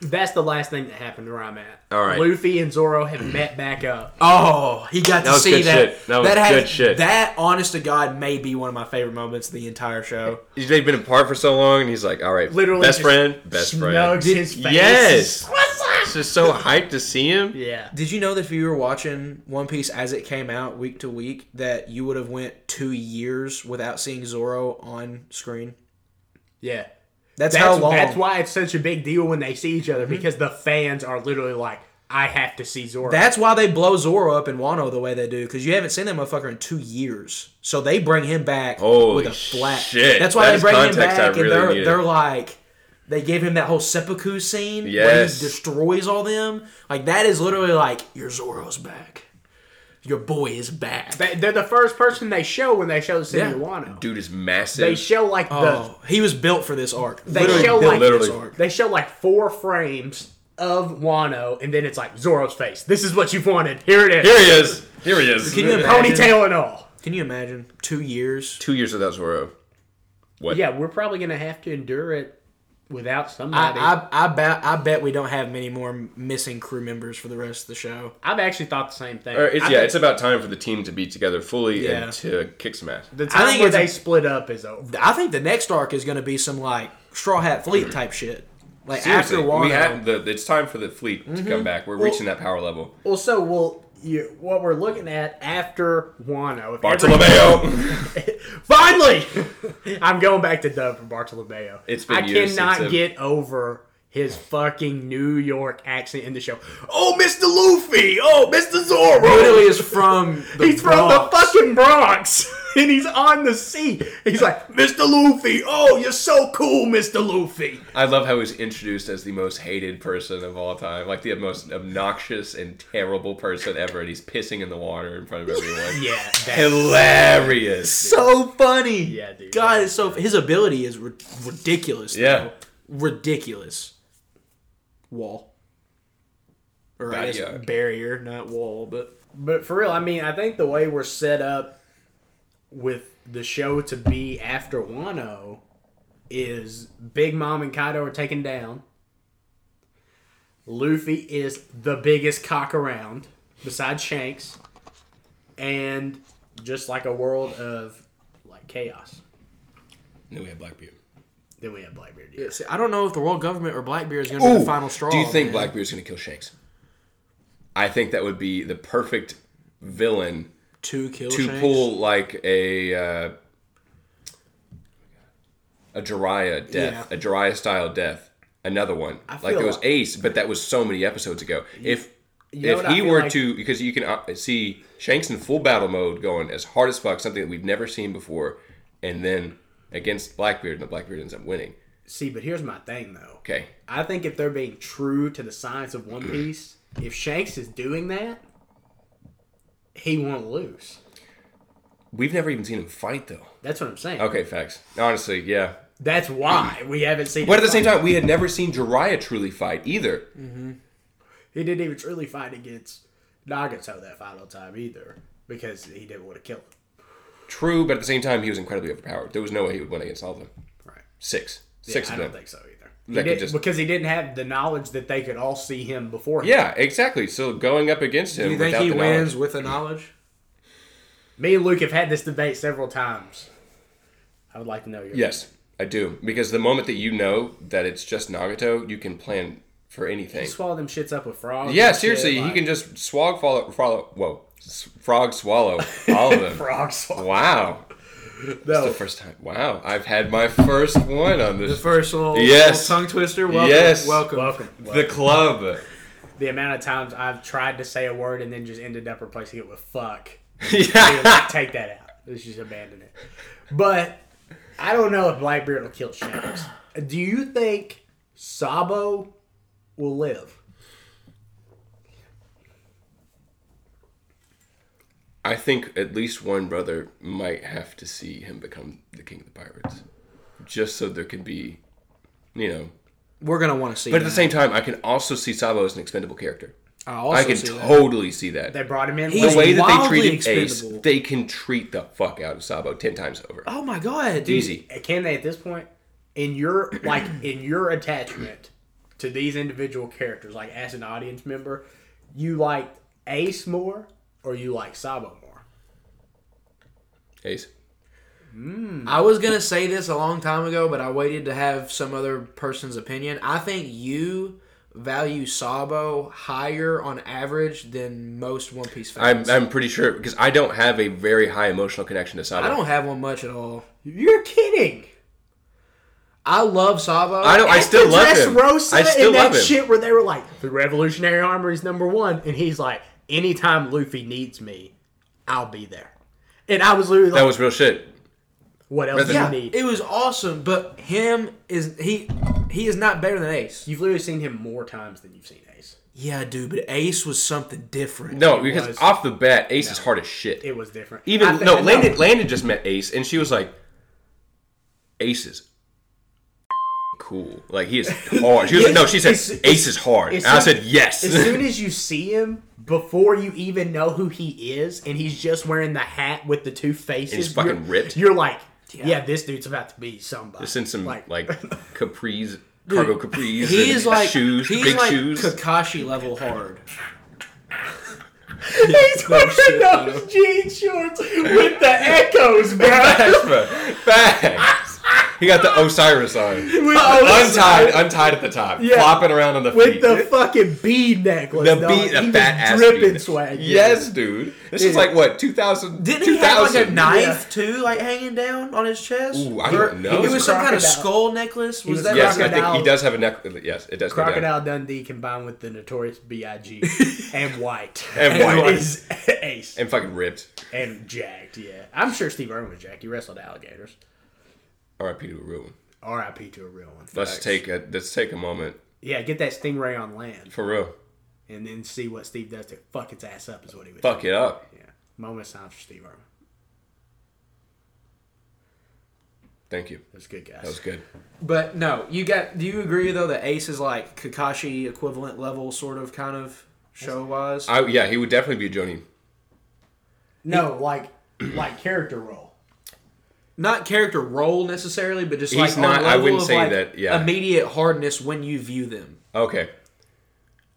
[SPEAKER 2] That's the last thing that happened where I'm at.
[SPEAKER 3] All right.
[SPEAKER 2] Luffy and Zoro have met back up.
[SPEAKER 1] Oh, he got to
[SPEAKER 3] was
[SPEAKER 1] see
[SPEAKER 3] good
[SPEAKER 1] that.
[SPEAKER 3] shit. That was
[SPEAKER 1] had-
[SPEAKER 3] good shit.
[SPEAKER 1] That, honest to God, may be one of my favorite moments of the entire show.
[SPEAKER 3] They've been apart for so long, and he's like, "All right,
[SPEAKER 2] Literally,
[SPEAKER 3] best
[SPEAKER 2] just
[SPEAKER 3] friend, best
[SPEAKER 2] snugs
[SPEAKER 3] friend."
[SPEAKER 2] his face.
[SPEAKER 3] Yes, it's just so hyped to see him.
[SPEAKER 2] Yeah.
[SPEAKER 1] Did you know that if you were watching One Piece as it came out week to week, that you would have went two years without seeing Zoro on screen?
[SPEAKER 2] Yeah.
[SPEAKER 1] That's,
[SPEAKER 2] That's,
[SPEAKER 1] how long.
[SPEAKER 2] that's why it's such a big deal when they see each other because the fans are literally like, I have to see Zoro.
[SPEAKER 1] That's why they blow Zoro up in Wano the way they do, because you haven't seen that motherfucker in two years. So they bring him back
[SPEAKER 3] Holy
[SPEAKER 1] with a flat.
[SPEAKER 3] shit.
[SPEAKER 1] That's why
[SPEAKER 3] That
[SPEAKER 1] they
[SPEAKER 3] is
[SPEAKER 1] bring him
[SPEAKER 3] context
[SPEAKER 1] back,
[SPEAKER 3] I
[SPEAKER 1] and
[SPEAKER 3] really
[SPEAKER 1] they're
[SPEAKER 3] needed.
[SPEAKER 1] they're like, they gave him that whole seppuku scene where he
[SPEAKER 3] Yes.
[SPEAKER 1] destroys all them. Like that is literally like your Zoro's back, your boy is back.
[SPEAKER 2] they, they're the first person they show when they show the city
[SPEAKER 1] Yeah.
[SPEAKER 2] of Wano.
[SPEAKER 3] Dude is massive.
[SPEAKER 2] They show like the
[SPEAKER 1] oh, he was built for this arc.
[SPEAKER 2] they
[SPEAKER 1] Literally
[SPEAKER 2] show
[SPEAKER 1] built
[SPEAKER 2] like
[SPEAKER 1] for this
[SPEAKER 3] literally.
[SPEAKER 1] arc.
[SPEAKER 2] they show like four frames of Wano, and then it's like Zoro's face. This is what you've wanted. Here it is.
[SPEAKER 3] Here he is. Here he is.
[SPEAKER 1] Can you imagine?
[SPEAKER 2] Ponytail and all.
[SPEAKER 1] Can you imagine two years?
[SPEAKER 3] Two years without Zoro.
[SPEAKER 2] Yeah, we're probably gonna have to endure it without somebody. I,
[SPEAKER 1] I I, I, bet, I bet we don't have many more missing crew members for the rest of the show.
[SPEAKER 2] have actually thought the same thing.
[SPEAKER 3] Or it's,
[SPEAKER 2] I
[SPEAKER 3] yeah,
[SPEAKER 2] think
[SPEAKER 3] it's about time for the team to be together fully
[SPEAKER 1] Yeah.
[SPEAKER 3] and to kick some ass.
[SPEAKER 2] the time
[SPEAKER 1] think
[SPEAKER 2] where
[SPEAKER 1] it's a-
[SPEAKER 2] they split up is over.
[SPEAKER 1] I think the next arc is going to be some like Straw Hat Fleet type shit. Like
[SPEAKER 3] Seriously,
[SPEAKER 1] after Wano,
[SPEAKER 3] we had the, it's time for the fleet to come back. We're reaching that power level.
[SPEAKER 2] Well, so well, you, what we're looking at after Wano. if
[SPEAKER 3] Bartolomeo.
[SPEAKER 2] every- finally, I'm going back to Dub for Bartolomeo.
[SPEAKER 3] It's been
[SPEAKER 2] I
[SPEAKER 3] years since
[SPEAKER 2] cannot
[SPEAKER 3] I've-
[SPEAKER 2] get over his fucking New York accent in the show. Oh, Mr. Luffy. Oh, Mr. Zoro.
[SPEAKER 1] literally is from the
[SPEAKER 2] He's from the
[SPEAKER 1] Bronx.
[SPEAKER 2] fucking Bronx, and he's on the sea. He's like, Mr. Luffy. Oh, you're so cool, Mr. Luffy.
[SPEAKER 3] I love how he's introduced as the most hated person of all time, like the most obnoxious and terrible person ever, and he's pissing in the water in front of everyone.
[SPEAKER 2] Yeah, that's
[SPEAKER 3] Hilarious.
[SPEAKER 1] So funny,
[SPEAKER 2] Yeah, dude.
[SPEAKER 1] God, it's so his ability is ri- ridiculous. though.
[SPEAKER 3] Yeah.
[SPEAKER 1] ridiculous. Wall, or I
[SPEAKER 3] Ba-
[SPEAKER 1] guess
[SPEAKER 3] yeah.
[SPEAKER 1] barrier, not wall, but
[SPEAKER 2] But for real, I mean, I think the way we're set up with the show to be after Wano is Big Mom and Kaido are taken down. Luffy is the biggest cock around, besides Shanks, and just like a world of like chaos.
[SPEAKER 3] Then we have Blackbeard.
[SPEAKER 2] Then we have Blackbeard.
[SPEAKER 1] Yeah, see, I don't know if the world government or Blackbeard is going to be the final straw.
[SPEAKER 3] Do you think
[SPEAKER 1] man.
[SPEAKER 3] Blackbeard's going to kill Shanks? I think that would be the perfect villain
[SPEAKER 1] two kill
[SPEAKER 3] to
[SPEAKER 1] Shanks?
[SPEAKER 3] pull like a uh, a Jiraiya death,
[SPEAKER 1] Yeah.
[SPEAKER 3] a Jiraiya style death. Another one, like
[SPEAKER 2] feel
[SPEAKER 3] there was
[SPEAKER 2] like-
[SPEAKER 3] Ace, but that was so many episodes ago. If
[SPEAKER 2] know
[SPEAKER 3] if
[SPEAKER 2] what I
[SPEAKER 3] he
[SPEAKER 2] feel
[SPEAKER 3] were
[SPEAKER 2] like-
[SPEAKER 3] to, because you can uh, see Shanks in full battle mode, going as hard as fuck, something that we've never seen before, and then against Blackbeard, and the Blackbeard ends up winning.
[SPEAKER 2] See, but here's my thing though.
[SPEAKER 3] Okay,
[SPEAKER 2] I think if they're being true to the science of One Piece, if Shanks is doing that, he won't lose.
[SPEAKER 3] we've never even seen him fight though.
[SPEAKER 2] That's what I'm saying.
[SPEAKER 3] Okay, facts. Honestly, yeah.
[SPEAKER 2] That's why we haven't seen.
[SPEAKER 3] But at the same time, we had never seen Jiraiya truly fight either.
[SPEAKER 2] he didn't even truly fight against Nagato that final time either, because he didn't want to kill him.
[SPEAKER 3] True, but at the same time, he was incredibly overpowered. There was no way he would win against all of them.
[SPEAKER 2] Right.
[SPEAKER 3] Six.
[SPEAKER 2] Yeah,
[SPEAKER 3] Six
[SPEAKER 2] I
[SPEAKER 3] of
[SPEAKER 2] don't
[SPEAKER 3] them.
[SPEAKER 2] think so either. He
[SPEAKER 3] That could
[SPEAKER 2] didn't-
[SPEAKER 3] just-
[SPEAKER 2] because he didn't have the knowledge that they could all see him before.
[SPEAKER 3] Yeah, exactly. So going up against him
[SPEAKER 1] Do you think
[SPEAKER 3] without
[SPEAKER 1] he
[SPEAKER 3] the
[SPEAKER 1] wins
[SPEAKER 3] knowledge.
[SPEAKER 1] with the knowledge?
[SPEAKER 2] Me and Luke have had this debate several times. I would like to know your
[SPEAKER 3] Yes, I do. Because the moment that you know that it's just Nagato, you can plan for anything.
[SPEAKER 2] Swallow them shits up with frogs.
[SPEAKER 3] Yeah,
[SPEAKER 2] and shit,
[SPEAKER 3] seriously,
[SPEAKER 2] like-
[SPEAKER 3] he can just swag follow, follow, whoa, s- frog swallow all of them.
[SPEAKER 2] frog swallow.
[SPEAKER 3] Wow. That's
[SPEAKER 2] No.
[SPEAKER 3] the first time. Wow. I've had my first one on
[SPEAKER 1] The
[SPEAKER 3] this.
[SPEAKER 1] first little,
[SPEAKER 3] Yes.
[SPEAKER 1] little tongue twister. Welcome,
[SPEAKER 3] Yes.
[SPEAKER 1] welcome.
[SPEAKER 2] Welcome.
[SPEAKER 3] The club.
[SPEAKER 2] the amount of times I've tried to say a word and then just ended up replacing it with fuck.
[SPEAKER 3] yeah.
[SPEAKER 2] Like, Take that out. Let's just abandon it. But I don't know if Blackbeard will kill Shanks. Do you think Sabo will live?
[SPEAKER 3] I think at least one brother might have to see him become the king of the pirates, just so there can be, you know.
[SPEAKER 1] We're gonna want to see.
[SPEAKER 3] But at the same time, I can also see Sabo as an expendable character.
[SPEAKER 1] I, also
[SPEAKER 3] I can
[SPEAKER 1] see that.
[SPEAKER 3] totally see that.
[SPEAKER 2] They brought him in.
[SPEAKER 1] He's-
[SPEAKER 3] the way that they
[SPEAKER 1] wildly
[SPEAKER 3] treated
[SPEAKER 1] expendable.
[SPEAKER 3] Ace, they can treat the fuck out of Sabo ten times over.
[SPEAKER 1] Oh my god, dude.
[SPEAKER 3] Easy.
[SPEAKER 2] Can they at this point? In your like in your attachment, to these individual characters, like as an audience member, you liked Ace more or you like Sabo more?
[SPEAKER 3] Ace.
[SPEAKER 1] I was gonna say this a long time ago, but I waited to have some other person's opinion. I think you value Sabo higher on average than most One Piece
[SPEAKER 3] I'm,
[SPEAKER 1] fans.
[SPEAKER 3] I'm pretty sure because I don't have a very high emotional connection to Sabo.
[SPEAKER 1] I do not have one much at all.
[SPEAKER 2] You're kidding.
[SPEAKER 1] I love Sabo.
[SPEAKER 3] I don't. I still love him.
[SPEAKER 2] Dressrosa
[SPEAKER 3] I still
[SPEAKER 2] and that
[SPEAKER 3] love him.
[SPEAKER 2] shit where they were like, the Revolutionary Army is number one, and he's like, anytime Luffy needs me, I'll be there. And I was literally like,
[SPEAKER 3] That was real shit.
[SPEAKER 2] what else do
[SPEAKER 1] Yeah,
[SPEAKER 2] you need?
[SPEAKER 1] it was awesome, but him is he he is not better than Ace.
[SPEAKER 2] You've literally seen him more times than you've seen Ace.
[SPEAKER 1] Yeah, dude, but Ace was something different.
[SPEAKER 3] No, because
[SPEAKER 2] was.
[SPEAKER 3] off the bat, Ace is hard as shit.
[SPEAKER 2] It was different. I
[SPEAKER 3] Even
[SPEAKER 2] thi-
[SPEAKER 3] no,
[SPEAKER 2] I know.
[SPEAKER 3] Landon. Landon just met Ace, and she was like, "Ace is cool. Like he is hard." She was like, "No," she said,
[SPEAKER 2] It's- it's-
[SPEAKER 3] "Ace is hard." And
[SPEAKER 2] it's-
[SPEAKER 3] I said, "Yes."
[SPEAKER 2] As soon as you see him, before you even know who he is, and he's just wearing the hat with the two faces,
[SPEAKER 3] he's fucking
[SPEAKER 2] you're-
[SPEAKER 3] ripped.
[SPEAKER 2] You're like, yeah. this dude's about to be somebody.
[SPEAKER 3] Send some like,
[SPEAKER 2] like,
[SPEAKER 3] capris, cargo capris.
[SPEAKER 1] He
[SPEAKER 3] and
[SPEAKER 1] is like
[SPEAKER 3] shoes,
[SPEAKER 1] he's
[SPEAKER 3] big
[SPEAKER 1] like
[SPEAKER 3] shoes.
[SPEAKER 1] Kakashi level hard.
[SPEAKER 2] he's wearing those jean shorts with the echoes, bro.
[SPEAKER 3] Facts, bro. Facts. He got the Osiris on,
[SPEAKER 2] with
[SPEAKER 3] untied, untied at the top,
[SPEAKER 2] Yeah.
[SPEAKER 3] flopping around on the
[SPEAKER 2] with
[SPEAKER 3] feet.
[SPEAKER 2] the fucking bead necklace.
[SPEAKER 3] the
[SPEAKER 2] dog.
[SPEAKER 3] beat,
[SPEAKER 2] He
[SPEAKER 3] the
[SPEAKER 2] was
[SPEAKER 3] fat ass
[SPEAKER 2] dripping
[SPEAKER 3] beat.
[SPEAKER 2] swag.
[SPEAKER 3] Yes, dude. This is
[SPEAKER 2] Yeah.
[SPEAKER 3] like what 2000.
[SPEAKER 1] Didn't
[SPEAKER 3] 2000.
[SPEAKER 1] he have like a
[SPEAKER 2] Yeah.
[SPEAKER 1] knife too, like hanging down on his chest?
[SPEAKER 3] Ooh, I don't know.
[SPEAKER 1] It was, some kind of
[SPEAKER 2] Crocodile.
[SPEAKER 1] skull necklace. Was,
[SPEAKER 2] was
[SPEAKER 1] that
[SPEAKER 3] Yes, I
[SPEAKER 1] crocodile?
[SPEAKER 3] think he does have a neck. Yes, it does. go down.
[SPEAKER 2] Crocodile Dundee combined with the notorious B.I.G. and White
[SPEAKER 3] And White.
[SPEAKER 2] is ace
[SPEAKER 3] and fucking ripped.
[SPEAKER 2] and jacked. Yeah, I'm sure Steve Irwin was jacked. He wrestled alligators.
[SPEAKER 3] R.I.P. to a real one.
[SPEAKER 2] R.I.P. to a real one.
[SPEAKER 3] Let's take a let's take a moment
[SPEAKER 2] Yeah, get that stingray on land
[SPEAKER 3] for real.
[SPEAKER 2] and then see what Steve does to fuck its ass up is what he would.
[SPEAKER 3] Fuck it up.
[SPEAKER 2] do. Yeah, moment of silence for Steve Irwin.
[SPEAKER 3] Thank you.
[SPEAKER 2] That's good, guys.
[SPEAKER 3] That was good.
[SPEAKER 1] But no, you got. Do you agree though that Ace is like Kakashi equivalent level, sort of, kind of show wise?
[SPEAKER 3] I yeah, he would definitely be Joni.
[SPEAKER 2] no, like like character role.
[SPEAKER 1] Not character role necessarily, but just like
[SPEAKER 3] He's
[SPEAKER 1] on
[SPEAKER 3] not-
[SPEAKER 1] a
[SPEAKER 3] I
[SPEAKER 1] level
[SPEAKER 3] wouldn't
[SPEAKER 1] of,
[SPEAKER 3] say
[SPEAKER 1] like,
[SPEAKER 3] that, yeah.
[SPEAKER 1] Immediate hardness when you view them.
[SPEAKER 3] Okay.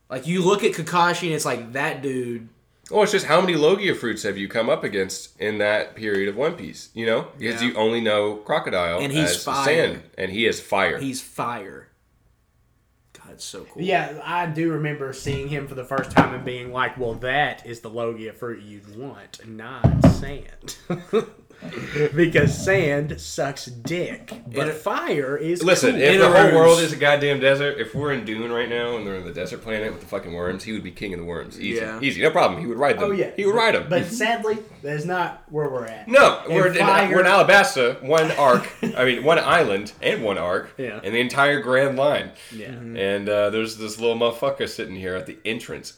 [SPEAKER 1] Like you look at Kakashi and it's like that dude.
[SPEAKER 3] Well, it's just how many Logia fruits have you come up against in that period of One Piece? You know, because
[SPEAKER 1] Yeah.
[SPEAKER 3] you only know Crocodile
[SPEAKER 1] And he's
[SPEAKER 3] as
[SPEAKER 1] fire.
[SPEAKER 3] sand, and he is fire.
[SPEAKER 1] He's fire. God, it's so cool.
[SPEAKER 2] Yeah, I do remember seeing him for the first time and being like, "Well, that is the logia fruit you'd want, not sand." because sand sucks dick, but
[SPEAKER 1] It-
[SPEAKER 2] fire is
[SPEAKER 3] Listen,
[SPEAKER 2] cool.
[SPEAKER 3] if
[SPEAKER 1] In
[SPEAKER 3] the
[SPEAKER 1] a
[SPEAKER 3] whole
[SPEAKER 1] ruse.
[SPEAKER 3] world is a goddamn desert, if we're in Dune right now and they're in the desert planet with the fucking worms, he would be king of the worms. Easy,
[SPEAKER 1] Yeah.
[SPEAKER 3] easy, no problem. He would ride them.
[SPEAKER 2] Oh yeah,
[SPEAKER 3] he would ride them.
[SPEAKER 2] But sadly, that's not where we're at.
[SPEAKER 3] No,
[SPEAKER 2] And
[SPEAKER 3] we're in,
[SPEAKER 2] fire-
[SPEAKER 3] we're in Alabasta, one arc. I mean, one island and one arc,
[SPEAKER 2] Yeah.
[SPEAKER 3] and the entire Grand Line.
[SPEAKER 2] Yeah,
[SPEAKER 3] And uh, there's this little motherfucker sitting here at the entrance.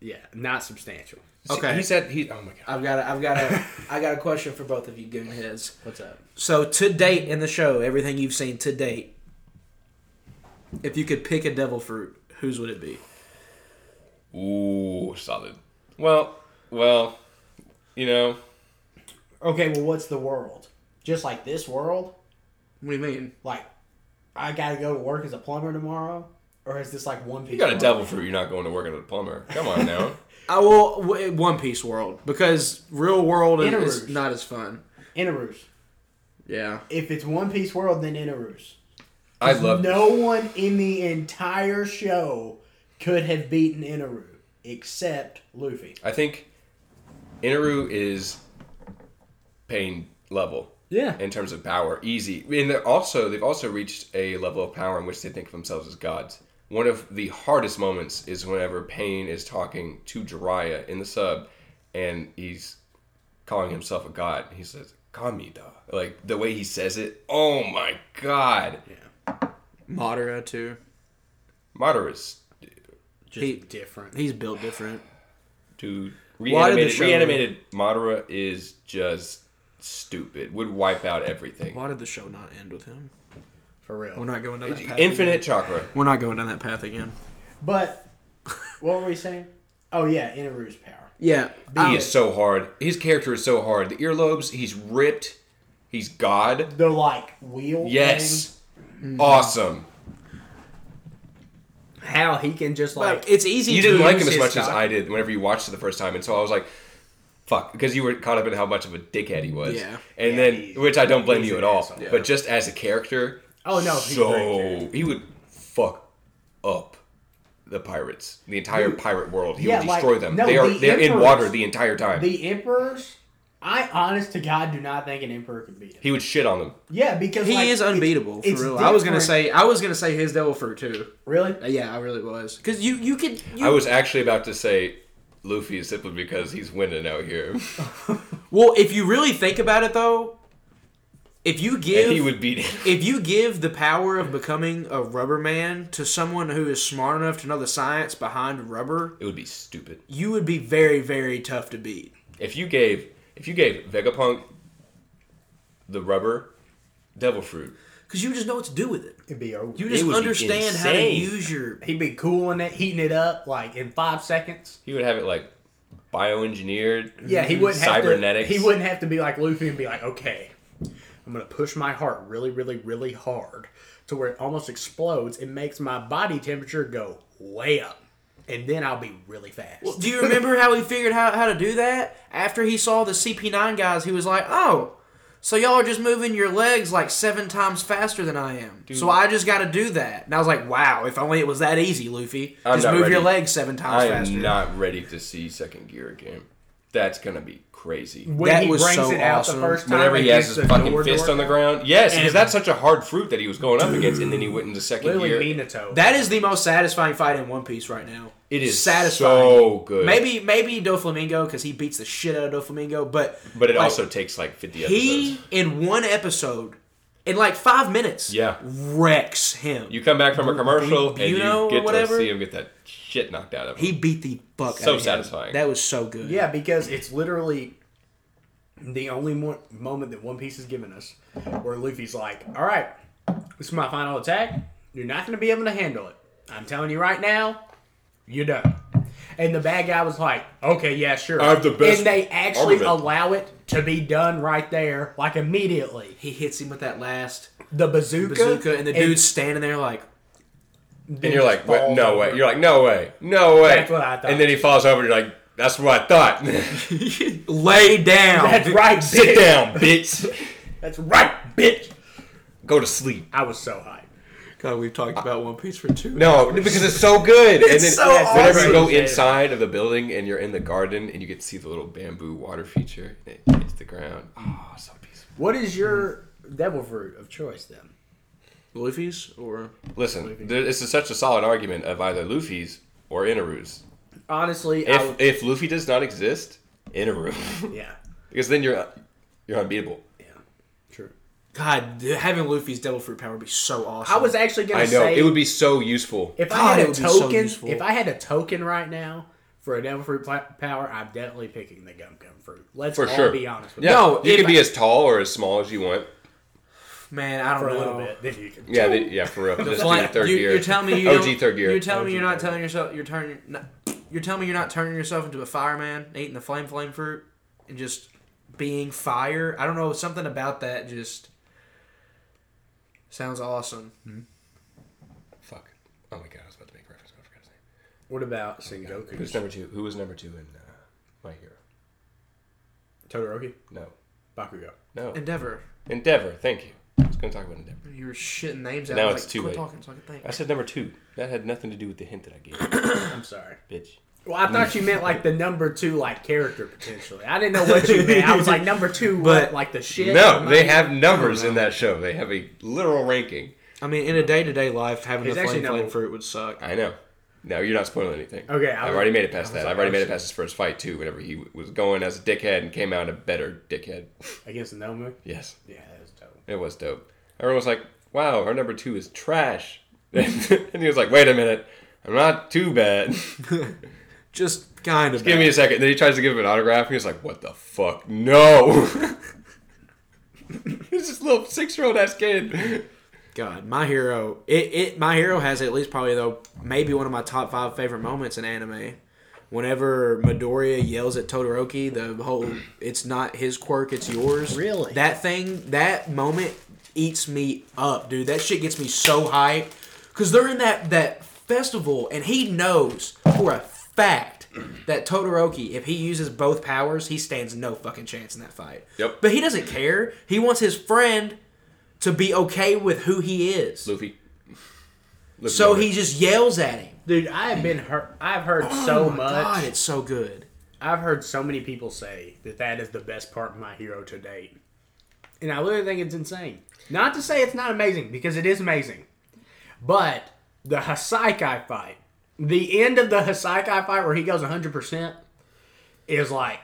[SPEAKER 2] yeah, not substantial.
[SPEAKER 3] See,
[SPEAKER 1] Okay.
[SPEAKER 3] he said he. Oh my god.
[SPEAKER 1] I've got. A, I've got. A, I got a question for both of you, goonheads.
[SPEAKER 2] What's up?
[SPEAKER 1] So to date in the show, everything you've seen to date, if you could pick a devil fruit, whose would it be?
[SPEAKER 3] Ooh, solid. Well, well, you know,
[SPEAKER 2] Okay, well, what's the world? Just like this world,
[SPEAKER 1] What do you mean?
[SPEAKER 2] like I gotta go to work as a plumber tomorrow, or is this like one piece?
[SPEAKER 3] you got a devil fruit. You're not going to work at a plumber. Come on now.
[SPEAKER 1] I will w- One Piece world because real world is,
[SPEAKER 2] Inner
[SPEAKER 1] is
[SPEAKER 2] Rouge.
[SPEAKER 1] not as fun.
[SPEAKER 2] Inaroos.
[SPEAKER 1] Yeah,
[SPEAKER 2] If it's one piece world, then Inaroos.
[SPEAKER 3] I love.
[SPEAKER 2] No one in the entire show could have beaten Inaru except Luffy.
[SPEAKER 3] I think Inaru is pain level.
[SPEAKER 2] Yeah.
[SPEAKER 3] in terms of power, easy. And they're also they've also reached a level of power in which they think of themselves as gods. One of the hardest moments is whenever Pain is talking to Jiraiya in the sub, and he's calling himself a god. He says "Kamida," like the way he says it. Oh my god,
[SPEAKER 1] Madara too.
[SPEAKER 3] Madara's
[SPEAKER 2] Just
[SPEAKER 1] He-
[SPEAKER 2] different.
[SPEAKER 1] He's built different.
[SPEAKER 3] dude.
[SPEAKER 1] Why did the
[SPEAKER 3] Reanimated,
[SPEAKER 1] show-
[SPEAKER 3] reanimated Madara is just stupid. Would wipe out everything.
[SPEAKER 1] Why did the show not end with him?
[SPEAKER 2] for real.
[SPEAKER 1] We're not going down that path.
[SPEAKER 3] Infinite
[SPEAKER 1] Again.
[SPEAKER 3] chakra.
[SPEAKER 1] We're not going down that path again.
[SPEAKER 2] But what were we saying? Oh yeah, Inaru's power.
[SPEAKER 1] Yeah,
[SPEAKER 3] He
[SPEAKER 2] Um,
[SPEAKER 1] I-
[SPEAKER 3] is so hard. His character is so hard. The earlobes, he's ripped. He's God. Mm-hmm.
[SPEAKER 2] They're like wheel.
[SPEAKER 3] Yes. Awesome.
[SPEAKER 5] how he can just like
[SPEAKER 1] But it's easy.
[SPEAKER 3] you
[SPEAKER 1] to
[SPEAKER 3] didn't like him
[SPEAKER 1] use
[SPEAKER 3] as
[SPEAKER 1] his
[SPEAKER 3] much as
[SPEAKER 1] stock.
[SPEAKER 3] I did whenever you watched it the first time, and so I was like, "Fuck," because you were caught up in how much of a dickhead he was.
[SPEAKER 1] Yeah.
[SPEAKER 3] And
[SPEAKER 2] Yeah,
[SPEAKER 3] then,
[SPEAKER 2] he-
[SPEAKER 3] which I don't blame
[SPEAKER 2] he's
[SPEAKER 3] you at
[SPEAKER 2] an
[SPEAKER 3] all,
[SPEAKER 2] asshole.
[SPEAKER 3] but just as a character,
[SPEAKER 5] Oh, no, he's a great
[SPEAKER 3] so
[SPEAKER 2] character.
[SPEAKER 3] he would fuck up the pirates, the entire pirate world. He
[SPEAKER 2] yeah,
[SPEAKER 3] would
[SPEAKER 2] like,
[SPEAKER 3] destroy them.
[SPEAKER 2] no,
[SPEAKER 3] they are
[SPEAKER 2] the
[SPEAKER 3] they're in
[SPEAKER 2] emperors-
[SPEAKER 3] water the entire time.
[SPEAKER 2] The emperors, I honest to God do not think an emperor can beat him.
[SPEAKER 3] he would shit on them.
[SPEAKER 2] Yeah, because
[SPEAKER 1] He
[SPEAKER 2] like,
[SPEAKER 1] is unbeatable
[SPEAKER 2] it's
[SPEAKER 1] for real. I was gonna
[SPEAKER 2] different.
[SPEAKER 1] say I was gonna say his devil fruit too.
[SPEAKER 2] Really?
[SPEAKER 1] Uh, Yeah, I really was. Cause you you could. You,
[SPEAKER 3] I was actually about to say Luffy simply because he's winning out here,
[SPEAKER 1] well, if you really think about it though, if you give
[SPEAKER 3] and he would beat him.
[SPEAKER 1] if you give the power of becoming a rubber man to someone who is smart enough to know the science behind rubber,
[SPEAKER 3] It would be stupid.
[SPEAKER 1] you would be very very tough to beat.
[SPEAKER 3] If you gave if you gave Vegapunk the rubber devil fruit,
[SPEAKER 1] Cause you just know what to do with it.
[SPEAKER 2] It'd be over.
[SPEAKER 1] You just
[SPEAKER 3] would be
[SPEAKER 1] understand how to
[SPEAKER 3] insane.
[SPEAKER 1] use your.
[SPEAKER 2] He'd be cooling it, heating it up like in five seconds.
[SPEAKER 3] he would have it like bioengineered.
[SPEAKER 2] Yeah, he wouldn't have
[SPEAKER 3] Cybernetics.
[SPEAKER 2] To, he wouldn't have to be like Luffy and be like, okay, I'm gonna push my heart really, really, really hard to where it almost explodes. It makes my body temperature go way up, and then I'll be really fast.
[SPEAKER 1] Do you remember how he figured out how to do that? After he saw the CP9 guys, he was like, oh, so y'all are just moving your legs like seven times faster than I am. So I just got to do that. And I was like, wow, if only it was that easy, Luffy.
[SPEAKER 3] I'm
[SPEAKER 1] just
[SPEAKER 3] not
[SPEAKER 1] move your
[SPEAKER 3] ready.
[SPEAKER 1] legs seven times
[SPEAKER 3] I am
[SPEAKER 1] faster.
[SPEAKER 3] not ready to see second gear again. That's gonna be crazy.
[SPEAKER 2] when
[SPEAKER 1] That
[SPEAKER 2] he
[SPEAKER 1] was
[SPEAKER 2] brings
[SPEAKER 1] so
[SPEAKER 2] it out
[SPEAKER 1] awesome.
[SPEAKER 2] the first time,
[SPEAKER 3] Whenever
[SPEAKER 2] it
[SPEAKER 3] he has
[SPEAKER 2] gets
[SPEAKER 3] his
[SPEAKER 2] the
[SPEAKER 3] fucking
[SPEAKER 2] door
[SPEAKER 3] fist
[SPEAKER 2] door-
[SPEAKER 3] on the ground, yes, because
[SPEAKER 2] And-
[SPEAKER 3] that's such a hard fruit that he was going up against, and then he went into second
[SPEAKER 2] literally
[SPEAKER 3] gear.
[SPEAKER 2] Minato.
[SPEAKER 1] That is the most satisfying fight in One Piece right now.
[SPEAKER 3] It is
[SPEAKER 1] satisfying.
[SPEAKER 3] so good.
[SPEAKER 1] Maybe maybe Doflamingo because he beats the shit out of Doflamingo, but
[SPEAKER 3] but it
[SPEAKER 1] like,
[SPEAKER 3] also takes like fifty episodes.
[SPEAKER 1] he in one episode in like five minutes
[SPEAKER 3] Yeah.
[SPEAKER 1] wrecks him.
[SPEAKER 3] you come back from a commercial and you
[SPEAKER 1] Buno or
[SPEAKER 3] get to
[SPEAKER 1] whatever?
[SPEAKER 3] see him get that shit knocked out of him.
[SPEAKER 1] He beat the fuck
[SPEAKER 3] So
[SPEAKER 1] out of him.
[SPEAKER 3] satisfying.
[SPEAKER 1] That was so good.
[SPEAKER 2] yeah, because it's literally the only mo- moment that One Piece has given us where Luffy's like, all right, this is my final attack. You're not going to be able to handle it. I'm telling you right now, you're done. And the bad guy was like, okay, yeah, sure.
[SPEAKER 3] I have the best
[SPEAKER 2] And they actually
[SPEAKER 3] armament.
[SPEAKER 2] allow it to be done right there, like immediately.
[SPEAKER 1] He hits him with that last
[SPEAKER 2] The bazooka.
[SPEAKER 1] bazooka, and the dude's standing there like,
[SPEAKER 3] And you're like,
[SPEAKER 2] just
[SPEAKER 3] what?
[SPEAKER 2] falls
[SPEAKER 3] no
[SPEAKER 2] over.
[SPEAKER 3] way. You're like, no way. No way.
[SPEAKER 2] That's what I thought.
[SPEAKER 3] And then he falls over and you're like, that's what I thought.
[SPEAKER 1] lay down.
[SPEAKER 2] That's right,
[SPEAKER 3] Sit
[SPEAKER 2] bitch.
[SPEAKER 3] down, bitch.
[SPEAKER 2] That's right, bitch.
[SPEAKER 3] Go to sleep.
[SPEAKER 2] I was so hyped.
[SPEAKER 1] God, we've talked about One Piece for two.
[SPEAKER 3] No, because it's so good. and
[SPEAKER 1] It's
[SPEAKER 3] then
[SPEAKER 1] so
[SPEAKER 3] whenever
[SPEAKER 1] awesome.
[SPEAKER 3] you go inside of the building and you're in the garden and you get to see the little bamboo water feature and it hits the ground. Oh, so peaceful.
[SPEAKER 2] What is your devil fruit of choice then?
[SPEAKER 1] Luffy's or
[SPEAKER 3] Listen, there, this is such a solid argument of either Luffy's or Inaru's.
[SPEAKER 2] Honestly, I
[SPEAKER 3] If
[SPEAKER 2] would,
[SPEAKER 3] if Luffy does not exist, Inaru,
[SPEAKER 2] yeah,
[SPEAKER 3] because then you're you're unbeatable.
[SPEAKER 2] yeah, true.
[SPEAKER 1] God, dude, having Luffy's devil fruit power would be so awesome.
[SPEAKER 2] I was actually gonna
[SPEAKER 3] I know
[SPEAKER 2] say
[SPEAKER 3] it would be so useful.
[SPEAKER 2] if
[SPEAKER 1] God,
[SPEAKER 2] I
[SPEAKER 1] it
[SPEAKER 2] had a
[SPEAKER 1] would be so
[SPEAKER 2] token,
[SPEAKER 1] useful.
[SPEAKER 2] if I had a token right now for a devil fruit pla- power, I'm definitely picking the gum gum fruit. Let's
[SPEAKER 3] For
[SPEAKER 2] all
[SPEAKER 3] sure.
[SPEAKER 2] be honest with
[SPEAKER 3] Yeah,
[SPEAKER 2] you.
[SPEAKER 1] No,
[SPEAKER 3] you
[SPEAKER 1] if
[SPEAKER 3] can be
[SPEAKER 1] I-
[SPEAKER 3] as tall or as small as you want.
[SPEAKER 1] man. I don't
[SPEAKER 2] for a
[SPEAKER 1] know.
[SPEAKER 2] little bit. Then you can.
[SPEAKER 3] Yeah, they, yeah, for real. Just do
[SPEAKER 1] Like,
[SPEAKER 3] the third
[SPEAKER 1] you,
[SPEAKER 3] gear.
[SPEAKER 1] You're telling me you
[SPEAKER 3] OG
[SPEAKER 1] don't-
[SPEAKER 3] third gear. Oh,
[SPEAKER 1] You're telling me
[SPEAKER 2] OG
[SPEAKER 1] you're not
[SPEAKER 2] third
[SPEAKER 1] telling yourself you're turning. Not, you're telling me you're not turning yourself into a fireman, eating the flame flame fruit, and just being fire. I don't know something about that just sounds awesome.
[SPEAKER 3] Fuck. Oh my god, I was about to make a reference. but I forgot his name.
[SPEAKER 2] What about Sengoku?
[SPEAKER 3] Who's number two? Who was number two in uh, My Hero?
[SPEAKER 2] Todoroki,
[SPEAKER 3] No,
[SPEAKER 2] Bakugo.
[SPEAKER 3] no.
[SPEAKER 1] Endeavor,
[SPEAKER 3] Endeavor. Thank you. I was going to talk about Endeavor.
[SPEAKER 1] you were shitting names out.
[SPEAKER 3] Now
[SPEAKER 1] I was
[SPEAKER 3] it's
[SPEAKER 1] like,
[SPEAKER 3] too
[SPEAKER 1] Quit
[SPEAKER 3] late.
[SPEAKER 1] talking so I can think.
[SPEAKER 3] I said number two. That had nothing to do with the hint that I gave, you,
[SPEAKER 2] I'm sorry.
[SPEAKER 3] bitch.
[SPEAKER 2] Well, I thought you meant like the number two, like character potentially. I didn't know what you meant. I was like number two,
[SPEAKER 1] But-
[SPEAKER 2] what, like the shit.
[SPEAKER 3] No, they
[SPEAKER 2] Like,
[SPEAKER 3] have numbers in that show. They have a literal ranking.
[SPEAKER 1] I mean, in a day to day life, having
[SPEAKER 2] He's
[SPEAKER 1] a
[SPEAKER 2] actually
[SPEAKER 1] flame flame
[SPEAKER 2] number-
[SPEAKER 1] fruit would suck.
[SPEAKER 3] I know. No, you're not spoiling anything.
[SPEAKER 2] Okay, I
[SPEAKER 3] I've
[SPEAKER 2] was-
[SPEAKER 3] already made it
[SPEAKER 2] I was
[SPEAKER 3] past that.
[SPEAKER 2] like,
[SPEAKER 3] I've already
[SPEAKER 2] oh,
[SPEAKER 3] made it
[SPEAKER 2] shit.
[SPEAKER 3] past his first fight too. Whenever he w- was going as a dickhead and came out a better dickhead.
[SPEAKER 2] against Nomu.
[SPEAKER 3] Yes.
[SPEAKER 2] Yeah, that was dope.
[SPEAKER 3] It was dope. Everyone was like, wow, our number two is trash. and he was like, wait a minute. I'm not too bad.
[SPEAKER 1] Just kind of.
[SPEAKER 3] give me a second. Then he tries to give him an autograph. And he's like, what the fuck? No. He's this little six year old ass kid.
[SPEAKER 1] God, my hero. It, it my hero has at least probably though maybe one of my top five favorite moments in anime. Whenever Midoriya yells at Todoroki, the whole it's not his quirk, it's yours.
[SPEAKER 2] Really?
[SPEAKER 1] That thing, that moment eats me up, dude. That shit gets me so hyped because they're in that that festival, and he knows for a fact that Todoroki, if he uses both powers, he stands no fucking chance in that fight.
[SPEAKER 3] Yep.
[SPEAKER 1] But he doesn't care. He wants his friend to be okay with who he is.
[SPEAKER 3] Luffy. Luffy
[SPEAKER 1] So
[SPEAKER 3] Luffy.
[SPEAKER 1] he just yells at him.
[SPEAKER 2] Dude, I have been hurt. I've heard so
[SPEAKER 1] oh my
[SPEAKER 2] much.
[SPEAKER 1] God, it's so good.
[SPEAKER 2] I've heard so many people say that that is the best part of My Hero to date. And I really think it's insane. Not to say it's not amazing, because it is amazing. But the Hasaikai fight, the end of the Hasaikai fight where he goes 100%, is like,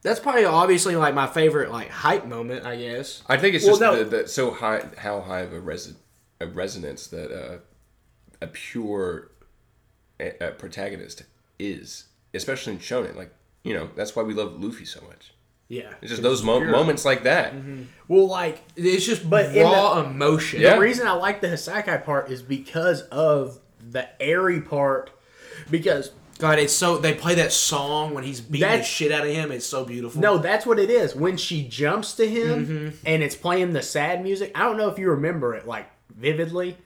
[SPEAKER 1] That's probably obviously like my favorite like hype moment, I guess.
[SPEAKER 3] I think it's
[SPEAKER 2] Well,
[SPEAKER 3] just
[SPEAKER 2] no.
[SPEAKER 3] the, the, so high, how high of a, res, a resonance that uh, a pure a, a protagonist is, especially in shonen. Like you know, that's why we love Luffy so much.
[SPEAKER 2] yeah.
[SPEAKER 3] It's just those mo- moments like that.
[SPEAKER 2] Mm-hmm. Well, like,
[SPEAKER 1] It's just
[SPEAKER 2] But in
[SPEAKER 1] raw emotion.
[SPEAKER 3] Yeah.
[SPEAKER 2] The reason I like the Hasaikai part is because of the airy part. Because
[SPEAKER 1] God, it's so they play that song when he's beating the
[SPEAKER 2] That's-
[SPEAKER 1] shit out of him. It's so beautiful.
[SPEAKER 2] no, that's what it is. When she jumps to him
[SPEAKER 3] Mm-hmm.
[SPEAKER 2] and it's playing the sad music, I don't know if you remember it like vividly,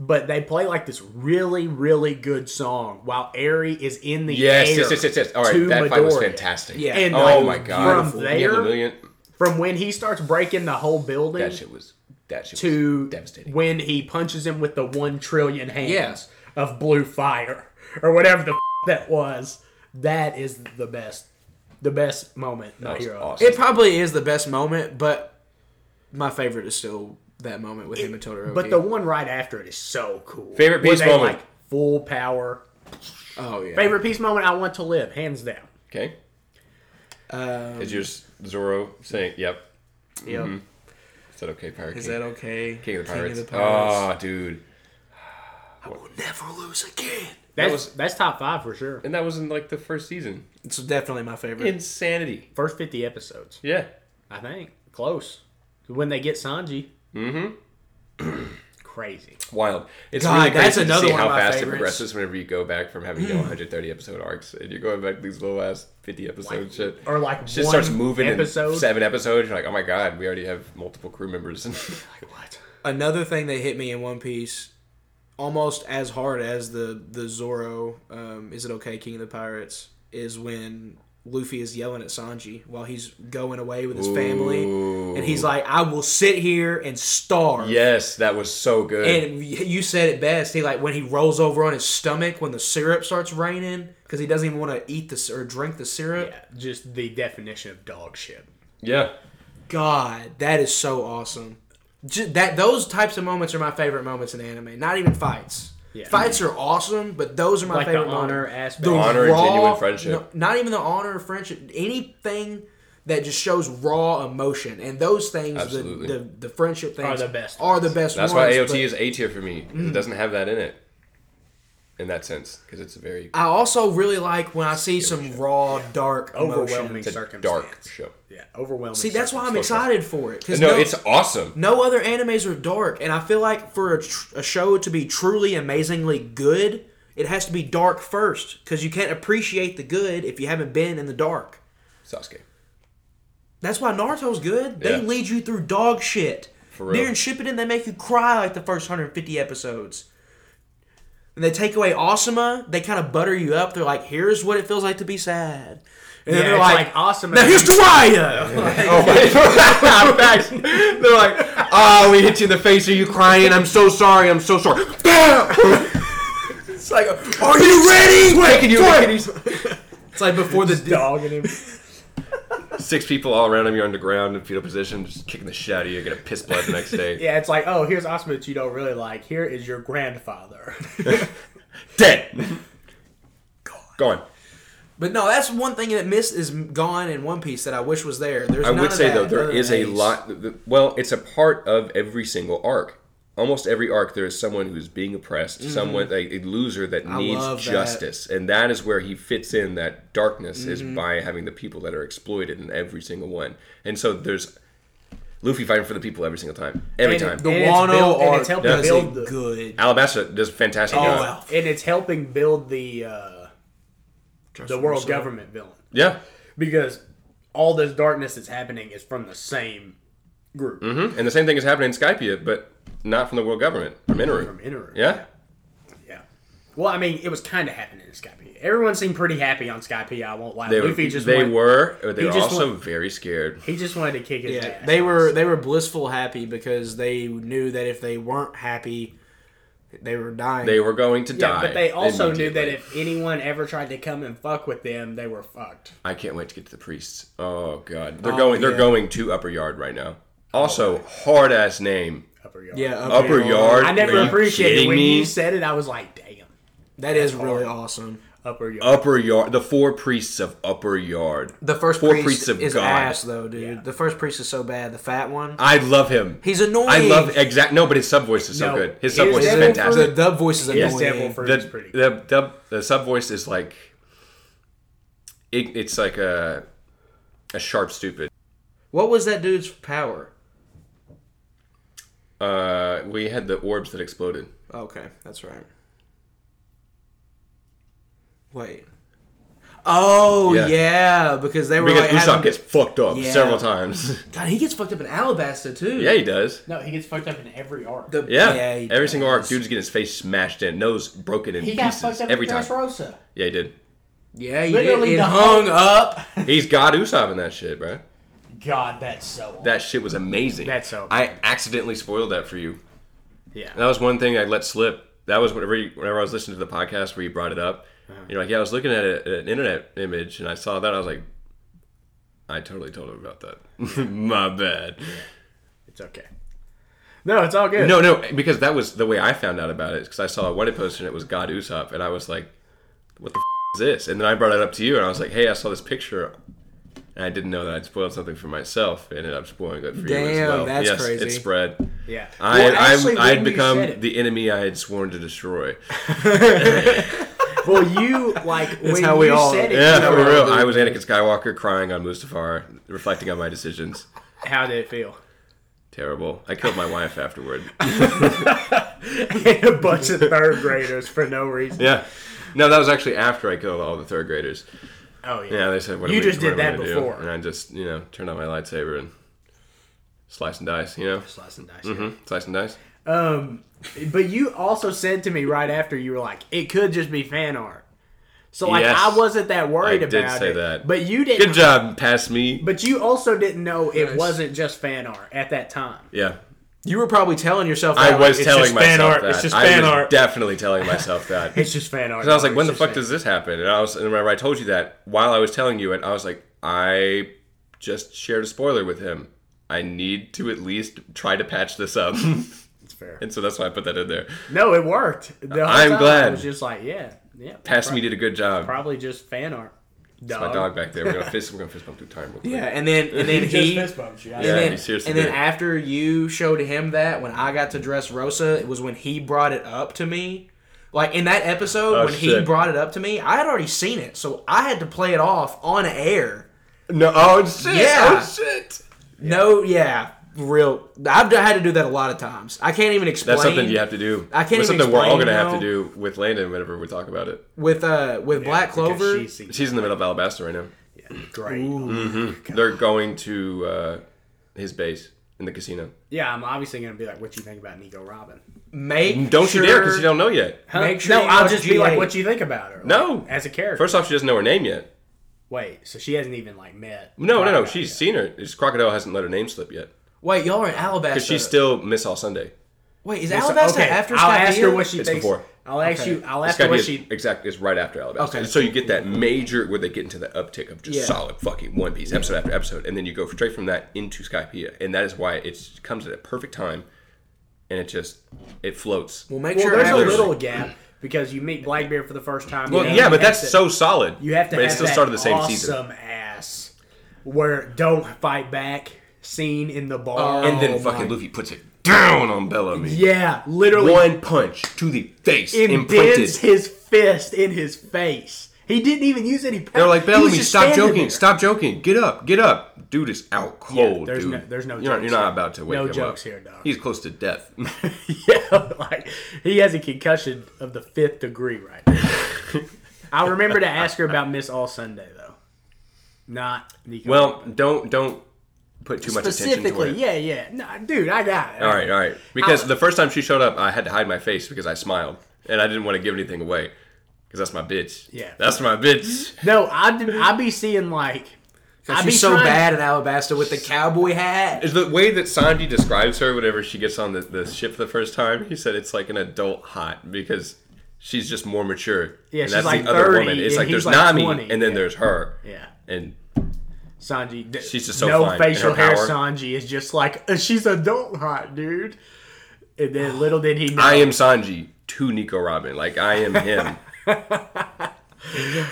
[SPEAKER 2] but they play like this really, really good song while Airy is in the
[SPEAKER 3] Yes,
[SPEAKER 2] air.
[SPEAKER 3] yes, yes, yes, yes. All right,
[SPEAKER 2] to
[SPEAKER 3] that fight was
[SPEAKER 2] Midoriya.
[SPEAKER 3] fantastic.
[SPEAKER 1] Yeah.
[SPEAKER 2] And
[SPEAKER 3] oh
[SPEAKER 2] like,
[SPEAKER 3] my god.
[SPEAKER 2] from
[SPEAKER 3] Yeah, the
[SPEAKER 2] there,
[SPEAKER 3] million-
[SPEAKER 2] from when he starts breaking the whole building,
[SPEAKER 3] that shit was that shit
[SPEAKER 2] to
[SPEAKER 3] was devastating.
[SPEAKER 2] when he punches him with the one trillion hands
[SPEAKER 1] Yeah.
[SPEAKER 2] of blue fire or whatever the f- that was. That is the best, the best moment. in My
[SPEAKER 3] That was
[SPEAKER 2] hero.
[SPEAKER 3] awesome.
[SPEAKER 1] It probably is the best moment, but my favorite is still that moment with him and Todoroki.
[SPEAKER 2] But the one right after it is so cool.
[SPEAKER 3] Favorite
[SPEAKER 2] Where
[SPEAKER 3] piece
[SPEAKER 2] they,
[SPEAKER 3] moment?
[SPEAKER 2] Like, full power.
[SPEAKER 1] oh yeah,
[SPEAKER 2] Favorite piece moment. I want to live, hands down.
[SPEAKER 3] okay.
[SPEAKER 2] Um,
[SPEAKER 3] is yours Zoro saying, "Yep"?
[SPEAKER 1] Yep.
[SPEAKER 3] Is that okay, Pirate
[SPEAKER 1] Is
[SPEAKER 3] King?
[SPEAKER 1] that okay?
[SPEAKER 3] King of the Pirates.
[SPEAKER 1] Pirates.
[SPEAKER 3] Oh, dude.
[SPEAKER 1] I
[SPEAKER 2] Ah.
[SPEAKER 1] will never lose again.
[SPEAKER 2] That's
[SPEAKER 3] was-
[SPEAKER 2] that's top five for sure.
[SPEAKER 3] And that was in like the first season.
[SPEAKER 1] It's definitely my favorite.
[SPEAKER 3] Insanity.
[SPEAKER 2] First fifty episodes,
[SPEAKER 3] Yeah.
[SPEAKER 2] I think. Close. When they get Sanji. Mm-hmm.
[SPEAKER 1] Mm-hmm.
[SPEAKER 2] Crazy.
[SPEAKER 3] Wild. It's
[SPEAKER 1] God,
[SPEAKER 3] really
[SPEAKER 1] that's
[SPEAKER 3] crazy
[SPEAKER 1] another
[SPEAKER 3] to see
[SPEAKER 1] one
[SPEAKER 3] how
[SPEAKER 1] of my
[SPEAKER 3] fast it
[SPEAKER 1] favorites.
[SPEAKER 3] progresses whenever you go back from having you know 130 episode arcs and you're going back to these little ass 50 episode shit.
[SPEAKER 2] Or like
[SPEAKER 3] It just
[SPEAKER 2] one
[SPEAKER 3] starts moving
[SPEAKER 2] episode.
[SPEAKER 3] in seven episodes. You're like, oh my god, we already have multiple crew members.
[SPEAKER 2] Like what?
[SPEAKER 1] Another thing that hit me in One Piece, almost as hard as the the Zoro, um, is it okay, King of the Pirates, is when Luffy is yelling at Sanji while he's going away with his family, and he's like, "I will sit here and starve."
[SPEAKER 3] yes, that was so good.
[SPEAKER 1] And you said it best. He like when he rolls over on his stomach when the syrup starts raining because he doesn't even want to eat this or drink the syrup.
[SPEAKER 2] Yeah, just the definition of dog shit.
[SPEAKER 3] yeah.
[SPEAKER 1] God, that is so awesome. Ju- that those types of moments are my favorite moments in anime. Not even fights.
[SPEAKER 2] Yeah.
[SPEAKER 1] Fights are awesome, but those are my
[SPEAKER 2] Like the
[SPEAKER 1] favorite.
[SPEAKER 2] honor
[SPEAKER 1] moments.
[SPEAKER 2] aspect.
[SPEAKER 1] The
[SPEAKER 3] Honor and genuine friendship.
[SPEAKER 1] no- not even the honor or friendship. Anything that just shows raw emotion, and those things, the,
[SPEAKER 3] Absolutely.
[SPEAKER 1] the the friendship things,
[SPEAKER 2] the best
[SPEAKER 1] Are the best.
[SPEAKER 3] That's why
[SPEAKER 1] ones,
[SPEAKER 3] AOT
[SPEAKER 1] but-
[SPEAKER 3] is A tier for me. 'cause It doesn't have that in it. In that sense, because it's a very
[SPEAKER 1] I also really like when I see some raw, dark,
[SPEAKER 2] Overwhelming
[SPEAKER 1] overwhelming.
[SPEAKER 3] it's a
[SPEAKER 2] circumstance.
[SPEAKER 3] dark show.
[SPEAKER 2] Yeah, overwhelming.
[SPEAKER 1] See, that's why I'm
[SPEAKER 3] Social.
[SPEAKER 1] excited for it. 'cause
[SPEAKER 3] No, it's awesome.
[SPEAKER 1] No other animes are dark, and I feel like for a, tr- a show to be truly amazingly good, it has to be dark first, because you can't appreciate the good if you haven't been in the dark.
[SPEAKER 3] Sasuke.
[SPEAKER 1] That's why Naruto's good. They
[SPEAKER 3] Yeah.
[SPEAKER 1] lead you through dog shit.
[SPEAKER 3] For real.
[SPEAKER 1] During Shippuden, they make you cry like the first 150 episodes. And they take away Asuma. They kind of butter you up. They're like, "Here's what it feels like to be sad." And then
[SPEAKER 2] Yeah,
[SPEAKER 1] they're
[SPEAKER 2] it's
[SPEAKER 1] like,
[SPEAKER 2] like awesome.
[SPEAKER 1] Now here's Jiraiya.
[SPEAKER 3] Oh my Facts. They're like, oh, we hit you in the face. Are you crying? I'm so sorry. I'm so sorry.
[SPEAKER 1] It's like, are you ready?
[SPEAKER 3] Taking you
[SPEAKER 1] It's like before the
[SPEAKER 2] dog in him.
[SPEAKER 3] Six people all around him. You're underground in fetal position, just kicking the shit out of you. You're gonna piss blood the next day.
[SPEAKER 2] Yeah, it's like, oh, here's Osman that you don't really like. Here is your grandfather.
[SPEAKER 3] Dead. Gone.
[SPEAKER 1] But no, that's one thing that missed is gone in One Piece that I wish was there. There's
[SPEAKER 3] I
[SPEAKER 1] none
[SPEAKER 3] would
[SPEAKER 1] of
[SPEAKER 3] say
[SPEAKER 1] that
[SPEAKER 3] though
[SPEAKER 1] in
[SPEAKER 3] there
[SPEAKER 1] other
[SPEAKER 3] is a
[SPEAKER 1] animes.
[SPEAKER 3] lot. th- th- Well, it's a part of every single arc. Almost every arc, there is someone who's being oppressed,
[SPEAKER 2] Mm-hmm.
[SPEAKER 3] someone a, a loser that needs
[SPEAKER 1] love that.
[SPEAKER 3] justice, and that is where he fits in. That darkness is
[SPEAKER 2] Mm-hmm.
[SPEAKER 3] by having the people that are exploited in every single one, and so there's Luffy fighting for the people every single time, every
[SPEAKER 2] And it-
[SPEAKER 3] time.
[SPEAKER 1] The
[SPEAKER 2] and it's built-
[SPEAKER 1] Wano
[SPEAKER 2] and
[SPEAKER 1] arc
[SPEAKER 2] it's
[SPEAKER 1] does
[SPEAKER 2] helping build the-
[SPEAKER 1] it good.
[SPEAKER 3] Alabasta does a fantastic
[SPEAKER 2] Oh,
[SPEAKER 3] job.
[SPEAKER 1] wow.
[SPEAKER 2] and it's helping build the uh, the world government villain
[SPEAKER 3] Yeah,
[SPEAKER 2] because all this darkness that's happening is from the same group
[SPEAKER 3] hmm and the same thing is happening in Skypia, but not from the world government, from Inoru.
[SPEAKER 2] from Inoru.
[SPEAKER 3] Yeah,
[SPEAKER 2] yeah. Well, I mean, it was kind of happening in Skype. Everyone seemed pretty happy on Skype. I won't lie.
[SPEAKER 3] They,
[SPEAKER 2] Luffy just
[SPEAKER 3] they
[SPEAKER 2] went-
[SPEAKER 3] were, but they
[SPEAKER 2] he
[SPEAKER 3] were
[SPEAKER 2] just
[SPEAKER 3] also very scared.
[SPEAKER 2] He just wanted to kick his
[SPEAKER 1] Yeah,
[SPEAKER 2] ass.
[SPEAKER 1] they were they were blissful happy because they knew that if they weren't happy, they were dying.
[SPEAKER 3] They were going to
[SPEAKER 2] Yeah,
[SPEAKER 3] die.
[SPEAKER 2] but they also knew that
[SPEAKER 3] immediately.
[SPEAKER 2] if anyone ever tried to come and fuck with them, they were fucked.
[SPEAKER 3] I can't wait to get to the priests. Oh god, they're going. They're going to Upper Yard right now.
[SPEAKER 2] Oh,
[SPEAKER 3] Also, hard ass name.
[SPEAKER 2] Upper yard.
[SPEAKER 1] yeah, uh,
[SPEAKER 3] Upper Yard.
[SPEAKER 2] I never
[SPEAKER 3] Are you
[SPEAKER 2] appreciated
[SPEAKER 3] kidding
[SPEAKER 2] when
[SPEAKER 3] me?
[SPEAKER 2] you said it. I was like, damn,
[SPEAKER 1] That is really awesome.
[SPEAKER 2] upper yard.
[SPEAKER 3] Upper Yard. The four priests of Upper Yard.
[SPEAKER 1] The first
[SPEAKER 3] Four
[SPEAKER 1] priest
[SPEAKER 3] priests of
[SPEAKER 1] is
[SPEAKER 3] God.
[SPEAKER 1] ass though, dude. The first priest is so bad. The fat one.
[SPEAKER 3] I love him.
[SPEAKER 1] He's annoying.
[SPEAKER 3] I love exact. No, but his sub voice is so
[SPEAKER 2] No.
[SPEAKER 3] good. His
[SPEAKER 2] His
[SPEAKER 3] sub voice is
[SPEAKER 2] devil
[SPEAKER 1] the
[SPEAKER 3] fantastic.
[SPEAKER 1] dub voice is
[SPEAKER 2] Yes,
[SPEAKER 1] annoying.
[SPEAKER 2] devil fruit is
[SPEAKER 3] The
[SPEAKER 2] pretty. good.
[SPEAKER 3] the dub the sub voice is like. It, it's like a, a sharp stupid.
[SPEAKER 1] What was that dude's power?
[SPEAKER 3] Uh, we had the orbs that exploded.
[SPEAKER 1] Okay, that's right. Wait. Oh
[SPEAKER 3] Yeah.
[SPEAKER 1] yeah, because they were
[SPEAKER 3] Because
[SPEAKER 1] like,
[SPEAKER 3] Usopp
[SPEAKER 1] having-
[SPEAKER 3] gets fucked up
[SPEAKER 1] Yeah.
[SPEAKER 3] several times.
[SPEAKER 1] God, he gets fucked up in Alabasta too.
[SPEAKER 3] yeah, he does.
[SPEAKER 2] No, he gets fucked up in every arc.
[SPEAKER 1] The-
[SPEAKER 3] Yeah,
[SPEAKER 1] he
[SPEAKER 3] every single arc,
[SPEAKER 1] does.
[SPEAKER 3] dude's getting his face smashed in, nose broken in
[SPEAKER 2] he got
[SPEAKER 3] pieces
[SPEAKER 2] fucked up
[SPEAKER 3] every
[SPEAKER 2] in
[SPEAKER 3] time.
[SPEAKER 2] Dressrosa.
[SPEAKER 3] Yeah, he did.
[SPEAKER 1] Yeah, he
[SPEAKER 2] Literally
[SPEAKER 1] did. It
[SPEAKER 2] the
[SPEAKER 1] hung
[SPEAKER 2] whole-
[SPEAKER 1] up.
[SPEAKER 3] He's God Usopp in that shit, bro.
[SPEAKER 2] God, that's so.
[SPEAKER 3] That shit was amazing.
[SPEAKER 2] That's so-
[SPEAKER 3] I accidentally spoiled that for you.
[SPEAKER 2] Yeah.
[SPEAKER 3] that was one thing I let slip. That was whenever you, whenever I was listening to the podcast where you brought it up. You're like, yeah, I was looking at a, an internet image and I saw that. I was like, I totally told him about that. My bad.
[SPEAKER 2] it's okay. No, it's all good.
[SPEAKER 3] No, no, because that was the way I found out about it. Because I saw a Reddit post and it was God Usopp, and I was like, "What the f- is this?" And then I brought it up to you, and I was like, "Hey, I saw this picture." And I didn't know that I'd spoiled something for myself. Ended up spoiling it for you as
[SPEAKER 1] Damn,
[SPEAKER 3] well.
[SPEAKER 1] that's
[SPEAKER 3] yes,
[SPEAKER 1] crazy.
[SPEAKER 3] it spread.
[SPEAKER 2] Yeah.
[SPEAKER 3] I,
[SPEAKER 2] Well, actually,
[SPEAKER 3] I, I had
[SPEAKER 2] when you said
[SPEAKER 3] become
[SPEAKER 2] it-
[SPEAKER 3] the enemy I had sworn to destroy.
[SPEAKER 2] Well, you like when
[SPEAKER 1] how we
[SPEAKER 2] you
[SPEAKER 1] all-
[SPEAKER 2] said it.
[SPEAKER 3] Yeah,
[SPEAKER 2] you
[SPEAKER 3] for
[SPEAKER 2] were
[SPEAKER 3] real.
[SPEAKER 2] like,
[SPEAKER 3] I was Anakin Skywalker crying on Mustafar, reflecting on my decisions.
[SPEAKER 2] How did it feel?
[SPEAKER 3] Terrible. I killed my wife afterward.
[SPEAKER 2] and a bunch of third graders for no reason.
[SPEAKER 3] Yeah. No, that was actually after I killed all the third graders.
[SPEAKER 2] Oh yeah.
[SPEAKER 3] Yeah, they said what
[SPEAKER 2] You
[SPEAKER 3] are we-
[SPEAKER 2] just
[SPEAKER 3] what
[SPEAKER 2] did
[SPEAKER 3] are we
[SPEAKER 2] that
[SPEAKER 3] gonna do?
[SPEAKER 2] before.
[SPEAKER 3] and I just you know turned out my lightsaber and slice and dice, you know,
[SPEAKER 2] Slice and dice.
[SPEAKER 3] hmm slice and dice.
[SPEAKER 2] Um, but you also said to me right after you were like, it could just be fan art. So like
[SPEAKER 3] Yes.
[SPEAKER 2] I wasn't that worried
[SPEAKER 3] I did
[SPEAKER 2] about
[SPEAKER 3] say
[SPEAKER 2] it.
[SPEAKER 3] that.
[SPEAKER 2] But you didn't.
[SPEAKER 3] Good job, pass me.
[SPEAKER 2] But you also didn't know it
[SPEAKER 1] Nice.
[SPEAKER 2] wasn't just fan art at that time.
[SPEAKER 3] Yeah,
[SPEAKER 1] You were probably telling yourself.
[SPEAKER 3] I
[SPEAKER 1] that, like,
[SPEAKER 3] was
[SPEAKER 1] it's
[SPEAKER 3] telling
[SPEAKER 1] just
[SPEAKER 3] myself
[SPEAKER 1] fan art.
[SPEAKER 3] that.
[SPEAKER 1] It's just
[SPEAKER 3] I
[SPEAKER 1] fan
[SPEAKER 3] was
[SPEAKER 1] art.
[SPEAKER 3] definitely telling myself that.
[SPEAKER 2] It's just fan art.
[SPEAKER 3] And I was like, when the
[SPEAKER 2] It's
[SPEAKER 3] fuck
[SPEAKER 2] just
[SPEAKER 3] does
[SPEAKER 2] fan-
[SPEAKER 3] this happen? And I was, and remember I told you that while I was telling you it, I was like, I just shared a spoiler with him. I need to at least try to patch this up.
[SPEAKER 2] It's fair.
[SPEAKER 3] and so that's why I put that in there.
[SPEAKER 2] No, it worked. The whole
[SPEAKER 3] I'm
[SPEAKER 2] time
[SPEAKER 3] glad.
[SPEAKER 2] It was just like, yeah, yeah.
[SPEAKER 3] Pass me did a good job.
[SPEAKER 2] Probably just fan art. Dog.
[SPEAKER 3] My dog back there. We're gonna fist. We're gonna fist bump through time. Real quick.
[SPEAKER 1] Yeah, and then and then he.
[SPEAKER 2] just fist bumped you. I-
[SPEAKER 3] Yeah,
[SPEAKER 1] and then,
[SPEAKER 3] he seriously
[SPEAKER 1] and then
[SPEAKER 3] did.
[SPEAKER 1] after you showed him that, when I got to dress Rosa, it was when he brought it up to me. Like in that episode,
[SPEAKER 3] Oh,
[SPEAKER 1] when he
[SPEAKER 3] shit.
[SPEAKER 1] brought it up to me, I had already seen it, so I had to play it off on air.
[SPEAKER 3] No. Oh shit.
[SPEAKER 1] Yeah.
[SPEAKER 3] Oh shit.
[SPEAKER 1] No, yeah, real. I've d- had to do that a lot of times. I can't even explain.
[SPEAKER 3] That's something you have to do.
[SPEAKER 1] I can't
[SPEAKER 3] That's
[SPEAKER 1] even
[SPEAKER 3] something we're all
[SPEAKER 1] explain
[SPEAKER 3] gonna have to
[SPEAKER 1] how-
[SPEAKER 3] do with Landon whenever we talk about it.
[SPEAKER 1] with uh with Black
[SPEAKER 2] because
[SPEAKER 1] Clover.
[SPEAKER 2] she's
[SPEAKER 3] She's in the middle of Alabasta right now.
[SPEAKER 2] great.
[SPEAKER 3] They're going to uh, his base in the casino.
[SPEAKER 2] Yeah, I'm obviously gonna be like, what you think about Nico Robin?
[SPEAKER 1] Make
[SPEAKER 3] Don't
[SPEAKER 1] sure,
[SPEAKER 3] you dare, because you don't know yet.
[SPEAKER 1] Make sure
[SPEAKER 2] no,
[SPEAKER 1] you
[SPEAKER 2] I'll
[SPEAKER 1] watch
[SPEAKER 2] just be
[SPEAKER 1] GA.
[SPEAKER 2] like, what you think about her?
[SPEAKER 3] No.
[SPEAKER 2] as a character.
[SPEAKER 3] First off, she doesn't know her name yet.
[SPEAKER 2] Wait, so she hasn't even like met?
[SPEAKER 3] No, no, no. She's seen her. It's Crocodile hasn't let her name slip yet
[SPEAKER 1] Wait, y'all are in Alabasta.
[SPEAKER 3] because she's still Miss All Sunday.
[SPEAKER 1] Wait, is
[SPEAKER 2] So,
[SPEAKER 1] Alabasta
[SPEAKER 2] okay,
[SPEAKER 1] after?
[SPEAKER 2] I'll
[SPEAKER 1] Skypiea?
[SPEAKER 2] ask her what she
[SPEAKER 3] It's
[SPEAKER 2] thinks.
[SPEAKER 3] before.
[SPEAKER 2] I'll ask
[SPEAKER 1] Okay.
[SPEAKER 2] you. I'll
[SPEAKER 3] It's
[SPEAKER 2] ask her
[SPEAKER 3] gotta be
[SPEAKER 2] what
[SPEAKER 3] a-
[SPEAKER 2] she.
[SPEAKER 3] exact. It's right after Alabasta.
[SPEAKER 1] Okay.
[SPEAKER 3] And so you get that major where they get into the uptick of just
[SPEAKER 1] Yeah.
[SPEAKER 3] solid fucking One Piece episode after episode, and then you go straight from that into Skypiea, and that is why it's- it comes at a perfect time, and it just it floats.
[SPEAKER 1] Well, make
[SPEAKER 2] Well,
[SPEAKER 1] sure
[SPEAKER 2] there's a
[SPEAKER 1] after-
[SPEAKER 2] little gap because you meet Blackbeard for the first time.
[SPEAKER 3] Well,
[SPEAKER 2] you know,
[SPEAKER 3] yeah,
[SPEAKER 2] you
[SPEAKER 3] but
[SPEAKER 2] have
[SPEAKER 3] that's
[SPEAKER 2] to-
[SPEAKER 3] so solid.
[SPEAKER 2] You have to
[SPEAKER 3] But
[SPEAKER 2] have
[SPEAKER 3] it's still
[SPEAKER 2] that
[SPEAKER 3] start of the same
[SPEAKER 2] awesome
[SPEAKER 3] season.
[SPEAKER 2] ass where don't fight back scene in the bar. Oh
[SPEAKER 3] And then fucking Luffy puts it down on Bellamy.
[SPEAKER 2] yeah, literally
[SPEAKER 3] One punch to the face, imprinted.
[SPEAKER 2] indents his fist in his face. He didn't even use any. Power.
[SPEAKER 3] They're like,
[SPEAKER 2] He was
[SPEAKER 3] Bellamy,
[SPEAKER 2] just
[SPEAKER 3] stop
[SPEAKER 2] standing
[SPEAKER 3] joking,
[SPEAKER 2] there.
[SPEAKER 3] stop joking, get up, get up. Dude is out cold.
[SPEAKER 2] there's
[SPEAKER 3] dude.
[SPEAKER 2] no- there's no
[SPEAKER 3] You're, not, you're
[SPEAKER 2] jokes
[SPEAKER 3] not
[SPEAKER 2] here.
[SPEAKER 3] about to wake
[SPEAKER 2] No
[SPEAKER 3] him
[SPEAKER 2] jokes
[SPEAKER 3] up.
[SPEAKER 2] here, dog.
[SPEAKER 3] He's close to death.
[SPEAKER 2] yeah, like he has a concussion of the fifth degree right now. I remember to ask her about Miss All Sunday though, not Nico.
[SPEAKER 3] well, don't don't put too much attention to
[SPEAKER 2] specifically,
[SPEAKER 3] it.
[SPEAKER 2] yeah, yeah, nah, dude, I got it.
[SPEAKER 3] All right, all right. Because the first time she showed up, I had to hide my face because I smiled. and I didn't want to give anything away because that's my bitch.
[SPEAKER 2] Yeah.
[SPEAKER 3] that's my bitch.
[SPEAKER 2] No, I'd, I'd be seeing like. I'd be
[SPEAKER 1] She's so
[SPEAKER 2] trying-
[SPEAKER 1] bad at Alabasta with the cowboy hat.
[SPEAKER 3] Is the way that Sanji describes her whenever she gets on the, the ship for the first time, he said it's like an adult hot because she's just more mature.
[SPEAKER 2] Yeah,
[SPEAKER 3] and
[SPEAKER 2] she's like 30
[SPEAKER 3] It's
[SPEAKER 2] and
[SPEAKER 3] like
[SPEAKER 2] he's
[SPEAKER 3] there's
[SPEAKER 2] like
[SPEAKER 3] Nami
[SPEAKER 2] 20,
[SPEAKER 3] and then
[SPEAKER 2] yeah.
[SPEAKER 3] there's her.
[SPEAKER 2] Yeah.
[SPEAKER 3] And
[SPEAKER 2] Sanji. d-
[SPEAKER 3] She's just so
[SPEAKER 2] no
[SPEAKER 3] fine, and
[SPEAKER 2] facial
[SPEAKER 3] her
[SPEAKER 2] hair.
[SPEAKER 3] power.
[SPEAKER 2] Sanji is just like uh, she's adult hot, dude. And then little did he know.
[SPEAKER 3] I am Sanji to Nico Robin. Like I am him.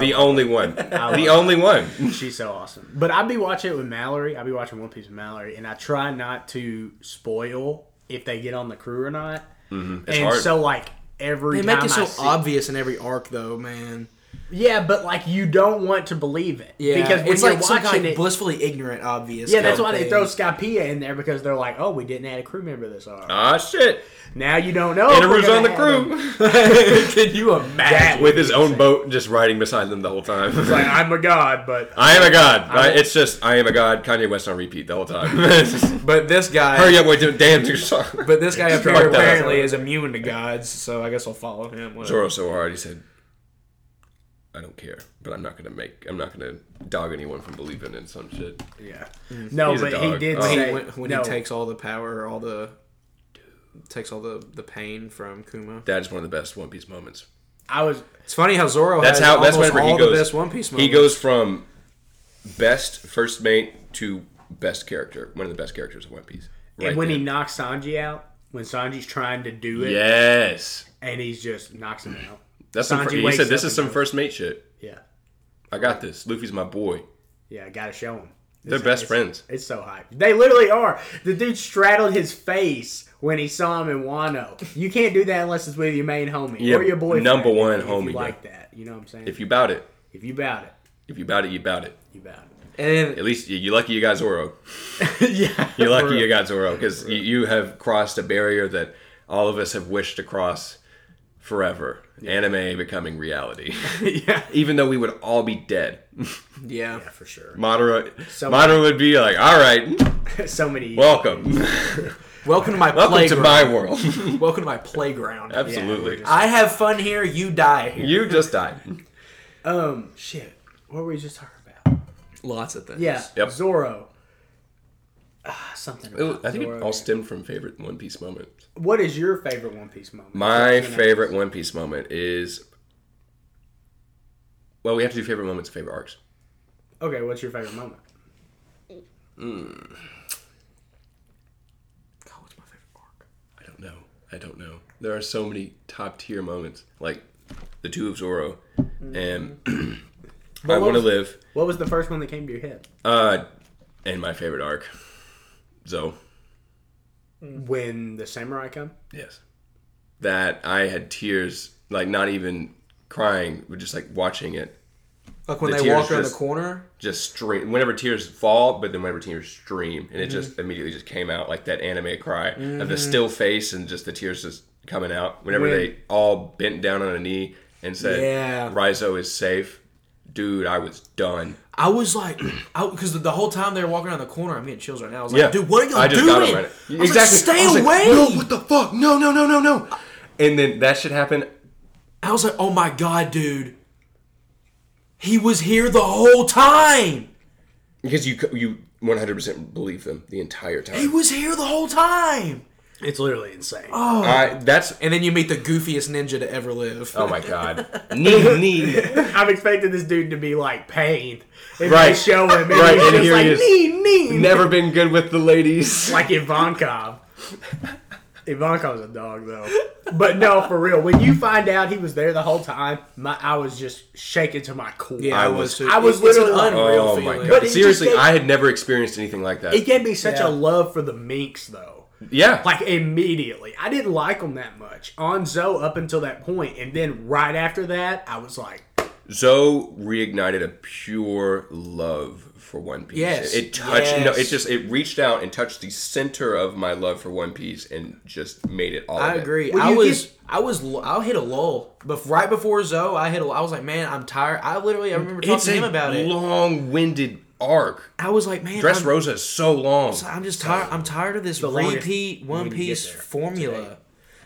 [SPEAKER 3] the only one. The only one.
[SPEAKER 2] She's so awesome. But I'd be watching it with Mallory. I'd be watching One Piece with Mallory, and I try not to spoil if they get on the crew or not. Mm-hmm. And
[SPEAKER 3] hard.
[SPEAKER 2] so like every
[SPEAKER 1] They make
[SPEAKER 2] time
[SPEAKER 1] it so
[SPEAKER 2] I see-
[SPEAKER 1] obvious in every arc, though, man.
[SPEAKER 2] Yeah, but like you don't want to believe it.
[SPEAKER 1] Yeah,
[SPEAKER 2] Because when
[SPEAKER 1] it's
[SPEAKER 2] you're
[SPEAKER 1] like some
[SPEAKER 2] watching
[SPEAKER 1] kind of
[SPEAKER 2] it.
[SPEAKER 1] blissfully ignorant, obvious.
[SPEAKER 2] yeah, that's
[SPEAKER 1] kind
[SPEAKER 2] why
[SPEAKER 1] of thing.
[SPEAKER 2] they throw Skypea in there because they're like, oh, we didn't add a crew member this arc.
[SPEAKER 3] Ah shit.
[SPEAKER 2] now you don't know. if we're
[SPEAKER 3] Inaru's
[SPEAKER 2] gonna
[SPEAKER 3] on the
[SPEAKER 2] have them.
[SPEAKER 3] crew
[SPEAKER 1] Can you imagine?
[SPEAKER 2] That
[SPEAKER 3] with his own boat just riding beside them the whole time.
[SPEAKER 2] Like, I'm a god, but
[SPEAKER 3] I am a god. I, it's just I am a god. Kanye West on repeat the whole time.
[SPEAKER 1] But this guy,
[SPEAKER 3] Hurry up, wait, damn, your song.
[SPEAKER 1] but this guy
[SPEAKER 3] Strike that.
[SPEAKER 1] apparently is immune to gods, so I guess I'll follow him. whatever.
[SPEAKER 3] Zoro so hard. He said, "I don't care, but I'm not gonna make. I'm not gonna dog anyone from believing in some shit."
[SPEAKER 2] yeah. No,
[SPEAKER 3] He's a
[SPEAKER 2] but he
[SPEAKER 3] dog.
[SPEAKER 2] did
[SPEAKER 3] Oh.
[SPEAKER 2] say
[SPEAKER 1] when when
[SPEAKER 2] no.
[SPEAKER 1] he takes all the power, all the takes all the the pain from Kuma.
[SPEAKER 3] That is one of the best One Piece moments.
[SPEAKER 2] I was
[SPEAKER 1] It's funny how Zoro
[SPEAKER 3] That's
[SPEAKER 1] has
[SPEAKER 3] how. That's
[SPEAKER 1] almost
[SPEAKER 3] whenever
[SPEAKER 1] all
[SPEAKER 3] he
[SPEAKER 1] the
[SPEAKER 3] goes.
[SPEAKER 1] best One Piece moments.
[SPEAKER 3] He goes from best first mate to best character. One of the best characters of One Piece.
[SPEAKER 2] and when
[SPEAKER 3] there.
[SPEAKER 2] he knocks Sanji out, when Sanji's trying to do it,
[SPEAKER 3] yes,
[SPEAKER 2] and he's just knocks him out.
[SPEAKER 3] that's some.
[SPEAKER 2] Sanji
[SPEAKER 3] fir- He
[SPEAKER 2] wakes
[SPEAKER 3] said, "This
[SPEAKER 2] up
[SPEAKER 3] is
[SPEAKER 2] and
[SPEAKER 3] some first mate shit.
[SPEAKER 2] Yeah,
[SPEAKER 3] I got this. Luffy's my boy.
[SPEAKER 2] yeah, gotta show him.
[SPEAKER 3] They're best friends."
[SPEAKER 2] It's so hype. They literally are. The dude straddled his face when he saw him in Wano. You can't do that unless it's with your main homie
[SPEAKER 3] Yeah,
[SPEAKER 2] or your boyfriend.
[SPEAKER 3] number one
[SPEAKER 2] if
[SPEAKER 3] homie,
[SPEAKER 2] You
[SPEAKER 3] yeah.
[SPEAKER 2] like that? You know what I'm saying? If,
[SPEAKER 3] If you bout it,
[SPEAKER 2] you bout it,
[SPEAKER 3] if you bout it, you bout it.
[SPEAKER 2] you bout it.
[SPEAKER 1] and then
[SPEAKER 3] At least you- you're lucky you got Zoro.
[SPEAKER 2] yeah.
[SPEAKER 3] You're lucky you got Zoro because you, you have crossed a barrier that all of us have wished to cross forever. Anime becoming reality.
[SPEAKER 2] yeah.
[SPEAKER 3] Even though we would all be dead.
[SPEAKER 1] yeah,
[SPEAKER 2] For sure.
[SPEAKER 3] Madara,
[SPEAKER 2] So-
[SPEAKER 3] Madara would be like, all right,
[SPEAKER 2] so many.
[SPEAKER 3] welcome.
[SPEAKER 1] welcome to my
[SPEAKER 3] welcome to
[SPEAKER 1] playground.
[SPEAKER 3] my world.
[SPEAKER 1] welcome to my playground.
[SPEAKER 3] Absolutely.
[SPEAKER 2] Yeah,
[SPEAKER 1] I have fun here. You die here.
[SPEAKER 3] you just died.
[SPEAKER 2] um, shit. What were we just talking about?
[SPEAKER 1] Lots of things.
[SPEAKER 2] Yeah.
[SPEAKER 3] Yep.
[SPEAKER 2] Zoro. Ah, something.
[SPEAKER 3] It was-
[SPEAKER 2] About
[SPEAKER 3] I think it
[SPEAKER 2] Zoro.
[SPEAKER 3] all stemmed from favorite One Piece moment.
[SPEAKER 2] What is your favorite One Piece moment?
[SPEAKER 3] My
[SPEAKER 2] What's your next?
[SPEAKER 3] favorite One Piece moment is. Well, we have to do favorite moments, and favorite arcs.
[SPEAKER 2] Okay, what's your favorite moment?
[SPEAKER 1] God, what's my favorite arc?
[SPEAKER 3] I don't know. I don't know. There are so many top tier moments, like the two of Zorro, and I want to
[SPEAKER 2] was-
[SPEAKER 3] live,
[SPEAKER 2] What was the first one that came to your head?
[SPEAKER 3] uh, and my favorite arc, Zo.
[SPEAKER 2] When the samurai come?
[SPEAKER 3] Yes, that I had tears, like not even crying, but just like watching it,
[SPEAKER 1] Like when
[SPEAKER 3] The
[SPEAKER 1] they
[SPEAKER 3] tears
[SPEAKER 1] walk around the
[SPEAKER 3] just-
[SPEAKER 1] corner.
[SPEAKER 3] just stream. Whenever tears fall, but then whenever tears stream, and it
[SPEAKER 1] Mm-hmm.
[SPEAKER 3] just immediately just came out like that anime cry of the still face and just the tears just coming out. Whenever
[SPEAKER 2] When-
[SPEAKER 3] they all bent down on a knee and said,
[SPEAKER 1] Yeah.
[SPEAKER 3] Rizo is safe." Dude, I was done.
[SPEAKER 1] I was like, because the whole time they were walking around the corner, I'm getting chills right now. I was like,
[SPEAKER 3] Yeah,
[SPEAKER 1] dude, what are y'all
[SPEAKER 3] I just
[SPEAKER 1] doing?
[SPEAKER 3] got him right.
[SPEAKER 1] I was like, stay
[SPEAKER 3] I was like,
[SPEAKER 1] away.
[SPEAKER 3] no, what the fuck? No, no, no, no, no. And then that should happen.
[SPEAKER 1] I was like, oh my god, dude. He was here the whole time.
[SPEAKER 3] because you you 100 percent believe them the entire time.
[SPEAKER 1] He was here the whole time.
[SPEAKER 2] It's literally insane.
[SPEAKER 3] I- that's
[SPEAKER 1] And then you meet the goofiest ninja to ever live.
[SPEAKER 3] oh my god. knee knee.
[SPEAKER 2] I'm expecting this dude to be like pain. If
[SPEAKER 3] Right.
[SPEAKER 2] They show him. And
[SPEAKER 3] Right,
[SPEAKER 2] He's
[SPEAKER 3] and
[SPEAKER 2] just
[SPEAKER 3] here
[SPEAKER 2] like,
[SPEAKER 3] he is.
[SPEAKER 2] Nee, nee.
[SPEAKER 3] Never been good with the ladies.
[SPEAKER 2] Like Ivankov. Ivankov's a dog though. But no, for real. When you find out he was there the whole time, my I was just shaking to my core.
[SPEAKER 1] yeah,
[SPEAKER 3] I
[SPEAKER 1] I
[SPEAKER 3] was-
[SPEAKER 1] was. too.
[SPEAKER 2] I was
[SPEAKER 1] It's an
[SPEAKER 2] literally like,
[SPEAKER 1] unreal
[SPEAKER 3] Oh
[SPEAKER 1] feeling.
[SPEAKER 3] my
[SPEAKER 2] But
[SPEAKER 3] god.
[SPEAKER 2] it
[SPEAKER 3] Seriously,
[SPEAKER 2] just-
[SPEAKER 3] I had never experienced anything like
[SPEAKER 2] It
[SPEAKER 3] that.
[SPEAKER 2] gave me such
[SPEAKER 1] Yeah.
[SPEAKER 2] a love for the minks though.
[SPEAKER 3] Yeah.
[SPEAKER 2] Like immediately. I didn't like them that much. On Zoe up until that point, and then right after that, I was like,
[SPEAKER 3] Zoe reignited a pure love for One Piece.
[SPEAKER 1] Yes.
[SPEAKER 3] It touched no, it
[SPEAKER 1] Yes.
[SPEAKER 3] just it reached out and touched the center of my love for One Piece and just made it all
[SPEAKER 1] I
[SPEAKER 3] of it.
[SPEAKER 1] agree.
[SPEAKER 2] Well,
[SPEAKER 1] I
[SPEAKER 2] you
[SPEAKER 1] was,
[SPEAKER 2] get-
[SPEAKER 1] I was, l- I hit a lull. But right before Zoe, I hit. A, I was like, man, I'm tired. I literally, I remember talking
[SPEAKER 3] It's
[SPEAKER 1] to him
[SPEAKER 3] a
[SPEAKER 1] about it.
[SPEAKER 3] long-winded arc.
[SPEAKER 1] I was like, man,
[SPEAKER 3] Dress
[SPEAKER 1] I'm,
[SPEAKER 3] Rosa is so long.
[SPEAKER 1] I'm just tired. I'm tired of this
[SPEAKER 2] longest
[SPEAKER 1] repeat One
[SPEAKER 2] when you get
[SPEAKER 1] Piece
[SPEAKER 2] there
[SPEAKER 1] formula.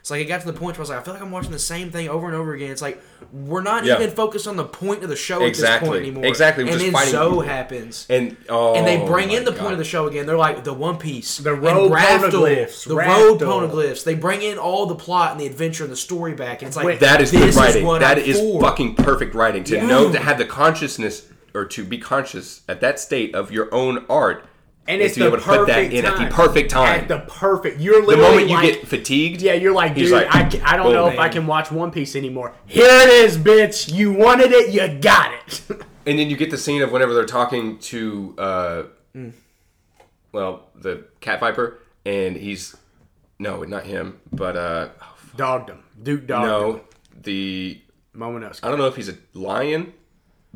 [SPEAKER 1] It's like it got to the point where I was like, I feel like I'm watching the same thing over and over again. It's like we're not
[SPEAKER 3] Yeah.
[SPEAKER 1] even focused on the point of the show
[SPEAKER 3] Exactly.
[SPEAKER 1] at this point anymore.
[SPEAKER 3] Exactly, we're
[SPEAKER 1] And
[SPEAKER 3] just
[SPEAKER 1] then
[SPEAKER 3] fighting
[SPEAKER 1] Zoe
[SPEAKER 3] people.
[SPEAKER 1] happens.
[SPEAKER 3] And oh,
[SPEAKER 1] and they bring
[SPEAKER 3] my
[SPEAKER 1] in the
[SPEAKER 3] God.
[SPEAKER 1] point of the show again. They're like the One Piece, the
[SPEAKER 2] road poneglyphs,
[SPEAKER 1] the road
[SPEAKER 2] Raftel.
[SPEAKER 1] poneglyphs. They bring in all the plot and the adventure and the story back. It's like
[SPEAKER 3] That is good
[SPEAKER 1] this
[SPEAKER 3] writing.
[SPEAKER 1] what
[SPEAKER 3] that
[SPEAKER 1] I'm
[SPEAKER 3] is
[SPEAKER 1] for.
[SPEAKER 3] fucking perfect writing. To know to have the consciousness or to be conscious at that state of your own art,
[SPEAKER 2] And it's
[SPEAKER 3] to be
[SPEAKER 2] the
[SPEAKER 3] able to put that
[SPEAKER 2] perfect
[SPEAKER 3] in at
[SPEAKER 2] time.
[SPEAKER 3] the perfect time.
[SPEAKER 2] At the perfect, you're
[SPEAKER 3] the
[SPEAKER 2] literally
[SPEAKER 3] moment you
[SPEAKER 2] like,
[SPEAKER 3] get fatigued,
[SPEAKER 2] yeah, you're like,
[SPEAKER 3] he's
[SPEAKER 2] dude,
[SPEAKER 3] like,
[SPEAKER 2] I, ca- I don't
[SPEAKER 3] "Boom,
[SPEAKER 2] know if I
[SPEAKER 3] man."
[SPEAKER 2] can watch One Piece anymore. Here it is, bitch. You wanted it, you got it.
[SPEAKER 3] and then you get the scene of whenever they're talking to, uh,
[SPEAKER 2] Mm.
[SPEAKER 3] well, the cat viper, and he's no, not him, but uh,
[SPEAKER 2] Dogdom, Duke Dogdom,
[SPEAKER 3] no, the I
[SPEAKER 2] Momonosuke,
[SPEAKER 3] don't know if he's a lion.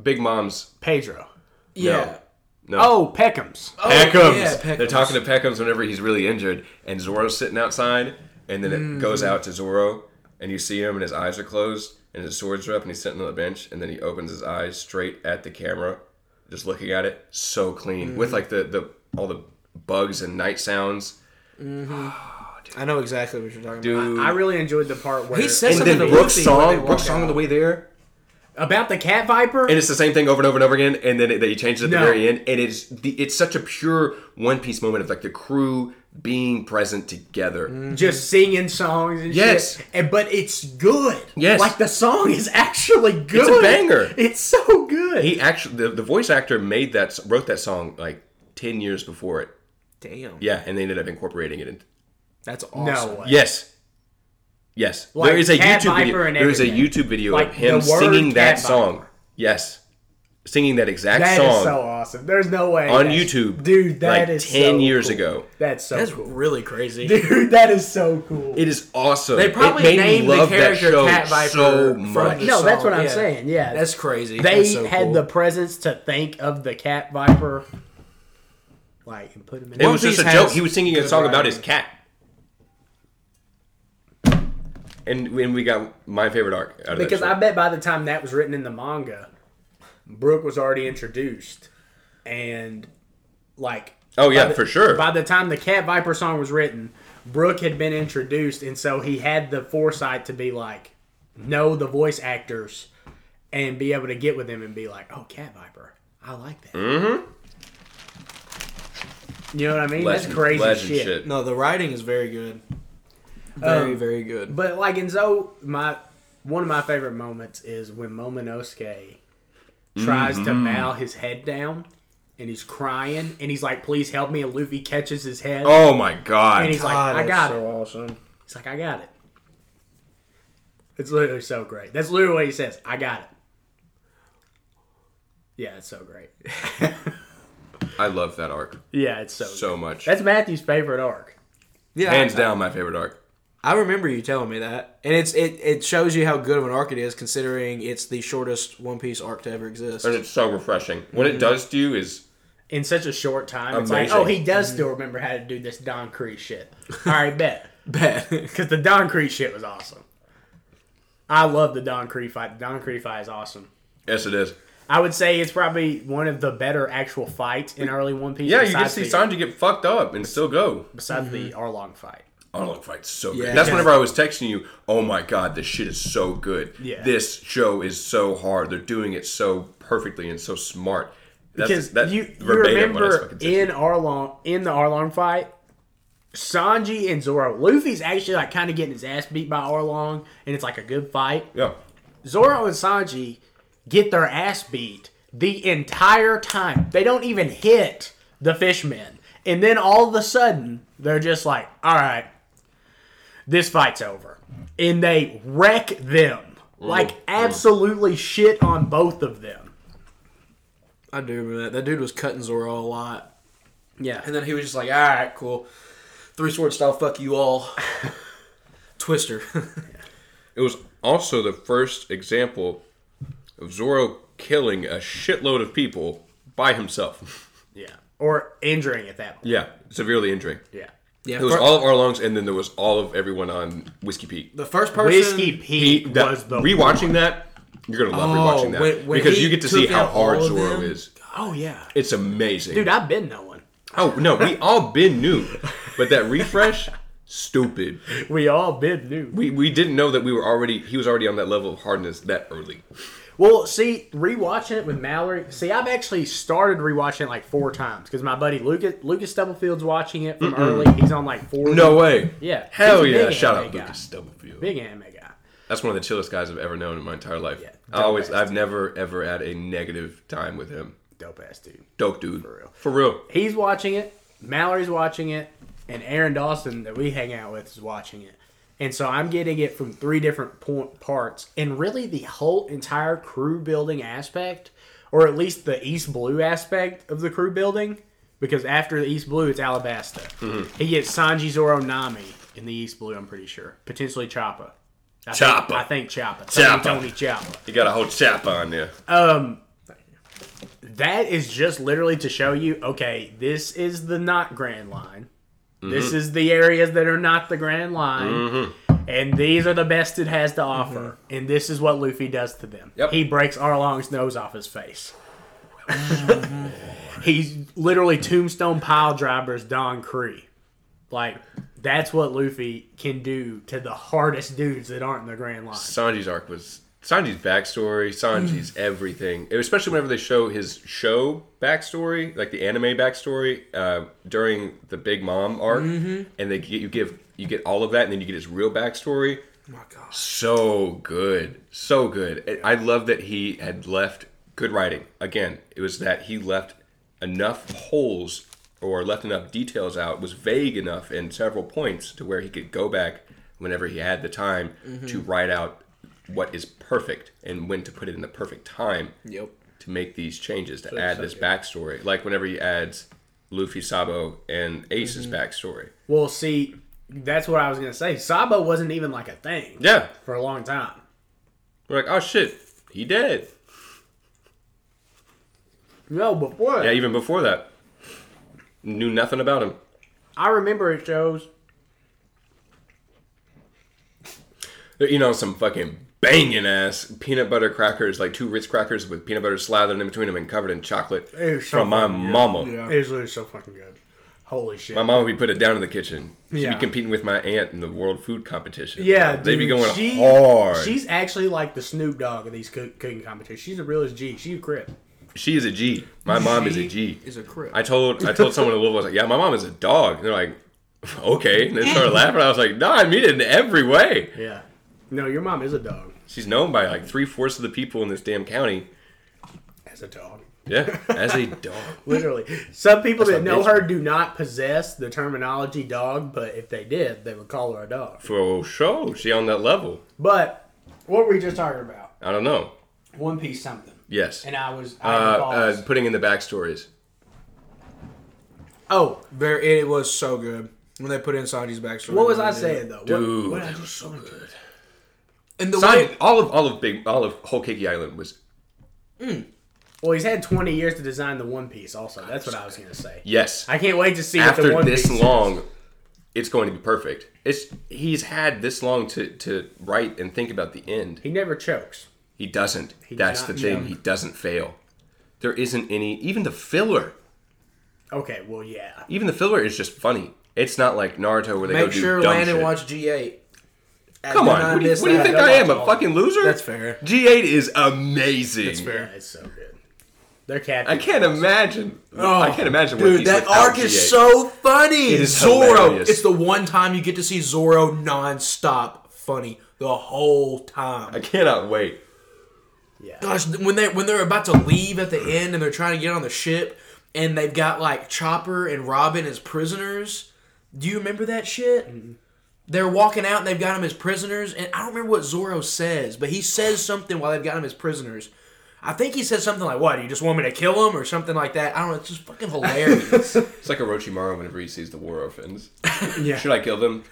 [SPEAKER 3] Big Mom's
[SPEAKER 2] Pedro.
[SPEAKER 1] yeah.
[SPEAKER 3] no.
[SPEAKER 2] Oh, Peckham's.
[SPEAKER 3] Peckham's.
[SPEAKER 1] yeah, Peckham's.
[SPEAKER 3] They're talking to Peckham's whenever he's really injured, and Zoro's sitting outside, and then it goes out to Zoro, and you see him, and his eyes are closed, and his swords are up, and he's sitting on the bench, and then he opens his eyes straight at the camera, just looking at it, so clean, with like the, the all the bugs and night sounds,
[SPEAKER 1] I know exactly what you're talking about.
[SPEAKER 3] dude.
[SPEAKER 2] I really enjoyed the part where
[SPEAKER 1] He says
[SPEAKER 3] and
[SPEAKER 1] something
[SPEAKER 3] then
[SPEAKER 1] to
[SPEAKER 3] Brooke's
[SPEAKER 1] Luffy when they
[SPEAKER 3] song,
[SPEAKER 1] walk
[SPEAKER 3] Brooke's song on
[SPEAKER 1] out.
[SPEAKER 3] the way there,
[SPEAKER 2] about the cat viper.
[SPEAKER 3] and it's the same thing over and over and over again. And then it, they change it at the
[SPEAKER 2] No.
[SPEAKER 3] very end, and it's the it's such a pure One Piece moment of like the crew being present together.
[SPEAKER 2] just singing songs and
[SPEAKER 3] Mm. Yes.
[SPEAKER 2] shit. And but it's good.
[SPEAKER 3] Yes.
[SPEAKER 2] Like the song is actually good.
[SPEAKER 3] banger.
[SPEAKER 2] It's so good.
[SPEAKER 3] He actually, the, the voice actor made that, wrote that song like 10 years before it.
[SPEAKER 1] Damn,
[SPEAKER 3] Yeah, and they ended up incorporating it. In,
[SPEAKER 1] that's
[SPEAKER 2] no
[SPEAKER 1] awesome.
[SPEAKER 2] way.
[SPEAKER 3] yes. Yes. there is a
[SPEAKER 2] Cat
[SPEAKER 3] YouTube
[SPEAKER 2] Viper
[SPEAKER 3] video.
[SPEAKER 2] and
[SPEAKER 3] There is a
[SPEAKER 2] everything.
[SPEAKER 3] YouTube video
[SPEAKER 2] Like,
[SPEAKER 3] of him
[SPEAKER 2] the word
[SPEAKER 3] singing that
[SPEAKER 2] Cat
[SPEAKER 3] song. Yes. Singing that exact
[SPEAKER 2] That is
[SPEAKER 3] song
[SPEAKER 2] so awesome. There's no way.
[SPEAKER 3] on
[SPEAKER 2] that's-
[SPEAKER 3] YouTube.
[SPEAKER 2] Dude, That is
[SPEAKER 3] like 10
[SPEAKER 2] so
[SPEAKER 3] years
[SPEAKER 2] cool.
[SPEAKER 3] ago.
[SPEAKER 2] That's so
[SPEAKER 1] That's
[SPEAKER 2] cool.
[SPEAKER 1] really crazy.
[SPEAKER 2] Dude, that is so cool.
[SPEAKER 3] It is awesome.
[SPEAKER 1] They
[SPEAKER 3] It
[SPEAKER 1] probably
[SPEAKER 3] made me
[SPEAKER 1] named the
[SPEAKER 3] love that
[SPEAKER 1] character
[SPEAKER 3] show
[SPEAKER 1] Cat Viper
[SPEAKER 3] so
[SPEAKER 1] from
[SPEAKER 3] much.
[SPEAKER 1] the
[SPEAKER 2] no, that's what
[SPEAKER 1] song,
[SPEAKER 2] I'm
[SPEAKER 1] yeah.
[SPEAKER 2] saying. Yeah.
[SPEAKER 1] That's crazy.
[SPEAKER 2] they
[SPEAKER 1] That's so
[SPEAKER 2] had
[SPEAKER 1] cool.
[SPEAKER 2] the presence to think of the cat viper like and put him in
[SPEAKER 3] It
[SPEAKER 1] One
[SPEAKER 3] was just a
[SPEAKER 1] Piece
[SPEAKER 3] joke.
[SPEAKER 1] has
[SPEAKER 3] He was singing a
[SPEAKER 1] good
[SPEAKER 3] song about his
[SPEAKER 1] writing.
[SPEAKER 3] cat. And and we got my favorite arc out of
[SPEAKER 2] Because
[SPEAKER 3] that
[SPEAKER 2] I
[SPEAKER 3] show.
[SPEAKER 2] bet by the time that was written in the manga, Brooke was already introduced, and like
[SPEAKER 3] Oh yeah,
[SPEAKER 2] by the-
[SPEAKER 3] for sure.
[SPEAKER 2] By the time the Cat Viper song was written, Brooke had been introduced, and so he had the foresight to be like, know the voice actors, and be able to get with them and be like, oh, Cat Viper, I like that. Mm-hmm. You know what I mean? That's crazy
[SPEAKER 3] legend
[SPEAKER 2] shit.
[SPEAKER 1] No, the writing is very good. Very,
[SPEAKER 2] Um,
[SPEAKER 1] very good.
[SPEAKER 2] But like in Zo, my one of my favorite moments is when Momonosuke tries to
[SPEAKER 3] Mm-hmm.
[SPEAKER 2] bow his head down, and he's crying, and he's like, "Please help me!" And Luffy catches his head,
[SPEAKER 3] Oh my god.
[SPEAKER 2] and he's
[SPEAKER 1] God,
[SPEAKER 2] like, "I
[SPEAKER 1] that's
[SPEAKER 2] got
[SPEAKER 1] so
[SPEAKER 2] it."
[SPEAKER 1] awesome.
[SPEAKER 2] He's like, "I got it." It's literally so great. That's literally what he says. I got it. Yeah, it's so great.
[SPEAKER 3] I love that arc
[SPEAKER 2] Yeah, it's so.
[SPEAKER 3] so much.
[SPEAKER 2] That's Matthew's favorite arc.
[SPEAKER 1] Yeah,
[SPEAKER 3] Hands
[SPEAKER 1] I-
[SPEAKER 3] down, my favorite arc.
[SPEAKER 1] I remember you telling me that, and it's it, it shows you how good of an arc it is, considering it's the shortest One Piece arc to ever exist.
[SPEAKER 3] And it's so refreshing. What
[SPEAKER 2] Mm-hmm.
[SPEAKER 3] it does to you is
[SPEAKER 2] in such a short time. It's
[SPEAKER 3] Amazing.
[SPEAKER 2] like, oh, he does still remember how to do this Don Cree shit. All right, bet.
[SPEAKER 1] Bad.
[SPEAKER 2] Because the Don Cree shit was awesome. I love the Don Cree fight. The Don Cree fight is awesome.
[SPEAKER 3] yes, it is.
[SPEAKER 2] I would say it's probably one of the better actual fights in early One Piece.
[SPEAKER 3] Yeah, you can
[SPEAKER 2] besides
[SPEAKER 3] see
[SPEAKER 2] the-
[SPEAKER 3] Sanji get fucked up and still go.
[SPEAKER 2] Besides the Arlong fight.
[SPEAKER 3] Arlong fight's so good.
[SPEAKER 1] Yeah.
[SPEAKER 3] That's whenever I was texting you. Oh my god, this shit is so good.
[SPEAKER 2] Yeah.
[SPEAKER 3] This show is so hard. They're doing it so perfectly and so smart. That's,
[SPEAKER 2] Because
[SPEAKER 3] that's
[SPEAKER 2] you, you
[SPEAKER 3] verbatim what I was
[SPEAKER 2] remember
[SPEAKER 3] fucking texting.
[SPEAKER 2] in Arlong in the Arlong fight, Sanji and Zoro, Luffy's actually like kind of getting his ass beat by Arlong, and it's like a good fight.
[SPEAKER 3] yeah.
[SPEAKER 2] Zoro and Sanji get their ass beat the entire time. They don't even hit the fishmen. And then all of a sudden, they're just like, all right, this fight's over. And they wreck them. Like, absolutely shit on both of them.
[SPEAKER 1] I do remember that. That dude was cutting Zoro a lot,
[SPEAKER 2] Yeah.
[SPEAKER 1] and then he was just like, "All right, cool, three sword style, fuck you all." Twister.
[SPEAKER 3] It was also the first example of Zoro killing a shitload of people by himself.
[SPEAKER 2] Yeah. Or injuring at that point.
[SPEAKER 3] Yeah, severely injuring.
[SPEAKER 2] Yeah.
[SPEAKER 1] yeah,
[SPEAKER 3] There was
[SPEAKER 1] fir-
[SPEAKER 3] all of Arlongs, and then there was all of everyone on Whiskey Peak.
[SPEAKER 1] the first person.
[SPEAKER 2] Whiskey Pete
[SPEAKER 3] that-
[SPEAKER 2] was the.
[SPEAKER 3] rewatching that. You're gonna love
[SPEAKER 1] Oh,
[SPEAKER 3] rewatching that
[SPEAKER 1] when- when
[SPEAKER 3] because
[SPEAKER 1] he
[SPEAKER 3] you get to see
[SPEAKER 1] took
[SPEAKER 3] how
[SPEAKER 1] out
[SPEAKER 3] hard
[SPEAKER 1] all of
[SPEAKER 3] Zoro
[SPEAKER 1] them?
[SPEAKER 3] is.
[SPEAKER 2] oh, yeah.
[SPEAKER 3] It's amazing.
[SPEAKER 2] Dude, I've been that one.
[SPEAKER 3] Oh no, we all been new, but that refresh stupid.
[SPEAKER 2] We all been new.
[SPEAKER 3] We we didn't know that we were already. He was already on that level of hardness that early.
[SPEAKER 2] Well, see, rewatching it with Mallory. See, I've actually started rewatching it like four times because my buddy Lucas Lucas Stubblefield's watching it from early. He's on like four.
[SPEAKER 3] No way.
[SPEAKER 2] Yeah.
[SPEAKER 3] Hell
[SPEAKER 2] He's a
[SPEAKER 3] yeah!
[SPEAKER 2] big
[SPEAKER 3] Shout
[SPEAKER 2] anime
[SPEAKER 3] out
[SPEAKER 2] guy.
[SPEAKER 3] Lucas Stubblefield.
[SPEAKER 2] big anime guy.
[SPEAKER 3] That's one of the chillest guys I've ever known in my entire life.
[SPEAKER 2] Yeah,
[SPEAKER 3] I always,
[SPEAKER 2] dumbass.
[SPEAKER 3] I've never ever had a negative time with him.
[SPEAKER 2] Dope ass dude.
[SPEAKER 3] Dope dude. For
[SPEAKER 2] real.
[SPEAKER 3] For real.
[SPEAKER 2] He's watching it. Mallory's watching it, and Aaron Dawson that we hang out with is watching it. And so I'm getting it from three different point parts, and really the whole entire crew building aspect, or at least the East Blue aspect of the crew building, because after the East Blue, it's Alabasta.
[SPEAKER 3] Mm-hmm.
[SPEAKER 2] He gets Sanji Zoro Nami in the East Blue. I'm pretty sure, potentially Choppa. I
[SPEAKER 3] Choppa.
[SPEAKER 2] Think, I think Choppa.
[SPEAKER 3] Choppa.
[SPEAKER 2] Choppa. Tony Choppa.
[SPEAKER 3] You got a whole chap on there.
[SPEAKER 2] that is just literally to show you okay this is the not grand line this is the areas that are not the grand line and these are the best it has to offer and this is what luffy does to them
[SPEAKER 3] Yep.
[SPEAKER 2] he breaks arlong's nose off his face he's literally tombstone pile drivers don cree like that's what luffy can do to the hardest dudes that aren't in the grand line
[SPEAKER 3] Sanji's arc was Sanji's backstory, Sanji's everything. Especially whenever they show his show backstory, like the anime backstory, uh, during the Big Mom arc, and they get, you give you get all of that, and then you get his real backstory.
[SPEAKER 1] my gosh.
[SPEAKER 3] So good, so good. And I love that he had left good writing. Again, it was that he left enough holes or left enough details out, was vague enough in several points to where he could go back whenever he had the time to write out what is perfect and when to put it in the perfect time
[SPEAKER 1] Yep.
[SPEAKER 3] to make these changes to add this backstory. Like whenever he adds Luffy, Sabo, and Ace's backstory.
[SPEAKER 2] well see that's what i was gonna say sabo wasn't even like a thing
[SPEAKER 3] Yeah,
[SPEAKER 2] for a long time
[SPEAKER 3] we're like, oh shit, he dead.
[SPEAKER 2] No, before
[SPEAKER 3] Yeah, even before that, knew nothing about him.
[SPEAKER 2] I remember it shows.
[SPEAKER 3] You know, some fucking banging ass peanut butter crackers, like two Ritz crackers with peanut butter slathered in between them and covered in chocolate
[SPEAKER 2] Ew,
[SPEAKER 3] from my mama.
[SPEAKER 2] It was literally so fucking good. Holy shit!
[SPEAKER 3] My mama would put it down in the kitchen. She'd
[SPEAKER 2] Yeah.
[SPEAKER 3] be competing with my aunt in the world food competition.
[SPEAKER 2] yeah,
[SPEAKER 3] they'd be
[SPEAKER 2] dude,
[SPEAKER 3] going
[SPEAKER 2] she-
[SPEAKER 3] hard.
[SPEAKER 2] She's actually like the Snoop Dogg of these cook- cooking competitions. She's the realest G. She's a crip.
[SPEAKER 3] she is a G. My mom is a G.
[SPEAKER 1] Is a crip.
[SPEAKER 3] I told I told someone in Louisville, I was like, yeah, my mom is a dog. And they're like, okay. And they started laughing. I was like, no, I mean it in every way.
[SPEAKER 2] Yeah. No, your mom is a dog.
[SPEAKER 3] She's known by like three fourths of the people in this damn county.
[SPEAKER 2] As a dog.
[SPEAKER 3] Yeah, as a dog.
[SPEAKER 2] Literally, some people
[SPEAKER 3] That's
[SPEAKER 2] that
[SPEAKER 3] a
[SPEAKER 2] know
[SPEAKER 3] bitch.
[SPEAKER 2] her do not possess the terminology dog, but if they did, they would call her a dog.
[SPEAKER 3] For sure, she on that level.
[SPEAKER 2] But what were we just talking about?
[SPEAKER 3] I don't know.
[SPEAKER 2] One Piece something.
[SPEAKER 3] Yes.
[SPEAKER 2] And I was.
[SPEAKER 3] uh,
[SPEAKER 2] I
[SPEAKER 3] uh,
[SPEAKER 2] paused.
[SPEAKER 3] putting in the backstories.
[SPEAKER 2] oh,
[SPEAKER 1] Very, it was so good when they put in Sanji's backstory.
[SPEAKER 2] what was I
[SPEAKER 1] They did it.
[SPEAKER 2] saying though? what,
[SPEAKER 3] Dude,
[SPEAKER 2] what did I
[SPEAKER 3] that
[SPEAKER 2] just so good.
[SPEAKER 1] And the
[SPEAKER 3] Sanji,
[SPEAKER 1] way
[SPEAKER 3] all of all of big all of Whole Cakey Island was
[SPEAKER 2] Well, he's had 20 years to design the One Piece. Also, that's what I was gonna say.
[SPEAKER 3] yes.
[SPEAKER 2] I can't wait to see what the
[SPEAKER 3] After
[SPEAKER 2] One
[SPEAKER 3] this
[SPEAKER 2] Piece.
[SPEAKER 3] long, it's going to be perfect. It's he's had this long to to write and think about the end.
[SPEAKER 2] He never chokes.
[SPEAKER 3] He doesn't. That's
[SPEAKER 2] not
[SPEAKER 3] the thing.
[SPEAKER 2] young.
[SPEAKER 3] He doesn't fail. There isn't any even the filler.
[SPEAKER 2] Okay, well, yeah.
[SPEAKER 3] Even the filler is just funny. It's not like Naruto where they go
[SPEAKER 1] make
[SPEAKER 3] do
[SPEAKER 1] sure
[SPEAKER 3] dumb
[SPEAKER 1] Landon
[SPEAKER 3] shit.
[SPEAKER 1] watched G8. I
[SPEAKER 3] Come
[SPEAKER 1] did
[SPEAKER 3] on,
[SPEAKER 1] not
[SPEAKER 3] what do you,
[SPEAKER 1] miss
[SPEAKER 3] what do you
[SPEAKER 1] that.
[SPEAKER 3] think
[SPEAKER 2] Don't
[SPEAKER 3] I am?
[SPEAKER 2] watch
[SPEAKER 3] A
[SPEAKER 2] all
[SPEAKER 3] fucking loser?
[SPEAKER 1] That's fair.
[SPEAKER 3] G8 is amazing. That's
[SPEAKER 1] fair.
[SPEAKER 2] Yeah, it's so good. They're cat.
[SPEAKER 3] I can't imagine. I can't imagine. what
[SPEAKER 1] Oh. Dude,
[SPEAKER 3] he's
[SPEAKER 1] that
[SPEAKER 3] without
[SPEAKER 1] arc is
[SPEAKER 3] G8.
[SPEAKER 1] so funny.
[SPEAKER 3] It is
[SPEAKER 1] Zoro.
[SPEAKER 3] hilarious.
[SPEAKER 1] It's the one time you get to see Zoro non-stop funny the whole time.
[SPEAKER 3] I cannot wait.
[SPEAKER 1] Gosh, when they when they're about to leave at the end and they're trying to get on the ship and they've got like Chopper and Robin as prisoners. Do you remember that shit? They're walking out and they've got them as prisoners, and I don't remember what Zoro says, but he says something while they've got them as prisoners. I think he says something like, "What? You just want me to kill him?" or something like that. I don't know. It's just fucking hilarious.
[SPEAKER 3] It's like Orochimaru whenever he sees the war orphans.
[SPEAKER 2] Yeah.
[SPEAKER 3] Should I kill them?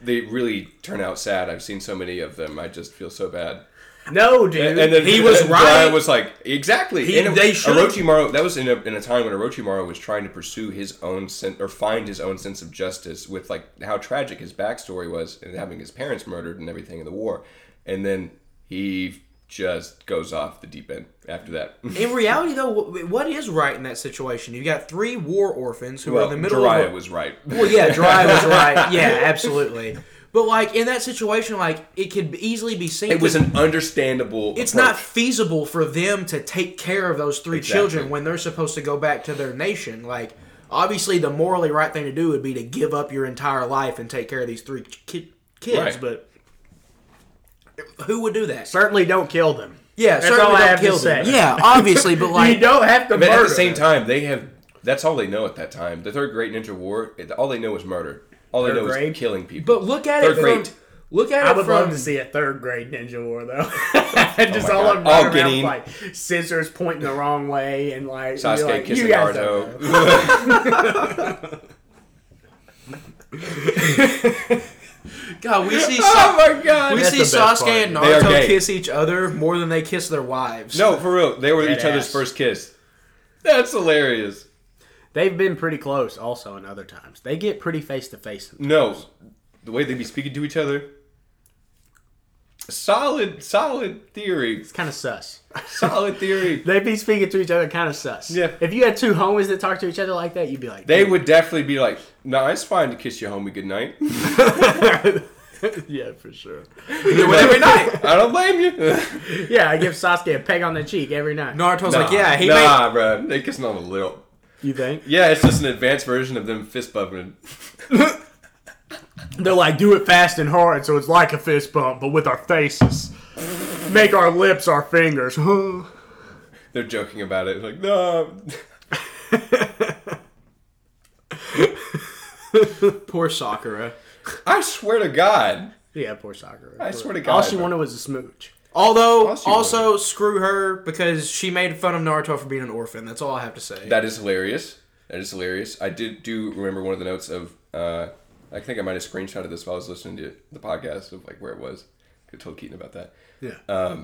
[SPEAKER 3] they really turn out sad. I've seen so many of them. I just feel so bad.
[SPEAKER 2] No, dude.
[SPEAKER 3] And then
[SPEAKER 1] He was
[SPEAKER 3] and
[SPEAKER 1] right.
[SPEAKER 3] Brian was like, exactly.
[SPEAKER 1] He-
[SPEAKER 3] and
[SPEAKER 1] they should-
[SPEAKER 3] Orochimaru. That was in a, in a time when Orochimaru was trying to pursue his own sen- or find his own sense of justice with like how tragic his backstory was and having his parents murdered and everything in the war, and then he just goes off the deep end after that.
[SPEAKER 1] In reality, though, wh- what is right in that situation? You've got three war orphans who are
[SPEAKER 3] well,
[SPEAKER 1] in the middle
[SPEAKER 3] Jiraiya
[SPEAKER 1] of. A,
[SPEAKER 3] was right.
[SPEAKER 1] well, yeah, Dry was right. Yeah, absolutely. But like in that situation, like it could easily be seen.
[SPEAKER 3] It was
[SPEAKER 1] to-
[SPEAKER 3] an understandable.
[SPEAKER 1] It's
[SPEAKER 3] approach.
[SPEAKER 1] not feasible for them to take care of those three
[SPEAKER 3] Exactly.
[SPEAKER 1] children when they're supposed to go back to their nation. Like, obviously, the morally right thing to do would be to give up your entire life and take care of these three ki- kids.
[SPEAKER 3] Right.
[SPEAKER 1] But who would do that?
[SPEAKER 2] Certainly don't kill them.
[SPEAKER 1] Yeah,
[SPEAKER 2] That's
[SPEAKER 1] certainly
[SPEAKER 2] all I
[SPEAKER 1] don't
[SPEAKER 2] have to
[SPEAKER 1] kill them.
[SPEAKER 2] say.
[SPEAKER 1] Yeah, obviously, but like
[SPEAKER 2] you don't have to
[SPEAKER 3] But at
[SPEAKER 2] murder.
[SPEAKER 3] the same
[SPEAKER 2] them.
[SPEAKER 3] time, they have. That's all they know at that time. The Third Great Ninja War. it- All they know is murder. All they
[SPEAKER 2] Third
[SPEAKER 3] know
[SPEAKER 2] grade?
[SPEAKER 3] is killing people.
[SPEAKER 1] But look at
[SPEAKER 3] Third
[SPEAKER 1] it from
[SPEAKER 3] grade.
[SPEAKER 1] look at
[SPEAKER 2] I
[SPEAKER 1] it
[SPEAKER 2] would
[SPEAKER 1] from
[SPEAKER 2] love to see a third grade ninja war though. Just all
[SPEAKER 3] Oh God.
[SPEAKER 2] of them running
[SPEAKER 3] All
[SPEAKER 2] around
[SPEAKER 3] getting-
[SPEAKER 2] with, like scissors pointing the wrong way and like be
[SPEAKER 3] Sasuke
[SPEAKER 2] like,
[SPEAKER 3] kissing
[SPEAKER 2] "You guys don't know."
[SPEAKER 3] Naruto.
[SPEAKER 1] God. We see Sa-
[SPEAKER 3] oh my god!
[SPEAKER 1] we
[SPEAKER 2] That's
[SPEAKER 1] see
[SPEAKER 2] the best
[SPEAKER 1] Sasuke
[SPEAKER 2] part.
[SPEAKER 1] and
[SPEAKER 3] They are
[SPEAKER 1] Naruto
[SPEAKER 3] gay.
[SPEAKER 1] kiss each other more than they kiss their wives.
[SPEAKER 3] No, for real. They were
[SPEAKER 2] Dead
[SPEAKER 3] each other's
[SPEAKER 2] ass.
[SPEAKER 3] first kiss. That's hilarious.
[SPEAKER 2] They've been pretty close also in other times. They get pretty face to face.
[SPEAKER 3] No, the way they be speaking to each other. Solid, solid theory.
[SPEAKER 2] It's kind of sus.
[SPEAKER 3] Solid theory.
[SPEAKER 2] They'd be speaking to each other kind of sus.
[SPEAKER 3] Yeah.
[SPEAKER 2] If you had two homies that talk to each other like that, you'd be like,
[SPEAKER 3] They would definitely be like, "No, it's fine to kiss your homie goodnight."
[SPEAKER 2] yeah, for sure.
[SPEAKER 3] Do it every night. I don't blame you.
[SPEAKER 2] Yeah, I give Sasuke a peg on the cheek every night.
[SPEAKER 1] Naruto's like, yeah, he made
[SPEAKER 3] nah, bro. They kissing on the lip.
[SPEAKER 2] You think?
[SPEAKER 3] Yeah, it's just an advanced version of them fist bumping.
[SPEAKER 2] They're like, do it fast and hard, so it's like a fist bump, but with our faces. Make our lips our fingers.
[SPEAKER 3] They're joking about it. Like, no.
[SPEAKER 1] poor Sakura.
[SPEAKER 3] I swear to God.
[SPEAKER 2] yeah, poor Sakura.
[SPEAKER 3] I swear to God.
[SPEAKER 2] All she
[SPEAKER 3] bro.
[SPEAKER 2] wanted was a smooch.
[SPEAKER 1] Although,
[SPEAKER 3] Well, she
[SPEAKER 1] also screw her because she made fun of Naruto for being an orphan. That's all I have to say.
[SPEAKER 3] That is hilarious. That is hilarious. I did do remember one of the notes of. Uh, I think I might have screenshotted this while I was listening to the podcast of like where it was. I told Keaton about that.
[SPEAKER 2] Yeah. Uh,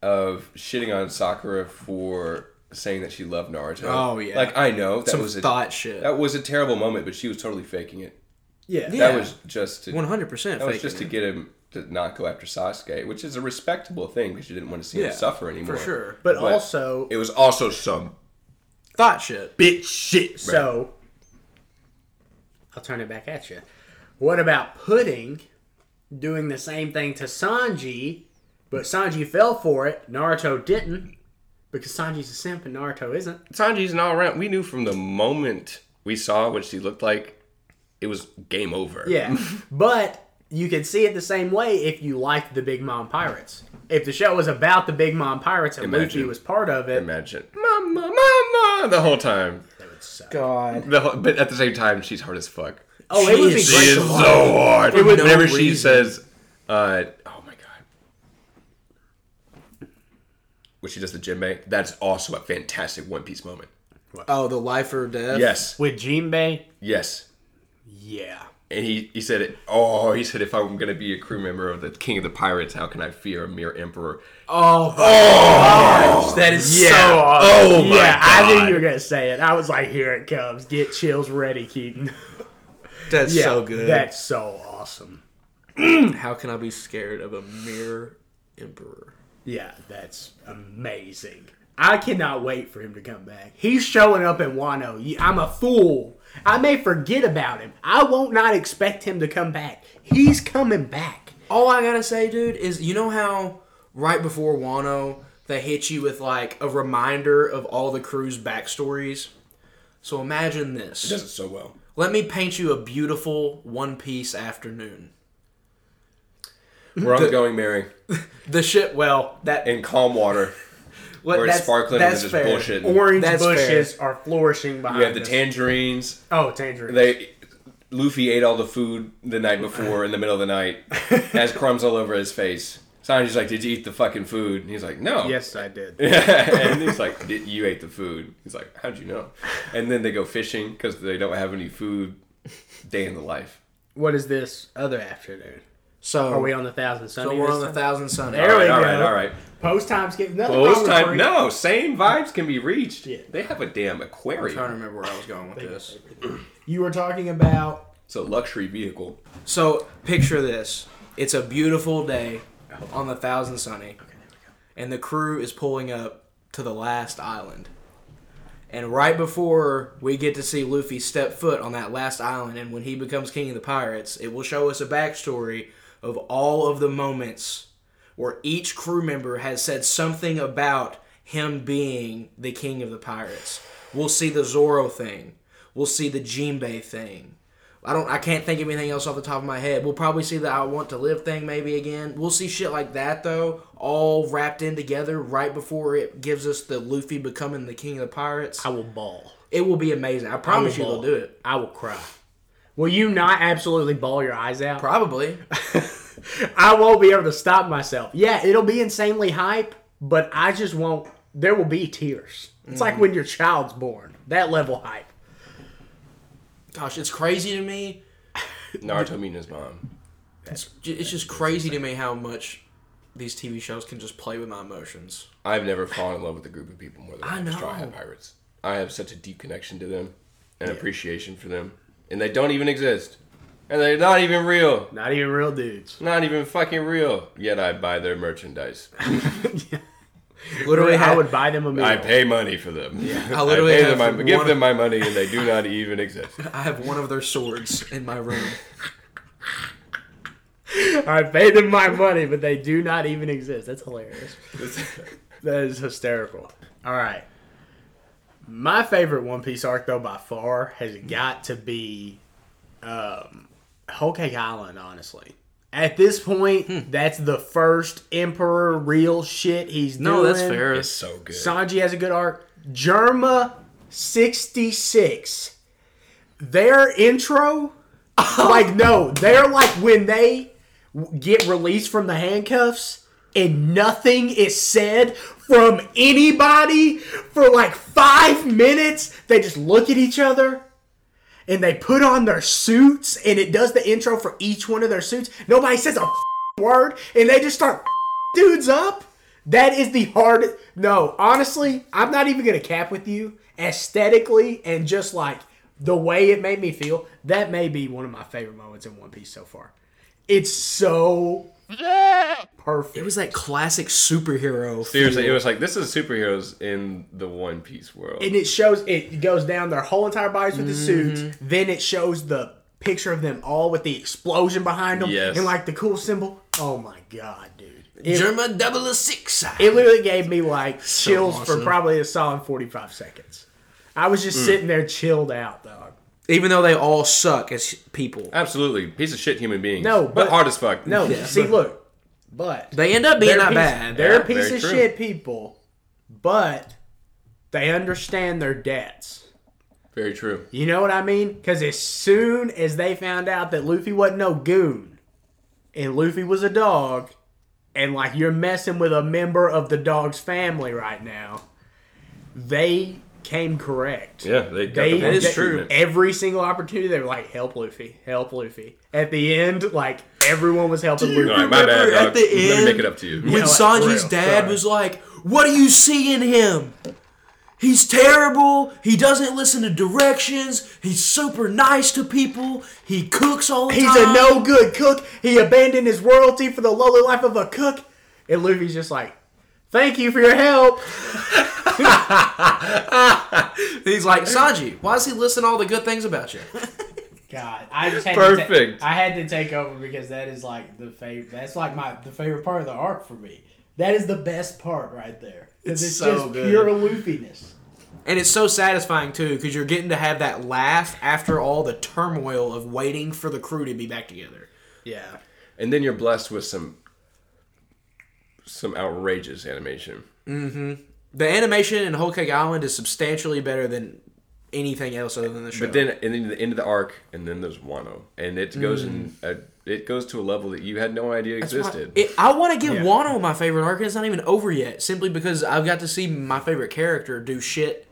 [SPEAKER 3] Of shitting on Sakura for saying that she loved Naruto.
[SPEAKER 1] Oh, yeah.
[SPEAKER 3] Like I know that
[SPEAKER 1] Some
[SPEAKER 3] was a
[SPEAKER 1] thought shit.
[SPEAKER 3] that was a terrible moment, but she was totally faking it.
[SPEAKER 2] yeah.
[SPEAKER 1] Yeah.
[SPEAKER 3] That was just to,
[SPEAKER 1] One hundred percent.
[SPEAKER 3] that was just to get him to not go after Sasuke, which is a respectable thing because you didn't want to see
[SPEAKER 1] Yeah,
[SPEAKER 3] him suffer anymore.
[SPEAKER 1] for sure.
[SPEAKER 2] But,
[SPEAKER 3] But-
[SPEAKER 2] also,
[SPEAKER 3] It was also some
[SPEAKER 1] Thought shit.
[SPEAKER 2] bitch shit. So, I'll turn it back at you. What about Pudding doing the same thing to Sanji, but Sanji fell for it, Naruto didn't, because Sanji's a simp and Naruto isn't?
[SPEAKER 3] Sanji's not around. We knew from the moment we saw what she looked like, it was game over.
[SPEAKER 2] Yeah, but you could see it the same way if you liked the Big Mom Pirates. If the show was about the Big Mom Pirates and Luffy
[SPEAKER 3] Imagine.
[SPEAKER 2] was part of it,
[SPEAKER 3] Imagine, mama, mama, the whole time.
[SPEAKER 2] that would suck.
[SPEAKER 1] God.
[SPEAKER 3] The whole, but at the same time, she's hard as fuck.
[SPEAKER 2] Oh, it would be
[SPEAKER 1] Jesus.
[SPEAKER 3] She
[SPEAKER 2] great.
[SPEAKER 3] is
[SPEAKER 2] to
[SPEAKER 3] so
[SPEAKER 2] watch.
[SPEAKER 3] hard.
[SPEAKER 1] would-
[SPEAKER 3] Whenever
[SPEAKER 1] no
[SPEAKER 3] she
[SPEAKER 1] reason.
[SPEAKER 3] says, uh, "Oh my god," when she does the djembe, that's also a fantastic One Piece moment.
[SPEAKER 1] Oh, the life or death.
[SPEAKER 3] Yes,
[SPEAKER 2] With Jinbei,
[SPEAKER 3] yes.
[SPEAKER 2] yeah.
[SPEAKER 3] And he, he said it. Oh, he said, if I'm gonna be a crew member of the King of the Pirates, how can I fear a mere emperor?
[SPEAKER 1] Oh. That is
[SPEAKER 2] Yeah.
[SPEAKER 1] so.
[SPEAKER 3] Oh my
[SPEAKER 2] yeah, I knew
[SPEAKER 3] God.
[SPEAKER 2] you were gonna say it. I was like, here it comes. Get chills ready, Keaton.
[SPEAKER 1] That's
[SPEAKER 2] Yeah,
[SPEAKER 1] so good.
[SPEAKER 2] That's so awesome.
[SPEAKER 1] How can I be scared of a mere emperor?
[SPEAKER 2] Yeah, that's amazing. I cannot wait for him to come back. He's showing up in Wano. You- I'm a fool. I may forget about him. I won't not expect him to come back. He's coming back.
[SPEAKER 1] All I gotta say, dude, is you know how right before Wano they hit you with like a reminder of all the crew's backstories. So imagine this.
[SPEAKER 3] Does it so well.
[SPEAKER 1] Let me paint you a beautiful One Piece afternoon.
[SPEAKER 3] Where I'm going, Mary,
[SPEAKER 1] The shit. Well, that.
[SPEAKER 3] in calm water,
[SPEAKER 1] Let,
[SPEAKER 3] where it's
[SPEAKER 1] that's,
[SPEAKER 3] sparkling and
[SPEAKER 1] that's
[SPEAKER 3] it's just
[SPEAKER 1] fair.
[SPEAKER 3] bullshit.
[SPEAKER 2] Orange
[SPEAKER 1] That's
[SPEAKER 2] bushes are flourishing behind
[SPEAKER 3] We have the
[SPEAKER 2] us.
[SPEAKER 3] tangerines.
[SPEAKER 2] oh, tangerine.
[SPEAKER 3] They Luffy ate all the food the night before in the middle of the night, has crumbs all over his face. Sanji's like, "Did you eat the fucking food?" And he's like, "No."
[SPEAKER 2] yes, I did.
[SPEAKER 3] and he's like, "Did you ate the food?" He's like, "How'd you know?" And then they go fishing because they don't have any food. Day in the life.
[SPEAKER 2] What is this other afternoon?
[SPEAKER 1] So
[SPEAKER 2] Are we on the thousand Sunday?
[SPEAKER 1] So we're
[SPEAKER 2] this
[SPEAKER 1] on the
[SPEAKER 2] time?
[SPEAKER 1] thousand sun.
[SPEAKER 2] There we
[SPEAKER 3] all
[SPEAKER 2] go.
[SPEAKER 3] right, all right.
[SPEAKER 2] Post times get nothing.
[SPEAKER 3] Well,
[SPEAKER 2] wrong
[SPEAKER 3] this
[SPEAKER 2] with
[SPEAKER 3] time,
[SPEAKER 2] free-
[SPEAKER 3] no, same vibes can be reached.
[SPEAKER 2] Yeah.
[SPEAKER 3] They have a damn
[SPEAKER 1] I'm trying to
[SPEAKER 3] aquarium.
[SPEAKER 1] remember where I was going with this.
[SPEAKER 2] You were talking about
[SPEAKER 3] It's a luxury vehicle.
[SPEAKER 1] So picture this: it's a beautiful day on the thousand sunny. and the crew is pulling up to the last island. And right before we get to see Luffy step foot on that last island, and when he becomes king of the pirates, it will show us a backstory of all of the moments where each crew member has said something about him being the king of the pirates. We'll see the Zoro thing. We'll see the Jinbei thing. I don't. I can't think of anything else off the top of my head. We'll probably see the "I Want to Live" thing maybe again. We'll see shit like that though, all wrapped in together right before it gives us the Luffy becoming the king of the pirates.
[SPEAKER 2] I will ball.
[SPEAKER 1] It will be amazing. I
[SPEAKER 2] I will
[SPEAKER 1] promise you
[SPEAKER 2] ball.
[SPEAKER 1] they'll do it.
[SPEAKER 2] I will cry. Will you not absolutely ball your eyes out?
[SPEAKER 1] Probably.
[SPEAKER 2] I won't be able to stop myself. Yeah, it'll be insanely hype, but I just won't. There will be tears. It's like when your child's born. That level hype.
[SPEAKER 1] Gosh, it's crazy to me.
[SPEAKER 3] Naruto meeting his mom.
[SPEAKER 1] It's, ju- it's just crazy to me how much these TV shows can just play with my emotions.
[SPEAKER 3] I've never fallen in love with a group of people more than I,
[SPEAKER 1] I
[SPEAKER 3] have with Straw
[SPEAKER 1] know.
[SPEAKER 3] Hat Pirates. I have such a deep connection to them and appreciation for them, and they don't even exist, and they're not even real,
[SPEAKER 2] Not even real dudes.
[SPEAKER 3] not even fucking real. Yet I buy their merchandise.
[SPEAKER 1] Literally,
[SPEAKER 2] I
[SPEAKER 1] ha-
[SPEAKER 2] would buy them a meal.
[SPEAKER 3] I pay money for them.
[SPEAKER 1] I literally
[SPEAKER 3] pay
[SPEAKER 1] have
[SPEAKER 3] them my, give
[SPEAKER 1] one-
[SPEAKER 3] them my money, and they do not even exist.
[SPEAKER 1] I have one of their swords in my room.
[SPEAKER 2] I pay them my money, but they do not even exist. That's hilarious. That is hysterical. All right. My favorite One Piece arc, though, by far, has got to be um, Whole Cake Island, honestly. At this point,
[SPEAKER 1] Hmm.
[SPEAKER 2] that's the first Emperor real shit he's
[SPEAKER 1] No,
[SPEAKER 2] doing.
[SPEAKER 1] that's fair.
[SPEAKER 3] It's so good.
[SPEAKER 2] Sanji has a good arc. Germa 66. Their intro, like, no, they're like when they w- get released from the handcuffs and nothing is said from anybody for like five minutes. They just look at each other and they put on their suits and it does the intro for each one of their suits. Nobody says a word and they just start dudes up. That is the hard. No, honestly, I'm not even gonna cap with you. Aesthetically and just like the way it made me feel, that may be one of my favorite moments in One Piece so far. It's so
[SPEAKER 1] It
[SPEAKER 2] perfect.
[SPEAKER 1] was that classic superhero.
[SPEAKER 3] Seriously, it was like this is superheroes in the One Piece world.
[SPEAKER 2] and it shows it goes down their whole entire bodies with the suits. Then it shows the picture of them all with the explosion behind them
[SPEAKER 3] Yes.
[SPEAKER 2] and like the cool symbol. Oh my god, dude! It,
[SPEAKER 1] Germa 006.
[SPEAKER 2] it literally gave me like chills
[SPEAKER 1] awesome.
[SPEAKER 2] for probably a solid forty-five seconds. I was just sitting there chilled out, dog.
[SPEAKER 1] Even though they all suck as people,
[SPEAKER 3] Absolutely, piece of shit human beings.
[SPEAKER 2] No,
[SPEAKER 3] but,
[SPEAKER 2] but-
[SPEAKER 3] hard as fuck.
[SPEAKER 2] No, see, look, but
[SPEAKER 1] they end up being
[SPEAKER 2] they're
[SPEAKER 1] not
[SPEAKER 2] piece-
[SPEAKER 1] bad.
[SPEAKER 2] They're
[SPEAKER 3] Yeah,
[SPEAKER 2] a piece
[SPEAKER 3] very
[SPEAKER 2] of
[SPEAKER 3] true.
[SPEAKER 2] shit people, but they understand their debts.
[SPEAKER 3] very true.
[SPEAKER 2] You know what I mean? Because as soon as they found out that Luffy wasn't no goon and Luffy was a dog, and like you're messing with a member of the dog's family right now, they came correct.
[SPEAKER 3] Yeah, they got
[SPEAKER 2] They,
[SPEAKER 3] the worst
[SPEAKER 2] they-
[SPEAKER 1] is true.
[SPEAKER 3] treatment.
[SPEAKER 2] Every single opportunity, they were like, "Help Luffy! Help Luffy!" At the end, like everyone was helping Luffy.
[SPEAKER 3] All right, my bad.
[SPEAKER 1] Remember
[SPEAKER 3] Dog.
[SPEAKER 1] at the
[SPEAKER 3] Let me
[SPEAKER 1] end-
[SPEAKER 3] make it up to you.
[SPEAKER 1] when
[SPEAKER 2] Yeah, like, for
[SPEAKER 1] Sanji's
[SPEAKER 2] real,
[SPEAKER 1] dad
[SPEAKER 2] sorry.
[SPEAKER 1] was like, "What do you see in him? He's terrible. He doesn't listen to directions. He's super nice to people. He cooks all the
[SPEAKER 2] He's
[SPEAKER 1] time.
[SPEAKER 2] a no good cook. He abandoned his royalty for the lowly life of a cook. And Luffy's just like, "Thank you for your help."
[SPEAKER 1] He's like Sanji. Why is he listing all the good things about you?
[SPEAKER 4] God, I just had To
[SPEAKER 3] Perfect.
[SPEAKER 4] ta- I had to take over because that is like the favorite. That's like my the favorite part of the arc for me. That is the best part right there. 'Cause
[SPEAKER 1] It's
[SPEAKER 4] It's,
[SPEAKER 1] so
[SPEAKER 4] just
[SPEAKER 1] good.
[SPEAKER 4] pure loofiness.
[SPEAKER 1] And it's so satisfying too, because you're getting to have that laugh after all the turmoil of waiting for the crew to be back together.
[SPEAKER 2] Yeah.
[SPEAKER 3] And then you're blessed with some some outrageous animation.
[SPEAKER 1] The animation in Whole Cake Island is substantially better than anything else other than the show.
[SPEAKER 3] But then and then the end of the arc, and then there's Wano, and it goes in a, it goes to a level that you had no idea existed.
[SPEAKER 1] Mm. It, I want to give Wano my favorite arc, and it's not even over yet, simply because I've got to see my favorite character do shit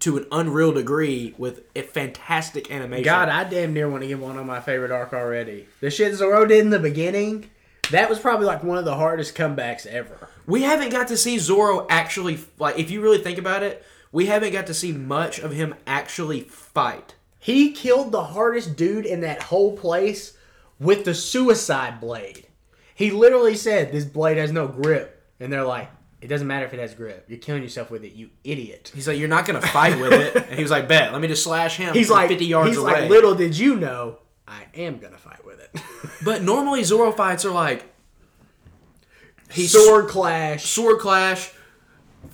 [SPEAKER 1] to an unreal degree with a fantastic animation.
[SPEAKER 2] God, I damn near want to give one of my favorite arc already. The shit Zoro did in the beginning, that was probably like one of the hardest comebacks ever.
[SPEAKER 1] we haven't got to see Zoro actually like. If you really think about it, we haven't got to see much of him actually fight.
[SPEAKER 2] He killed the hardest dude in that whole place with the suicide blade. He literally said, This blade has no grip. And they're like, It doesn't matter if it has grip. You're killing yourself with it, you idiot.
[SPEAKER 1] He's like, you're not gonna fight with it. And he was like, bet. Let me just slash him.
[SPEAKER 2] He's
[SPEAKER 1] from
[SPEAKER 2] like,
[SPEAKER 1] fifty yards
[SPEAKER 2] he's
[SPEAKER 1] away.
[SPEAKER 2] like, little did you know, I am gonna fight with it.
[SPEAKER 1] But normally Zoro fights are like he's sword,
[SPEAKER 2] Sword clash.
[SPEAKER 1] sword clash,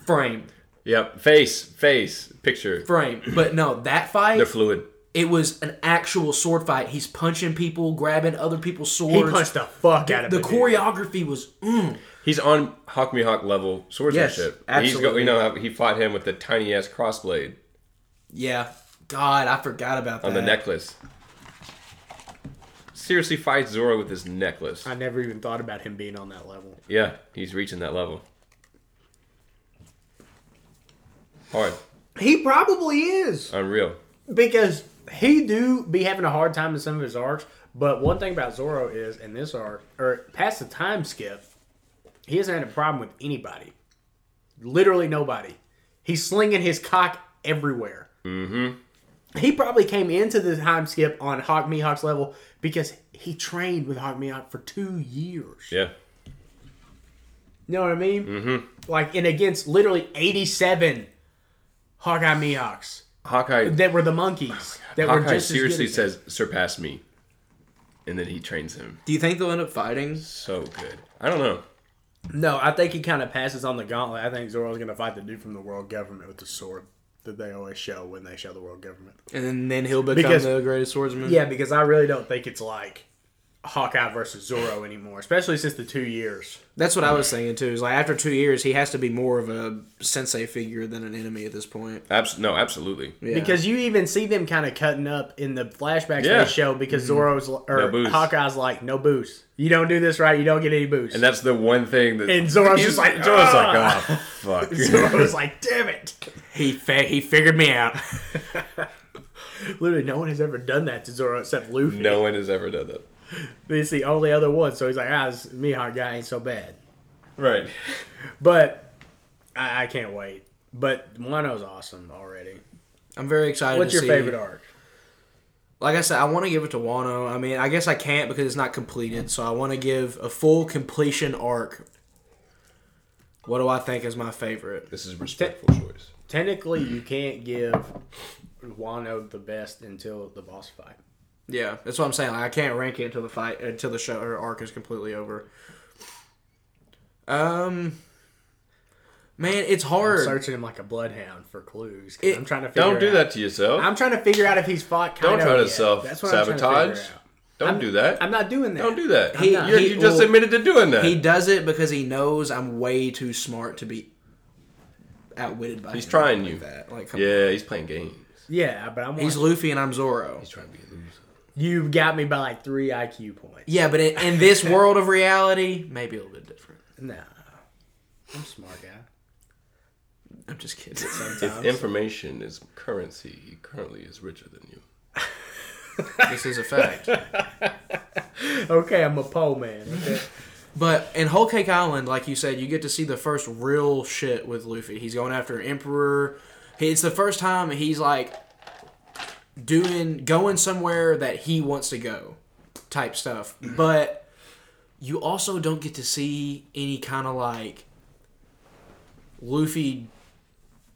[SPEAKER 1] frame,
[SPEAKER 3] Yep. Face, face, picture.
[SPEAKER 1] frame. But no, that fight
[SPEAKER 3] They're fluid.
[SPEAKER 1] it was an actual sword fight. He's punching people, grabbing other people's
[SPEAKER 2] He
[SPEAKER 1] swords.
[SPEAKER 2] punched the fuck out of
[SPEAKER 1] the
[SPEAKER 2] it, dude.
[SPEAKER 1] choreography was mm,
[SPEAKER 3] He's on Hawk Me Hawk level
[SPEAKER 1] Yes,
[SPEAKER 3] swordsmanship. He's go,
[SPEAKER 1] absolutely.
[SPEAKER 3] you know how he fought him with the tiny ass crossblade
[SPEAKER 1] yeah. God, I forgot about that.
[SPEAKER 3] on the necklace. Seriously fights Zoro with his necklace.
[SPEAKER 2] I never even thought about him being on that level.
[SPEAKER 3] Yeah, he's reaching that level. Hard.
[SPEAKER 2] He probably is
[SPEAKER 3] Unreal.
[SPEAKER 2] because he do be having a hard time in some of his arcs. But one thing about Zoro is in this arc or past the time skip, he hasn't had a problem with anybody. Literally nobody. He's slinging his cock everywhere. Mm-hmm. He probably came into the time skip on Hawk Mihawk's level because he trained with Hawk Mihawk for two years.
[SPEAKER 3] Yeah.
[SPEAKER 2] You know what I mean? Mm-hmm. Like, and against literally 87 Hawkeye Mihawks
[SPEAKER 3] Hawkeye
[SPEAKER 2] that were the monkeys. that were
[SPEAKER 3] Oh Hawkeye
[SPEAKER 2] just
[SPEAKER 3] seriously
[SPEAKER 2] as good as
[SPEAKER 3] says, surpass me. And then he trains him.
[SPEAKER 1] Do you think they'll end up fighting?
[SPEAKER 3] So good. I don't know.
[SPEAKER 2] No, I think he kind of passes on the gauntlet. I think Zoro's going to fight the dude from the world government with the sword that they always show when they show the world government.
[SPEAKER 1] And then, then he'll become
[SPEAKER 2] Because-
[SPEAKER 1] the greatest swordsman.
[SPEAKER 2] Yeah, because I really don't think it's like Hawkeye versus Zoro anymore, especially since the two years.
[SPEAKER 1] That's what I was thinking too. Is like after two years, he has to be more of a sensei figure than an enemy at this point.
[SPEAKER 3] Abs- no, absolutely.
[SPEAKER 1] Yeah.
[SPEAKER 2] Because you even see them kind of cutting up in the flashbacks
[SPEAKER 3] Yeah.
[SPEAKER 2] they show because Zoro's or
[SPEAKER 3] No booze.
[SPEAKER 2] Hawkeye's like, no booze. You don't do this right, you don't get any booze.
[SPEAKER 3] And that's the one thing that.
[SPEAKER 2] And Zoro's just like,
[SPEAKER 3] Zoro's like,
[SPEAKER 2] "Ah."
[SPEAKER 3] oh, fuck.
[SPEAKER 2] Zoro was like, damn it.
[SPEAKER 1] he fa- he figured me out.
[SPEAKER 2] Literally, no one has ever done that to Zoro except Luffy.
[SPEAKER 3] no one has ever done that.
[SPEAKER 2] He's the only other one, so he's like, ah, this Mihawk guy ain't so bad.
[SPEAKER 3] Right.
[SPEAKER 2] But I, I can't wait. But Wano's awesome already.
[SPEAKER 1] I'm very excited.
[SPEAKER 2] What's
[SPEAKER 1] to
[SPEAKER 2] your
[SPEAKER 1] see-
[SPEAKER 2] favorite arc?
[SPEAKER 1] Like I said, I want to give it to Wano. I mean, I guess I can't because it's not completed. So I want to give a full completion arc. What do I think is my favorite?
[SPEAKER 3] This is a respectful choice.
[SPEAKER 2] Technically, you can't give Wano the best until the boss fight.
[SPEAKER 1] Yeah, that's what I'm saying. Like, I can't rank it until the fight until the show or arc is completely over. Um, man, it's hard.
[SPEAKER 2] I'm searching him like a bloodhound for clues. 'cause
[SPEAKER 1] It-
[SPEAKER 2] I'm trying to figure
[SPEAKER 3] Don't do
[SPEAKER 2] out-
[SPEAKER 3] that to yourself.
[SPEAKER 2] I'm trying to figure out if he's fought. Kaido
[SPEAKER 3] don't try to
[SPEAKER 2] yet.
[SPEAKER 3] self
[SPEAKER 2] That's what I'm trying to
[SPEAKER 3] sabotage.
[SPEAKER 2] figure out.
[SPEAKER 3] Don't do that.
[SPEAKER 2] I'm not doing that.
[SPEAKER 3] don't do that.
[SPEAKER 1] He-
[SPEAKER 3] You're-
[SPEAKER 1] he-
[SPEAKER 3] you just
[SPEAKER 1] well,
[SPEAKER 3] admitted to doing that.
[SPEAKER 1] He does it because he knows I'm way too smart to be outwitted by.
[SPEAKER 3] He's
[SPEAKER 1] him
[SPEAKER 3] trying
[SPEAKER 1] like
[SPEAKER 3] you.
[SPEAKER 1] That. Like, come on.
[SPEAKER 3] yeah, he's playing games.
[SPEAKER 2] Yeah, but I'm.
[SPEAKER 1] He's
[SPEAKER 2] He's,
[SPEAKER 1] Luffy and I'm Zoro.
[SPEAKER 3] He's trying to be a loser.
[SPEAKER 2] you got me by like three IQ points.
[SPEAKER 1] Yeah, but in, in this world of reality, maybe a little bit different.
[SPEAKER 2] No, I'm a smart guy.
[SPEAKER 1] I'm just kidding.
[SPEAKER 3] If information is currency, he currently is richer than you.
[SPEAKER 1] this is a fact.
[SPEAKER 2] Okay, I'm a pole man. Okay.
[SPEAKER 1] But in Whole Cake Island, like you said, you get to see the first real shit with Luffy. He's going after an Emperor. He- It's the first time he's like doing going somewhere that he wants to go, type stuff. But you also don't get to see any kind of like Luffy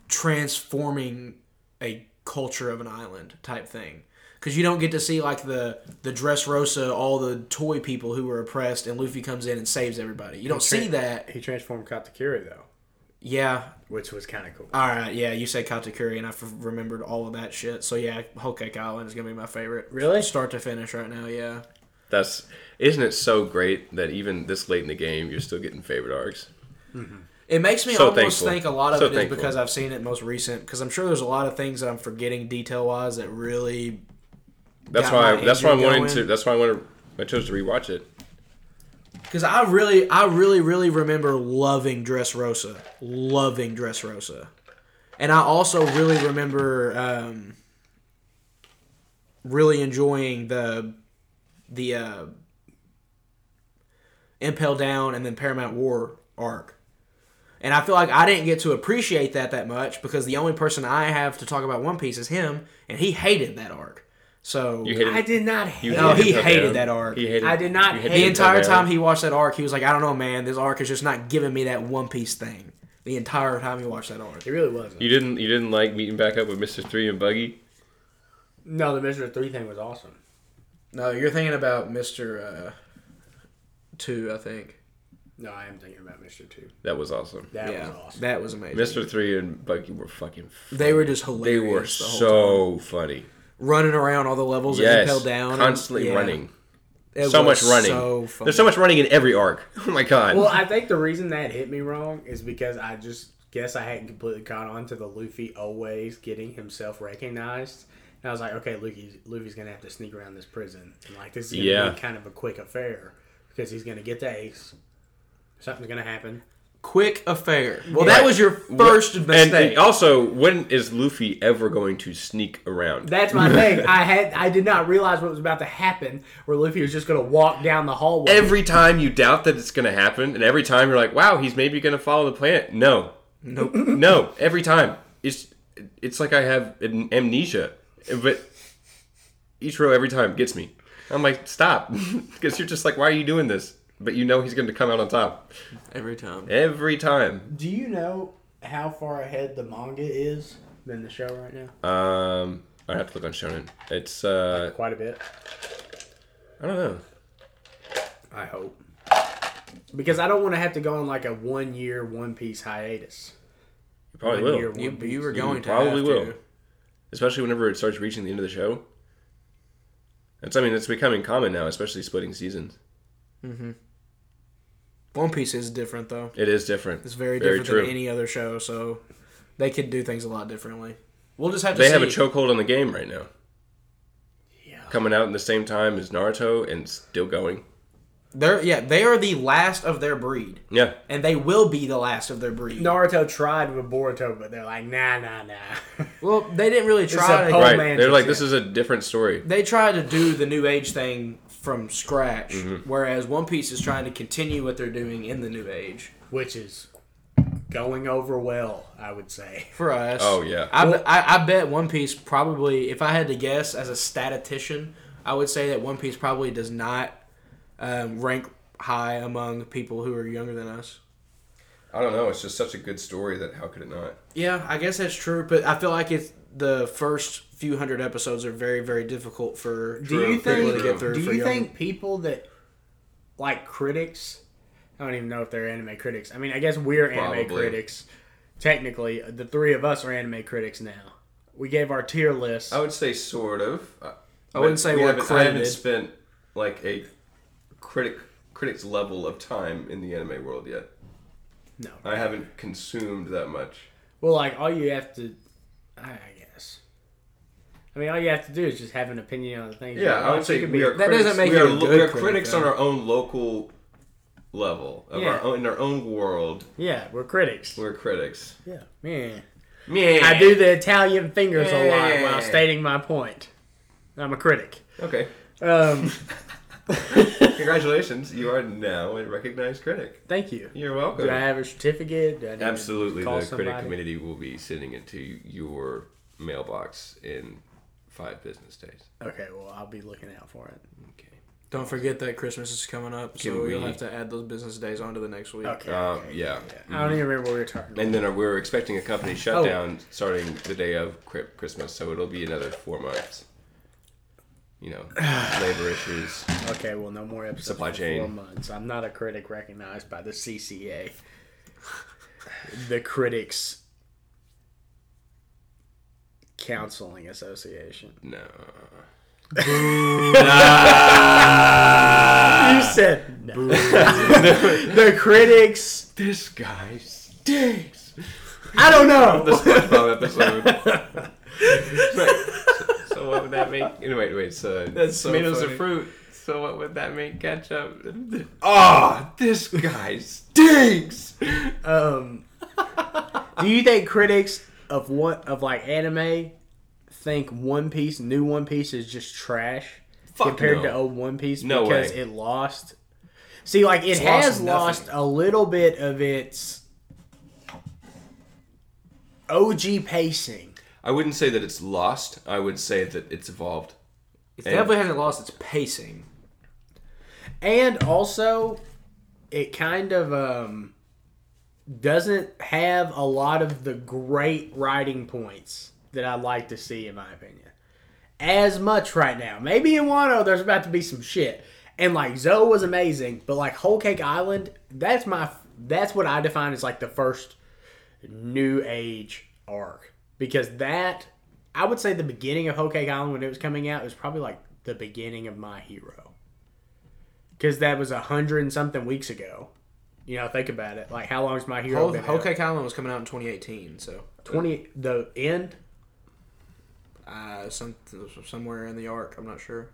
[SPEAKER 1] transforming a culture of an island type thing. Because you don't get to see like the the dress Rosa, all the toy people who were oppressed, and Luffy comes in and saves everybody. You don't see that.
[SPEAKER 2] He transformed Katakuri though,
[SPEAKER 1] Yeah.
[SPEAKER 2] which was kind of cool.
[SPEAKER 1] All right. Yeah. You said Katakuri, and I f- remembered all of that shit. So yeah, Whole Cake Island is gonna be my favorite.
[SPEAKER 2] Really?
[SPEAKER 1] Start to finish right now. Yeah.
[SPEAKER 3] That's isn't it so great that even this late in the game you're still getting favorite arcs?
[SPEAKER 1] It makes me
[SPEAKER 3] So
[SPEAKER 1] almost
[SPEAKER 3] thankful.
[SPEAKER 1] think a lot of
[SPEAKER 3] So
[SPEAKER 1] it is
[SPEAKER 3] thankful.
[SPEAKER 1] because I've seen it most recent. Because I'm sure there's a lot of things that I'm forgetting detail wise that really.
[SPEAKER 3] That's
[SPEAKER 1] Got
[SPEAKER 3] why.
[SPEAKER 1] my
[SPEAKER 3] that's why I'm
[SPEAKER 1] engine
[SPEAKER 3] wanting
[SPEAKER 1] going.
[SPEAKER 3] to. That's why I wanted. I chose to rewatch it.
[SPEAKER 1] Because I really, I really, really remember loving Dressrosa, loving Dressrosa, and I also really remember um, really enjoying the the uh, Impel Down and then Paramount War arc. And I feel like I didn't get to appreciate that that much because the only person I have to talk about One Piece is him, and he hated that arc. So
[SPEAKER 3] You hated.
[SPEAKER 2] I did not.
[SPEAKER 3] You
[SPEAKER 2] Hate,
[SPEAKER 1] No, he
[SPEAKER 3] Tokyo.
[SPEAKER 1] hated that arc.
[SPEAKER 3] He hated.
[SPEAKER 2] I did not
[SPEAKER 3] you
[SPEAKER 2] hate
[SPEAKER 3] hated
[SPEAKER 1] the
[SPEAKER 2] it.
[SPEAKER 3] Tokyo.
[SPEAKER 1] entire time he watched that arc, he was like, I don't know, man, this arc is just not giving me that One Piece thing. the entire time you watch that arc.
[SPEAKER 2] It really wasn't.
[SPEAKER 3] You didn't you didn't like meeting back up with Mister Three and Buggy?
[SPEAKER 2] No, the Measure of Three thing was awesome.
[SPEAKER 1] No, you're thinking about Mister uh, Two, I think.
[SPEAKER 2] No, I am thinking about Mister Two.
[SPEAKER 3] That was awesome.
[SPEAKER 2] That
[SPEAKER 1] yeah,
[SPEAKER 2] was awesome.
[SPEAKER 1] that was amazing.
[SPEAKER 3] Mister Three and Buggy were fucking. Funny.
[SPEAKER 1] They were just
[SPEAKER 3] They
[SPEAKER 1] hilarious.
[SPEAKER 3] were
[SPEAKER 1] the whole time.
[SPEAKER 3] so funny.
[SPEAKER 1] running around all the levels and
[SPEAKER 3] Yes,
[SPEAKER 1] impel down, and-
[SPEAKER 3] constantly
[SPEAKER 1] yeah.
[SPEAKER 3] running.
[SPEAKER 1] It
[SPEAKER 3] so much
[SPEAKER 1] was
[SPEAKER 3] running.
[SPEAKER 1] So funny.
[SPEAKER 3] There's so much running in every arc. Oh my god.
[SPEAKER 2] Well, I think the reason that hit me wrong is because I just guess I hadn't completely caught on to the Luffy always getting himself recognized. And I was like, okay, Luffy's, Luffy's gonna have to sneak around this prison. And like this is gonna
[SPEAKER 3] Yeah.
[SPEAKER 2] be kind of a quick affair because he's gonna get the ace. Something's gonna happen.
[SPEAKER 1] quick affair. Well, that
[SPEAKER 3] Right.
[SPEAKER 1] was your first
[SPEAKER 3] And-
[SPEAKER 1] mistake.
[SPEAKER 3] and also, when is Luffy ever going to sneak around?
[SPEAKER 2] That's my thing. I had I did not realize what was about to happen. Where Luffy was just gonna walk down the hallway.
[SPEAKER 3] every time you doubt that it's going to happen, and every time you're like, "Wow, he's maybe going to follow the planet." No,
[SPEAKER 1] Nope.
[SPEAKER 3] no. Every time it's it's like I have an amnesia, but each row every time gets me. I'm like, stop, because you're just like, why are you doing this? But you know he's going to come out on top
[SPEAKER 1] Every time.
[SPEAKER 3] every time.
[SPEAKER 2] Do you know how far ahead the manga is than the show right now?
[SPEAKER 3] Um, I have to look on Shonen. It's uh,
[SPEAKER 2] Quite a bit.
[SPEAKER 3] I don't know.
[SPEAKER 2] I hope. Because I don't want to have to go on like a one year One Piece hiatus.
[SPEAKER 3] You probably
[SPEAKER 2] One
[SPEAKER 3] Oh, will,
[SPEAKER 2] year, one
[SPEAKER 1] You, you were
[SPEAKER 3] You
[SPEAKER 1] going to
[SPEAKER 3] probably
[SPEAKER 1] have
[SPEAKER 3] will.
[SPEAKER 1] to.
[SPEAKER 3] especially whenever it starts reaching the end of the show. It's I mean it's becoming common now, especially splitting seasons.
[SPEAKER 1] One Piece is different though.
[SPEAKER 3] It is different.
[SPEAKER 1] It's very, different than any other show, so they could do things a lot differently. We'll just have to
[SPEAKER 3] they
[SPEAKER 1] see.
[SPEAKER 3] have a chokehold on the game right now.
[SPEAKER 2] Yeah.
[SPEAKER 3] Coming out in the same time as Naruto and still going.
[SPEAKER 1] They're yeah, they are the last of their breed,
[SPEAKER 3] Yeah.
[SPEAKER 1] and they will be the last of their breed.
[SPEAKER 2] Naruto tried with Boruto, but they're like, nah, nah, nah.
[SPEAKER 1] Well, they didn't really try
[SPEAKER 2] a
[SPEAKER 1] to.
[SPEAKER 2] poem.
[SPEAKER 3] right.
[SPEAKER 2] man,
[SPEAKER 3] They're like
[SPEAKER 2] yeah.
[SPEAKER 3] this is a different story.
[SPEAKER 1] They tried to do the new age thing from scratch,
[SPEAKER 3] Mm-hmm.
[SPEAKER 1] whereas One Piece is trying to continue what they're doing in the new age.
[SPEAKER 2] Which is going over well, I would say.
[SPEAKER 1] For us,
[SPEAKER 3] Oh, yeah.
[SPEAKER 1] I, I, I bet One Piece probably, if I had to guess as a statistician, I would say that One Piece probably does not um, rank high among people who are younger than us.
[SPEAKER 3] I don't know, it's just such a good story that how could it not?
[SPEAKER 1] Yeah, I guess that's true, but I feel like it's the first few hundred episodes are very, very difficult for
[SPEAKER 2] do you
[SPEAKER 1] for people
[SPEAKER 2] think?
[SPEAKER 1] to get through.
[SPEAKER 2] Do
[SPEAKER 1] for
[SPEAKER 2] you
[SPEAKER 1] young-
[SPEAKER 2] think people that like critics? I don't even know if they're anime critics. I mean, I guess we're anime
[SPEAKER 3] Probably.
[SPEAKER 2] critics. Technically, the three of us are anime critics now. We gave our tier list.
[SPEAKER 3] I would say sort of. I
[SPEAKER 1] wouldn't say we're
[SPEAKER 3] I haven't
[SPEAKER 1] credited.
[SPEAKER 3] spent like a critic critic's level of time in the anime world yet.
[SPEAKER 2] No.
[SPEAKER 3] I haven't consumed that much.
[SPEAKER 2] Well, like all you have to, I I guess. I mean, all you have to do is just have an opinion on the things.
[SPEAKER 3] Yeah, I would
[SPEAKER 2] It
[SPEAKER 3] say
[SPEAKER 2] could
[SPEAKER 3] we are.
[SPEAKER 1] That
[SPEAKER 3] critics,
[SPEAKER 1] doesn't make
[SPEAKER 3] we
[SPEAKER 1] you
[SPEAKER 3] are,
[SPEAKER 1] a
[SPEAKER 3] lo-
[SPEAKER 1] good
[SPEAKER 3] we are
[SPEAKER 1] critic,
[SPEAKER 3] critics
[SPEAKER 1] though.
[SPEAKER 3] on our own local level of
[SPEAKER 2] Yeah.
[SPEAKER 3] our own, in our own world.
[SPEAKER 2] Yeah, we're critics.
[SPEAKER 3] We're critics.
[SPEAKER 2] Yeah, man.
[SPEAKER 3] Yeah,
[SPEAKER 2] I do the Italian fingers a lot
[SPEAKER 3] Yeah.
[SPEAKER 2] while stating my point. I'm a critic.
[SPEAKER 3] Okay,
[SPEAKER 2] Um,
[SPEAKER 3] congratulations, you are now a recognized critic.
[SPEAKER 2] thank you.
[SPEAKER 3] You're welcome.
[SPEAKER 2] Do I have a certificate? Do I need to
[SPEAKER 3] Absolutely, the
[SPEAKER 2] call
[SPEAKER 3] critic
[SPEAKER 2] somebody?
[SPEAKER 3] committee will be sending it to your mailbox in five business days.
[SPEAKER 2] Okay, well, I'll be looking out for it.
[SPEAKER 3] Okay.
[SPEAKER 1] Don't forget that Christmas is coming up, so
[SPEAKER 3] Can
[SPEAKER 1] we... will
[SPEAKER 3] we-
[SPEAKER 1] have to add those business days onto the next week.
[SPEAKER 2] Okay.
[SPEAKER 3] Um,
[SPEAKER 2] okay.
[SPEAKER 3] yeah.
[SPEAKER 2] I don't even remember what we were talking about.
[SPEAKER 3] And then we're expecting a company
[SPEAKER 2] Oh.
[SPEAKER 3] shutdown starting the day of Cri- Christmas, so it'll be another four months. You know, labor issues.
[SPEAKER 2] Okay, well, no more episodes.
[SPEAKER 3] Supply
[SPEAKER 2] for
[SPEAKER 3] chain.
[SPEAKER 2] Four months. I'm not a critic recognized by the CCA. the Critics Counseling Association.
[SPEAKER 3] No.
[SPEAKER 2] you said no. the Critics.
[SPEAKER 3] This guy stinks.
[SPEAKER 2] I don't know.
[SPEAKER 3] The SpongeBob episode. Right. so, so what would that make? Anyway, wait. So
[SPEAKER 1] That's so
[SPEAKER 3] tomatoes
[SPEAKER 1] funny.
[SPEAKER 3] are fruit. So what would that make ketchup? Oh, this guy stinks.
[SPEAKER 2] Um, do you think critics of one of like anime think One Piece, new One Piece, is just trash
[SPEAKER 3] Fuck
[SPEAKER 2] compared
[SPEAKER 3] no.
[SPEAKER 2] to old One Piece
[SPEAKER 3] No
[SPEAKER 2] because
[SPEAKER 3] way.
[SPEAKER 2] it lost? See, like
[SPEAKER 1] lost
[SPEAKER 2] it has
[SPEAKER 1] nothing.
[SPEAKER 2] lost a little bit of its OG pacing.
[SPEAKER 3] I wouldn't say that it's lost. I would say that it's evolved.
[SPEAKER 1] It definitely hasn't lost its pacing.
[SPEAKER 2] and also it kind of um doesn't have a lot of the great writing points that I like to see, in my opinion. As much right now. Maybe in Wano, there's about to be some shit. And like Zoe was amazing, but like Whole Cake Island, that's my that's what I define as like the first new age arc because that I would say the beginning of Whole Cake Island when it was coming out was probably like the beginning of My Hero because that was a hundred and something weeks ago. You know, think about it. Like how long has My Hero
[SPEAKER 1] Whole,
[SPEAKER 2] been?
[SPEAKER 1] Whole
[SPEAKER 2] out?
[SPEAKER 1] Cake Island was coming out in 2018, so
[SPEAKER 2] twenty the end.
[SPEAKER 1] uh, some, somewhere in the arc, I'm not sure.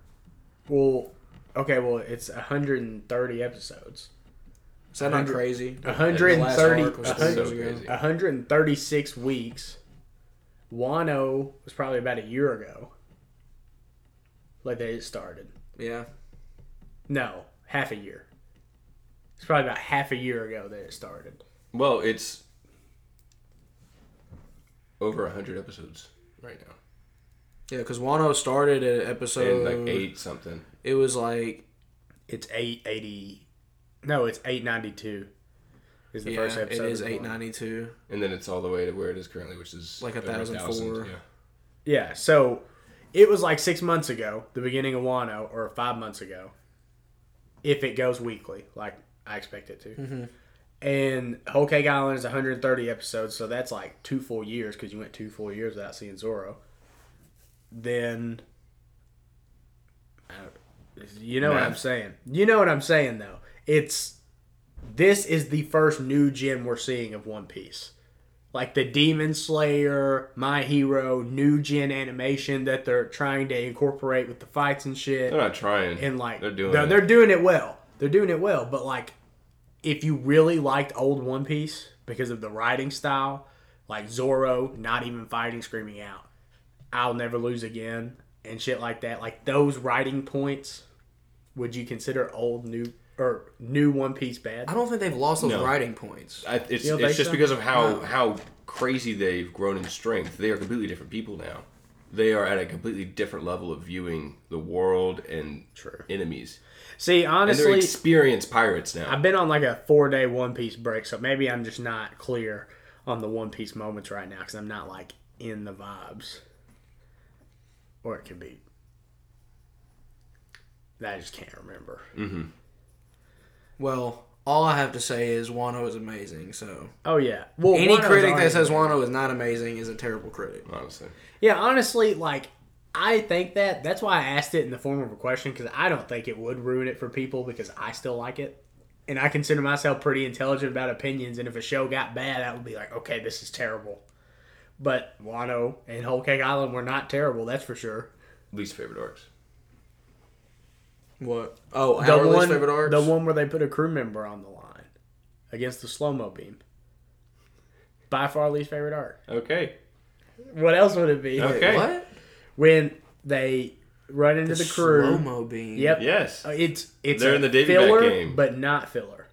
[SPEAKER 2] Well, okay, well it's hundred and thirty episodes.
[SPEAKER 1] Is that not crazy?
[SPEAKER 2] hundred and
[SPEAKER 1] last
[SPEAKER 2] thirty.
[SPEAKER 1] arc was
[SPEAKER 2] a
[SPEAKER 1] supposed
[SPEAKER 2] hun-
[SPEAKER 1] to
[SPEAKER 3] so crazy.
[SPEAKER 2] 136 weeks. Wano was probably about a year ago. Like they started.
[SPEAKER 1] Yeah,
[SPEAKER 2] No, half a year. It's probably about half a year ago that it started.
[SPEAKER 3] Well, it's over hundred episodes right now,
[SPEAKER 1] yeah, because Wano started at episode
[SPEAKER 3] and like eight something.
[SPEAKER 1] It was like
[SPEAKER 2] It's 880. No, it's 892. Is the
[SPEAKER 1] yeah,
[SPEAKER 2] first
[SPEAKER 1] it
[SPEAKER 2] episode.
[SPEAKER 1] is
[SPEAKER 2] of Wano.
[SPEAKER 1] eight ninety two.
[SPEAKER 3] And then it's all the way to where it is currently, which is
[SPEAKER 1] Like a
[SPEAKER 3] over
[SPEAKER 1] thousand
[SPEAKER 3] 1,000,
[SPEAKER 1] four.
[SPEAKER 3] Yeah.
[SPEAKER 2] Yeah, so it was like six months ago, the beginning of Wano, or five months ago, if it goes weekly, like I expect it to. And Whole Cake Island is 130 episodes, so that's like two full years because you went two full years without seeing Zoro. Then, I don't- you know what I'm
[SPEAKER 3] Math.
[SPEAKER 2] saying. You know what I'm saying, though. It's this is the first new gem we're seeing of One Piece like the Demon Slayer, My Hero, new gen animation that they're trying to incorporate with the fights and shit.
[SPEAKER 3] They're not trying.
[SPEAKER 2] And like
[SPEAKER 3] they're doing.
[SPEAKER 2] they're,
[SPEAKER 3] it.
[SPEAKER 2] they're doing it well. They're doing it well. But like, if you really liked old One Piece because of the writing style, like Zoro not even fighting, screaming out, "I'll never lose again" and shit like that. Like those writing points, would you consider old new or new One Piece bad?
[SPEAKER 1] I don't think they've lost those
[SPEAKER 3] No.
[SPEAKER 1] writing points.
[SPEAKER 3] I, it's
[SPEAKER 2] don't
[SPEAKER 3] it's
[SPEAKER 2] think
[SPEAKER 3] just
[SPEAKER 2] so?
[SPEAKER 3] because of how how crazy they've grown in strength. They are completely different people now. They are at a completely different level of viewing the world and enemies.
[SPEAKER 2] See,
[SPEAKER 3] And they're
[SPEAKER 2] honestly,
[SPEAKER 3] experienced pirates now.
[SPEAKER 2] I've been on like a four day One Piece break, so maybe I'm just not clear on the One Piece moments right now because I'm not like in the vibes. Or it could be. that I just can't remember.
[SPEAKER 1] Well, all I have to say is Wano is amazing. So
[SPEAKER 2] Oh, yeah. Well,
[SPEAKER 1] any
[SPEAKER 2] Wano's
[SPEAKER 1] critic
[SPEAKER 2] already-
[SPEAKER 1] that says Wano is not amazing is a terrible critic.
[SPEAKER 3] honestly,
[SPEAKER 2] Yeah, honestly, like, I think that. That's why I asked it in the form of a question because I don't think it would ruin it for people because I still like it. And I consider myself pretty intelligent about opinions. And if a show got bad, I would be like, okay, this is terrible. But Wano and Whole Cake Island were not terrible, that's for sure.
[SPEAKER 3] least favorite arcs.
[SPEAKER 1] What? Oh,
[SPEAKER 2] The
[SPEAKER 1] our
[SPEAKER 2] one,
[SPEAKER 1] least favorite arcs.
[SPEAKER 2] the one where they put a crew member on the line against the slow mo beam. By far, least favorite arc.
[SPEAKER 3] Okay.
[SPEAKER 2] What else would it be?
[SPEAKER 3] Okay.
[SPEAKER 1] What?
[SPEAKER 2] When they run into the, crew.
[SPEAKER 1] slow mo beam.
[SPEAKER 2] Yep.
[SPEAKER 3] Yes.
[SPEAKER 2] Uh, It's it's
[SPEAKER 3] They're
[SPEAKER 2] a
[SPEAKER 3] in the Davy
[SPEAKER 2] filler,
[SPEAKER 3] Back game.
[SPEAKER 2] but not filler.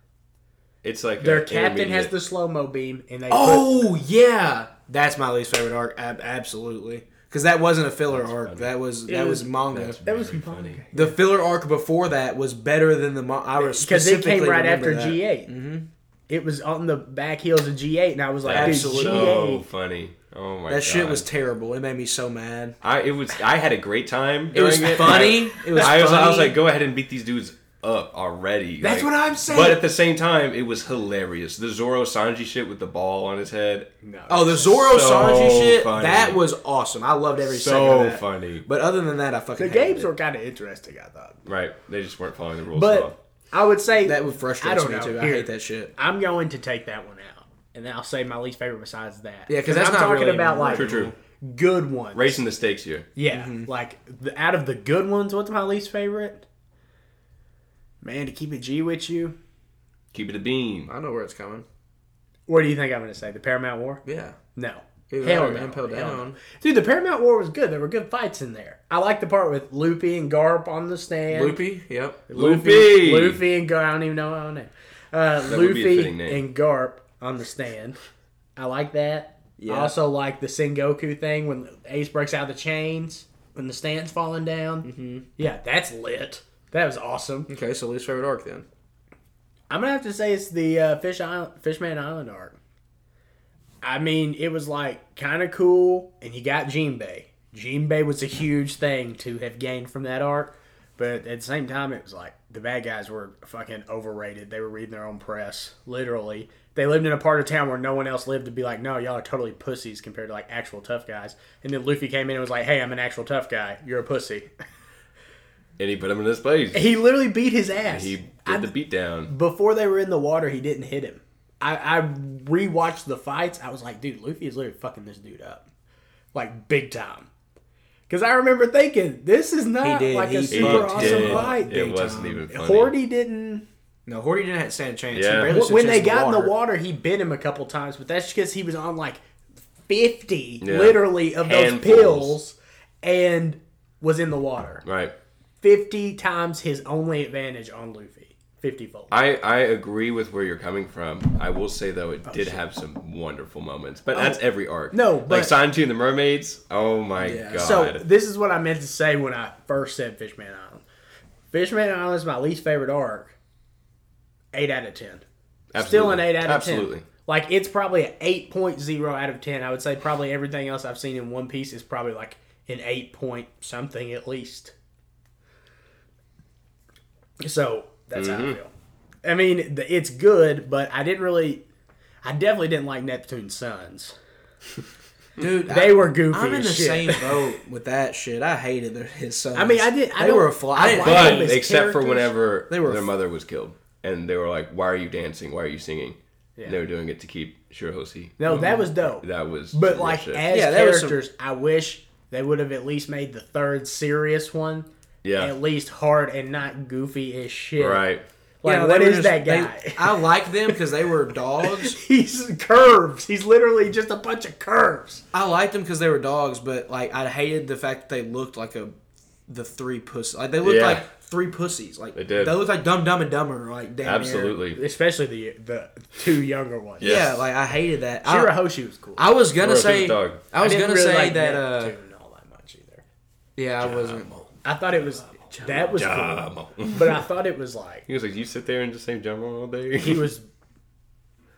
[SPEAKER 3] It's like
[SPEAKER 2] Their
[SPEAKER 3] a
[SPEAKER 2] captain has
[SPEAKER 3] intermediate-
[SPEAKER 2] the slow mo beam, and they
[SPEAKER 1] Oh yeah, that's my least favorite arc. Ab- absolutely, because that wasn't a filler arc. That was that was,
[SPEAKER 2] was-
[SPEAKER 1] manga.
[SPEAKER 3] That's
[SPEAKER 2] That was
[SPEAKER 3] very
[SPEAKER 2] funny.
[SPEAKER 3] funny.
[SPEAKER 1] the filler arc before that was better than the manga. I was
[SPEAKER 2] put because it came
[SPEAKER 1] specifically
[SPEAKER 2] right
[SPEAKER 1] remember
[SPEAKER 2] after
[SPEAKER 1] that. Mm-hmm.
[SPEAKER 2] G eight. It was on the back heels of G eight, and I was like, dude,
[SPEAKER 1] Absolutely.
[SPEAKER 2] G
[SPEAKER 3] So
[SPEAKER 2] eight.
[SPEAKER 3] funny. Oh my god.
[SPEAKER 1] That shit was terrible. It made me so mad.
[SPEAKER 3] I it was I had a great time.
[SPEAKER 1] It was
[SPEAKER 3] during
[SPEAKER 1] funny. It was
[SPEAKER 3] I was I was
[SPEAKER 1] funny.
[SPEAKER 3] like, go ahead and beat these dudes up already.
[SPEAKER 1] That's
[SPEAKER 3] Like,
[SPEAKER 1] what I'm saying.
[SPEAKER 3] But at the same time, it was hilarious. The Zoro Sanji shit with the ball on his head.
[SPEAKER 2] No.
[SPEAKER 1] Oh, the Zoro
[SPEAKER 3] So
[SPEAKER 1] Sanji shit.
[SPEAKER 3] funny.
[SPEAKER 1] That was awesome. I loved every second
[SPEAKER 3] So
[SPEAKER 1] of that.
[SPEAKER 3] funny.
[SPEAKER 1] But other than that, I fucking
[SPEAKER 2] the
[SPEAKER 1] hated
[SPEAKER 2] games
[SPEAKER 1] it.
[SPEAKER 2] were kind of interesting, I thought.
[SPEAKER 3] Right. They just weren't following the rules at all.
[SPEAKER 2] But I would say
[SPEAKER 1] that would
[SPEAKER 2] I
[SPEAKER 1] frustrate me
[SPEAKER 2] don't know.
[SPEAKER 1] too. I
[SPEAKER 2] Here.
[SPEAKER 1] hate that shit.
[SPEAKER 2] I'm going to take that one out, and then I'll say my least favorite besides that.
[SPEAKER 1] Yeah, 'cause that's
[SPEAKER 2] I'm
[SPEAKER 1] not
[SPEAKER 2] talking
[SPEAKER 1] really
[SPEAKER 2] about like
[SPEAKER 3] True, true.
[SPEAKER 2] good ones.
[SPEAKER 3] Raising the stakes here.
[SPEAKER 2] Yeah,
[SPEAKER 1] Mm-hmm.
[SPEAKER 2] like the, out of the good ones, what's my least favorite? Man, to keep it G with you,
[SPEAKER 3] Keep it a beam.
[SPEAKER 1] I know where it's coming.
[SPEAKER 2] What do you think I'm going to say? The Paramount War?
[SPEAKER 1] Yeah.
[SPEAKER 2] No.
[SPEAKER 1] Either that
[SPEAKER 2] Hell
[SPEAKER 1] or
[SPEAKER 2] no.
[SPEAKER 1] Impel
[SPEAKER 2] Hell
[SPEAKER 1] Down.
[SPEAKER 2] no. Dude, the Paramount War was good. There were good fights in there. I like the part with Loopy and Garp on the stand.
[SPEAKER 1] Loopy. Yep.
[SPEAKER 3] Luffy.
[SPEAKER 2] Luffy and Garp. I don't even know my own name. Uh,
[SPEAKER 3] would be a
[SPEAKER 2] Luffy
[SPEAKER 3] fitting name.
[SPEAKER 2] and Garp on the stand. I like that.
[SPEAKER 1] Yeah.
[SPEAKER 2] I also like the Sengoku thing when Ace breaks out the chains, when the stand's falling down. Mm-hmm. Yeah, that's lit. That was awesome.
[SPEAKER 1] Okay, so least favorite arc then.
[SPEAKER 2] I'm gonna have to say it's the uh, Fish Island, Fishman Island arc. I mean, it was like kind of cool, and you got Jinbei. Jinbei was a huge thing to have gained from that arc, but at the same time, it was like the bad guys were fucking overrated. They were reading their own press, literally. They lived in a part of town where no one else lived to be like, no, y'all are totally pussies compared to like actual tough guys. And then Luffy came in and was like, hey, I'm an actual tough guy. You're a pussy.
[SPEAKER 3] And he put him in his place.
[SPEAKER 2] He literally beat his ass.
[SPEAKER 3] He did
[SPEAKER 2] I
[SPEAKER 3] the beatdown.
[SPEAKER 2] before they were in the water, he didn't hit him. I, I rewatched the fights. I was like, dude, Luffy is literally fucking this dude up, like big time. Because I remember thinking, this is not
[SPEAKER 1] did.
[SPEAKER 2] like
[SPEAKER 1] He
[SPEAKER 2] a
[SPEAKER 3] He
[SPEAKER 2] super
[SPEAKER 1] fucked
[SPEAKER 2] awesome
[SPEAKER 3] did.
[SPEAKER 2] fight.
[SPEAKER 3] It
[SPEAKER 2] Dude.
[SPEAKER 3] wasn't even funny.
[SPEAKER 2] Hordy didn't.
[SPEAKER 1] No, Horty didn't stand a chance.
[SPEAKER 3] Yeah.
[SPEAKER 1] He barely
[SPEAKER 2] When
[SPEAKER 1] stood
[SPEAKER 2] they
[SPEAKER 1] a chance
[SPEAKER 2] got in the water, he bit him a couple times, but that's because he was on like fifty,
[SPEAKER 3] Yeah.
[SPEAKER 2] literally, of those
[SPEAKER 3] Handfuls.
[SPEAKER 2] pills, and was in the water
[SPEAKER 3] Right.
[SPEAKER 2] fifty times his only advantage on Luffy, fifty fold.
[SPEAKER 3] I, I agree with where you're coming from. I will say though, it did have some wonderful moments, but that's every arc.
[SPEAKER 2] Oh, No,
[SPEAKER 3] like
[SPEAKER 2] but-
[SPEAKER 3] Sanji and the Mermaids. Oh my god!
[SPEAKER 2] So this is what I meant to say when I first said Fishman Island. Fishman Island is my least favorite arc. Eight out of ten. Still an
[SPEAKER 3] Absolutely.
[SPEAKER 2] eight out of
[SPEAKER 3] Absolutely.
[SPEAKER 2] ten. Like it's probably an eight point zero out of ten. I would say probably everything else I've seen in One Piece is probably like an eight point something at least. So that's
[SPEAKER 3] Mm-hmm.
[SPEAKER 2] how I feel. I mean, th- it's good, but I didn't really. I definitely didn't like Neptune's Sons.
[SPEAKER 1] Dude,
[SPEAKER 2] They were goofy
[SPEAKER 1] I'm in
[SPEAKER 2] as
[SPEAKER 1] the
[SPEAKER 2] shit.
[SPEAKER 1] same boat with that shit. I hated their, his sons.
[SPEAKER 2] I mean, I did. I
[SPEAKER 1] they
[SPEAKER 2] don't-
[SPEAKER 1] were a fly.
[SPEAKER 2] I
[SPEAKER 1] I didn't,
[SPEAKER 2] liked
[SPEAKER 1] like
[SPEAKER 2] all
[SPEAKER 3] But
[SPEAKER 2] his
[SPEAKER 3] except for
[SPEAKER 2] characters.
[SPEAKER 3] whenever
[SPEAKER 1] They were
[SPEAKER 3] their
[SPEAKER 1] f-
[SPEAKER 3] mother was killed, and they were like, "Why are you dancing? Why are you singing?" And they were doing it to keep Shirohoshi.
[SPEAKER 2] No, that was dope.
[SPEAKER 3] that was.
[SPEAKER 2] But
[SPEAKER 3] real
[SPEAKER 2] like
[SPEAKER 3] shit.
[SPEAKER 2] as
[SPEAKER 1] Yeah, there was some-
[SPEAKER 2] characters, I wish they would have at least made the third serious one
[SPEAKER 3] yeah,
[SPEAKER 2] at least hard and not goofy as shit.
[SPEAKER 3] right.
[SPEAKER 2] Like
[SPEAKER 1] Yeah,
[SPEAKER 2] what
[SPEAKER 1] they were
[SPEAKER 2] is
[SPEAKER 1] just-
[SPEAKER 2] that
[SPEAKER 1] they-
[SPEAKER 2] guy?
[SPEAKER 1] I like them because they were dogs.
[SPEAKER 2] He's curves. He's literally just a bunch of curves.
[SPEAKER 1] I liked them because they were dogs, but like I hated the fact that they looked like a the three pussies. Like they looked
[SPEAKER 3] Yeah.
[SPEAKER 1] like three pussies. Like
[SPEAKER 3] They did.
[SPEAKER 1] They looked like Dumb Dumb and Dumber. Like damn
[SPEAKER 3] Absolutely.
[SPEAKER 2] Especially the the two younger ones.
[SPEAKER 3] Yeah.
[SPEAKER 1] Yeah, like I hated that. I,
[SPEAKER 2] Shirahoshi was cool.
[SPEAKER 1] I was gonna
[SPEAKER 3] Shirahoshi
[SPEAKER 1] say.
[SPEAKER 3] was dog.
[SPEAKER 1] I was
[SPEAKER 2] didn't
[SPEAKER 1] gonna
[SPEAKER 2] really
[SPEAKER 1] say
[SPEAKER 2] like
[SPEAKER 1] that. uh
[SPEAKER 2] Neptune all that much either.
[SPEAKER 1] Yeah, I wasn't.
[SPEAKER 2] I thought it was that was cool,
[SPEAKER 3] Jamo.
[SPEAKER 2] but I thought it was like
[SPEAKER 3] He was like, "You sit there and just sing Jumbo all
[SPEAKER 2] he
[SPEAKER 3] day."
[SPEAKER 2] was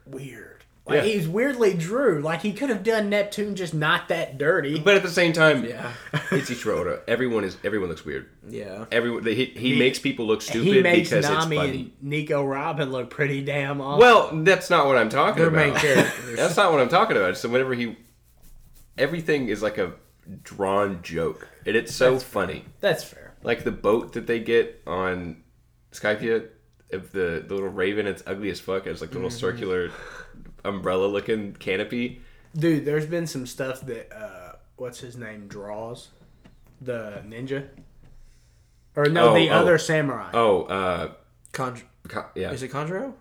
[SPEAKER 2] weird. Like
[SPEAKER 3] Yeah.
[SPEAKER 2] he was weirdly Drew. Like he could have done Neptune just not that dirty.
[SPEAKER 3] but at the same time, yeah, it's Ichiro Oda. Everyone is everyone looks weird.
[SPEAKER 1] Yeah.
[SPEAKER 3] Everyone he, he, makes people look stupid
[SPEAKER 2] he makes
[SPEAKER 3] because
[SPEAKER 2] Nami
[SPEAKER 3] it's funny.
[SPEAKER 2] and Nico Robin look pretty damn awesome.
[SPEAKER 3] Well, that's not what I'm talking
[SPEAKER 1] Their
[SPEAKER 3] about.
[SPEAKER 1] main characters.
[SPEAKER 3] that's not what I'm talking about. So whenever he, everything is like a drawn joke, and it's so funny.
[SPEAKER 2] That's fair.
[SPEAKER 3] Like the boat that they get on Skypia, of the, the little raven, it's ugly as fuck. It's like the little circular umbrella looking canopy.
[SPEAKER 2] Dude, there's been some stuff that uh what's his name draws? The ninja? Or no,
[SPEAKER 3] Oh,
[SPEAKER 2] the
[SPEAKER 3] oh.
[SPEAKER 2] other samurai.
[SPEAKER 3] Oh, uh,
[SPEAKER 1] Conj-
[SPEAKER 3] co- yeah,
[SPEAKER 1] is it Conjuro?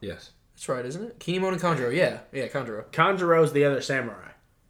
[SPEAKER 3] yes.
[SPEAKER 1] That's right, isn't it? Kinemon and Conjuro. Yeah, yeah, Conjuro.
[SPEAKER 2] Conjuro's the other samurai.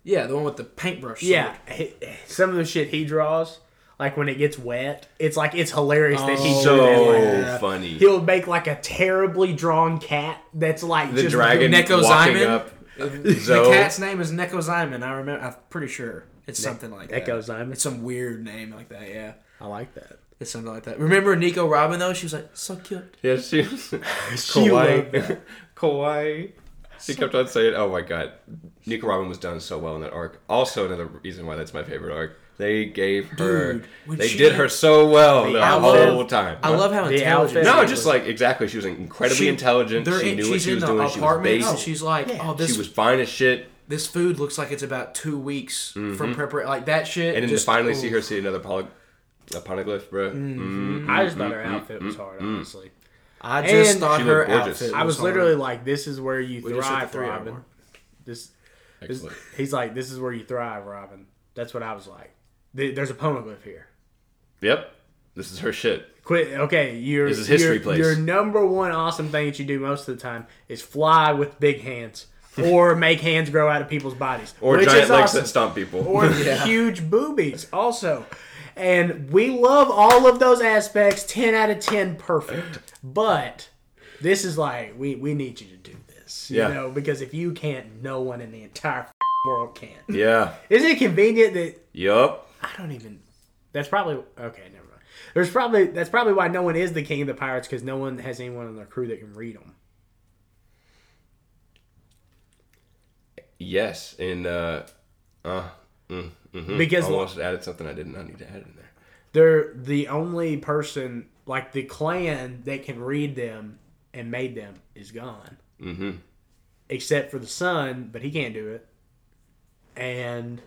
[SPEAKER 1] Yeah, the one with the paintbrush. Sword.
[SPEAKER 2] Yeah. he- some of the shit he draws, like when it gets wet, it's like it's hilarious that he drew that
[SPEAKER 3] Oh. So
[SPEAKER 2] like
[SPEAKER 3] funny.
[SPEAKER 2] He'll make like a terribly drawn cat that's like
[SPEAKER 3] The
[SPEAKER 2] just
[SPEAKER 3] dragon
[SPEAKER 1] Neko
[SPEAKER 3] walking
[SPEAKER 1] Simon?
[SPEAKER 3] up.
[SPEAKER 1] The
[SPEAKER 3] Zo.
[SPEAKER 1] cat's name is Neko Zyman. I remember. I'm pretty sure it's something like that.
[SPEAKER 2] Neko Zyman?
[SPEAKER 1] It's some weird name like that. Yeah,
[SPEAKER 2] I like that.
[SPEAKER 1] it's something like that. Remember Nico Robin though? She was like so cute.
[SPEAKER 3] Yeah, she was
[SPEAKER 2] loved
[SPEAKER 3] Kawhi. Kawhi. She kept on saying, "Oh my god, Nico Robin was done so well in that arc." Also, another reason why that's my favorite arc. They gave her.
[SPEAKER 1] Dude, when
[SPEAKER 3] they
[SPEAKER 1] she
[SPEAKER 3] did
[SPEAKER 1] did-
[SPEAKER 3] her so well the,
[SPEAKER 2] I love-
[SPEAKER 3] whole time.
[SPEAKER 1] I love how
[SPEAKER 2] The
[SPEAKER 1] intelligent.
[SPEAKER 2] outfit.
[SPEAKER 1] she
[SPEAKER 3] No,
[SPEAKER 1] was.
[SPEAKER 3] just like exactly, she was incredibly
[SPEAKER 1] She-
[SPEAKER 3] intelligent.
[SPEAKER 1] they're
[SPEAKER 3] She
[SPEAKER 1] in-
[SPEAKER 3] knew what
[SPEAKER 1] she's
[SPEAKER 3] she
[SPEAKER 1] in
[SPEAKER 3] was
[SPEAKER 1] the
[SPEAKER 3] doing. She was
[SPEAKER 1] apartment, and
[SPEAKER 3] based.
[SPEAKER 1] She's like, oh, this
[SPEAKER 3] She was fine as shit.
[SPEAKER 1] this food looks like it's about two weeks from preparation. Like that shit.
[SPEAKER 3] Mm-hmm. And then
[SPEAKER 1] just,
[SPEAKER 3] to finally see
[SPEAKER 1] ooh.
[SPEAKER 3] her see another poly- a poneglyph, Mm-hmm. bro.
[SPEAKER 1] Mm-hmm.
[SPEAKER 2] I just thought her outfit
[SPEAKER 3] Mm-hmm.
[SPEAKER 2] was hard, honestly.
[SPEAKER 1] I just
[SPEAKER 2] And-
[SPEAKER 1] thought
[SPEAKER 3] She
[SPEAKER 1] her
[SPEAKER 3] looked gorgeous.
[SPEAKER 1] outfit.
[SPEAKER 2] I was
[SPEAKER 1] hard.
[SPEAKER 2] literally like, "This is where you
[SPEAKER 1] just hit the
[SPEAKER 2] thrive,
[SPEAKER 1] three-hour
[SPEAKER 2] Robin."
[SPEAKER 1] mark.
[SPEAKER 2] This, this-
[SPEAKER 3] Excellent.
[SPEAKER 2] he's like, "This is where you thrive, Robin." That's what I was like. Th- There's a poneglyph here.
[SPEAKER 3] Yep, this is her shit.
[SPEAKER 2] Quit. Okay, your
[SPEAKER 3] This is history
[SPEAKER 2] your,
[SPEAKER 3] place.
[SPEAKER 2] Your number one awesome thing that you do most of the time is fly with big hands, or make hands grow out of people's bodies,
[SPEAKER 3] Or
[SPEAKER 2] which
[SPEAKER 3] giant
[SPEAKER 2] is
[SPEAKER 3] legs
[SPEAKER 2] awesome.
[SPEAKER 3] that stomp people.
[SPEAKER 2] or huge boobies also. And we love all of those aspects. Ten out of ten, perfect. But this is like we we need you to do this, you
[SPEAKER 3] Yeah.
[SPEAKER 2] know, because if you can't, no one in the entire f- world can.
[SPEAKER 3] yeah.
[SPEAKER 2] Isn't it convenient that
[SPEAKER 3] Yup.
[SPEAKER 2] I don't even That's probably okay. Never mind. There's probably that's probably why no one is the king of the pirates because no one has anyone on their crew that can read them.
[SPEAKER 3] Yes, and uh, uh, mm, mhm.
[SPEAKER 2] Because
[SPEAKER 3] I almost added something I did not need to add in there.
[SPEAKER 2] They're the only person like the clan that can read them and made them is gone. Mm-hmm. Except for the son, but he can't do it. And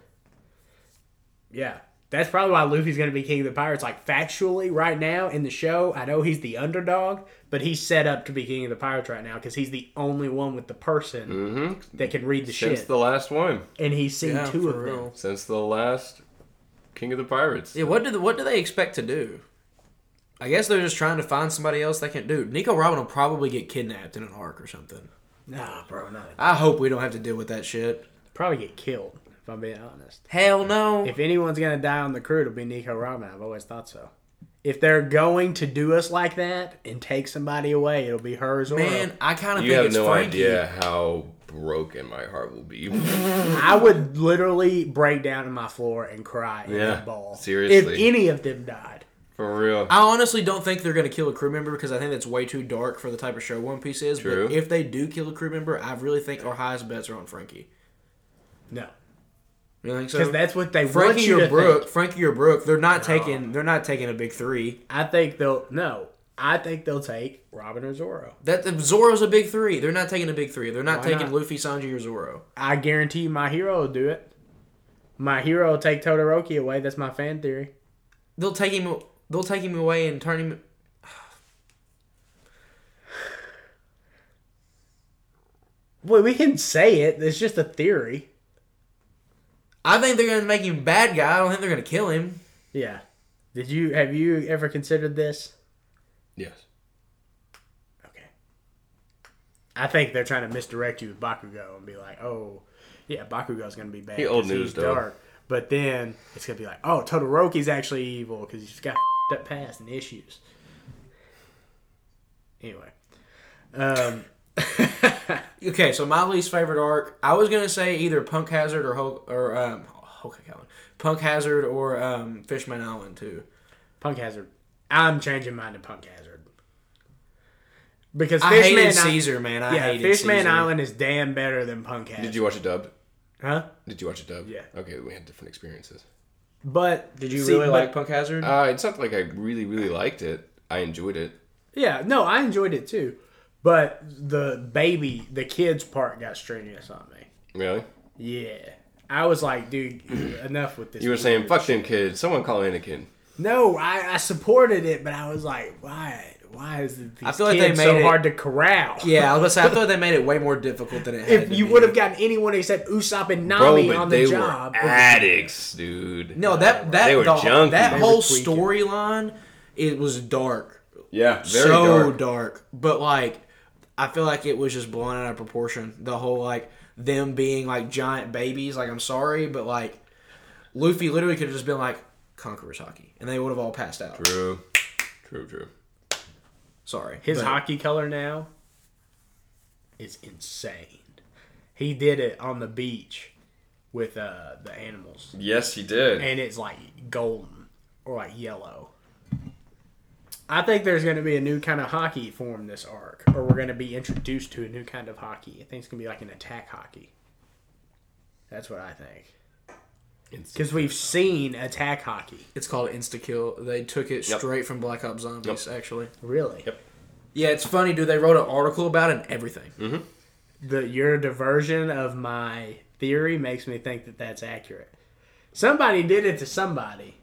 [SPEAKER 2] yeah, that's probably why Luffy's going to be king of the pirates. Like factually, right now in the show, I know he's the underdog, but he's set up to be king of the pirates right now because he's the only one with the person that can read the
[SPEAKER 3] Mm-hmm. Since
[SPEAKER 2] shit,
[SPEAKER 3] the last one,
[SPEAKER 2] and he's seen
[SPEAKER 1] Yeah,
[SPEAKER 2] two
[SPEAKER 1] for
[SPEAKER 2] of them.
[SPEAKER 1] real.
[SPEAKER 3] since the last King of the Pirates.
[SPEAKER 1] Yeah, what do the, what do they expect to do? I guess they're just trying to find somebody else they can do. Nico Robin will probably get kidnapped in an arc or something.
[SPEAKER 2] Nah, bro, not
[SPEAKER 1] I hope we don't have to deal with that shit.
[SPEAKER 2] probably get killed. If I'm being honest.
[SPEAKER 1] Hell no.
[SPEAKER 2] If anyone's gonna die on the crew, it'll be Nico Robin. I've always thought so. If they're going to do us like that and take somebody away, it'll be hers or
[SPEAKER 1] Man, I kind of
[SPEAKER 3] You
[SPEAKER 1] think
[SPEAKER 3] have
[SPEAKER 1] it's
[SPEAKER 3] no
[SPEAKER 1] Frankie.
[SPEAKER 3] idea how broken my heart will be.
[SPEAKER 2] I would literally break down on my floor and cry in
[SPEAKER 3] Yeah,
[SPEAKER 2] a ball.
[SPEAKER 3] seriously.
[SPEAKER 2] If any of them died.
[SPEAKER 3] For real.
[SPEAKER 1] I honestly don't think they're going to kill a crew member because I think that's way too dark for the type of show One Piece is.
[SPEAKER 3] True.
[SPEAKER 1] But if they do kill a crew member, I really think our highest bets are on Frankie.
[SPEAKER 2] No.
[SPEAKER 1] You think so?
[SPEAKER 2] Because that's what they want
[SPEAKER 1] Frankie
[SPEAKER 2] you
[SPEAKER 1] or
[SPEAKER 2] to
[SPEAKER 1] Brooke,
[SPEAKER 2] think.
[SPEAKER 1] Frankie or Brooke, they're not taking they're not taking a big three.
[SPEAKER 2] I think they'll no. I think they'll take Robin or Zoro.
[SPEAKER 1] That Zoro's a big three. They're not taking a big three. They're not
[SPEAKER 2] Why
[SPEAKER 1] taking
[SPEAKER 2] not?
[SPEAKER 1] Luffy, Sanji, or Zoro.
[SPEAKER 2] I guarantee you my hero will do it. My hero will take Todoroki away. That's my fan theory.
[SPEAKER 1] They'll take him. They'll take him away and turn him.
[SPEAKER 2] Well, we can say it. It's just a theory.
[SPEAKER 1] I think they're going to make him bad guy. I don't think they're going to kill him.
[SPEAKER 2] Yeah. Did you have you ever considered this?
[SPEAKER 3] yes.
[SPEAKER 2] Okay. I think they're trying to misdirect you with Bakugo and be like, "Oh, yeah, Bakugo's going to be bad."
[SPEAKER 3] He old
[SPEAKER 2] 'cause
[SPEAKER 3] news,
[SPEAKER 2] he's
[SPEAKER 3] though.
[SPEAKER 2] But then it's going to be like, "Oh, Todoroki's actually evil cuz he's got up past and issues." Anyway. Um
[SPEAKER 1] Okay, so my least favorite arc. I was going to say either Punk Hazard or Hulk or um Hulk Island. Punk Hazard or um Fishman Island too.
[SPEAKER 2] Punk Hazard. I'm changing mine to Punk Hazard. Because
[SPEAKER 1] I hated
[SPEAKER 2] Fishman I-
[SPEAKER 1] Caesar, man. I
[SPEAKER 2] yeah,
[SPEAKER 1] hated
[SPEAKER 2] Fishman
[SPEAKER 1] Caesar.
[SPEAKER 2] Island is damn better than Punk Hazard.
[SPEAKER 3] Did you watch a dub?
[SPEAKER 2] huh?
[SPEAKER 3] Did you watch a dub?
[SPEAKER 2] Yeah.
[SPEAKER 3] Okay, we had different experiences.
[SPEAKER 2] But
[SPEAKER 1] Did you
[SPEAKER 2] See,
[SPEAKER 1] really
[SPEAKER 2] but-
[SPEAKER 1] like Punk Hazard?
[SPEAKER 3] Uh, it's not like I really, really liked it. I enjoyed it.
[SPEAKER 2] Yeah, no, I enjoyed it too. But the baby, the kids part got strenuous on me.
[SPEAKER 3] Really?
[SPEAKER 2] Yeah. I was like, dude, enough with this.
[SPEAKER 3] You were saying, fuck them kids. Someone call Anakin.
[SPEAKER 2] No, I, I supported it, but I was like, why? Why is it these
[SPEAKER 1] I feel like
[SPEAKER 2] kids
[SPEAKER 1] they
[SPEAKER 2] so
[SPEAKER 1] made it-
[SPEAKER 2] hard to corral?
[SPEAKER 1] Yeah, I was gonna say I thought they made it way more difficult than it had
[SPEAKER 2] If
[SPEAKER 1] to
[SPEAKER 2] you
[SPEAKER 1] be.
[SPEAKER 2] would have gotten anyone except Usopp and Nami on the job,
[SPEAKER 3] addicts, dude.
[SPEAKER 1] No, that that
[SPEAKER 3] They were
[SPEAKER 1] the-
[SPEAKER 3] junkies.
[SPEAKER 1] that
[SPEAKER 3] They were
[SPEAKER 1] whole
[SPEAKER 2] tweaking.
[SPEAKER 1] storyline it was dark,
[SPEAKER 3] Yeah, very
[SPEAKER 1] so
[SPEAKER 3] dark.
[SPEAKER 1] dark. But like, I feel like it was just blown out of proportion. The whole like them being like giant babies. Like I'm sorry, but like Luffy literally could have just been like Conqueror's hockey, and they would have all passed out.
[SPEAKER 3] True, true, true.
[SPEAKER 1] Sorry,
[SPEAKER 2] his
[SPEAKER 1] but-
[SPEAKER 2] hockey color now is insane. He did it on the beach with uh, the animals.
[SPEAKER 3] Yes, he did.
[SPEAKER 2] and it's like golden or like yellow. I think there's going to be a new kind of hockey form this arc, or we're going to be introduced to a new kind of hockey. I think it's going to be like an attack hockey. That's what I think.
[SPEAKER 3] It's-
[SPEAKER 2] Because we've seen attack hockey,
[SPEAKER 1] It's called Insta Kill. They took it
[SPEAKER 3] Yep.
[SPEAKER 1] straight from Black Ops Zombies, actually.
[SPEAKER 2] really.
[SPEAKER 3] Yep.
[SPEAKER 1] Yeah, it's funny, dude. They wrote an article about it and everything.
[SPEAKER 3] Mm-hmm.
[SPEAKER 2] The your diversion of my theory makes me think that that's accurate. Somebody did it to somebody.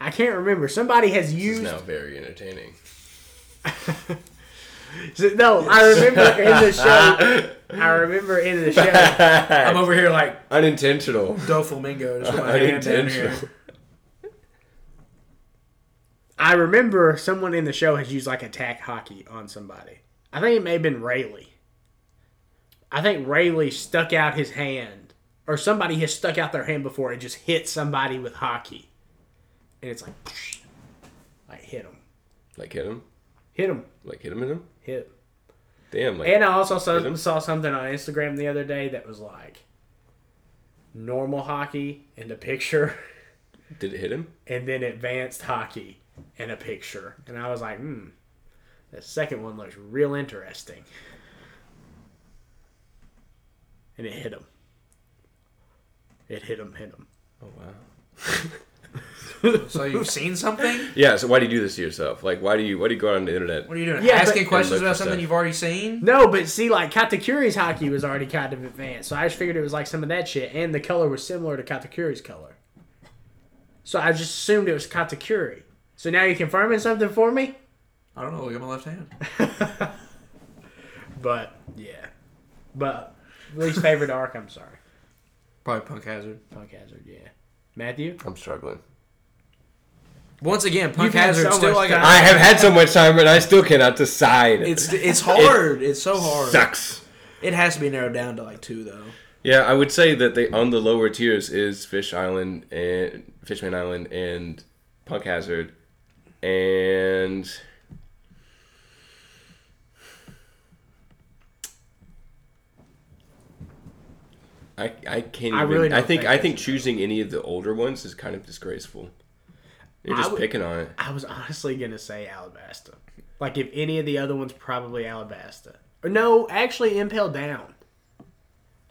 [SPEAKER 2] I can't remember. Somebody has
[SPEAKER 3] It's
[SPEAKER 2] used
[SPEAKER 3] now very entertaining.
[SPEAKER 2] No, I remember in the show. I remember in the show.
[SPEAKER 1] I'm over here like
[SPEAKER 3] Unintentional.
[SPEAKER 1] Doflamingo. Just with my hand down here.
[SPEAKER 3] Unintentional.
[SPEAKER 2] I remember someone in the show has used like attack hockey on somebody. I think it may have been Rayleigh. I think Rayleigh stuck out his hand, or somebody has stuck out their hand before and just hit somebody with hockey, and it's like, like hit him,
[SPEAKER 3] Like hit him.
[SPEAKER 2] hit him,
[SPEAKER 3] Like hit him in him.
[SPEAKER 2] hit him.
[SPEAKER 3] Damn. Like
[SPEAKER 2] And I also
[SPEAKER 3] Hit
[SPEAKER 2] saw,
[SPEAKER 3] 'em.
[SPEAKER 2] saw something on Instagram the other day that was like normal hockey and a picture
[SPEAKER 3] Did it hit him?
[SPEAKER 2] and then advanced hockey and a picture. And I was like, hmm, the second one looks real interesting. And it hit him. It hit him, hit him.
[SPEAKER 3] Oh wow.
[SPEAKER 1] So you've seen something?
[SPEAKER 3] Yeah. So why do you do this to yourself? Like, why do you why do you go on the internet?
[SPEAKER 1] What are you doing?
[SPEAKER 2] Yeah,
[SPEAKER 1] Asking
[SPEAKER 2] but-
[SPEAKER 1] questions
[SPEAKER 3] And look
[SPEAKER 1] about
[SPEAKER 3] for
[SPEAKER 1] something
[SPEAKER 3] stuff.
[SPEAKER 1] you've already seen?
[SPEAKER 2] No, but see, like Katakuri's hockey was already kind of advanced, so I just figured it was like some of that shit, and the color was similar to Katakuri's color. So I just assumed it was Katakuri. So now you're confirming something for me?
[SPEAKER 1] I don't know. Look at my left hand.
[SPEAKER 2] But yeah. But least favorite arc, I'm sorry.
[SPEAKER 1] Probably Punk Hazard.
[SPEAKER 2] Punk Hazard, yeah. Matthew?
[SPEAKER 3] I'm struggling.
[SPEAKER 1] Once again, Punk
[SPEAKER 2] had
[SPEAKER 1] Hazard
[SPEAKER 2] so
[SPEAKER 1] still
[SPEAKER 2] much
[SPEAKER 1] like a,
[SPEAKER 3] I have had so much time, but I still cannot decide.
[SPEAKER 1] it's it's hard. it's so hard.
[SPEAKER 3] sucks.
[SPEAKER 1] It has to be narrowed down to like two though.
[SPEAKER 3] Yeah, I would say that they on the lower tiers is Fish Island and Fishman Island and Punk Hazard and I I can't.
[SPEAKER 2] I
[SPEAKER 3] even-
[SPEAKER 2] really don't
[SPEAKER 3] I think,
[SPEAKER 2] think
[SPEAKER 3] I
[SPEAKER 2] that's
[SPEAKER 3] think choosing any of the older ones is kind of disgraceful. You're
[SPEAKER 2] I
[SPEAKER 3] just
[SPEAKER 2] would-
[SPEAKER 3] picking on it.
[SPEAKER 2] I was honestly gonna say Alabasta. Like if any of the other ones, probably Alabasta. Or no, actually Impel Down.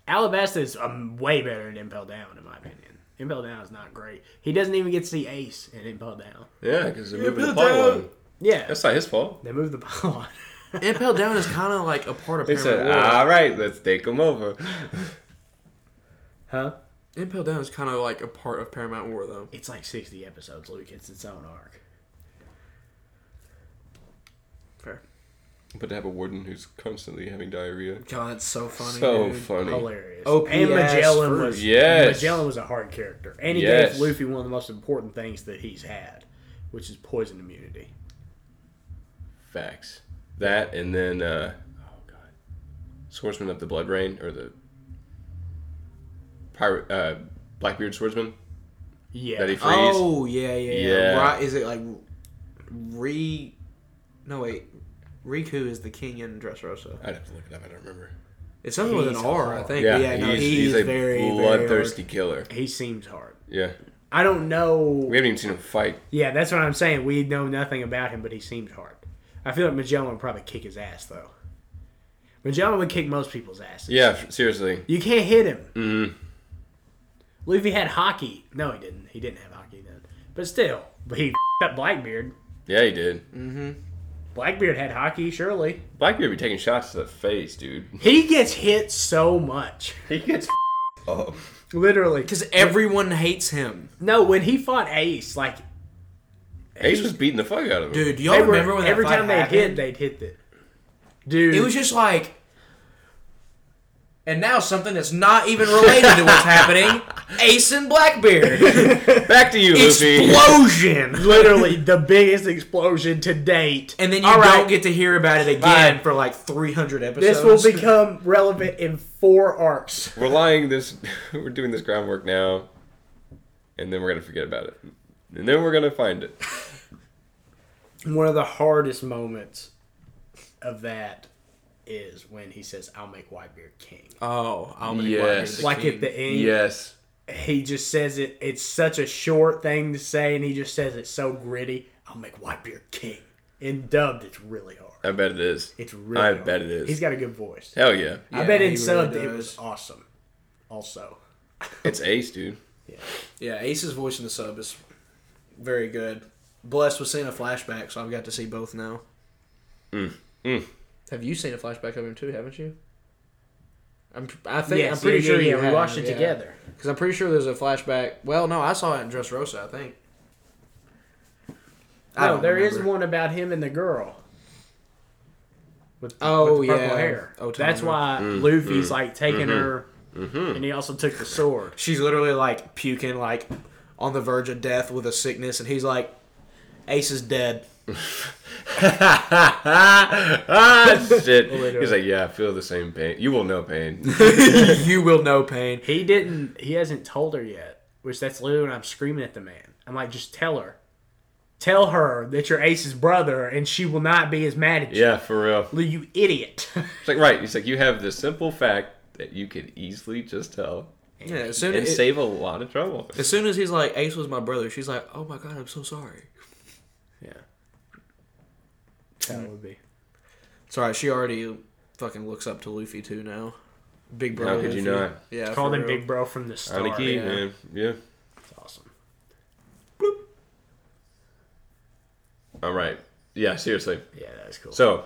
[SPEAKER 2] Alabasta is um, way better than Impel Down in my opinion. Impel Down is not great. He doesn't even get to see Ace in Impel Down.
[SPEAKER 3] Yeah, because they're moving the
[SPEAKER 1] put
[SPEAKER 3] plot
[SPEAKER 1] down.
[SPEAKER 3] along.
[SPEAKER 2] Yeah,
[SPEAKER 3] That's not his fault.
[SPEAKER 2] they moved the ball on.
[SPEAKER 1] Impel Down is kind of like a part of
[SPEAKER 3] They said, "Ah."
[SPEAKER 1] Paramount World.
[SPEAKER 3] "All right, let's take him over."
[SPEAKER 2] huh?
[SPEAKER 1] Impel Down is kind of like a part of Paramount War though.
[SPEAKER 2] It's like sixty episodes, Luke. It's its own arc.
[SPEAKER 1] Fair.
[SPEAKER 3] But to have a warden who's constantly having diarrhea.
[SPEAKER 1] God, it's so funny.
[SPEAKER 3] so
[SPEAKER 1] dude.
[SPEAKER 3] funny.
[SPEAKER 2] Hilarious.
[SPEAKER 1] OPS
[SPEAKER 2] and Magellan
[SPEAKER 1] first.
[SPEAKER 2] was
[SPEAKER 3] Yes.
[SPEAKER 2] Magellan was a hard character, and he
[SPEAKER 3] Yes.
[SPEAKER 2] gave Luffy one of the most important things that he's had, which is poison immunity.
[SPEAKER 3] Facts. That and then uh oh god. Swordsman of the Blood Rain or the Pirate uh Blackbeard Swordsman
[SPEAKER 2] Yeah.
[SPEAKER 3] that he frees.
[SPEAKER 1] Oh yeah, yeah, yeah.
[SPEAKER 3] Yeah.
[SPEAKER 1] Right? Is it like re? No wait, Riku is the king in Dressrosa.
[SPEAKER 3] I'd have to look it up, I don't remember.
[SPEAKER 1] It's something with an
[SPEAKER 2] He's
[SPEAKER 1] R, I
[SPEAKER 2] hard.
[SPEAKER 1] think.
[SPEAKER 3] Yeah,
[SPEAKER 1] Yeah, no,
[SPEAKER 3] he's,
[SPEAKER 1] he's,
[SPEAKER 3] he's a
[SPEAKER 1] very very
[SPEAKER 3] bloodthirsty killer.
[SPEAKER 2] He seems hard.
[SPEAKER 3] Yeah.
[SPEAKER 2] I don't know.
[SPEAKER 3] We haven't even seen him fight.
[SPEAKER 2] Yeah, that's what I'm saying. We know nothing about him, but he seemed hard. I feel like Magellan would probably kick his ass though. Magellan would kick most people's asses.
[SPEAKER 3] Yeah, f- seriously.
[SPEAKER 2] You can't hit him. Mm-hmm. Luffy had hockey. No, he didn't. He didn't have hockey then. But still, he up Blackbeard.
[SPEAKER 3] Yeah, he did.
[SPEAKER 1] Mm.
[SPEAKER 2] Blackbeard had hockey, surely.
[SPEAKER 3] Blackbeard be taking shots to the face, dude.
[SPEAKER 2] He gets hit so much.
[SPEAKER 3] He gets oh.
[SPEAKER 2] Literally.
[SPEAKER 1] Because everyone hates him,
[SPEAKER 2] No, when he fought Ace, like
[SPEAKER 3] Ace was beating the fuck out of him.
[SPEAKER 1] dude. Do y'all
[SPEAKER 2] they were,
[SPEAKER 1] remember when that
[SPEAKER 2] every
[SPEAKER 1] fight
[SPEAKER 2] time they
[SPEAKER 1] happened?
[SPEAKER 2] hit, they'd hit it. Dude,
[SPEAKER 1] It was just like. And now something that's not even related to what's happening: Ace and Blackbeard
[SPEAKER 3] Back to you, Luffy.
[SPEAKER 1] explosion.
[SPEAKER 2] literally the biggest explosion to date.
[SPEAKER 1] And then you
[SPEAKER 2] All
[SPEAKER 1] don't
[SPEAKER 2] right,
[SPEAKER 1] get to hear about it again for like 300
[SPEAKER 2] this
[SPEAKER 1] episodes.
[SPEAKER 2] will become relevant in four arcs.
[SPEAKER 3] we're lying this we're doing this groundwork now and then we're gonna forget about it and then we're gonna find it
[SPEAKER 2] One of the hardest moments of that is when he says, "I'll make Whitebeard king."
[SPEAKER 1] Oh, I'll make Blackbeard
[SPEAKER 3] Yes.
[SPEAKER 1] the
[SPEAKER 2] Like
[SPEAKER 1] king.
[SPEAKER 2] at the end,
[SPEAKER 3] yes
[SPEAKER 2] he just says it. It's such a short thing to say, and he just says it so gritty. I'll make Whitebeard king. In dubbed, it's really hard.
[SPEAKER 3] i bet it is
[SPEAKER 2] It's really.
[SPEAKER 3] I
[SPEAKER 2] hard.
[SPEAKER 3] bet it is.
[SPEAKER 2] He's got a good voice.
[SPEAKER 3] hell yeah
[SPEAKER 2] I bet
[SPEAKER 1] he
[SPEAKER 2] in
[SPEAKER 1] really
[SPEAKER 2] subbed it
[SPEAKER 1] does.
[SPEAKER 2] was awesome. Also,
[SPEAKER 3] it's ace dude
[SPEAKER 1] Yeah, Ace's voice in the sub is very good. Blessed was seeing a flashback, so I've got to see both now. Mm. Have you seen a flashback of him too? Haven't you? I'm. I think I'm pretty sure you
[SPEAKER 2] we
[SPEAKER 1] have,
[SPEAKER 2] watched it together.
[SPEAKER 1] Because I'm pretty sure there's a flashback. Well, no, I saw it in Dressrosa. I think. I
[SPEAKER 2] No,
[SPEAKER 1] don't.
[SPEAKER 2] there is
[SPEAKER 1] remember.
[SPEAKER 2] one about him and the girl. With the,
[SPEAKER 1] Oh,
[SPEAKER 2] with the purple
[SPEAKER 1] yeah.
[SPEAKER 2] hair.
[SPEAKER 1] Oh,
[SPEAKER 2] That's
[SPEAKER 1] Tama.
[SPEAKER 2] why
[SPEAKER 3] Mm.
[SPEAKER 2] Luffy's
[SPEAKER 3] Mm-hmm.
[SPEAKER 2] like taking her, and he also took the sword.
[SPEAKER 1] She's literally like puking, like on the verge of death with a sickness, and he's like, "Ace is dead."
[SPEAKER 3] ah shit he's like
[SPEAKER 2] Literally.
[SPEAKER 3] yeah i feel the same pain you will know pain
[SPEAKER 1] you will know pain.
[SPEAKER 2] He didn't. He hasn't told her yet. Which that's literally when I'm screaming at the man. I'm like, just tell her, tell her that you're Ace's brother, and she will not be as mad at you.
[SPEAKER 3] yeah for real
[SPEAKER 2] Lou, You idiot.
[SPEAKER 3] it's like right he's like you have the simple fact that you could easily just tell
[SPEAKER 1] Yeah, as soon
[SPEAKER 3] and
[SPEAKER 1] as,
[SPEAKER 3] save a lot of trouble.
[SPEAKER 1] as soon as he's like, Ace was my brother, she's like, oh my god, I'm so sorry.
[SPEAKER 3] Yeah.
[SPEAKER 2] That would be.
[SPEAKER 1] It's alright, she already fucking looks up to Luffy too now. Big brother.
[SPEAKER 3] How could you
[SPEAKER 1] Luffy.
[SPEAKER 3] not?
[SPEAKER 1] Yeah.
[SPEAKER 2] Call
[SPEAKER 1] for
[SPEAKER 2] them
[SPEAKER 1] real.
[SPEAKER 2] Big Bro from the
[SPEAKER 3] On the
[SPEAKER 2] start.
[SPEAKER 3] key,
[SPEAKER 1] yeah.
[SPEAKER 3] man. Yeah.
[SPEAKER 2] That's awesome.
[SPEAKER 3] All right. Yeah. Seriously.
[SPEAKER 2] Yeah, that's cool.
[SPEAKER 3] So,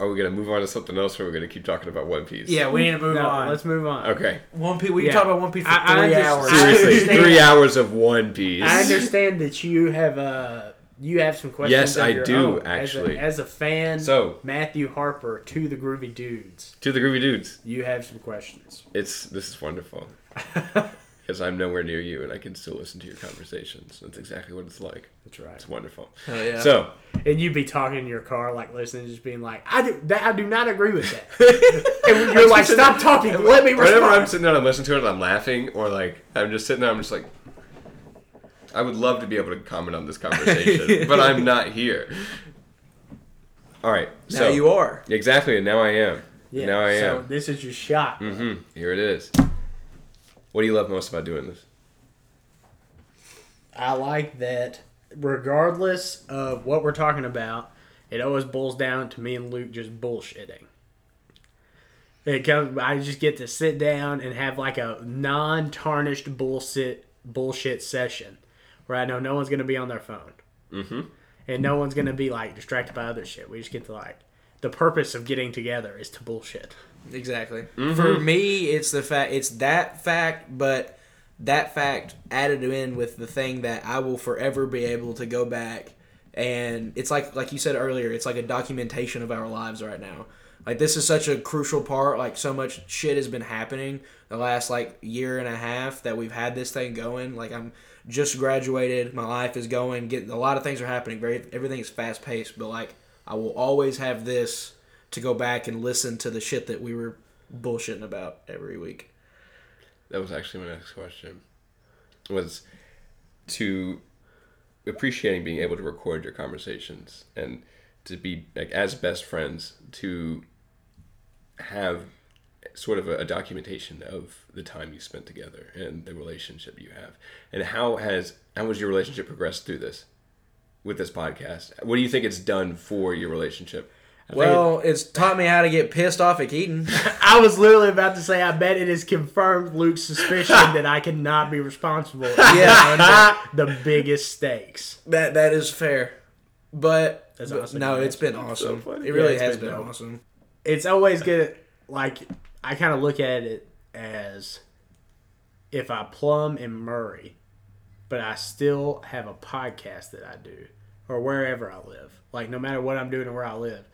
[SPEAKER 3] are we gonna move on to something else, or are we gonna keep talking about One Piece?
[SPEAKER 1] Yeah, we need to move
[SPEAKER 2] No,
[SPEAKER 1] on.
[SPEAKER 2] let's move on.
[SPEAKER 3] Okay.
[SPEAKER 1] One Piece. We can
[SPEAKER 2] Yeah.
[SPEAKER 1] talk about One Piece for
[SPEAKER 2] I- I
[SPEAKER 1] three
[SPEAKER 2] understand-
[SPEAKER 1] hours.
[SPEAKER 2] I
[SPEAKER 3] Seriously,
[SPEAKER 2] understand-
[SPEAKER 3] three hours of One Piece.
[SPEAKER 2] I understand that you have uh you have some questions.
[SPEAKER 3] Yes,
[SPEAKER 2] of
[SPEAKER 3] I
[SPEAKER 2] your
[SPEAKER 3] do,
[SPEAKER 2] own. As a-
[SPEAKER 3] actually.
[SPEAKER 2] as a, fan,
[SPEAKER 3] So-
[SPEAKER 2] Matthew Harper to the Groovy Dudes,
[SPEAKER 3] To the groovy dudes,
[SPEAKER 2] you have some questions.
[SPEAKER 3] it's this is wonderful. Because I'm nowhere near you, and I can still listen to your conversations. That's exactly what it's like.
[SPEAKER 2] That's right.
[SPEAKER 3] It's wonderful.
[SPEAKER 1] Hell Oh, yeah.
[SPEAKER 3] So,
[SPEAKER 2] And you'd be talking in your car, like listening, just being like, "I do that. I do not agree with that." and you're like, "Stop talking. Let me
[SPEAKER 3] whenever I'm
[SPEAKER 2] respond."
[SPEAKER 3] sitting there and listening to it, and I'm laughing, or like I'm just sitting there, I'm just like, I would love to be able to comment on this conversation, but I'm not here. All right,
[SPEAKER 1] Now
[SPEAKER 3] so
[SPEAKER 1] you are.
[SPEAKER 3] exactly, and now I am.
[SPEAKER 2] Yeah,
[SPEAKER 3] now I
[SPEAKER 2] so
[SPEAKER 3] am.
[SPEAKER 2] This is your shot.
[SPEAKER 3] hmm Here it is. What do you love most about doing this?
[SPEAKER 2] I like that regardless of what we're talking about, it always boils down to me and Luke just bullshitting. It comes, I just get to sit down and have like a non tarnished bullshit, bullshit session where I know no one's going to be on their phone. Mm-hmm. And no one's going to be like distracted by other shit. We just get to like, the purpose of getting together is to bullshit.
[SPEAKER 1] Exactly. For me, it's the fact. It's that fact, but that fact added in with the thing that I will forever be able to go back and it's like like you said earlier. It's like a documentation of our lives right now. Like this is such a crucial part. Like so much shit has been happening the last like year and a half that we've had this thing going. Like I'm just graduated. My life is going. Getting a lot of things are happening. Very everything is fast paced. But like I will always have this to go back and listen to the shit that we were bullshitting about every week.
[SPEAKER 3] That was actually my next question. Was to appreciating being able to record your conversations and to be like as best friends to have sort of a, a documentation of the time you spent together and the relationship you have. And how has how has your relationship progressed through this with this podcast? What do you think it's done for your relationship?
[SPEAKER 1] Well, it's taught me how to get pissed off at Keaton.
[SPEAKER 2] I was literally about to say, I bet it has confirmed Luke's suspicion that I cannot be responsible.
[SPEAKER 1] Yeah.
[SPEAKER 2] under the biggest stakes.
[SPEAKER 1] That that is fair, but,
[SPEAKER 2] That's
[SPEAKER 1] but
[SPEAKER 2] honestly
[SPEAKER 1] no,
[SPEAKER 2] good.
[SPEAKER 1] it's been awesome.
[SPEAKER 3] funny.
[SPEAKER 1] it really
[SPEAKER 2] Yeah, it's
[SPEAKER 1] has been,
[SPEAKER 2] been dope.
[SPEAKER 1] awesome.
[SPEAKER 2] It's always good. Like I kind of look at it as if I plumb and Murray, but I still have a podcast that I do, or wherever I live. Like no matter what I'm doing or where I live,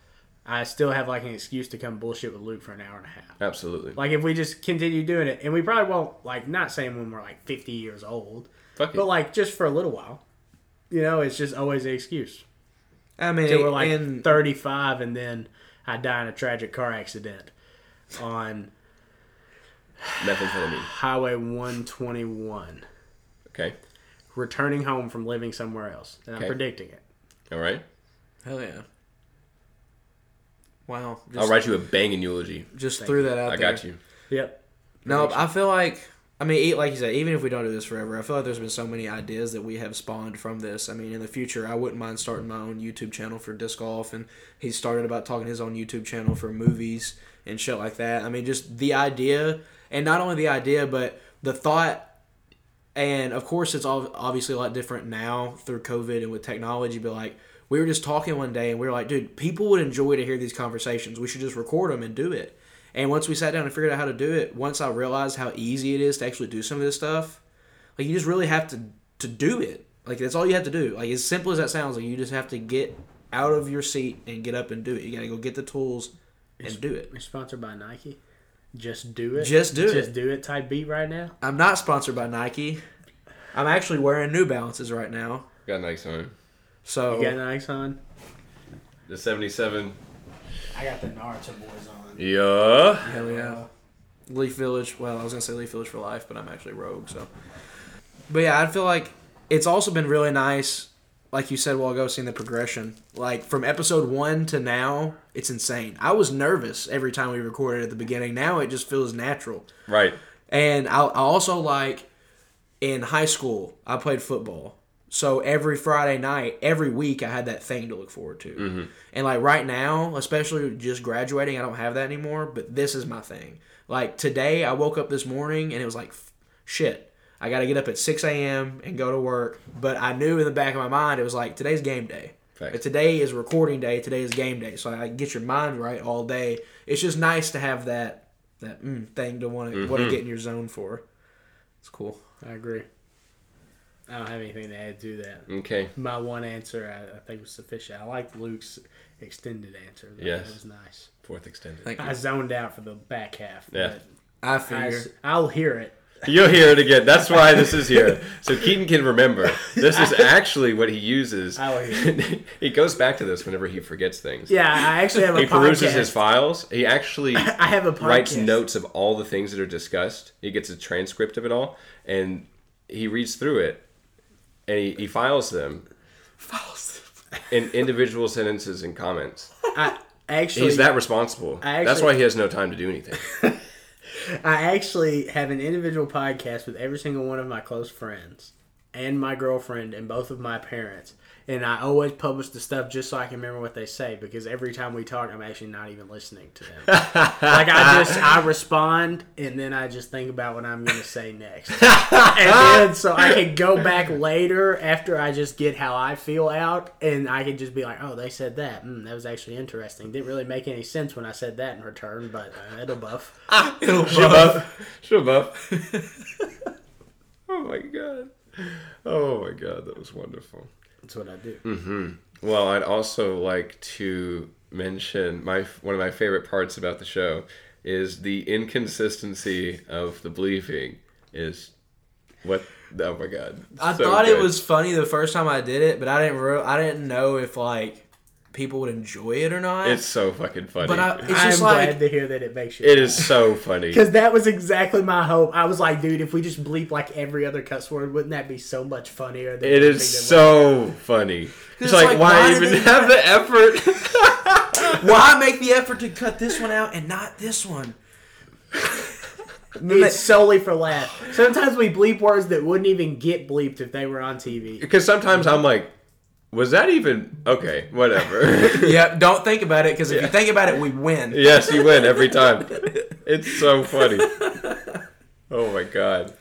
[SPEAKER 2] I still have like an excuse to come bullshit with Luke for an hour and a half.
[SPEAKER 3] Absolutely.
[SPEAKER 2] Like if we just continue doing it, and we probably won't. Like not saying when we're like 50 years old,
[SPEAKER 3] Fuck it.
[SPEAKER 2] but like just for a little while. You know, it's just always an excuse.
[SPEAKER 1] I mean,
[SPEAKER 2] They were like
[SPEAKER 1] and
[SPEAKER 2] 35, and then I die in a tragic car accident on
[SPEAKER 3] Methamphetamine.
[SPEAKER 2] Highway 121,
[SPEAKER 3] Okay.
[SPEAKER 2] returning home from living somewhere else. And
[SPEAKER 3] Okay.
[SPEAKER 2] I'm predicting it.
[SPEAKER 3] All right.
[SPEAKER 1] hell yeah. Wow, just,
[SPEAKER 3] I'll write you a banging eulogy.
[SPEAKER 1] just threw that out
[SPEAKER 3] I
[SPEAKER 1] there.
[SPEAKER 3] got you.
[SPEAKER 2] Yep.
[SPEAKER 1] No, I feel like I mean, e- like you said, even if we don't do this forever, I feel like there's been so many ideas that we have spawned from this. I mean, in the future, I wouldn't mind starting my own YouTube channel for disc golf, and he started about talking his own YouTube channel for movies and shit like that. I mean, just the idea, and not only the idea, but the thought and of course, it's all obviously a lot different now through COVID and with technology. But like, we were just talking one day, and we were like, dude, people would enjoy to hear these conversations. We should just record them and do it. And once we sat down and figured out how to do it, once I realized how easy it is to actually do some of this stuff, like you just really have to to do it. Like that's all you have to do. Like as simple as that sounds, like you just have to get out of your seat and get up and do it. You got to go get the tools and do it.
[SPEAKER 2] We're sponsored by Nike. Just do it.
[SPEAKER 1] Just do it.
[SPEAKER 2] Just do it type beat right now.
[SPEAKER 1] I'm not sponsored by Nike. I'm actually wearing New Balances right now.
[SPEAKER 3] Got nice on.
[SPEAKER 1] So
[SPEAKER 2] You got Nikes on?
[SPEAKER 3] The 77.
[SPEAKER 4] I got the Naruto boys on.
[SPEAKER 3] Yeah.
[SPEAKER 1] Hell yeah. Leaf Village. Well, I was gonna say Leaf Village for life, but I'm actually Rogue. So, but yeah, I feel like it's also been really nice, like you said a while ago, seeing the progression. Like from episode one to now, it's insane. I was nervous every time we recorded at the beginning. Now it just feels natural.
[SPEAKER 3] Right.
[SPEAKER 1] And I, I also like in high school, I played football. So every Friday night, every week, I had that thing to look forward to. And like right now, especially just graduating, I don't have that anymore, but this is my thing. Like today, I woke up this morning and it was like, f- shit, I got to get up at 6 a.m. and go to work. But I knew in the back of my mind, it was like, today's game day.
[SPEAKER 3] Facts.
[SPEAKER 1] But Today is recording day. Today is game day. So I get your mind right all day. It's just nice to have that that mm, thing to want to want
[SPEAKER 3] Mm-hmm.
[SPEAKER 1] to get in your zone for. It's cool.
[SPEAKER 2] I agree. I don't have anything to add to that.
[SPEAKER 3] Okay.
[SPEAKER 2] My one answer, I, I think, was sufficient. I liked Luke's extended answer. Though.
[SPEAKER 3] Yes.
[SPEAKER 2] That was nice.
[SPEAKER 3] Fourth extended.
[SPEAKER 1] Thank
[SPEAKER 2] I
[SPEAKER 1] you.
[SPEAKER 2] zoned out for the back half.
[SPEAKER 3] Yeah.
[SPEAKER 1] I
[SPEAKER 2] but I,
[SPEAKER 1] figure.
[SPEAKER 2] will hear it.
[SPEAKER 3] You'll hear it again. That's why this is here. So Keaton can remember. This is actually what he uses.
[SPEAKER 2] I will
[SPEAKER 3] he goes back to this whenever he forgets things.
[SPEAKER 2] Yeah, I actually have a
[SPEAKER 3] He peruses
[SPEAKER 2] podcast.
[SPEAKER 3] his files. He actually
[SPEAKER 2] I have a podcast.
[SPEAKER 3] writes notes of all the things that are discussed. He gets a transcript of it all, and he reads through it, and he, he files them in individual sentences and comments.
[SPEAKER 2] I actually,
[SPEAKER 3] He's that responsible.
[SPEAKER 2] I
[SPEAKER 3] That's
[SPEAKER 2] actually-
[SPEAKER 3] why he has no time to do anything.
[SPEAKER 2] I actually have an individual podcast with every single one of my close friends and my girlfriend and both of my parents. And I always publish the stuff just so I can remember what they say because every time we talk, I'm actually not even listening to them. like I just I respond and then I just think about what I'm gonna say next, and then so I can go back later after I just get how I feel out, and I can just be like, oh, they said that. Mm, that was actually interesting. Didn't really make any sense when I said that in return, but uh, it'll buff.
[SPEAKER 3] Shabuff. Shabuff. oh my god. Oh my god, that was wonderful.
[SPEAKER 2] That's what I do.
[SPEAKER 3] Well, I'd also like to mention my one of my favorite parts about the show is the inconsistency of the believing is what oh my god.
[SPEAKER 1] I
[SPEAKER 3] So
[SPEAKER 1] thought it
[SPEAKER 3] good.
[SPEAKER 1] was funny the first time I did it, but I didn't. Re- I didn't know if like people would enjoy it or not.
[SPEAKER 3] it's so fucking funny.
[SPEAKER 1] but I, it's
[SPEAKER 2] I'm
[SPEAKER 1] just like
[SPEAKER 2] glad to hear that it makes you.
[SPEAKER 3] it is so funny.
[SPEAKER 2] Because that was exactly my hope. I was like, dude, if we just bleep like every other cuss word, wouldn't that be so much funnier? Than
[SPEAKER 3] It is
[SPEAKER 2] something that
[SPEAKER 3] so funny. It's like,
[SPEAKER 1] like, why
[SPEAKER 3] why
[SPEAKER 1] did
[SPEAKER 3] even
[SPEAKER 1] they-
[SPEAKER 3] have the effort?
[SPEAKER 1] why make the effort to cut this one out and not this one?
[SPEAKER 2] It's solely for laugh. Sometimes we bleep words that wouldn't even get bleeped if they were on TV.
[SPEAKER 3] Because sometimes I'm like, was that even okay? Whatever.
[SPEAKER 1] Yeah, don't think about it because if you think about it, we win.
[SPEAKER 3] yes, you win every time. It's so funny. Oh my god.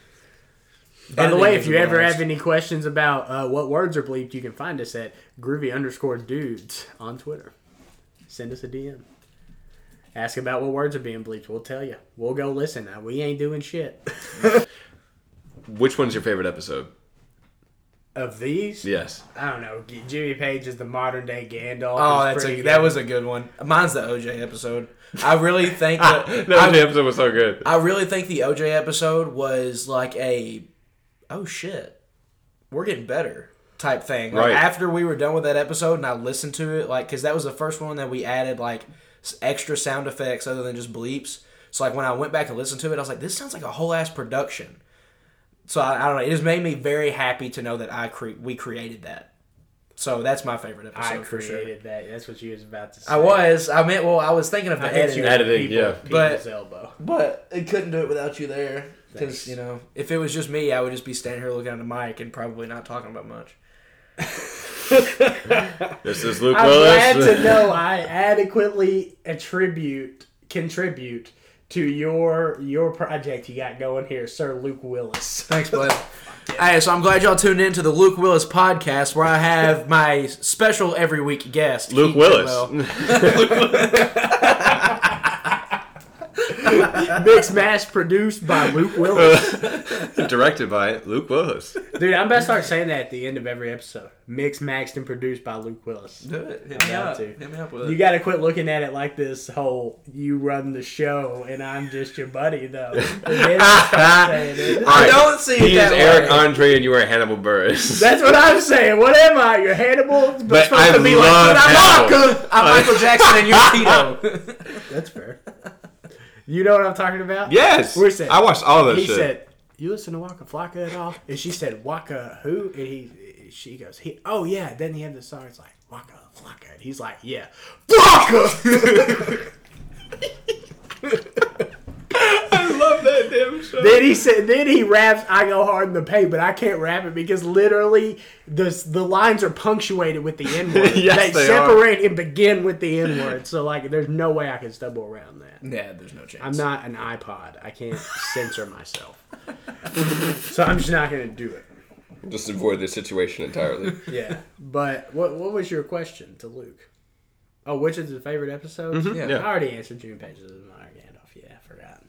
[SPEAKER 2] By the
[SPEAKER 1] Editing
[SPEAKER 2] way,
[SPEAKER 1] is
[SPEAKER 2] if
[SPEAKER 1] a
[SPEAKER 2] you ever
[SPEAKER 1] blast.
[SPEAKER 2] have any questions about uh, what words are bleeped, you can find us at groovy underscore dudes on Twitter. Send us a DM. Ask about what words are being bleeped. We'll tell you. We'll go listen. Uh, We ain't doing shit.
[SPEAKER 3] Which one's your favorite episode?
[SPEAKER 2] Of these,
[SPEAKER 3] Yes.
[SPEAKER 2] I don't know. G- Jimmy Page is the modern day Gandalf.
[SPEAKER 1] Oh,
[SPEAKER 2] It's
[SPEAKER 1] that's
[SPEAKER 2] pretty
[SPEAKER 1] a,
[SPEAKER 2] good.
[SPEAKER 1] that was a good one. Mine's the OJ episode. I really think that
[SPEAKER 3] No,
[SPEAKER 1] I-
[SPEAKER 3] the episode was so good.
[SPEAKER 1] I really think the OJ episode was like a oh shit, we're getting better type thing. Like
[SPEAKER 3] Right.
[SPEAKER 1] after we were done with that episode and I listened to it like cuz that was the first one that we added like s- extra sound effects other than just bleeps. So like when I went back and listened to it, I was like this sounds like a whole ass production. So I, I don't know, it just made me very happy to know that I cre- we created that. So that's my favorite episode
[SPEAKER 2] I
[SPEAKER 1] for sure.
[SPEAKER 2] created that. That's what you was about to say.
[SPEAKER 1] I was. I meant. Well, I was thinking of the
[SPEAKER 2] I bet
[SPEAKER 1] editing,
[SPEAKER 2] you had
[SPEAKER 3] Editing,
[SPEAKER 2] people-
[SPEAKER 3] yeah.
[SPEAKER 1] But-
[SPEAKER 2] people's elbow.
[SPEAKER 1] but I couldn't do it without you there. Because
[SPEAKER 2] Thanks.
[SPEAKER 1] you know, if it was just me, I would just be standing here looking at the mic and probably not talking about much.
[SPEAKER 3] This is Luke
[SPEAKER 2] I'm glad to
[SPEAKER 3] Willis.
[SPEAKER 2] know I adequately attribute contribute to your your project you got going here, Sir Luke Willis.
[SPEAKER 1] Thanks, bud. Hey, so I'm glad y'all tuned in to the Luke Willis podcast, where I have my special every week guest,
[SPEAKER 3] Luke
[SPEAKER 1] Keith Tidwell.
[SPEAKER 3] Willis.
[SPEAKER 2] Mix Mash produced by Luke Willis.
[SPEAKER 3] Directed by Luke Willis.
[SPEAKER 2] Dude, I'm about to start saying that at the end of every episode. Mix maxed and produced by Luke Willis.
[SPEAKER 1] Do it. Hit me
[SPEAKER 2] down
[SPEAKER 1] up.
[SPEAKER 2] to.
[SPEAKER 1] Hit me up with
[SPEAKER 2] You
[SPEAKER 1] it.
[SPEAKER 2] got to quit looking at it like this whole you run the show and I'm just your buddy though. And then I start saying it.
[SPEAKER 1] I
[SPEAKER 3] Alright,
[SPEAKER 1] don't see it
[SPEAKER 3] He is
[SPEAKER 1] that
[SPEAKER 3] Eric
[SPEAKER 1] way.
[SPEAKER 3] Andre and you are Hannibal Burris.
[SPEAKER 2] That's what I'm saying. What am I? You're Hannibal, but,
[SPEAKER 3] But
[SPEAKER 2] supposed
[SPEAKER 3] I
[SPEAKER 2] to be like,
[SPEAKER 3] love
[SPEAKER 2] "But I'm
[SPEAKER 3] Hannibal."
[SPEAKER 2] Michael."
[SPEAKER 1] I'm Michael Jackson and you're Tito.
[SPEAKER 2] That's fair. You know what I'm talking about?
[SPEAKER 3] yes.
[SPEAKER 2] We're set.
[SPEAKER 3] I watched all that
[SPEAKER 2] He
[SPEAKER 3] shit.
[SPEAKER 2] said, "You listen to Waka Flocka at all?" And she said, "Waka who?" And he, she goes, "He, oh yeah." Then he had the song. It's like Waka Flocka, and he's like, "Yeah, Flocka."
[SPEAKER 3] I love that damn
[SPEAKER 2] Then he said. Then he raps. I go hard in the paint, but I can't rap it because literally the the lines are punctuated with the n word.
[SPEAKER 3] Yes, they are.
[SPEAKER 2] separate and begin with the n word. So like, there's no way I can stumble around that.
[SPEAKER 1] Yeah, there's no chance.
[SPEAKER 2] I'm not an iPod. I can't censor myself. so I'm just not gonna do it.
[SPEAKER 3] Just avoid this situation entirely.
[SPEAKER 2] Yeah. But what what was your question to Luke? Oh, which is the favorite episode? Yeah.
[SPEAKER 3] Mm-hmm. Yeah.
[SPEAKER 2] I already answered June Pages and Modern Gandalf. Yeah, I forgot.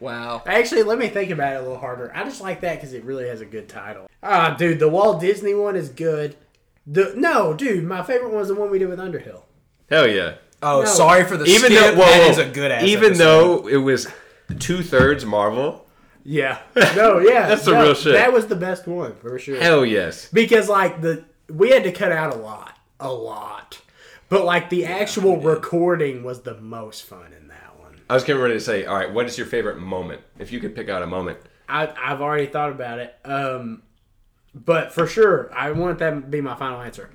[SPEAKER 1] Wow.
[SPEAKER 2] Actually, let me think about it a little harder. I just like that because it really has a good title. Ah, dude, the Walt Disney one is good. The no, dude, my favorite one is the one we did with Underhill.
[SPEAKER 3] Hell yeah.
[SPEAKER 1] Oh,
[SPEAKER 2] No.
[SPEAKER 1] sorry for the
[SPEAKER 3] Even
[SPEAKER 1] skip.
[SPEAKER 3] though whoa,
[SPEAKER 1] that
[SPEAKER 3] whoa.
[SPEAKER 1] is a good ass.
[SPEAKER 3] Even
[SPEAKER 1] episode.
[SPEAKER 3] though it was two thirds Marvel.
[SPEAKER 2] Yeah. No, yeah.
[SPEAKER 3] That's the
[SPEAKER 2] no,
[SPEAKER 3] real shit.
[SPEAKER 2] That was the best one for sure.
[SPEAKER 3] Hell yes.
[SPEAKER 2] because like the we had to cut out a lot, a lot. But like the actual recording was the most fun in that one.
[SPEAKER 3] I was getting ready to say, all right, what is your favorite moment? If you could pick out a moment.
[SPEAKER 2] I, I've already thought about it. Um, but for sure, I want that to be my final answer.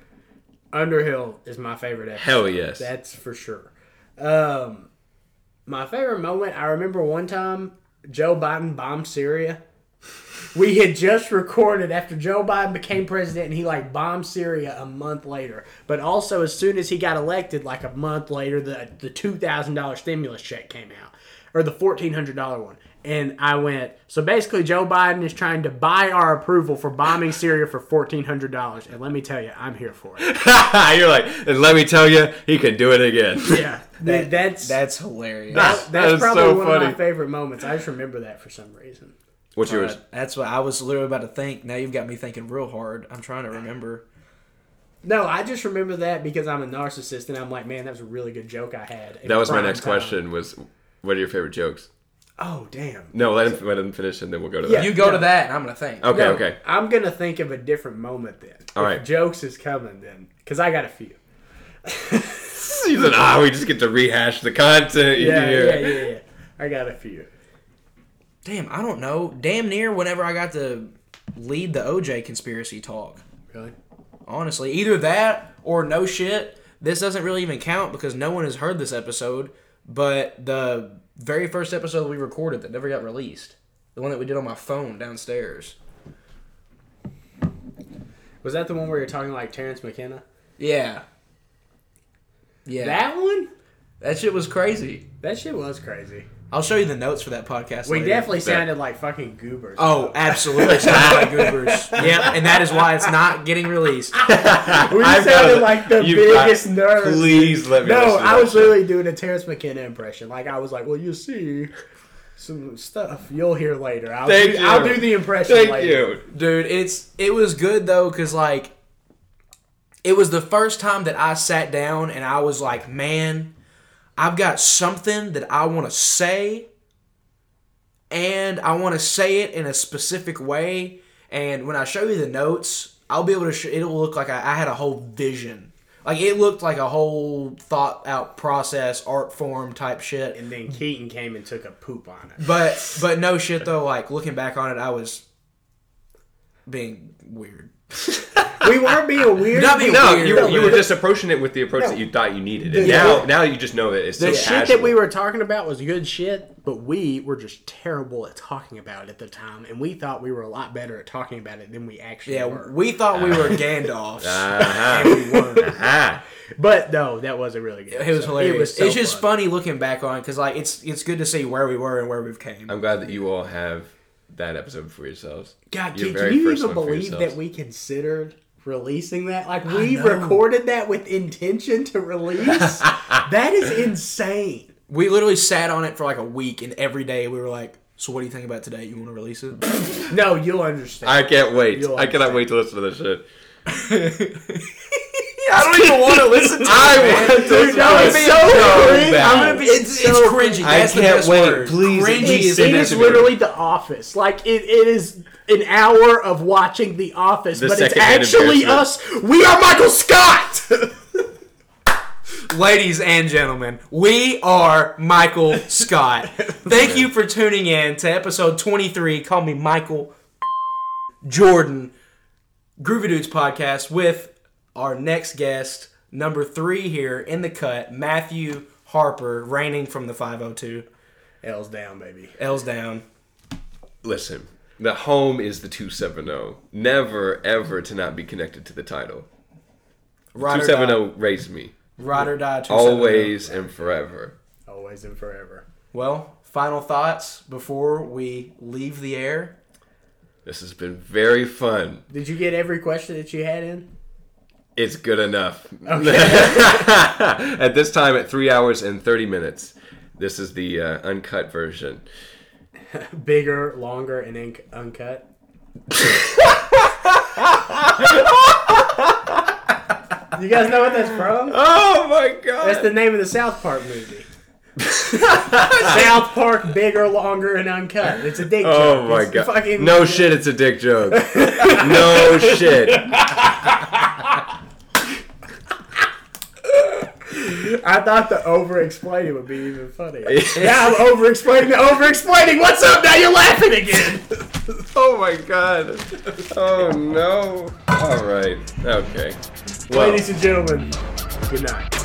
[SPEAKER 2] Underhill is my favorite episode.
[SPEAKER 3] Hell yes.
[SPEAKER 2] That's for sure. Um, my favorite moment, I remember one time Joe Biden bombed Syria. We had just recorded after Joe Biden became president and he like bombed Syria a month later. But also as soon as he got elected, like a month later, the the two thousand dollar stimulus check came out. Or the fourteen hundred dollar one. And I went, so basically Joe Biden is trying to buy our approval for bombing Syria for fourteen hundred dollars. And let me tell you, I'm here for it.
[SPEAKER 3] You're like, and let me tell you, he can do it again.
[SPEAKER 2] Yeah. that, that's
[SPEAKER 1] that's hilarious.
[SPEAKER 2] That,
[SPEAKER 3] That
[SPEAKER 2] that's
[SPEAKER 3] is
[SPEAKER 2] probably
[SPEAKER 3] so
[SPEAKER 2] one of
[SPEAKER 3] funny.
[SPEAKER 2] my favorite moments. I just remember that for some reason.
[SPEAKER 3] What's yours?
[SPEAKER 1] But that's what I was literally about to think. Now you've got me thinking real hard. I'm trying to remember.
[SPEAKER 2] No, I just remember that because I'm a narcissist and I'm like, man, that was a really good joke I had. in
[SPEAKER 3] That was my
[SPEAKER 2] prime
[SPEAKER 3] next
[SPEAKER 2] time."
[SPEAKER 3] question. Was what are your favorite jokes?
[SPEAKER 2] Oh, damn.
[SPEAKER 3] No, let him let him finish, and then we'll go to
[SPEAKER 2] Yeah.
[SPEAKER 3] that.
[SPEAKER 1] You go
[SPEAKER 2] no.
[SPEAKER 1] to that, and I'm gonna think.
[SPEAKER 3] Okay,
[SPEAKER 2] No,
[SPEAKER 3] okay.
[SPEAKER 2] I'm going to think of a different moment then.
[SPEAKER 3] All
[SPEAKER 2] If
[SPEAKER 3] right.
[SPEAKER 2] Jokes is coming then because I got a few.
[SPEAKER 3] He's like, ah, we just get to rehash the content.
[SPEAKER 2] Yeah,
[SPEAKER 3] here."
[SPEAKER 2] yeah, yeah, yeah. I got a few.
[SPEAKER 1] Damn, I don't know. Damn near whenever I got to lead the OJ conspiracy talk.
[SPEAKER 2] Really?
[SPEAKER 1] Honestly, either that or no shit. This doesn't really even count because no one has heard this episode. But the very first episode we recorded that never got released, the one that we did on my phone downstairs.
[SPEAKER 2] Was that the one where you're talking like Terrence McKenna?
[SPEAKER 1] Yeah, yeah. That,
[SPEAKER 2] That one?
[SPEAKER 1] shit was crazy.
[SPEAKER 2] That shit was crazy.
[SPEAKER 1] I'll show you the notes for that podcast.
[SPEAKER 2] We
[SPEAKER 1] later.
[SPEAKER 2] definitely sounded like fucking goobers.
[SPEAKER 1] Oh, absolutely. Sounds like Goobers. Yeah, and that is why it's not getting released.
[SPEAKER 2] we
[SPEAKER 3] I've got
[SPEAKER 2] sounded
[SPEAKER 3] a-
[SPEAKER 2] like the
[SPEAKER 3] you've got-
[SPEAKER 2] biggest nerds.
[SPEAKER 3] Please let me.
[SPEAKER 2] No,
[SPEAKER 3] listen to
[SPEAKER 2] I
[SPEAKER 3] that
[SPEAKER 2] was
[SPEAKER 3] shit.
[SPEAKER 2] literally doing a Terrence McKenna impression. Like I was like, "Well, you'll see some stuff you'll hear later. I'll,
[SPEAKER 3] Thank
[SPEAKER 2] do,
[SPEAKER 3] you.
[SPEAKER 2] I'll do the impression
[SPEAKER 3] Thank
[SPEAKER 2] later."
[SPEAKER 3] you.
[SPEAKER 1] Dude, it's it was good though cuz like it was the first time that I sat down and I was like, "Man, I've got something that I want to say and I want to say it in a specific way and when I show you the notes, I'll be able to sh- it'll look like I, I had a whole vision. Like it looked like a whole thought out process, art form type shit.
[SPEAKER 2] And then Keaton came and took a poop on it.
[SPEAKER 1] But but no shit though. Like looking back on it, I was being weird.
[SPEAKER 2] We weren't being weird.
[SPEAKER 1] Not being
[SPEAKER 3] No,
[SPEAKER 1] weird.
[SPEAKER 3] you,
[SPEAKER 1] but
[SPEAKER 3] you were just approaching it with the approach that you thought you needed. And now, now you just know that it's so
[SPEAKER 2] the shit
[SPEAKER 3] casual.
[SPEAKER 2] that we were talking about was good shit, but we were just terrible at talking about it at the time, and we thought we were a lot better at talking about it than we actually
[SPEAKER 1] yeah.
[SPEAKER 2] were.
[SPEAKER 1] We thought we were Gandalfs.
[SPEAKER 3] Uh-huh. Uh-huh.
[SPEAKER 2] But no, that was a really good.
[SPEAKER 1] It was
[SPEAKER 2] episode.
[SPEAKER 1] hilarious.
[SPEAKER 2] so
[SPEAKER 1] it's just
[SPEAKER 2] fun.
[SPEAKER 1] funny looking back on because like it's it's good to see where we were and where we've came.
[SPEAKER 3] I'm glad that you all have that episode for yourselves.
[SPEAKER 2] God,
[SPEAKER 3] Your
[SPEAKER 2] can,
[SPEAKER 3] very
[SPEAKER 2] can you
[SPEAKER 3] first
[SPEAKER 2] even
[SPEAKER 3] one for
[SPEAKER 2] believe that
[SPEAKER 3] yourselves.
[SPEAKER 2] we considered releasing that? Like we
[SPEAKER 1] know.
[SPEAKER 2] recorded that with intention to release. that is insane.
[SPEAKER 1] We literally sat on it for like a week, and every day we were like, "So what do you think about today? You want to release it?"
[SPEAKER 2] No, you'll understand.
[SPEAKER 3] I can't wait.
[SPEAKER 2] You'll
[SPEAKER 3] I cannot wait to listen to this shit.
[SPEAKER 1] I don't even want to listen to it.
[SPEAKER 3] I want to
[SPEAKER 2] Dude,
[SPEAKER 3] listen
[SPEAKER 2] no,
[SPEAKER 3] to
[SPEAKER 2] it's
[SPEAKER 3] it
[SPEAKER 2] so
[SPEAKER 3] so
[SPEAKER 2] cringe.
[SPEAKER 3] bad.
[SPEAKER 2] I'm gonna be-
[SPEAKER 1] It's, it's
[SPEAKER 2] so-
[SPEAKER 1] cringy.
[SPEAKER 3] I
[SPEAKER 1] That's the
[SPEAKER 3] can't
[SPEAKER 1] best
[SPEAKER 3] wait.
[SPEAKER 1] word.
[SPEAKER 3] Please,
[SPEAKER 1] cringy
[SPEAKER 3] please
[SPEAKER 1] is
[SPEAKER 3] send
[SPEAKER 1] the
[SPEAKER 2] it
[SPEAKER 3] that
[SPEAKER 1] best
[SPEAKER 2] is
[SPEAKER 3] to me.
[SPEAKER 2] literally The Office. Like it, it is an hour of watching The Office,
[SPEAKER 3] The
[SPEAKER 2] but it's
[SPEAKER 3] secondhand
[SPEAKER 2] actually us. We are Michael Scott.
[SPEAKER 1] Ladies and gentlemen, we are Michael Scott. Thank you for tuning in to episode 23. Call me Michael Jordan, Groovy Dudes podcast, with our next guest, number three here in the cut, Matthew Harper, reigning from the 502.
[SPEAKER 2] L's down, baby.
[SPEAKER 1] L's oh down.
[SPEAKER 3] listen, the home is the 270. Never, ever to not be connected to the title.
[SPEAKER 1] Ride or die.
[SPEAKER 3] 270 raised me.
[SPEAKER 1] Ride or
[SPEAKER 2] oh.
[SPEAKER 1] die. oh. 270.
[SPEAKER 3] oh. Always and forever.
[SPEAKER 2] Always and forever.
[SPEAKER 1] Well, final thoughts before we leave the air.
[SPEAKER 3] This has been very fun.
[SPEAKER 2] Did you get every question that you had in?
[SPEAKER 3] It's good enough. at this time, at three hours and 30 minutes, this is the uh, uncut version.
[SPEAKER 2] Bigger, longer, and inc- uncut. you guys know what that's from?
[SPEAKER 3] Oh my god!
[SPEAKER 2] That's the name of the South Park movie. South Park, bigger, longer, and uncut. It's a dick
[SPEAKER 3] Oh
[SPEAKER 2] joke.
[SPEAKER 3] my
[SPEAKER 2] It's
[SPEAKER 3] god!
[SPEAKER 2] Fucking,
[SPEAKER 3] No shit, it's a dick joke. no shit.
[SPEAKER 2] I thought the over explaining would be even funnier. yeah, I'm over explaining, over explaining. What's up? Now you're laughing again.
[SPEAKER 3] Oh my god. Oh no. All right. Okay. Well.
[SPEAKER 2] Ladies and gentlemen, good night.